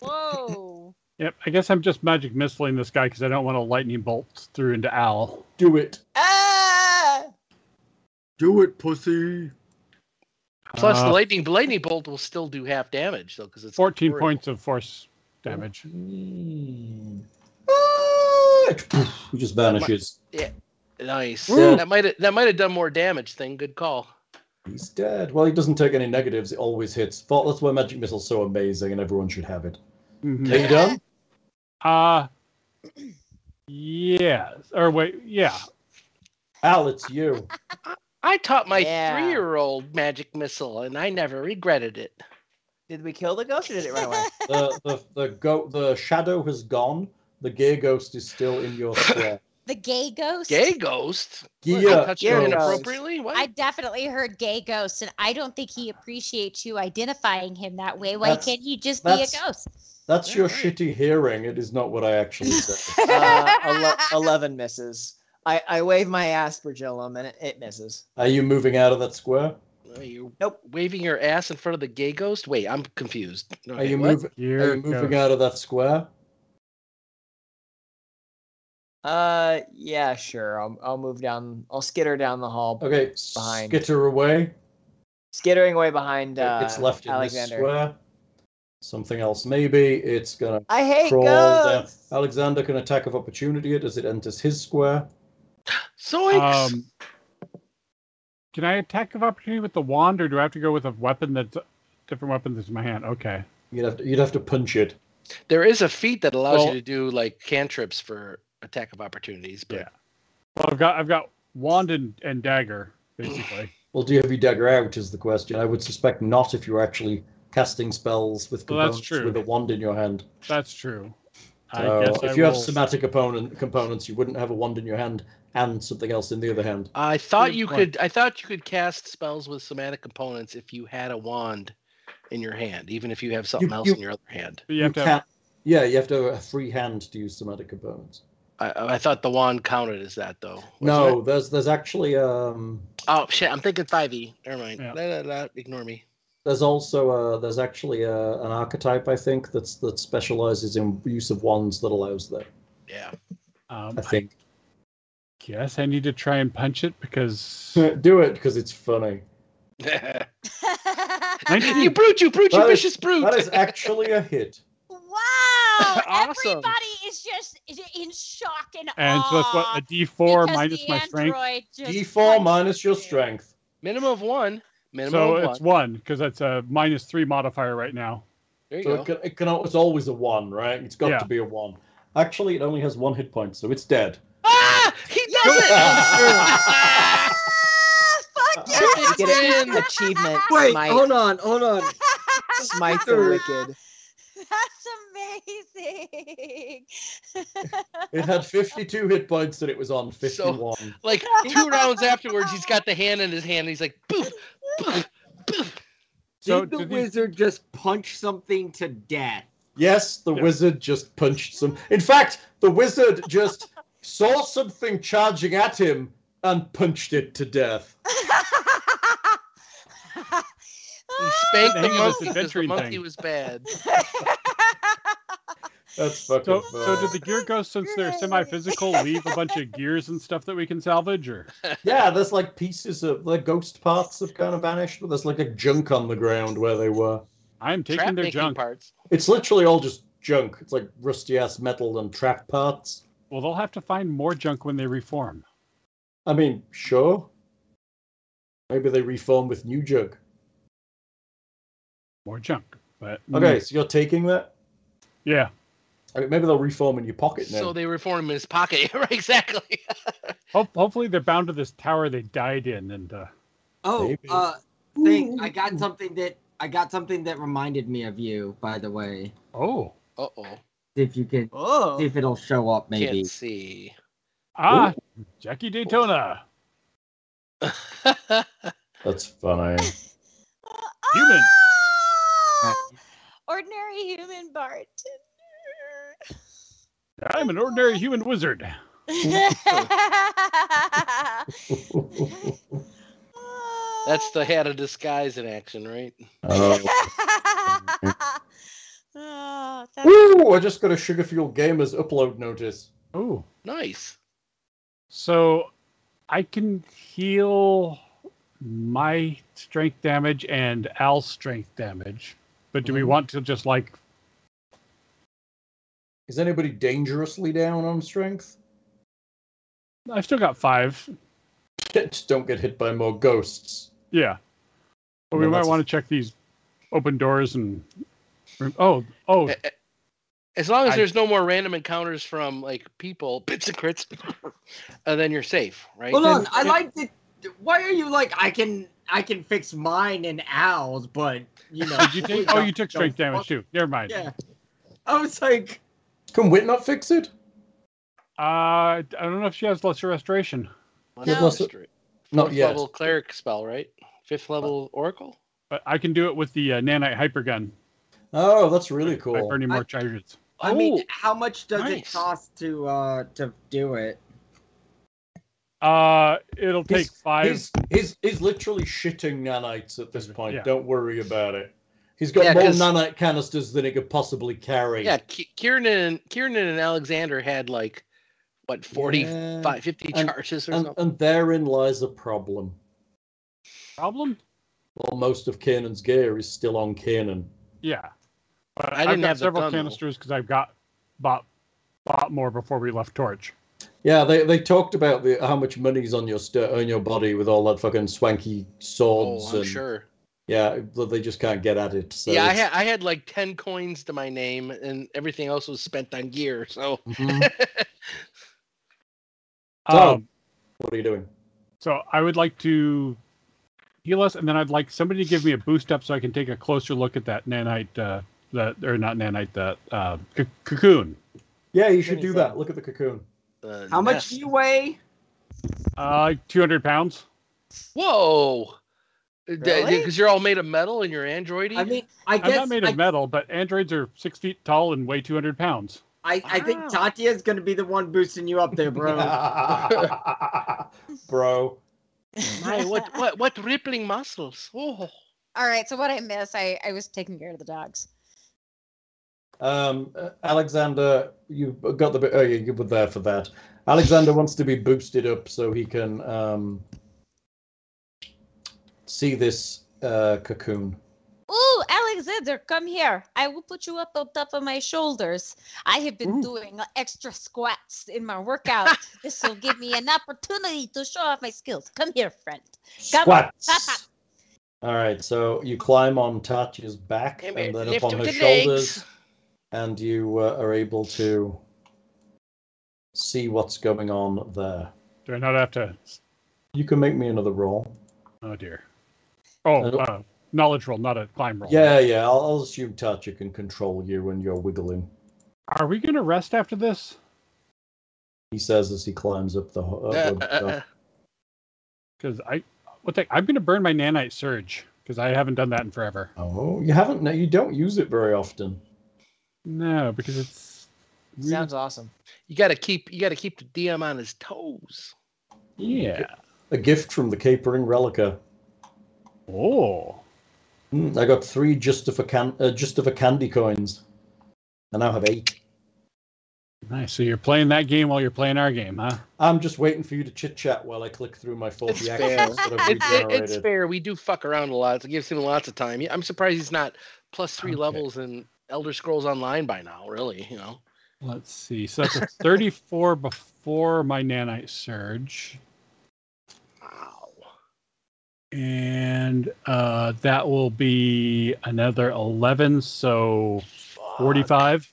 Speaker 10: Whoa.
Speaker 4: Yep, I guess I'm just magic missiling this guy because I don't want a lightning bolt through into Al.
Speaker 1: Do it.
Speaker 2: Ah!
Speaker 7: Do it, pussy.
Speaker 8: Plus
Speaker 4: Uh,
Speaker 8: the lightning lightning bolt will still do half damage though because it's
Speaker 4: 14
Speaker 8: corporeal.
Speaker 4: points of force damage.
Speaker 1: Mm. Ah, it- poof, He just vanishes.
Speaker 8: Nice.
Speaker 1: Ooh.
Speaker 8: That might that might have done more damage. Then good call.
Speaker 1: He's dead. Well, he doesn't take any negatives. It always hits. Thought- That's why magic missile's so amazing, and everyone should have it. Are
Speaker 4: Mhm.
Speaker 1: you done?
Speaker 4: Uh, yes. Or wait, yeah.
Speaker 1: Al, it's you.
Speaker 8: I taught my
Speaker 2: Yeah.
Speaker 8: three year old magic missile and I never regretted it.
Speaker 2: Did we kill the ghost or did it run away?
Speaker 1: The the the go the shadow has gone. The gear ghost is still in your square.
Speaker 5: The gay ghost.
Speaker 8: Gay ghost. What,
Speaker 1: Gear
Speaker 8: I touched you
Speaker 2: ghost.
Speaker 8: inappropriately. What?
Speaker 5: I definitely heard gay ghost, and I don't think he appreciates you identifying him that way. Why
Speaker 1: That's-
Speaker 5: can't he just be a
Speaker 1: that's-
Speaker 5: ghost?
Speaker 1: That's your
Speaker 8: Alright.
Speaker 1: shitty hearing. It is not what I actually said.
Speaker 2: Uh, ele- 11 misses. I, I wave my aspergillum and it, it misses.
Speaker 1: Are you moving out of that square?
Speaker 8: Are you
Speaker 2: Nope.
Speaker 8: waving your ass in front of the gay ghost? Wait, I'm confused.
Speaker 1: Are
Speaker 8: Okay,
Speaker 1: you
Speaker 8: what?
Speaker 1: moving? Are
Speaker 4: Gear
Speaker 1: you moving
Speaker 4: ghost.
Speaker 1: out of that square?
Speaker 2: Uh, yeah, sure. I'll, I'll move down. I'll skitter down the hall,
Speaker 1: Okay,
Speaker 2: Behind.
Speaker 1: skitter away.
Speaker 2: skittering away behind uh,
Speaker 1: it's left in this
Speaker 2: Alexander.
Speaker 1: square. Something else, maybe. It's gonna
Speaker 2: I hate
Speaker 1: crawl down.
Speaker 2: ghosts.
Speaker 1: Alexander can attack of opportunity it as it enters his square.
Speaker 8: Zoinks!
Speaker 4: Um, can I attack of opportunity with the wand, or do I have to go with a weapon that's different weapon that's in my hand? Okay.
Speaker 1: You'd have to, you'd have to punch it.
Speaker 8: There is a feat that allows
Speaker 4: Well-
Speaker 8: you to do like cantrips for attack of opportunities, but
Speaker 4: Yeah. Well, I've got I've got wand and, and dagger basically.
Speaker 1: Well, do you have your dagger out? Is the question. I would suspect not if you're actually casting spells with
Speaker 4: Well, that's
Speaker 1: components
Speaker 4: true.
Speaker 1: with a wand in your hand.
Speaker 4: That's true. I
Speaker 1: So
Speaker 4: guess
Speaker 1: if
Speaker 4: I
Speaker 1: you have uh,
Speaker 4: will-
Speaker 1: somatic opponent components, you wouldn't have a wand in your hand and something else in the other hand.
Speaker 8: I thought
Speaker 4: Good
Speaker 8: you
Speaker 4: point.
Speaker 8: could I thought you could cast spells with somatic components if you had a wand in your hand, even if you have something else
Speaker 1: you-
Speaker 8: in your other hand.
Speaker 4: you have to have,
Speaker 1: can't- yeah, you have to have a free hand to use somatic components.
Speaker 8: I, I thought the wand counted as that though. wasn't
Speaker 1: no,
Speaker 8: it?
Speaker 1: there's there's actually um
Speaker 8: Oh shit, I'm thinking 5e. Never mind.
Speaker 4: Yeah.
Speaker 8: La, la, la, ignore me.
Speaker 1: there's also uh there's actually a, an archetype I think that's that specializes in use of wands that allows that.
Speaker 8: Yeah.
Speaker 4: um,
Speaker 1: I think
Speaker 4: guess I need to try and punch it because
Speaker 1: do it because it's funny.
Speaker 8: you brute, you brute, you
Speaker 1: That is-
Speaker 8: vicious brute.
Speaker 1: That is actually a hit.
Speaker 5: Wow!
Speaker 8: Awesome.
Speaker 5: Everybody is just in shock and,
Speaker 4: and so that's what
Speaker 5: awe
Speaker 4: a D four
Speaker 5: because
Speaker 4: minus
Speaker 5: the
Speaker 4: my strength.
Speaker 5: android just
Speaker 1: D4
Speaker 5: punched
Speaker 1: minus your
Speaker 5: you.
Speaker 1: strength.
Speaker 8: Minimum of one. Minimum
Speaker 4: So
Speaker 8: of one.
Speaker 4: it's one because that's a minus three modifier right now.
Speaker 8: There you
Speaker 1: So
Speaker 8: go.
Speaker 1: it can, it can al- it's always a one, right? It's got
Speaker 4: Yeah.
Speaker 1: to be a one. Actually, it only has one hit point, so it's dead.
Speaker 8: Ah! He does it!
Speaker 1: Yeah.
Speaker 5: Ah, fuck yeah!
Speaker 2: Get it.
Speaker 8: Wicked.
Speaker 2: achievement.
Speaker 7: Wait,
Speaker 2: Smite.
Speaker 7: hold on, hold on.
Speaker 2: Smite the wicked.
Speaker 5: That's amazing.
Speaker 1: It had 52 hit points and it was on 51.
Speaker 8: Like two rounds afterwards, he's got the hand in his hand. And he's like, poof, poof, poof.
Speaker 4: So
Speaker 7: Did the
Speaker 4: did he-
Speaker 7: wizard just punch something to death?
Speaker 1: Yes, the
Speaker 4: Yeah.
Speaker 1: wizard just punched some. In fact, the wizard just saw something charging at him and punched it to death.
Speaker 8: He spanked
Speaker 4: Then
Speaker 8: the
Speaker 4: he
Speaker 5: Oh,
Speaker 4: was
Speaker 8: monkey because the
Speaker 4: adventuring
Speaker 8: monkey
Speaker 4: thing.
Speaker 8: was bad.
Speaker 1: That's fucking
Speaker 4: So, so
Speaker 1: funny.
Speaker 4: did the gear ghosts, since they're semi-physical, leave a bunch of gears and stuff that we can salvage? Or
Speaker 1: Yeah, there's like pieces of the ghost parts have kind of vanished, but there's like a junk on the ground where they were.
Speaker 4: I'm taking
Speaker 8: Trap
Speaker 4: their
Speaker 8: making
Speaker 4: junk.
Speaker 8: parts.
Speaker 1: It's literally all just junk. It's like rusty ass metal and trap parts.
Speaker 4: Well, they'll have to find more junk when they reform.
Speaker 1: I mean, sure. Maybe they reform with new junk.
Speaker 4: More junk. But mm,
Speaker 1: Okay, so you're taking that?
Speaker 4: yeah.
Speaker 1: I mean, maybe they'll reform in your pocket now.
Speaker 8: So they reform him in his pocket. right, exactly.
Speaker 4: Ho- hopefully, they're bound to this tower they died in, and uh,
Speaker 7: Oh,
Speaker 1: Maybe.
Speaker 7: uh, thing. I got something that I got something that reminded me of you. By the way,
Speaker 4: oh,
Speaker 8: Uh oh.
Speaker 7: if you can
Speaker 2: Oh.
Speaker 7: see if it'll show up, maybe.
Speaker 8: Can't see.
Speaker 4: ah, Jackie Daytona,
Speaker 1: That's funny.
Speaker 4: human.
Speaker 5: Oh, ordinary human Bart.
Speaker 4: I'm an ordinary human wizard.
Speaker 8: That's the hat of disguise in action, right?
Speaker 1: Oh.
Speaker 5: oh, that's
Speaker 1: Woo! I just got a Sugar Fuel Gamers upload notice.
Speaker 4: Oh,
Speaker 8: Nice.
Speaker 4: so I can heal my strength damage and Al's strength damage. But do we
Speaker 1: Mhm.
Speaker 4: want to just like
Speaker 1: Is anybody dangerously down on strength?
Speaker 4: I've still got five.
Speaker 1: Just don't get hit by more ghosts.
Speaker 4: Yeah. But we
Speaker 1: Well,
Speaker 4: might
Speaker 1: that's-
Speaker 4: want to check these open doors and. Oh, oh,
Speaker 8: Eh, eh, As long as
Speaker 4: I-
Speaker 8: there's no more random encounters from like people, bits and crits, uh, then you're safe, right?
Speaker 7: Hold on, I
Speaker 4: it-
Speaker 7: like the. Why are you like I can I can fix mine and Al's, but you know.
Speaker 4: you take, oh,
Speaker 7: don't-
Speaker 4: you took
Speaker 7: don't
Speaker 4: strength damage
Speaker 7: fuck-
Speaker 4: too. Never mind.
Speaker 7: Yeah, I was like,
Speaker 1: Can Wit not fix it?
Speaker 4: Uh, I don't know if she has lesser restoration.
Speaker 8: One
Speaker 5: No.
Speaker 8: district.
Speaker 1: Not
Speaker 8: Fourth
Speaker 1: yet.
Speaker 8: level cleric spell, right? Fifth level oracle.
Speaker 4: But I can do it with the uh, nanite hypergun
Speaker 1: Oh, that's really
Speaker 4: by
Speaker 1: cool.
Speaker 4: burning more
Speaker 7: I-
Speaker 4: charges.
Speaker 7: I mean,
Speaker 8: Oh,
Speaker 7: how much does it
Speaker 8: nice.
Speaker 7: cost to uh to do it?
Speaker 4: Uh, it'll take
Speaker 1: He's-
Speaker 4: five.
Speaker 1: He's, he's, he's literally shitting nanites at this point.
Speaker 4: Yeah.
Speaker 1: Don't worry about it. He's got
Speaker 8: Yeah,
Speaker 1: more
Speaker 8: 'cause-
Speaker 1: nanite canisters than he could possibly carry.
Speaker 8: yeah. Ki- Kieran, Kieran, and Alexander had like what 45,
Speaker 1: Yeah.
Speaker 8: 50
Speaker 1: And-
Speaker 8: charges or
Speaker 1: And,
Speaker 8: something.
Speaker 1: and therein lies a problem.
Speaker 4: Problem?
Speaker 1: Well, most of Kanan's gear is still on Kanan.
Speaker 4: Yeah. But
Speaker 8: I
Speaker 4: I have
Speaker 8: didn't
Speaker 4: got
Speaker 8: have the
Speaker 4: several
Speaker 8: gun, though.
Speaker 4: canisters because I've got bought, bought more before we left Torch.
Speaker 1: Yeah, they, they talked about the, how much money's on your st- on your body with all that fucking swanky swords
Speaker 8: Oh, I'm
Speaker 1: and
Speaker 8: sure.
Speaker 1: Yeah, but they just can't get at it. So
Speaker 8: yeah, I
Speaker 1: it's-
Speaker 8: had, I had like 10 coins to my name, and everything else was spent on gear. So,
Speaker 1: Mhm. So-
Speaker 4: Um,
Speaker 1: what are you doing?
Speaker 4: so I would like to heal us, and then I'd like somebody to give me a boost up so I can take a closer look at that nanite, uh, that or not nanite, that uh, c- cocoon.
Speaker 1: Yeah, you should do
Speaker 2: Anything.
Speaker 1: that. Look at the cocoon.
Speaker 8: uh,
Speaker 7: How much
Speaker 8: nest.
Speaker 7: do you weigh?
Speaker 4: Uh, 200 pounds.
Speaker 8: Whoa. Uh, Because
Speaker 2: Really?
Speaker 8: you're all made of metal and you're androidy.
Speaker 7: I mean, I
Speaker 4: I'm
Speaker 7: guess
Speaker 4: not made of
Speaker 7: I-
Speaker 4: metal, but androids are six feet tall and weigh 200 pounds.
Speaker 7: I, I think
Speaker 8: Wow.
Speaker 7: Tatia's gonna be the one boosting you up there, bro.
Speaker 1: Bro.
Speaker 8: My, what, what, what rippling muscles. Oh.
Speaker 5: All right, so what I miss, I, I was taking care of the dogs.
Speaker 1: Um, uh, Alexander, you got the. Oh, yeah, you were there for that. Alexander wants to be boosted up so he can um, see this uh, cocoon.
Speaker 5: Ooh, Alexander, come here. I will put you up on top of my shoulders. I have been
Speaker 1: Ooh.
Speaker 5: doing extra squats in my workout. this will give me an opportunity to show off my skills. Come here, friend. Come on,
Speaker 1: Squats. All right, so you climb on Tatia's back
Speaker 8: Come
Speaker 1: and
Speaker 8: here,
Speaker 1: then
Speaker 8: lift
Speaker 1: up on
Speaker 8: up
Speaker 1: her
Speaker 8: the
Speaker 1: shoulders,
Speaker 8: legs.
Speaker 1: and you uh, are able to see what's going on there.
Speaker 4: Do I not have to?
Speaker 1: You can make me another roll.
Speaker 4: Oh, dear. Oh,
Speaker 1: Uh,
Speaker 4: uh, knowledge roll, not a climb roll.
Speaker 1: Yeah, yeah. I'll, I'll assume Tatia can control you when you're wiggling.
Speaker 4: Are we going to rest after this?
Speaker 1: He says as he climbs up the. ho-
Speaker 8: Uh,
Speaker 1: Up,
Speaker 8: uh,
Speaker 1: up,
Speaker 8: uh, uh.
Speaker 4: Because I, what the, I'm going to burn my nanite surge because I haven't done that in forever.
Speaker 1: Oh, you haven't. No, you don't use it very often.
Speaker 4: No, because it's really-
Speaker 2: Sounds awesome.
Speaker 8: You gotta keep you gotta keep the DM on his toes.
Speaker 4: yeah.
Speaker 1: A gift from the capering relica.
Speaker 4: Oh,
Speaker 1: Hmm, I got three justifican uh, justificandy coins. I now have eight.
Speaker 4: nice. So you're playing that game while you're playing our game, huh?
Speaker 1: I'm just waiting for you to chit chat while I click through my 40
Speaker 8: It's
Speaker 1: actions that I've
Speaker 8: It's, it, it's
Speaker 1: regenerated.
Speaker 8: fair. We do fuck around a lot. It gives him lots of time. Yeah, I'm surprised he's not plus three
Speaker 4: Okay.
Speaker 8: levels in Elder Scrolls Online by now. Really, you know.
Speaker 4: Let's see. So that's a 34 before my nanite surge,
Speaker 8: Wow.
Speaker 4: and uh, that will be another 11. So
Speaker 8: Fuck.
Speaker 4: 45.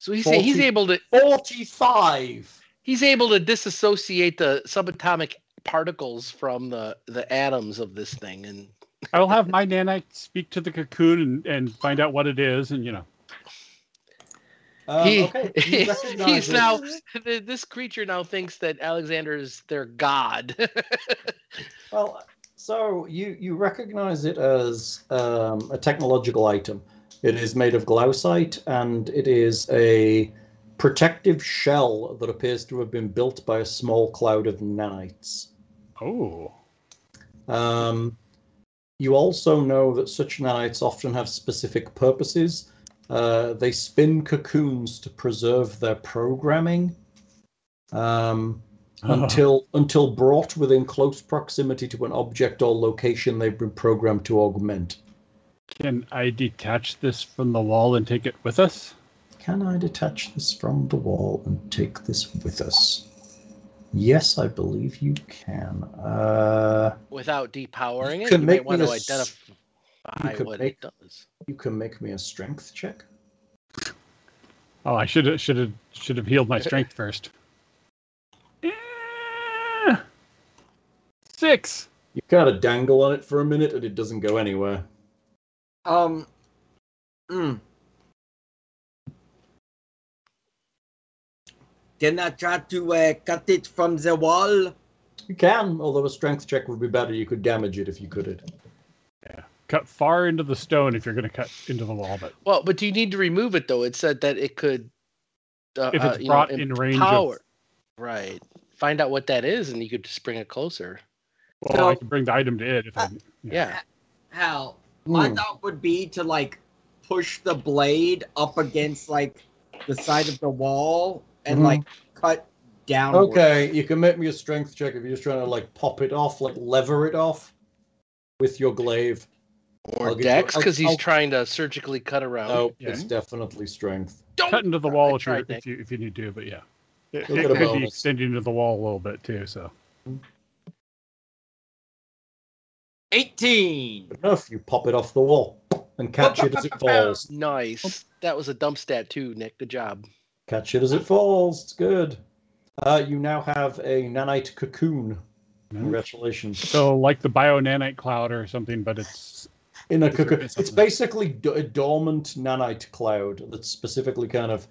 Speaker 8: So he's a- he's
Speaker 1: 40.
Speaker 8: able to
Speaker 1: 45!
Speaker 8: he's able to disassociate the subatomic particles from the the atoms of this thing and
Speaker 4: I will have my nanite speak to the cocoon and, and find out what it is, and you know.
Speaker 1: Um,
Speaker 8: He-
Speaker 1: okay.
Speaker 8: he's
Speaker 1: recognizes-
Speaker 8: now- th- this creature now thinks that Alexander is their god.
Speaker 1: Well, so you, you recognize it as um, a technological item. It is made of glaucite and it is a protective shell that appears to have been built by a small cloud of nanites.
Speaker 4: Oh,
Speaker 1: Um, you also know that such nanites often have specific purposes. Uh, they spin cocoons to preserve their programming um,
Speaker 4: Uh-huh. Oh,
Speaker 1: until until brought within close proximity to an object or location they've been programmed to augment.
Speaker 4: can I detach this from the wall and take it with us?
Speaker 1: Can I detach this from the wall and take this with us? Yes, I believe you can. Uh,
Speaker 8: Without depowering
Speaker 1: You
Speaker 8: it,
Speaker 1: can
Speaker 8: you
Speaker 1: make
Speaker 8: might want
Speaker 1: me
Speaker 8: to
Speaker 1: a s- you
Speaker 8: identify
Speaker 1: could
Speaker 8: what
Speaker 1: make-
Speaker 8: it does.
Speaker 1: you can make me a strength check.
Speaker 4: Oh, I should have should have should have healed my strength first. Eh, Six.
Speaker 1: You kind of dangle on it for a minute and it doesn't go anywhere.
Speaker 7: Um. mm. Can I try to uh, cut it from the wall?
Speaker 1: You can, although a strength check would be better. You could damage it if you could it.
Speaker 4: Cut far into the stone if you're going to cut into the wall, but
Speaker 8: Well, but do you need to remove it though? It said that it could. Uh,
Speaker 4: if
Speaker 8: uh,
Speaker 4: it's
Speaker 8: you know,
Speaker 4: brought in range
Speaker 8: empower.
Speaker 4: of,
Speaker 8: right. Find out what that is, and you could just bring it closer.
Speaker 4: well, I
Speaker 7: So-
Speaker 4: can bring the item to it. If I,
Speaker 8: Yeah.
Speaker 7: How? My
Speaker 1: Hmm.
Speaker 7: thought would be to like push the blade up against like the side of the wall and
Speaker 1: Mhm.
Speaker 7: like cut downward.
Speaker 1: Okay, you can make me a strength check if you're just trying to like pop it off, like lever it off with your glaive.
Speaker 8: Or
Speaker 1: I'll get
Speaker 8: Dex,
Speaker 1: you- I'll-
Speaker 8: because he's
Speaker 1: I'll-
Speaker 8: trying to surgically cut around.
Speaker 1: No,
Speaker 4: Yeah.
Speaker 1: it's definitely strength.
Speaker 8: Don't
Speaker 4: cut into the
Speaker 8: I
Speaker 4: wall if,
Speaker 8: tried
Speaker 4: you
Speaker 8: that.
Speaker 4: if you if you need to, but yeah, it,
Speaker 1: You'll
Speaker 4: it
Speaker 1: get a
Speaker 4: could be
Speaker 1: bonus.
Speaker 4: extending into the wall a little bit too. So
Speaker 7: 18.
Speaker 1: Enough, you pop it off the wall and catch it as it falls.
Speaker 8: Nice. That was a dump stat too, Nick. Good job.
Speaker 1: Catch it as it falls. It's good. Uh, you now have a nanite cocoon. Congratulations.
Speaker 4: So like the bio nanite cloud or something, but it's
Speaker 1: In a
Speaker 4: Is there
Speaker 1: cocoon.
Speaker 4: bits
Speaker 1: It's
Speaker 4: on there?
Speaker 1: basically d- a dormant nanite cloud that's specifically kind of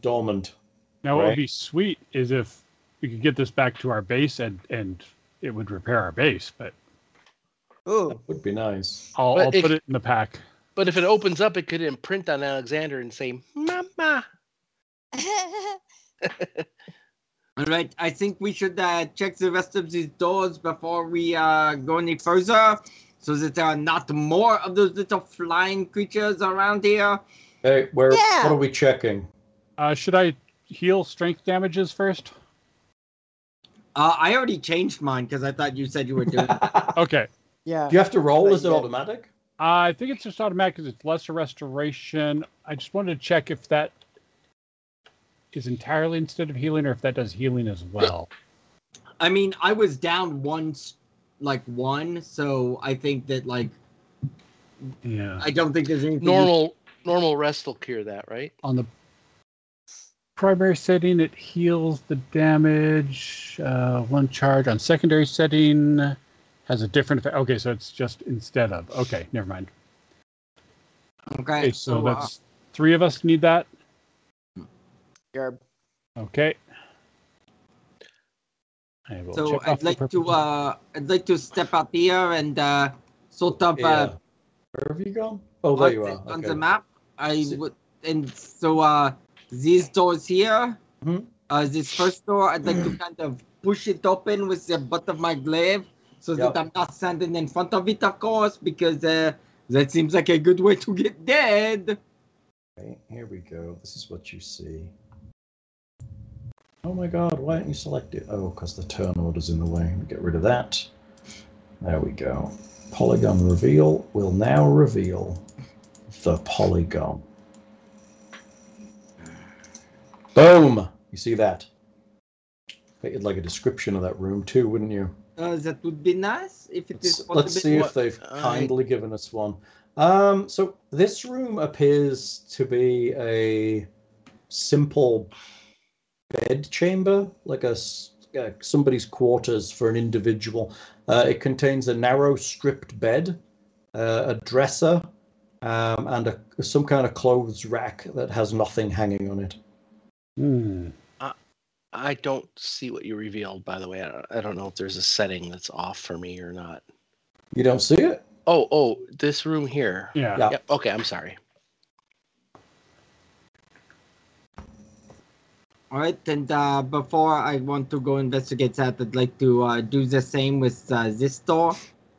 Speaker 1: dormant.
Speaker 4: now what
Speaker 1: Right.
Speaker 4: would be sweet is if we could get this back to our base and and it would repair our base, but
Speaker 2: Ooh,
Speaker 1: Would be nice.
Speaker 4: I'll,
Speaker 8: But
Speaker 4: I'll
Speaker 8: if-
Speaker 4: put it in the pack.
Speaker 8: But if it opens up, it could imprint on Alexander and say, "Mama."
Speaker 7: All right, I think we should uh, check the rest of these doors before we uh, go any further so that there are not more of those little flying creatures around here.
Speaker 1: Hey, where?
Speaker 10: Yeah.
Speaker 1: What are we checking?
Speaker 4: Uh, should I heal strength damages first?
Speaker 7: Uh, I already changed mine because I thought you said you were
Speaker 1: Do
Speaker 7: doing
Speaker 4: Okay. Uh,
Speaker 2: yeah.
Speaker 1: you have to roll? Is it
Speaker 2: Yeah.
Speaker 1: automatic?
Speaker 4: I think it's just automatic because it's lesser restoration. I just wanted to check if that is entirely instead of healing or if that does healing as well.
Speaker 7: I mean, I was down once, like one, so I think that, like,
Speaker 4: Yeah.
Speaker 7: I don't think there's anything.
Speaker 8: Normal normal rest will cure that, right?
Speaker 4: On the primary setting, it heals the damage. Uh, one charge on secondary setting has a different effect. Okay, so it's just instead of. Okay, never mind.
Speaker 7: Okay,
Speaker 4: Okay, so
Speaker 7: uh,
Speaker 4: that's three of us need that.
Speaker 2: Garb.
Speaker 4: Okay. I will
Speaker 7: so
Speaker 4: check off
Speaker 7: I'd
Speaker 4: the
Speaker 7: like to
Speaker 4: purple-
Speaker 7: uh, I'd like to step out here and uh, sort of
Speaker 1: Yeah.
Speaker 7: uh,
Speaker 1: Where have you gone? Oh, there you
Speaker 7: on
Speaker 1: are.
Speaker 7: on
Speaker 1: Okay.
Speaker 7: the map. I
Speaker 1: So-
Speaker 7: would, and so uh, these doors here,
Speaker 1: Mhm.
Speaker 7: uh, this first door, I'd like to
Speaker 1: Mm.
Speaker 7: kind of push it open with the butt of my glaive so
Speaker 1: Yep.
Speaker 7: that I'm not standing in front of it, of course, because uh, that seems like a good way to get dead.
Speaker 1: Okay, here we go. This is what you see. Oh my god, why don't you select it? Oh, because the turn order's in the way. Get rid of that. There we go. Polygon reveal will now reveal the polygon. Boom! You see that? Bet you'd like a description of that room too, wouldn't you?
Speaker 7: Uh, that would be nice if it
Speaker 1: Let's,
Speaker 7: is possible.
Speaker 1: let's see if they've
Speaker 8: All right.
Speaker 1: kindly given us one. Um, so this room appears to be a simple bed chamber, like a s- uh, somebody's quarters for an individual. Uh, it contains a narrow, stripped bed, uh, a dresser, um, and a, some kind of clothes rack that has nothing hanging on it.
Speaker 4: Hmm.
Speaker 8: I don't see what you revealed, by the way. I don't, I don't know if there's a setting that's off for me or not.
Speaker 1: You don't see it.
Speaker 8: Oh, oh, this room here.
Speaker 4: Yeah.
Speaker 1: Yeah.
Speaker 8: Yep. Okay, I'm sorry.
Speaker 7: All right, and uh, before I want to go investigate that, I'd like to uh, do the same with uh, this door.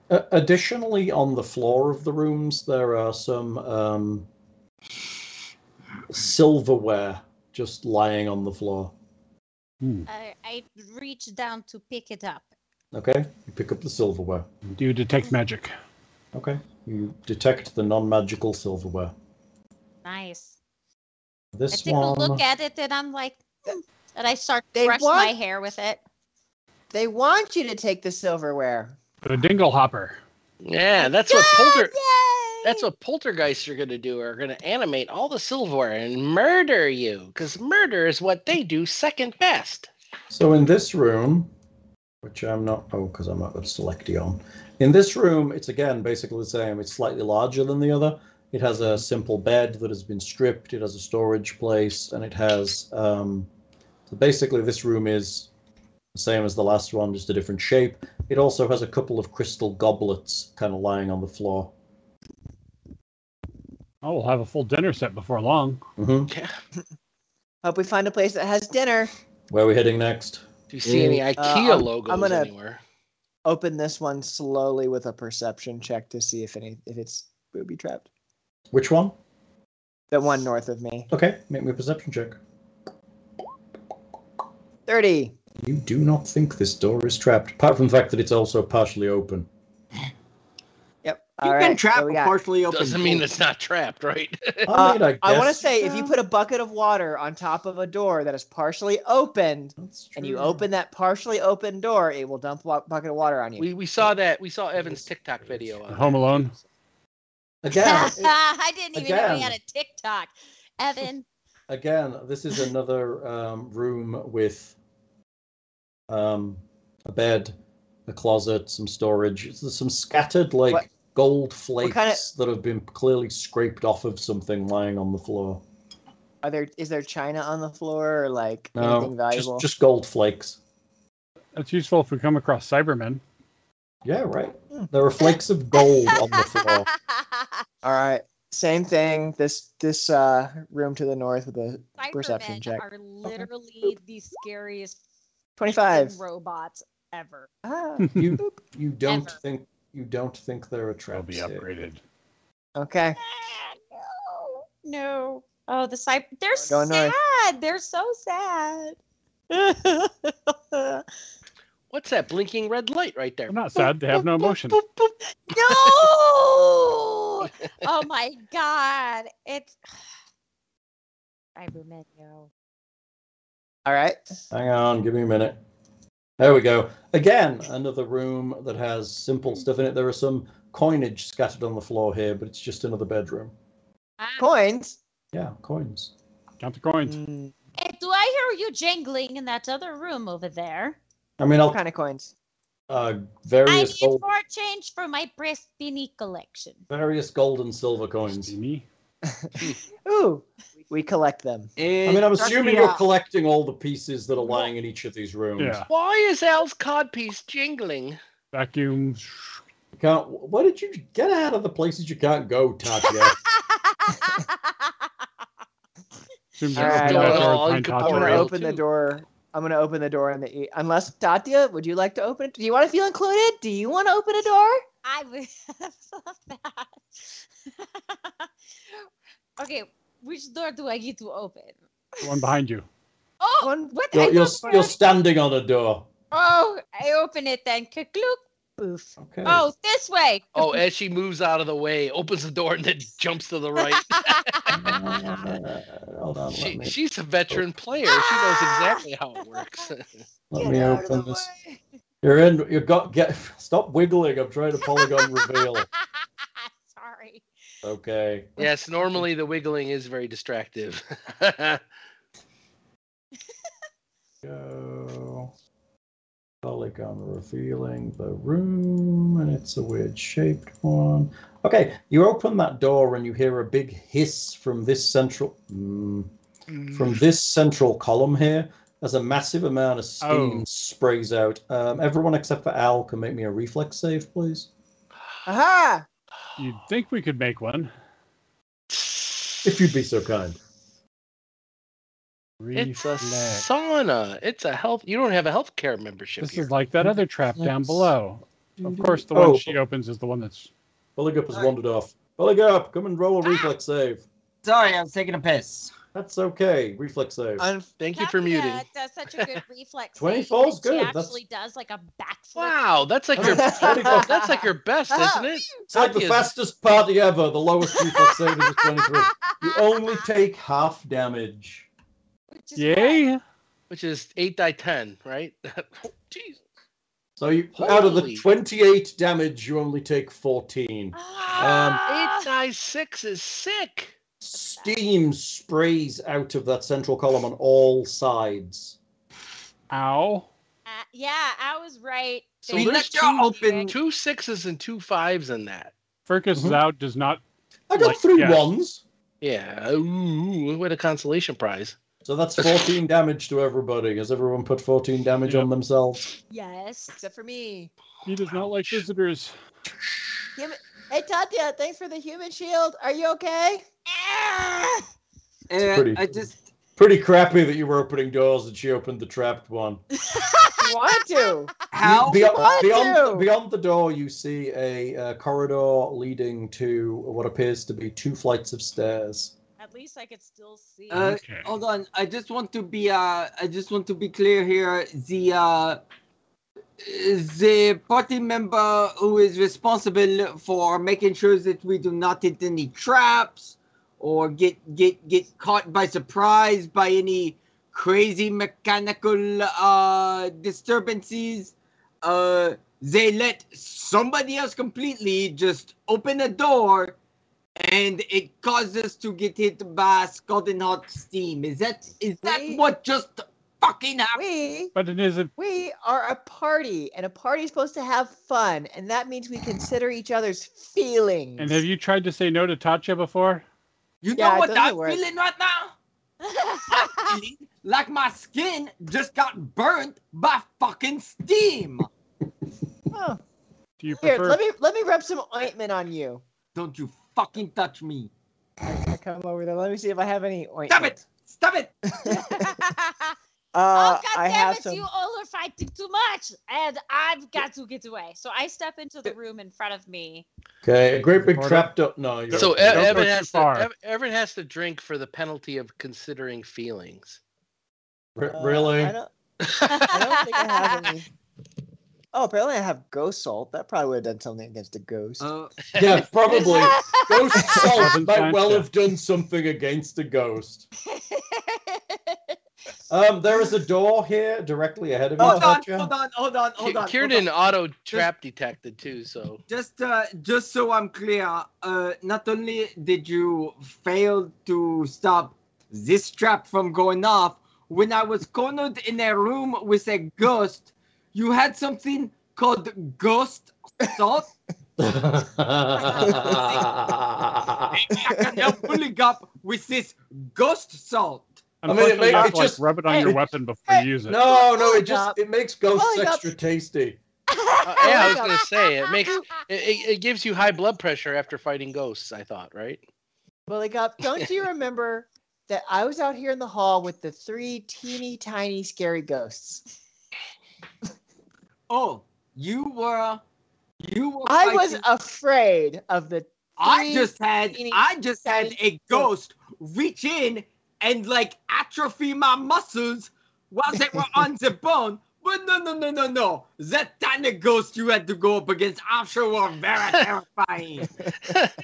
Speaker 1: Uh, additionally, on the floor of the rooms, there are some um, silverware just lying on the floor.
Speaker 4: Hmm.
Speaker 5: I, I reach down to pick it up.
Speaker 1: Okay, you pick up the silverware.
Speaker 4: Do you detect magic?
Speaker 1: Okay, you detect the non-magical silverware.
Speaker 5: Nice. I
Speaker 1: This
Speaker 5: take
Speaker 1: one.
Speaker 5: a look at it and I'm like, hmm. and I start to
Speaker 2: They
Speaker 5: brush
Speaker 2: want-
Speaker 5: my hair with it.
Speaker 2: They want you to take the silverware.
Speaker 4: The dingle hopper.
Speaker 8: Yeah, that's what polter
Speaker 5: Yay!
Speaker 8: that's what poltergeists are gonna do. Are gonna animate all the silverware and murder you, because murder is what they do second best.
Speaker 1: So in this room, which I'm not, oh, because I'm not going to select you on. In this room, it's again basically the same. It's slightly larger than the other. It has a simple bed that has been stripped. It has a storage place, and it has. Um, so basically, this room is the same as the last one, just a different shape. It also has a couple of crystal goblets kind of lying on the floor.
Speaker 4: Oh, we'll have a full dinner set before long.
Speaker 1: hmm
Speaker 8: Yeah.
Speaker 2: Hope we find a place that has dinner.
Speaker 1: Where are we heading next?
Speaker 8: Do you see any
Speaker 7: Uh,
Speaker 8: IKEA
Speaker 2: I'm- I'm
Speaker 8: logos
Speaker 2: gonna-
Speaker 8: anywhere?
Speaker 2: Open this one slowly with a perception check to see if any if it's booby trapped.
Speaker 1: Which one?
Speaker 2: The one north of me.
Speaker 1: Okay, make me a perception check.
Speaker 2: Thirty.
Speaker 1: You do not think this door is trapped, apart from the fact that it's also partially open.
Speaker 2: Yep.
Speaker 7: You
Speaker 2: All
Speaker 7: can
Speaker 2: right,
Speaker 7: trap
Speaker 2: what we
Speaker 7: a
Speaker 2: got?
Speaker 7: partially open.
Speaker 8: Doesn't mean
Speaker 7: pool.
Speaker 8: it's not trapped, right?
Speaker 2: Uh,
Speaker 1: I mean, I,
Speaker 2: I want to
Speaker 1: guess
Speaker 2: say if you put a bucket of water on top of a door that is partially opened,
Speaker 1: that's
Speaker 2: and you
Speaker 1: true.
Speaker 2: open that partially open door, it will dump a bucket of water on you.
Speaker 8: we we saw that. We saw Evan's TikTok video. On
Speaker 4: Home Alone.
Speaker 1: again, it-
Speaker 5: I didn't even know he
Speaker 1: Again.
Speaker 5: had a TikTok. Evan,
Speaker 1: again, this is another um, room with um, a bed, a closet, some storage, There's some scattered like
Speaker 2: What-
Speaker 1: gold flakes
Speaker 2: kinda-
Speaker 1: that have been clearly scraped off of something lying on the floor.
Speaker 2: Are there is there china on the floor or like
Speaker 1: No,
Speaker 2: anything
Speaker 1: just,
Speaker 2: valuable?
Speaker 1: just gold flakes.
Speaker 4: That's useful if we come across Cybermen.
Speaker 1: Yeah, right.
Speaker 2: Hmm.
Speaker 1: There are flakes of gold on the floor.
Speaker 2: All right, same thing. This this uh, room to the north with the Perception
Speaker 5: Cybermen
Speaker 2: check.
Speaker 5: are literally the scariest
Speaker 2: twenty five.
Speaker 5: fucking robots ever.
Speaker 2: Ah,
Speaker 1: You you don't
Speaker 5: Ever.
Speaker 1: think you don't think there are
Speaker 4: They'll
Speaker 1: traps
Speaker 4: be
Speaker 1: here.
Speaker 4: upgraded.
Speaker 2: okay.
Speaker 5: Ah, no, no. Oh, the cyber. They're
Speaker 2: Going
Speaker 5: sad.
Speaker 2: north.
Speaker 5: They're so sad. no.
Speaker 8: What's that blinking red light right there?
Speaker 4: I'm not sad. They have no emotion.
Speaker 5: oh my god. It's Cybermen, yo.
Speaker 2: All right.
Speaker 1: Hang on, give me a minute. There we go. Again, another room that has simple stuff in it. There are some coinage scattered on the floor here, but it's just another bedroom.
Speaker 5: Ah.
Speaker 2: Coins.
Speaker 1: Yeah, coins.
Speaker 4: Count the coins.
Speaker 2: Mm,
Speaker 5: Hey, do I hear you jingling in that other room over there?
Speaker 1: I mean,
Speaker 2: what
Speaker 1: I'll
Speaker 2: kind of coins?
Speaker 1: uh,
Speaker 5: I
Speaker 1: various
Speaker 5: need
Speaker 1: gold,
Speaker 5: more change for my Prestini collection.
Speaker 1: various gold and silver coins.
Speaker 4: Steamy.
Speaker 2: Ooh, we collect them.
Speaker 1: I mean, I'm
Speaker 7: It struck
Speaker 1: assuming
Speaker 7: me
Speaker 1: you're
Speaker 7: out.
Speaker 1: collecting all the pieces that are lying in each of these rooms.
Speaker 4: Yeah.
Speaker 8: Why is Al's codpiece jingling?
Speaker 4: Vacuums.
Speaker 1: You can't. Why did you get out of the places you can't go, Tatya?
Speaker 4: Assume
Speaker 2: All
Speaker 4: they're
Speaker 2: right,
Speaker 4: opening that
Speaker 2: I'll-
Speaker 4: door
Speaker 8: I'll
Speaker 4: and find
Speaker 8: incorporate
Speaker 2: I'm
Speaker 8: Or
Speaker 2: gonna
Speaker 4: Tatya.
Speaker 8: rail
Speaker 2: open the
Speaker 8: too.
Speaker 2: door. I'm gonna open the door in the e- unless Tatya, would you like to open it? Do you want to feel included? Do you want to open a door?
Speaker 5: I would love that. okay, which door do I need to open?
Speaker 4: The one behind you.
Speaker 5: Oh,
Speaker 2: One-
Speaker 5: what? I
Speaker 1: You're, you're,
Speaker 5: thought
Speaker 1: you're
Speaker 5: first-
Speaker 1: standing on a door.
Speaker 5: Oh, I open it then. Kaklook. Boof.
Speaker 1: Okay.
Speaker 5: Oh, this way.
Speaker 8: Oh, as she moves out of the way, opens the door and then jumps to the right.
Speaker 1: Uh, hold on. let
Speaker 8: She,
Speaker 1: me,
Speaker 8: she's a veteran player. She knows exactly how it works.
Speaker 1: let
Speaker 5: Get
Speaker 1: me
Speaker 5: out of
Speaker 1: open
Speaker 5: the
Speaker 1: this.
Speaker 5: way.
Speaker 1: You're in. You got get. Stop wiggling. I'm trying to polygon reveal.
Speaker 5: Sorry.
Speaker 1: Okay.
Speaker 8: yes, normally the wiggling is very distractive.
Speaker 1: Go. Polygon revealing the room, and it's a weird shaped one. Okay, you open that door and you hear a big hiss from this central mm, from this central column here as a massive amount of steam
Speaker 4: Oh.
Speaker 1: sprays out. Um, everyone except for Al can make me a reflex save, please.
Speaker 2: Aha!
Speaker 4: You'd think we could make one.
Speaker 1: If you'd be so kind.
Speaker 8: It's a
Speaker 4: Reflex.
Speaker 8: sauna. It's a health. You don't have a health care membership
Speaker 4: This
Speaker 8: here.
Speaker 4: is like that other trap down below. Of course, the one
Speaker 1: Oh,
Speaker 4: she opens is the one that's.
Speaker 1: Bulligup has wandered off. Bulligup, come and roll a reflex save.
Speaker 7: Sorry, I was taking a piss.
Speaker 1: That's okay. Reflex save.
Speaker 2: Un-
Speaker 8: Thank you for
Speaker 5: Katya
Speaker 8: muting.
Speaker 5: uh, does such a good reflex.
Speaker 1: 24 's
Speaker 5: save that
Speaker 1: good,
Speaker 5: She
Speaker 1: that's-
Speaker 5: actually does like a backflip.
Speaker 8: Wow, that's like your
Speaker 1: That's pretty good.
Speaker 8: that's like your best, isn't it?
Speaker 1: It's like the
Speaker 8: Tatya's-
Speaker 1: fastest party ever. The lowest reflex save is a 23. You only take half damage.
Speaker 5: Which is what?
Speaker 4: Yay!
Speaker 8: Which is eight die ten, right? Jeez.
Speaker 1: So you, out of the
Speaker 8: Holy.
Speaker 1: 28 damage, you only take 14.
Speaker 8: Eight
Speaker 5: Ah,
Speaker 8: die six is sick.
Speaker 1: Steam sprays out of that central column on all sides.
Speaker 4: Ow.
Speaker 5: uh, yeah, I was right.
Speaker 8: So
Speaker 5: They
Speaker 7: we
Speaker 8: there's
Speaker 7: let
Speaker 5: looked
Speaker 7: you
Speaker 8: two-
Speaker 7: open.
Speaker 8: Two sixes and two fives in that.
Speaker 4: Fergus is
Speaker 1: Mhm.
Speaker 4: out does not.
Speaker 1: I got
Speaker 4: Like,
Speaker 1: three
Speaker 4: yes.
Speaker 1: ones.
Speaker 8: Yeah. Ooh, what a consolation prize.
Speaker 1: So that's 14 damage to everybody. Has everyone put 14 damage
Speaker 4: Yep.
Speaker 1: on themselves?
Speaker 5: Yes.
Speaker 2: Except for me.
Speaker 4: He does not like visitors.
Speaker 2: Hey Tatya, thanks for the human shield. Are you okay?
Speaker 5: Ah,
Speaker 7: Uh,
Speaker 1: pretty-
Speaker 7: I just
Speaker 1: Pretty crappy that you were opening doors and she opened the trapped one.
Speaker 2: You want to?
Speaker 7: how
Speaker 1: Beyond,
Speaker 2: What
Speaker 1: beyond,
Speaker 2: do?
Speaker 1: beyond the door, you see a uh, corridor leading to what appears to be two flights of stairs.
Speaker 5: At least I could still see.
Speaker 7: Uh,
Speaker 4: okay.
Speaker 7: hold on i just want to be uh i just want to be clear here the uh the party member who is responsible for making sure that we do not hit any traps or get get get caught by surprise by any crazy mechanical uh, disturbances. Uh, they let somebody else completely just open a door, and it causes to get hit by scalding hot steam. Is that is that
Speaker 2: Wait.
Speaker 7: what just fucking happened?
Speaker 2: We
Speaker 4: But it isn't.
Speaker 2: we are a party, and a party is supposed to have fun, and that means we consider each other's feelings.
Speaker 4: And have you tried to say no to Tatcha before?
Speaker 7: You
Speaker 2: Yeah,
Speaker 7: know
Speaker 2: it
Speaker 7: what
Speaker 2: doesn't
Speaker 7: I'm
Speaker 2: work.
Speaker 7: feeling right now? I'm feeling like my skin just got burnt by fucking steam.
Speaker 2: Huh.
Speaker 4: Do you prefer?
Speaker 2: Here, let me let me rub some ointment on you.
Speaker 7: Don't you fucking touch me.
Speaker 2: I come over there. Let me see if I have any ointment.
Speaker 7: Stop it! Stop it!
Speaker 2: Uh,
Speaker 5: oh god
Speaker 2: I
Speaker 5: damn
Speaker 2: have
Speaker 5: it,
Speaker 2: some.
Speaker 5: you all are fighting too much. And I've got to get away. So I step into the room in front of me.
Speaker 1: Okay, a great big
Speaker 4: Hold
Speaker 1: trapped up now. You're
Speaker 8: So
Speaker 4: Don't
Speaker 8: E-
Speaker 1: okay.
Speaker 4: go
Speaker 8: Evan
Speaker 4: too
Speaker 8: has to
Speaker 4: far.
Speaker 8: Ev- Evan has to drink for the penalty of considering feelings.
Speaker 1: Re-
Speaker 2: Uh,
Speaker 1: really?
Speaker 2: I don't, I don't think I have any. Oh, apparently I have ghost salt. That probably would have done something against a ghost.
Speaker 7: Uh,
Speaker 1: Yeah, probably. ghost salt
Speaker 4: Seven
Speaker 1: might
Speaker 4: times
Speaker 1: well
Speaker 4: that.
Speaker 1: have done something against a ghost. Um, there is a door here directly ahead of you,
Speaker 2: Oh,
Speaker 7: hold on,
Speaker 1: Tatcha.
Speaker 7: hold on, hold on,
Speaker 8: Ki-
Speaker 7: hold on.
Speaker 8: Kiernan
Speaker 7: hold on.
Speaker 8: auto trap detected too, so
Speaker 7: Just, uh, just so I'm clear, uh, not only did you fail to stop this trap from going off, when I was cornered in a room with a ghost, you had something called ghost salt.
Speaker 1: I
Speaker 7: I can now bully up with this ghost salt.
Speaker 4: I'm
Speaker 1: I mean, it
Speaker 4: you
Speaker 1: may-
Speaker 4: have
Speaker 1: it
Speaker 4: to like
Speaker 1: just-
Speaker 4: rub it on your
Speaker 2: Hey,
Speaker 4: weapon before you use it.
Speaker 1: no, no, it just it makes ghosts
Speaker 2: Pulling up.
Speaker 1: extra tasty.
Speaker 8: Uh, yeah, I was gonna say it makes it, it, it gives you high blood pressure after fighting ghosts. I thought, right?
Speaker 2: Billy Cop, don't you remember that I was out here in the hall with the three teeny tiny scary ghosts?
Speaker 7: Oh, you were, you were.
Speaker 2: I was
Speaker 7: fighting-
Speaker 2: afraid of the.
Speaker 7: I
Speaker 2: three
Speaker 7: just had.
Speaker 2: teeny
Speaker 7: I just had a
Speaker 2: tiny
Speaker 7: ghost reach in and like atrophy my muscles while they were on the bone. But no, no, no, no, no. That tiny ghost you had to go up against, I'm sure, were very terrifying.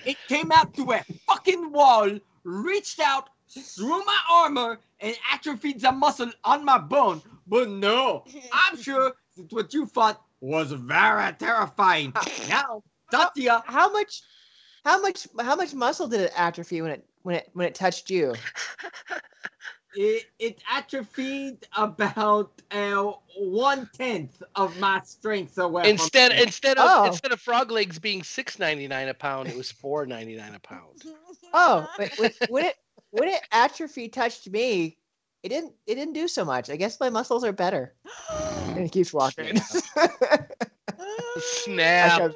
Speaker 7: it came out to a fucking wall, reached out through my armor, and atrophied the muscle on my bone. But no, I'm sure that what you fought was very
Speaker 2: Uh,
Speaker 7: terrifying. Now, Tatia,
Speaker 2: How much? How much? How much muscle did it atrophy when it when it when it touched you?
Speaker 7: it, it atrophied about uh, one tenth of my strength away.
Speaker 8: Instead,
Speaker 7: from
Speaker 8: instead of
Speaker 2: Oh.
Speaker 8: instead of frog legs being six ninety nine a pound, it was four ninety nine a pound.
Speaker 2: Oh, but when, when it when it atrophy touched me, it didn't it didn't do so much. I guess my muscles are better. And it keeps walking.
Speaker 8: Snap!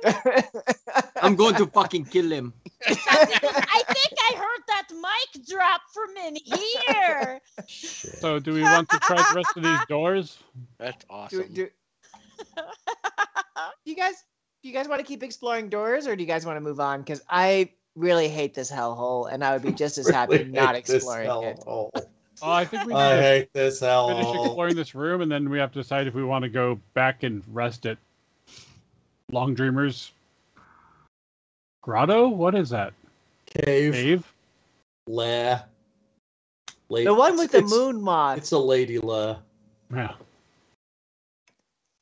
Speaker 7: I'm going to fucking kill him.
Speaker 5: I think I heard that mic drop from in here.
Speaker 4: So, do we want to try the rest of these doors?
Speaker 8: That's
Speaker 2: do,
Speaker 8: awesome.
Speaker 2: do, do you guys do you guys want to keep exploring doors or do you guys want to move on? Because I really hate this hellhole and I would be just as happy
Speaker 1: Really
Speaker 2: not
Speaker 1: hate this
Speaker 2: exploring it.
Speaker 1: hellhole.
Speaker 4: Oh, I think we
Speaker 1: I
Speaker 4: need
Speaker 1: hate this
Speaker 4: to finish
Speaker 1: hellhole.
Speaker 4: exploring this room, and then we have to decide if we want to go back and rest at Long Dreamer's grotto. What is that
Speaker 1: Cave,
Speaker 4: cave?
Speaker 1: lair. La-
Speaker 2: The one with the
Speaker 1: it's-
Speaker 2: moon moth.
Speaker 1: It's a lady lair.
Speaker 4: Yeah.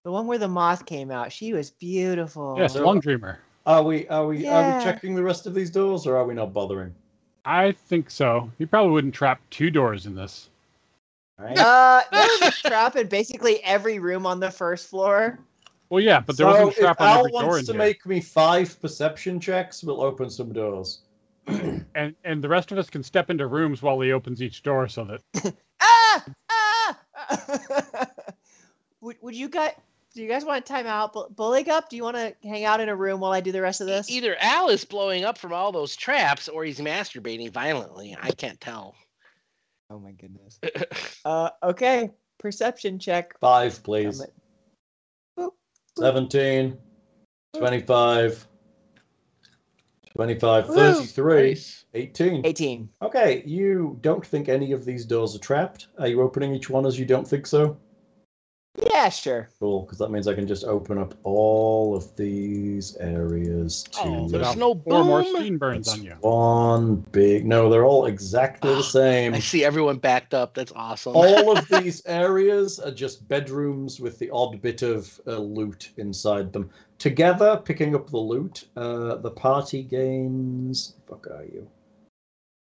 Speaker 2: the one where the moth came out. She was
Speaker 1: Oh,
Speaker 2: beautiful.
Speaker 4: Yes, Long Dreamer.
Speaker 1: Are we are we are
Speaker 2: Yeah.
Speaker 1: we checking the rest of these doors or are we not bothering?
Speaker 4: I think so. You probably wouldn't trap two doors in this.
Speaker 1: Right?
Speaker 2: Uh, there was a trap in basically every room on the first floor.
Speaker 4: Well, yeah, but there
Speaker 1: so
Speaker 4: wasn't a trap
Speaker 1: if
Speaker 4: on
Speaker 1: Al
Speaker 4: every door
Speaker 1: wants
Speaker 4: in
Speaker 1: to
Speaker 4: here.
Speaker 1: make me five perception checks, we'll open some doors.
Speaker 4: And and the rest of us can step into rooms while he opens each door, so that
Speaker 2: Ah! Ah! would, would you guys? Do you guys want to time out? Bu- Bully up? Do you want to hang out in a room while I do the rest of
Speaker 8: E-
Speaker 2: this?
Speaker 8: Either Al is blowing up from all those traps, or he's masturbating violently. I can't tell.
Speaker 2: Oh my goodness. uh, okay. Perception check.
Speaker 1: Five, please.
Speaker 2: Damn it. Boop, boop.
Speaker 1: 17, 25, 25,
Speaker 2: Woo,
Speaker 1: 33,
Speaker 8: Nice.
Speaker 1: 18.
Speaker 2: Eighteen.
Speaker 1: Okay, you don't think any of these doors are trapped. Are you opening each one as you don't think so?
Speaker 2: Yeah, sure.
Speaker 1: Cool, because that means I can just open up all of these areas to
Speaker 4: So
Speaker 8: Oh, there's
Speaker 4: about
Speaker 8: no
Speaker 4: four more
Speaker 8: boom.
Speaker 4: steam burns
Speaker 1: Um, It's
Speaker 4: on you.
Speaker 1: one big. No, they're all exactly the same.
Speaker 8: Ah, I see everyone backed up. That's awesome.
Speaker 1: all of these areas are just bedrooms with the odd bit of uh, loot inside them. Together, picking up the loot, uh, the party gains. Fuck are you?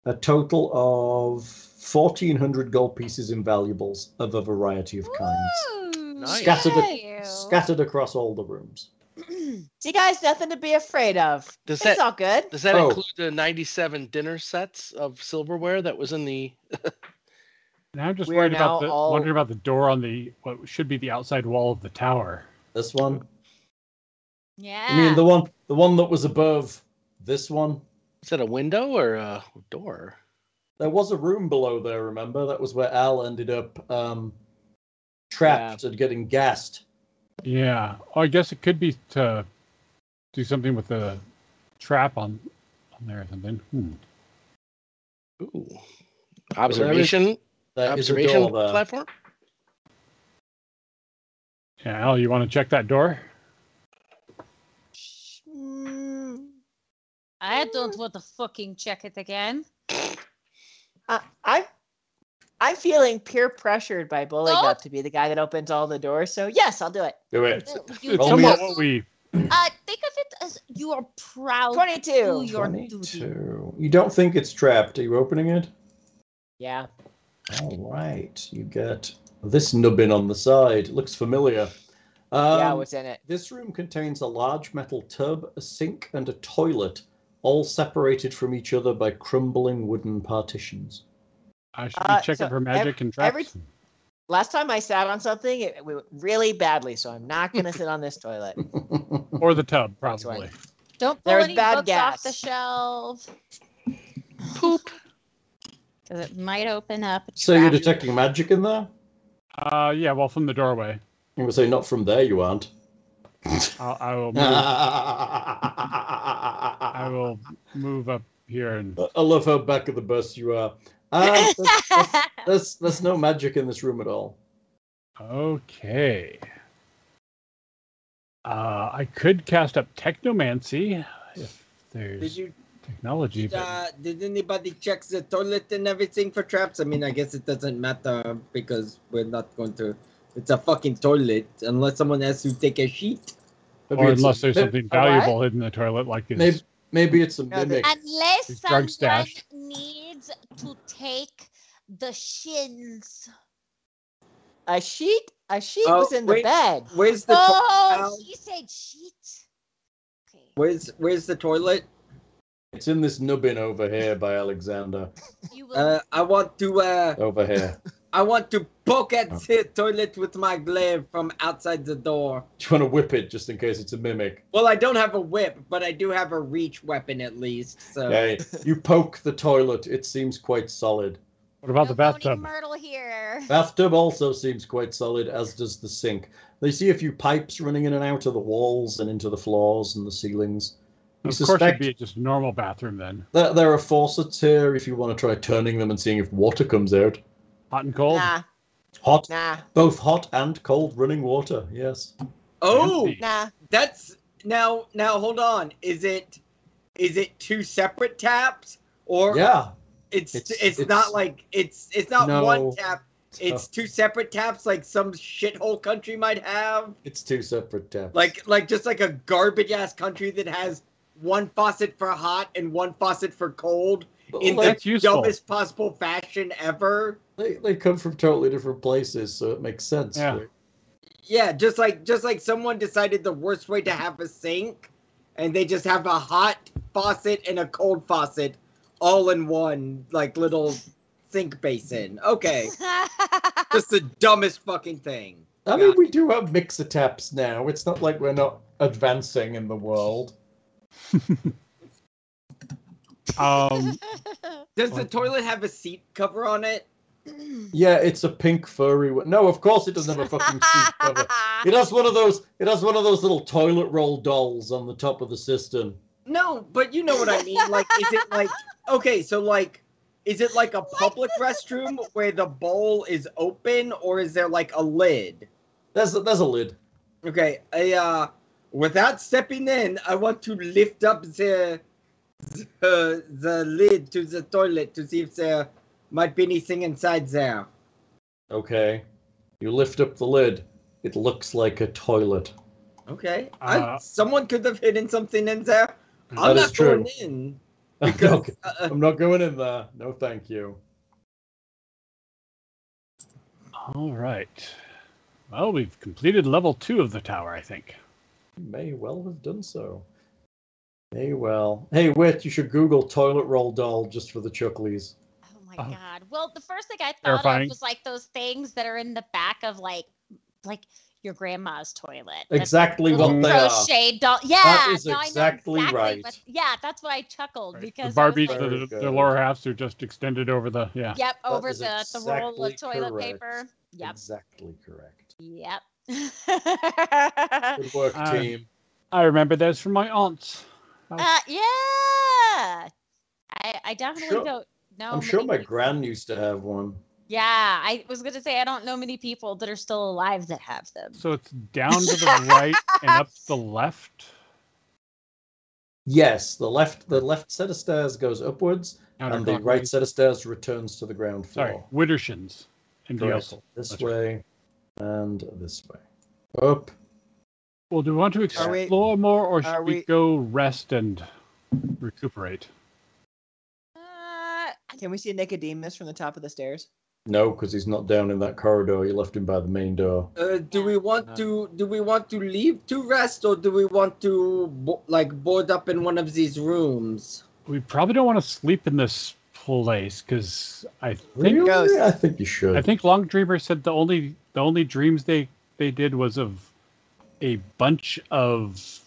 Speaker 1: A total of fourteen hundred gold pieces in valuables of a variety of kinds,
Speaker 8: Nice.
Speaker 1: Scattered the-
Speaker 5: Thank you.
Speaker 1: scattered across all the rooms.
Speaker 2: So you guys, nothing to be afraid of.
Speaker 8: Does
Speaker 2: it's
Speaker 8: that-
Speaker 2: all good.
Speaker 8: Does that
Speaker 1: Oh.
Speaker 8: include the 97 dinner sets of silverware that was in the
Speaker 4: And I'm just
Speaker 2: We are
Speaker 4: worried about
Speaker 2: now
Speaker 4: the
Speaker 2: all-
Speaker 4: wondering about the door on the what should be the outside wall of the tower.
Speaker 1: This one.
Speaker 5: Yeah.
Speaker 1: I mean, the one, the one that was above this one.
Speaker 8: is that a window or a door?
Speaker 1: There was a room below there, remember? That was where Al ended up um, trapped and getting gassed.
Speaker 4: Yeah. Oh, I guess it could be to do something with the trap on on there or something. Hmm.
Speaker 8: Ooh. Observation
Speaker 1: There is a
Speaker 8: observation
Speaker 1: door uh, there.
Speaker 8: platform?
Speaker 4: Yeah, Al, you want to check that door?
Speaker 2: Mm,
Speaker 5: I don't want to fucking check it again.
Speaker 2: I, I, I'm feeling peer pressured by Bully
Speaker 5: No.
Speaker 2: Gut to be the guy that opens all the doors. So yes, I'll do it.
Speaker 1: Do it.
Speaker 5: You
Speaker 2: oh,
Speaker 4: It's
Speaker 1: Roll me
Speaker 5: don't-
Speaker 4: somewhat what we.
Speaker 5: uh, think of it as you are proud to do
Speaker 2: Twenty-two.
Speaker 5: your duty.
Speaker 1: You don't think it's trapped. Are you opening it?
Speaker 2: Yeah.
Speaker 1: All right. You get this nubbin on the side. Looks familiar. Um,
Speaker 2: yeah, what's in it?
Speaker 1: This room contains a large metal tub, a sink, and a toilet, all separated from each other by crumbling wooden partitions.
Speaker 4: I should be
Speaker 2: Uh,
Speaker 4: checking
Speaker 2: so
Speaker 4: for magic and traps.
Speaker 2: every- Last time I sat on something, it, it went really badly, so I'm not gonna sit on this toilet.
Speaker 4: or the tub,
Speaker 2: That's
Speaker 4: probably.
Speaker 5: Don't pull
Speaker 2: There was
Speaker 5: any
Speaker 2: bad
Speaker 5: books off
Speaker 2: gas.
Speaker 5: the shelf.
Speaker 8: Poop.
Speaker 5: Because it might open up. a
Speaker 1: so you're
Speaker 5: trap.
Speaker 1: detecting magic in there?
Speaker 4: Uh, yeah. Well, from the doorway,
Speaker 1: I'm going to say not from there, you aren't.
Speaker 4: I'll, I will move. I
Speaker 1: I
Speaker 4: will move up here and
Speaker 1: love how back of the bus you are. Uh, there's, there's, there's, there's no magic in this room at all.
Speaker 4: Okay. Uh, I could cast up technomancy if there's
Speaker 7: Did you?
Speaker 4: technology, but
Speaker 7: Uh, did anybody check the toilet and everything for traps? I mean, I guess it doesn't matter because we're not going to. It's a fucking toilet, unless someone has to take a sheet.
Speaker 1: Maybe
Speaker 4: or
Speaker 1: it's a-
Speaker 4: unless there's
Speaker 1: may-
Speaker 4: something
Speaker 2: a what?
Speaker 4: valuable hidden in the toilet, like his.
Speaker 1: Maybe, maybe it's a
Speaker 2: No, the-
Speaker 1: mimic.
Speaker 5: Unless
Speaker 4: His drug
Speaker 5: someone
Speaker 4: stash.
Speaker 5: needs to take the shins.
Speaker 2: A sheet. A sheet
Speaker 7: Oh,
Speaker 2: was in the
Speaker 7: wait.
Speaker 2: bed.
Speaker 7: Where's the? to-
Speaker 5: Oh,
Speaker 7: Ow.
Speaker 5: she said sheet. Okay.
Speaker 7: where's Where's the toilet?
Speaker 1: It's in this nubbin over here by Alexander.
Speaker 5: You will.
Speaker 7: Uh, I want to. Uh,
Speaker 1: Over here.
Speaker 7: I want to poke at the toilet with my glaive from outside the door.
Speaker 1: Do you want to whip it just in case it's a mimic?
Speaker 7: Well, I don't have a whip, but I do have a reach weapon at least. So
Speaker 1: Okay. You poke the toilet. It seems quite solid.
Speaker 4: what about
Speaker 5: no
Speaker 4: the
Speaker 5: Moaning
Speaker 4: bathtub?
Speaker 5: Myrtle here.
Speaker 1: Bathtub also seems quite solid, as does the sink. They see a few pipes running in and out of the walls and into the floors and the ceilings. You
Speaker 4: Of course, it'd
Speaker 1: suspect
Speaker 4: be just a normal bathroom then,
Speaker 1: that there are faucets here if you want to try turning them and seeing if water comes out.
Speaker 4: hot and cold.
Speaker 2: Nah,
Speaker 1: Hot,
Speaker 2: nah,
Speaker 1: both hot and cold running water. Yes.
Speaker 7: oh,
Speaker 4: Fancy.
Speaker 2: nah.
Speaker 7: that's now. Now hold on. Is it? Is it two separate taps or?
Speaker 1: Yeah.
Speaker 7: It's it's,
Speaker 1: It's-
Speaker 7: not
Speaker 1: it's-
Speaker 7: like it's it's not
Speaker 1: No.
Speaker 7: one tap. It's two separate taps, like some shithole country might have,
Speaker 1: It's two separate taps.
Speaker 7: like like just like a garbage ass country that has one faucet for hot and one faucet for cold in
Speaker 1: Like,
Speaker 4: that's
Speaker 7: the
Speaker 4: useful.
Speaker 7: dumbest possible fashion ever.
Speaker 1: they, they come from totally different places, so it makes sense.
Speaker 4: Yeah.
Speaker 1: right?
Speaker 7: Yeah, just like just like someone decided the worst way to have a sink, and they just have a hot faucet and a cold faucet, all in one like little sink basin. Okay, just the dumbest fucking thing.
Speaker 1: I mean, we do have mixer taps now. It's not like we're not advancing in the world. Oh!
Speaker 4: Um,
Speaker 7: Does the toilet have a seat cover on it?
Speaker 1: Yeah, it's a pink furry one. No, of course it doesn't have a fucking seat
Speaker 5: Oh
Speaker 1: cover. It has one of those. It has one of those little toilet roll dolls on the top of the cistern.
Speaker 7: No, but you know what I mean. Like, is it like okay? So like, is it like a public restroom where the bowl is open, or is there like a lid?
Speaker 1: There's a, there's a lid.
Speaker 7: Okay, I uh, without stepping in, I want to lift up the the, the lid to the toilet to see if there might be anything inside there.
Speaker 1: Okay. You lift up the lid. It looks like a toilet.
Speaker 7: Okay, I,
Speaker 4: Uh.
Speaker 7: someone could have hidden something in there.
Speaker 1: That
Speaker 7: I'm
Speaker 1: is
Speaker 7: not going
Speaker 1: true.
Speaker 7: in because
Speaker 1: Okay.
Speaker 7: uh,
Speaker 1: I'm not going in there. No, thank you.
Speaker 4: All right. Well, we've completed level two of the tower, I think.
Speaker 1: You may well have done so. May well. Hey, wait, you should Google toilet roll doll just for the chucklies.
Speaker 5: Oh my
Speaker 4: Oh.
Speaker 5: god. Well, the first thing I thought
Speaker 4: Terrifying.
Speaker 5: of was like those things that are in the back of like like your grandma's toilet. That's
Speaker 1: Exactly
Speaker 5: little
Speaker 1: what they are.
Speaker 5: crochet doll. Yeah,
Speaker 1: is
Speaker 5: no, I know
Speaker 1: exactly right.
Speaker 5: what- yeah, that's why I chuckled
Speaker 4: The
Speaker 5: because I was
Speaker 4: Barbies,
Speaker 5: like,
Speaker 1: Very
Speaker 4: the, the
Speaker 1: good.
Speaker 4: lower halves are just extended over the yeah.
Speaker 5: yep, over
Speaker 1: is
Speaker 5: the, the roll of
Speaker 1: exactly
Speaker 5: toilet
Speaker 1: correct.
Speaker 5: paper. Yep,
Speaker 1: Exactly correct.
Speaker 5: yep.
Speaker 1: Good work,
Speaker 4: Uh,
Speaker 1: team.
Speaker 4: I remember those from my aunt's.
Speaker 5: uh, yeah. I, I definitely
Speaker 1: sure-
Speaker 5: don't know.
Speaker 1: I'm sure
Speaker 5: many
Speaker 1: my
Speaker 5: people-
Speaker 1: gran used to have one.
Speaker 5: Yeah, I was gonna say I don't know many people that are still alive that have them.
Speaker 4: So it's down to the right and up the left.
Speaker 1: Yes, the left the left set of stairs goes upwards, and the right
Speaker 4: Counterclockwise.
Speaker 1: set of stairs returns to the ground floor.
Speaker 4: Sorry, Wittershins and the
Speaker 1: Correct.
Speaker 4: Elsel.
Speaker 1: This
Speaker 4: That's right.
Speaker 1: way and this way. Up.
Speaker 4: Well, do we want to
Speaker 2: Are we-
Speaker 4: explore more, or should
Speaker 2: are
Speaker 4: we,
Speaker 2: we-
Speaker 4: go rest and recuperate?
Speaker 5: Uh,
Speaker 2: Can we see Nicodemus from the top of the stairs?
Speaker 1: No, because he's not down in that corridor. You left him by the main door.
Speaker 7: uh, do we want to do we want to leave to rest or do we want to bo- like board up in one of these rooms?
Speaker 4: We probably don't want to sleep in this place because I think
Speaker 1: Really?
Speaker 2: Ghost.
Speaker 1: I think you should.
Speaker 4: I think Long Dreamer said the only the only dreams they they did was of a bunch of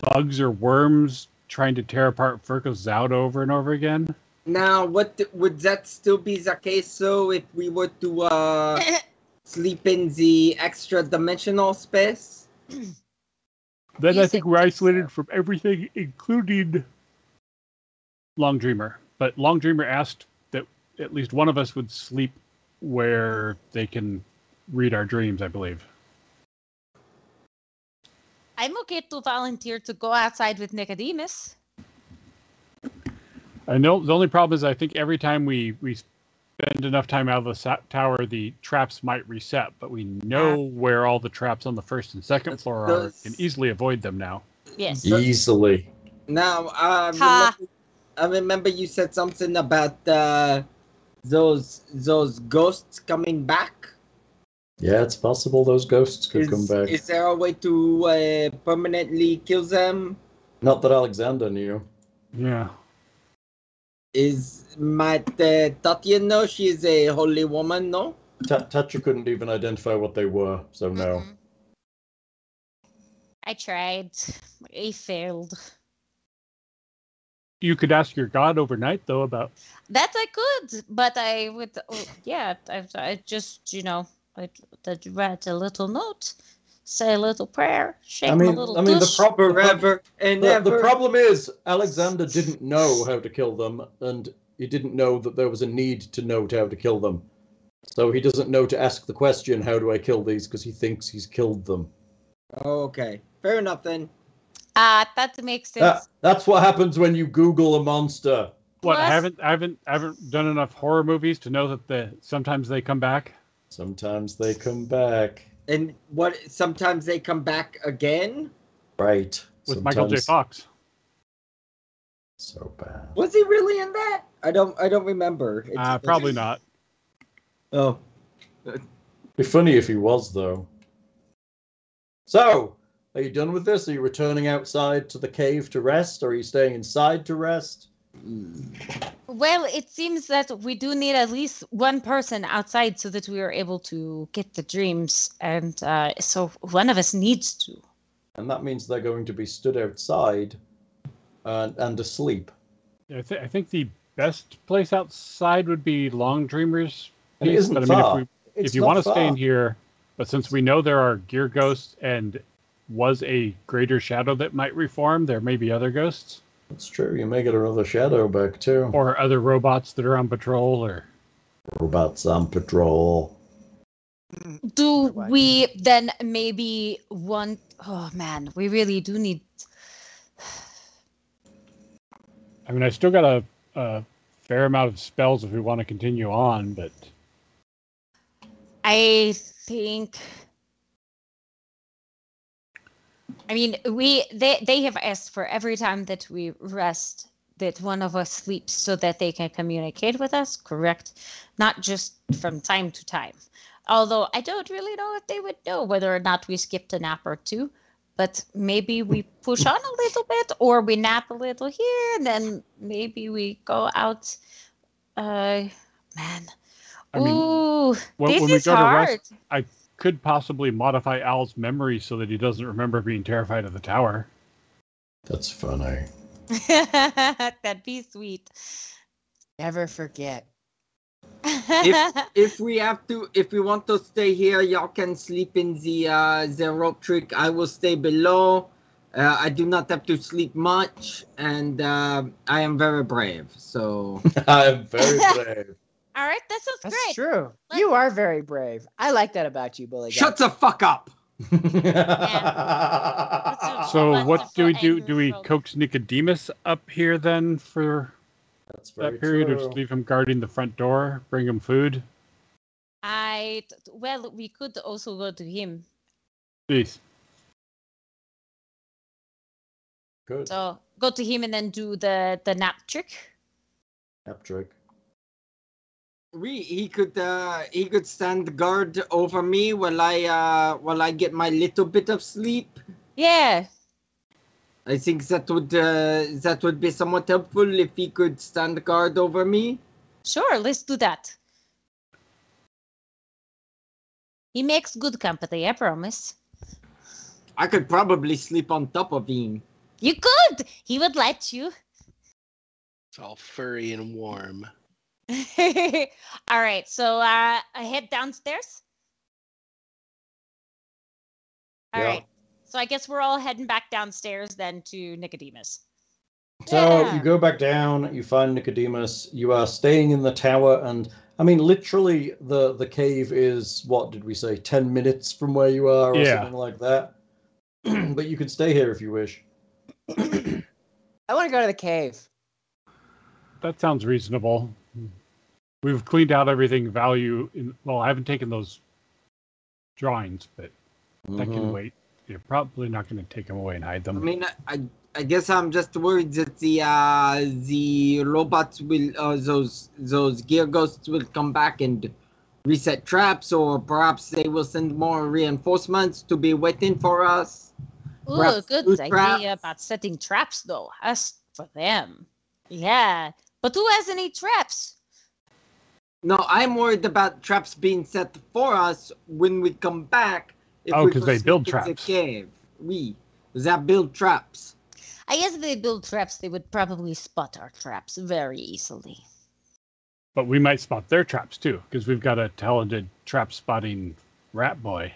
Speaker 4: bugs or worms trying to tear apart Virgo's out over and over again.
Speaker 7: Now, what th- would that still be the case though if we were to uh sleep in the extra dimensional space?
Speaker 4: Then
Speaker 5: You
Speaker 4: I
Speaker 5: said
Speaker 4: think we're
Speaker 5: so.
Speaker 4: isolated from everything, including Long Dreamer. But Long Dreamer asked that at least one of us would sleep where they can read our dreams, I believe.
Speaker 5: I'm okay to volunteer to go outside with Nicodemus.
Speaker 4: I know the only problem is I think every time we, we spend enough time out of the so- tower, the traps might reset, but we know where all the traps on the first and second floor are
Speaker 7: does-
Speaker 4: and easily avoid them now.
Speaker 5: Yes.
Speaker 1: Easily.
Speaker 7: Now, I
Speaker 5: Ha.
Speaker 7: remember, I remember you said something about uh, those those ghosts coming back.
Speaker 1: Yeah, it's possible those ghosts could
Speaker 7: Is,
Speaker 1: come back.
Speaker 7: is there a way to uh, permanently kill them?
Speaker 1: Not that Alexander knew.
Speaker 4: Yeah.
Speaker 7: Is might uh, Tatya know she is a holy woman? No.
Speaker 1: Ta- Tatra couldn't even identify what they were, so no.
Speaker 5: Mhm. I tried. I failed.
Speaker 4: You could ask your god overnight, though, about
Speaker 5: That I could, but I would. oh, Yeah, I, I just you know I would write a little note, say a little prayer, shake
Speaker 1: I mean,
Speaker 5: my little
Speaker 1: I mean the,
Speaker 5: tush.
Speaker 1: prob- the, prob-
Speaker 7: Forever and
Speaker 1: the,
Speaker 7: ever.
Speaker 1: the problem is Alexander didn't know how to kill them, and he didn't know that there was a need to note how to kill them. So he doesn't know to ask the question, "How do I kill these?" Because he thinks he's killed them.
Speaker 7: okay, fair enough then.
Speaker 5: Ah, that makes
Speaker 1: That,
Speaker 5: sense.
Speaker 1: that's what happens when you Google a monster.
Speaker 4: What I
Speaker 5: Plus-
Speaker 4: haven't I haven't I haven't done enough horror movies to know that the sometimes they come back.
Speaker 1: Sometimes they come back.
Speaker 7: And what? Sometimes they come back again.
Speaker 1: Right.
Speaker 4: with Michael J.
Speaker 1: Sometimes
Speaker 4: Fox.
Speaker 1: So bad.
Speaker 7: Was he really in that? I don't. I don't remember. It's-
Speaker 4: Uh, probably not.
Speaker 7: Oh,
Speaker 1: Be funny if he was though. So, are you done with this? Are you returning outside to the cave to rest? Or are you staying inside to rest?
Speaker 5: Well, it seems that we do need at least one person outside so that we are able to get the dreams, and uh, so one of us needs to.
Speaker 1: And that means they're going to be stood outside and, and asleep.
Speaker 4: I, th- I think the best place outside would be Long Dreamers.
Speaker 1: And it
Speaker 4: piece,
Speaker 1: isn't
Speaker 4: but I mean, if
Speaker 1: far.
Speaker 4: we-
Speaker 1: It's
Speaker 4: if you
Speaker 1: not
Speaker 4: want to stay in
Speaker 1: far.
Speaker 4: here, but since we know there are gear ghosts and was a greater shadow that might reform, there may be other ghosts
Speaker 1: That's true. You may get another shadow back too.
Speaker 4: or other robots that are on patrol. Or
Speaker 1: Robots on patrol.
Speaker 5: Do
Speaker 2: Otherwise-
Speaker 5: we then maybe want? Oh man, we really do need.
Speaker 4: I mean, I still got a, a fair amount of spells if we want to continue on, but
Speaker 5: I think. I mean, we they they have asked for every time that we rest that one of us sleeps so that they can communicate with us, correct? Not just from time to time. Although I don't really know if they would know whether or not we skipped a nap or two, but maybe we push on a little bit or we nap a little here and then maybe we go out uh man.
Speaker 4: I mean,
Speaker 5: Ooh,
Speaker 4: when,
Speaker 5: this
Speaker 4: when we
Speaker 5: is
Speaker 4: go to
Speaker 5: hard.
Speaker 4: rest, could possibly modify Al's memory so that he doesn't remember being terrified of the tower.
Speaker 1: That's funny.
Speaker 5: That'd be sweet.
Speaker 2: Never forget.
Speaker 7: If- if we have to if we want to stay here y'all can sleep in the uh the rope trick i will stay below uh, i do not have to sleep much and uh i am very brave so
Speaker 1: I'm very brave.
Speaker 5: All right, that sounds
Speaker 2: That's
Speaker 5: great.
Speaker 2: true.
Speaker 5: Let-
Speaker 2: you are very brave. I like that about you, Bully. Guy.
Speaker 7: shut the fuck up
Speaker 5: That's
Speaker 1: That's
Speaker 5: a-
Speaker 4: So
Speaker 5: What's
Speaker 4: what
Speaker 5: the
Speaker 4: do we
Speaker 5: full
Speaker 4: do?
Speaker 5: angle
Speaker 4: Do we
Speaker 5: roll?
Speaker 4: coax Nicodemus up here then for
Speaker 1: very
Speaker 4: that period, or
Speaker 1: true.
Speaker 4: just leave him guarding the front door, bring him food?
Speaker 5: I well, we could also go to him.
Speaker 4: Please.
Speaker 1: Good.
Speaker 5: So go to him and then do the the nap trick.
Speaker 1: Nap trick.
Speaker 7: we he could uh he could stand guard over me while i uh while i get my little bit of sleep
Speaker 5: Yeah,
Speaker 7: i think that would uh that would be somewhat helpful if he could stand guard over me
Speaker 5: sure. Let's do that. He makes good company, I promise.
Speaker 7: i could probably sleep on top of him
Speaker 5: You could. He would let you.
Speaker 8: It's all furry and warm.
Speaker 5: All right, so uh, I head downstairs. All right,
Speaker 1: Yeah.
Speaker 5: so I guess we're all heading back downstairs then to Nicodemus.
Speaker 1: So
Speaker 5: Yeah.
Speaker 1: you go back down, you find Nicodemus, you are staying in the tower, and I mean literally the the cave is what did we say, ten minutes from where you are or
Speaker 4: Yeah.
Speaker 1: something like that. but you can stay here if you wish.
Speaker 2: I want to go to the cave.
Speaker 4: That sounds reasonable. We've cleaned out everything value in well, I haven't taken those drawings, but that can
Speaker 1: Mhm.
Speaker 4: wait. You're probably not gonna take them away and hide
Speaker 7: I
Speaker 4: them.
Speaker 7: mean, I, I guess I'm just worried that the uh, the robots will uh, those those gear ghosts will come back and reset traps, or perhaps they will send more reinforcements to be waiting for us.
Speaker 5: Ooh,
Speaker 7: Perhaps
Speaker 5: good
Speaker 7: food
Speaker 5: idea
Speaker 7: traps.
Speaker 5: about setting traps, though. Us for them. Yeah, but who has any traps?
Speaker 7: No, I'm worried about traps being set for us when we come back. If
Speaker 4: Oh,
Speaker 7: we
Speaker 4: 'cause they
Speaker 7: proceed
Speaker 4: build
Speaker 7: to The
Speaker 4: traps.
Speaker 7: cave. We they build traps.
Speaker 5: I guess if they build traps, they would probably spot our traps very easily.
Speaker 4: But we might spot their traps too, because we've got a talented trap spotting rat boy.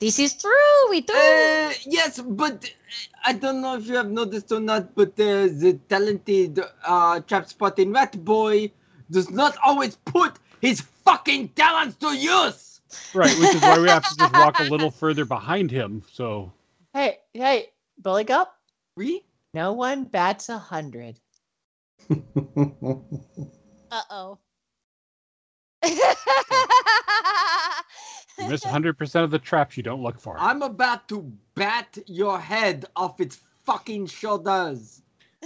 Speaker 5: This is true. We do.
Speaker 7: Uh, yes, but uh, I don't know if you have noticed or not, but uh, the talented uh, trap spotting rat boy does not always put his fucking talents to use.
Speaker 4: Right, which is why we have to just walk a little further behind him. So
Speaker 2: Hey, hey, Bully Gup,
Speaker 7: We?
Speaker 2: no one bats a hundred.
Speaker 1: Mm-hmm.
Speaker 5: Uh oh.
Speaker 4: you miss 100% of the traps you don't look for.
Speaker 7: I'm about to bat your head off its fucking shoulders.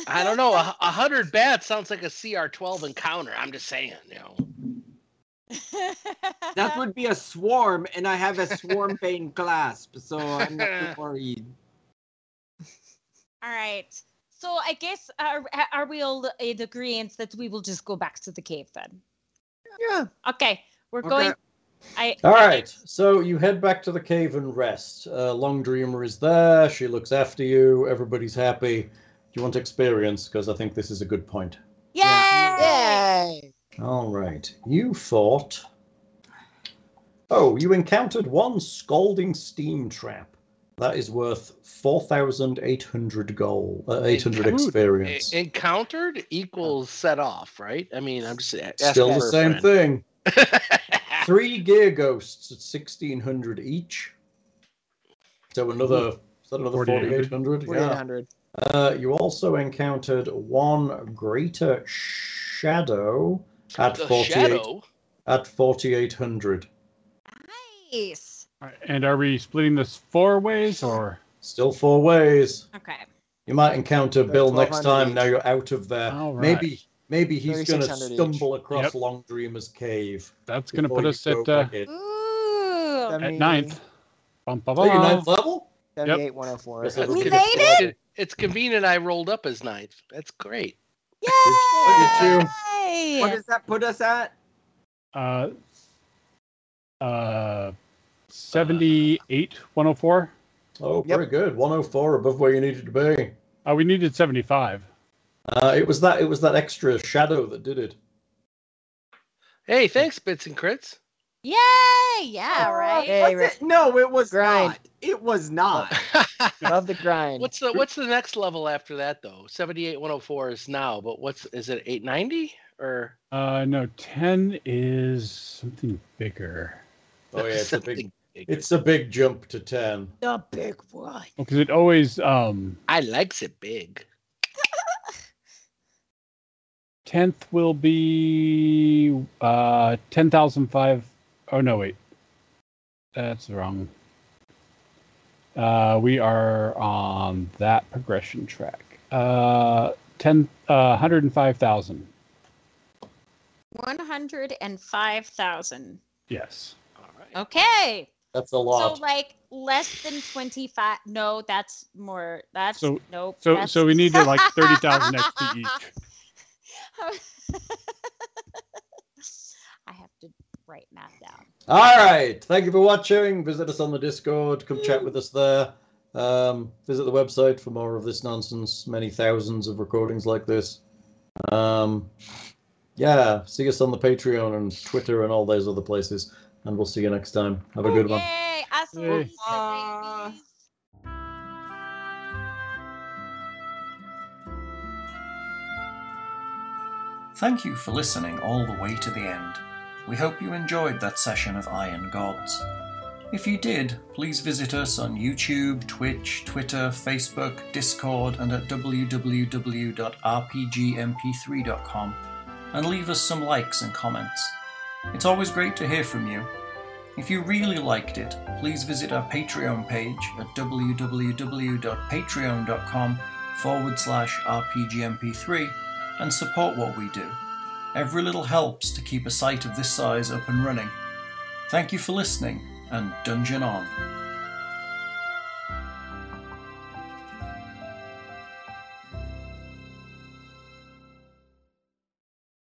Speaker 8: I don't know. A, a hundred bats sounds like a CR12 encounter. I'm just saying, you know.
Speaker 7: That would be a swarm, and I have a swarm bane clasp, so I'm not too worried.
Speaker 5: All right. So I guess are, are we all in agreement that we will just go back to the cave then?
Speaker 2: Yeah.
Speaker 5: Okay, we're
Speaker 7: Okay.
Speaker 5: going. I
Speaker 1: All
Speaker 5: I-
Speaker 1: right, so you head back to the cave and rest. Uh, Long Dreamer is there. She looks after you. Everybody's happy. Do you want experience? Because I think this is a good point.
Speaker 5: Yay!
Speaker 2: Yay.
Speaker 1: All right. You fought. Oh, you encountered one scalding steam trap. That is worth 4,800 gold, uh, 800
Speaker 8: Dude, E-
Speaker 1: experience.
Speaker 8: encountered equals set off, right? I mean, I'm just a- asking
Speaker 1: Still the
Speaker 8: for a
Speaker 1: same
Speaker 8: friend.
Speaker 1: thing. Three gear ghosts at sixteen hundred each. So another, so another forty
Speaker 4: 4800.
Speaker 1: eight hundred. Yeah.
Speaker 2: 4800.
Speaker 1: Uh, you also encountered one greater shadow at
Speaker 8: The
Speaker 1: forty eight
Speaker 8: shadow.
Speaker 1: at forty eight hundred.
Speaker 5: Nice.
Speaker 4: All right, And are we splitting this four ways or?
Speaker 1: Still four ways.
Speaker 5: Okay.
Speaker 1: You might encounter Bill next
Speaker 2: 1200
Speaker 1: time.
Speaker 2: each.
Speaker 1: Now you're out of there.
Speaker 4: All right.
Speaker 1: Maybe maybe he's going to
Speaker 2: 3600 each.
Speaker 1: stumble across
Speaker 4: Yep.
Speaker 1: Long Dreamer's cave.
Speaker 4: That's going to
Speaker 1: before
Speaker 4: put
Speaker 1: you
Speaker 4: us
Speaker 1: go
Speaker 4: at uh,
Speaker 1: back in.
Speaker 5: Ooh.
Speaker 4: at
Speaker 2: 70
Speaker 4: ninth. Bum, bum,
Speaker 1: Oh, you're
Speaker 4: bum.
Speaker 1: ninth level.
Speaker 2: 78, 104.
Speaker 1: Yes, it'll
Speaker 5: We
Speaker 1: give
Speaker 5: made
Speaker 1: us
Speaker 5: it?
Speaker 1: level.
Speaker 8: It, it's convenient. I rolled up as ninth. That's great.
Speaker 1: at you.
Speaker 5: Yay!
Speaker 7: What does that put us at?
Speaker 4: Uh, uh, 78, 104.
Speaker 1: Oh,
Speaker 2: Yep.
Speaker 1: very good. 104 above where you needed to be.
Speaker 4: Uh, we needed 75.
Speaker 1: Uh, it was that it was that extra shadow that did it.
Speaker 8: Hey, thanks, Bits and Crits.
Speaker 5: Yay! Yeah, right.
Speaker 2: Hey,
Speaker 7: Was it? No, it was
Speaker 2: Grind.
Speaker 7: not. It was not.
Speaker 2: Love the grind.
Speaker 8: what's the what's the next level after that though? Seventy eight one hundred four is now, but what's is it eight ninety or
Speaker 4: Uh, no, 10 is something bigger.
Speaker 1: Oh yeah, it's a big
Speaker 8: something bigger?
Speaker 1: it's a big jump to 10.
Speaker 2: the big one?
Speaker 4: Because it always, um,
Speaker 8: I likes it big.
Speaker 4: 10th will be uh, 10,005. Oh, no, wait. That's wrong. Uh, we are on that progression track. Uh, 10, uh, 105,000.
Speaker 5: One hundred and five thousand.
Speaker 4: Yes.
Speaker 8: All right.
Speaker 5: Okay.
Speaker 1: That's a lot.
Speaker 5: So like less than twenty five. No, that's more. That's
Speaker 4: So-
Speaker 5: nope.
Speaker 4: So,
Speaker 5: that's-
Speaker 4: so we needed like 30,000 XP each.
Speaker 5: I have to write math down.
Speaker 1: All right. Thank you for watching. Visit us on the Discord. Come chat with us there. Um, visit the website for more of this nonsense. Many thousands of recordings like this. Um, yeah. See us on the Patreon and Twitter and all those other places. And we'll see you next time. Have a good one.
Speaker 5: Yay! Awesome.
Speaker 4: Yay.
Speaker 7: Uh,
Speaker 5: babies.
Speaker 11: Thank you for listening all the way to the end. We hope you enjoyed that session of Iron Gods. If you did, please visit us on YouTube, Twitch, Twitter, Facebook, Discord, and at www.rpgmp3.com, and leave us some likes and comments. It's always great to hear from you. If you really liked it, please visit our Patreon page at www.patreon.com forward slash rpgmp3 and support what we do. Every little helps to keep a site of this size up and running. Thank you for listening, and Dungeon On.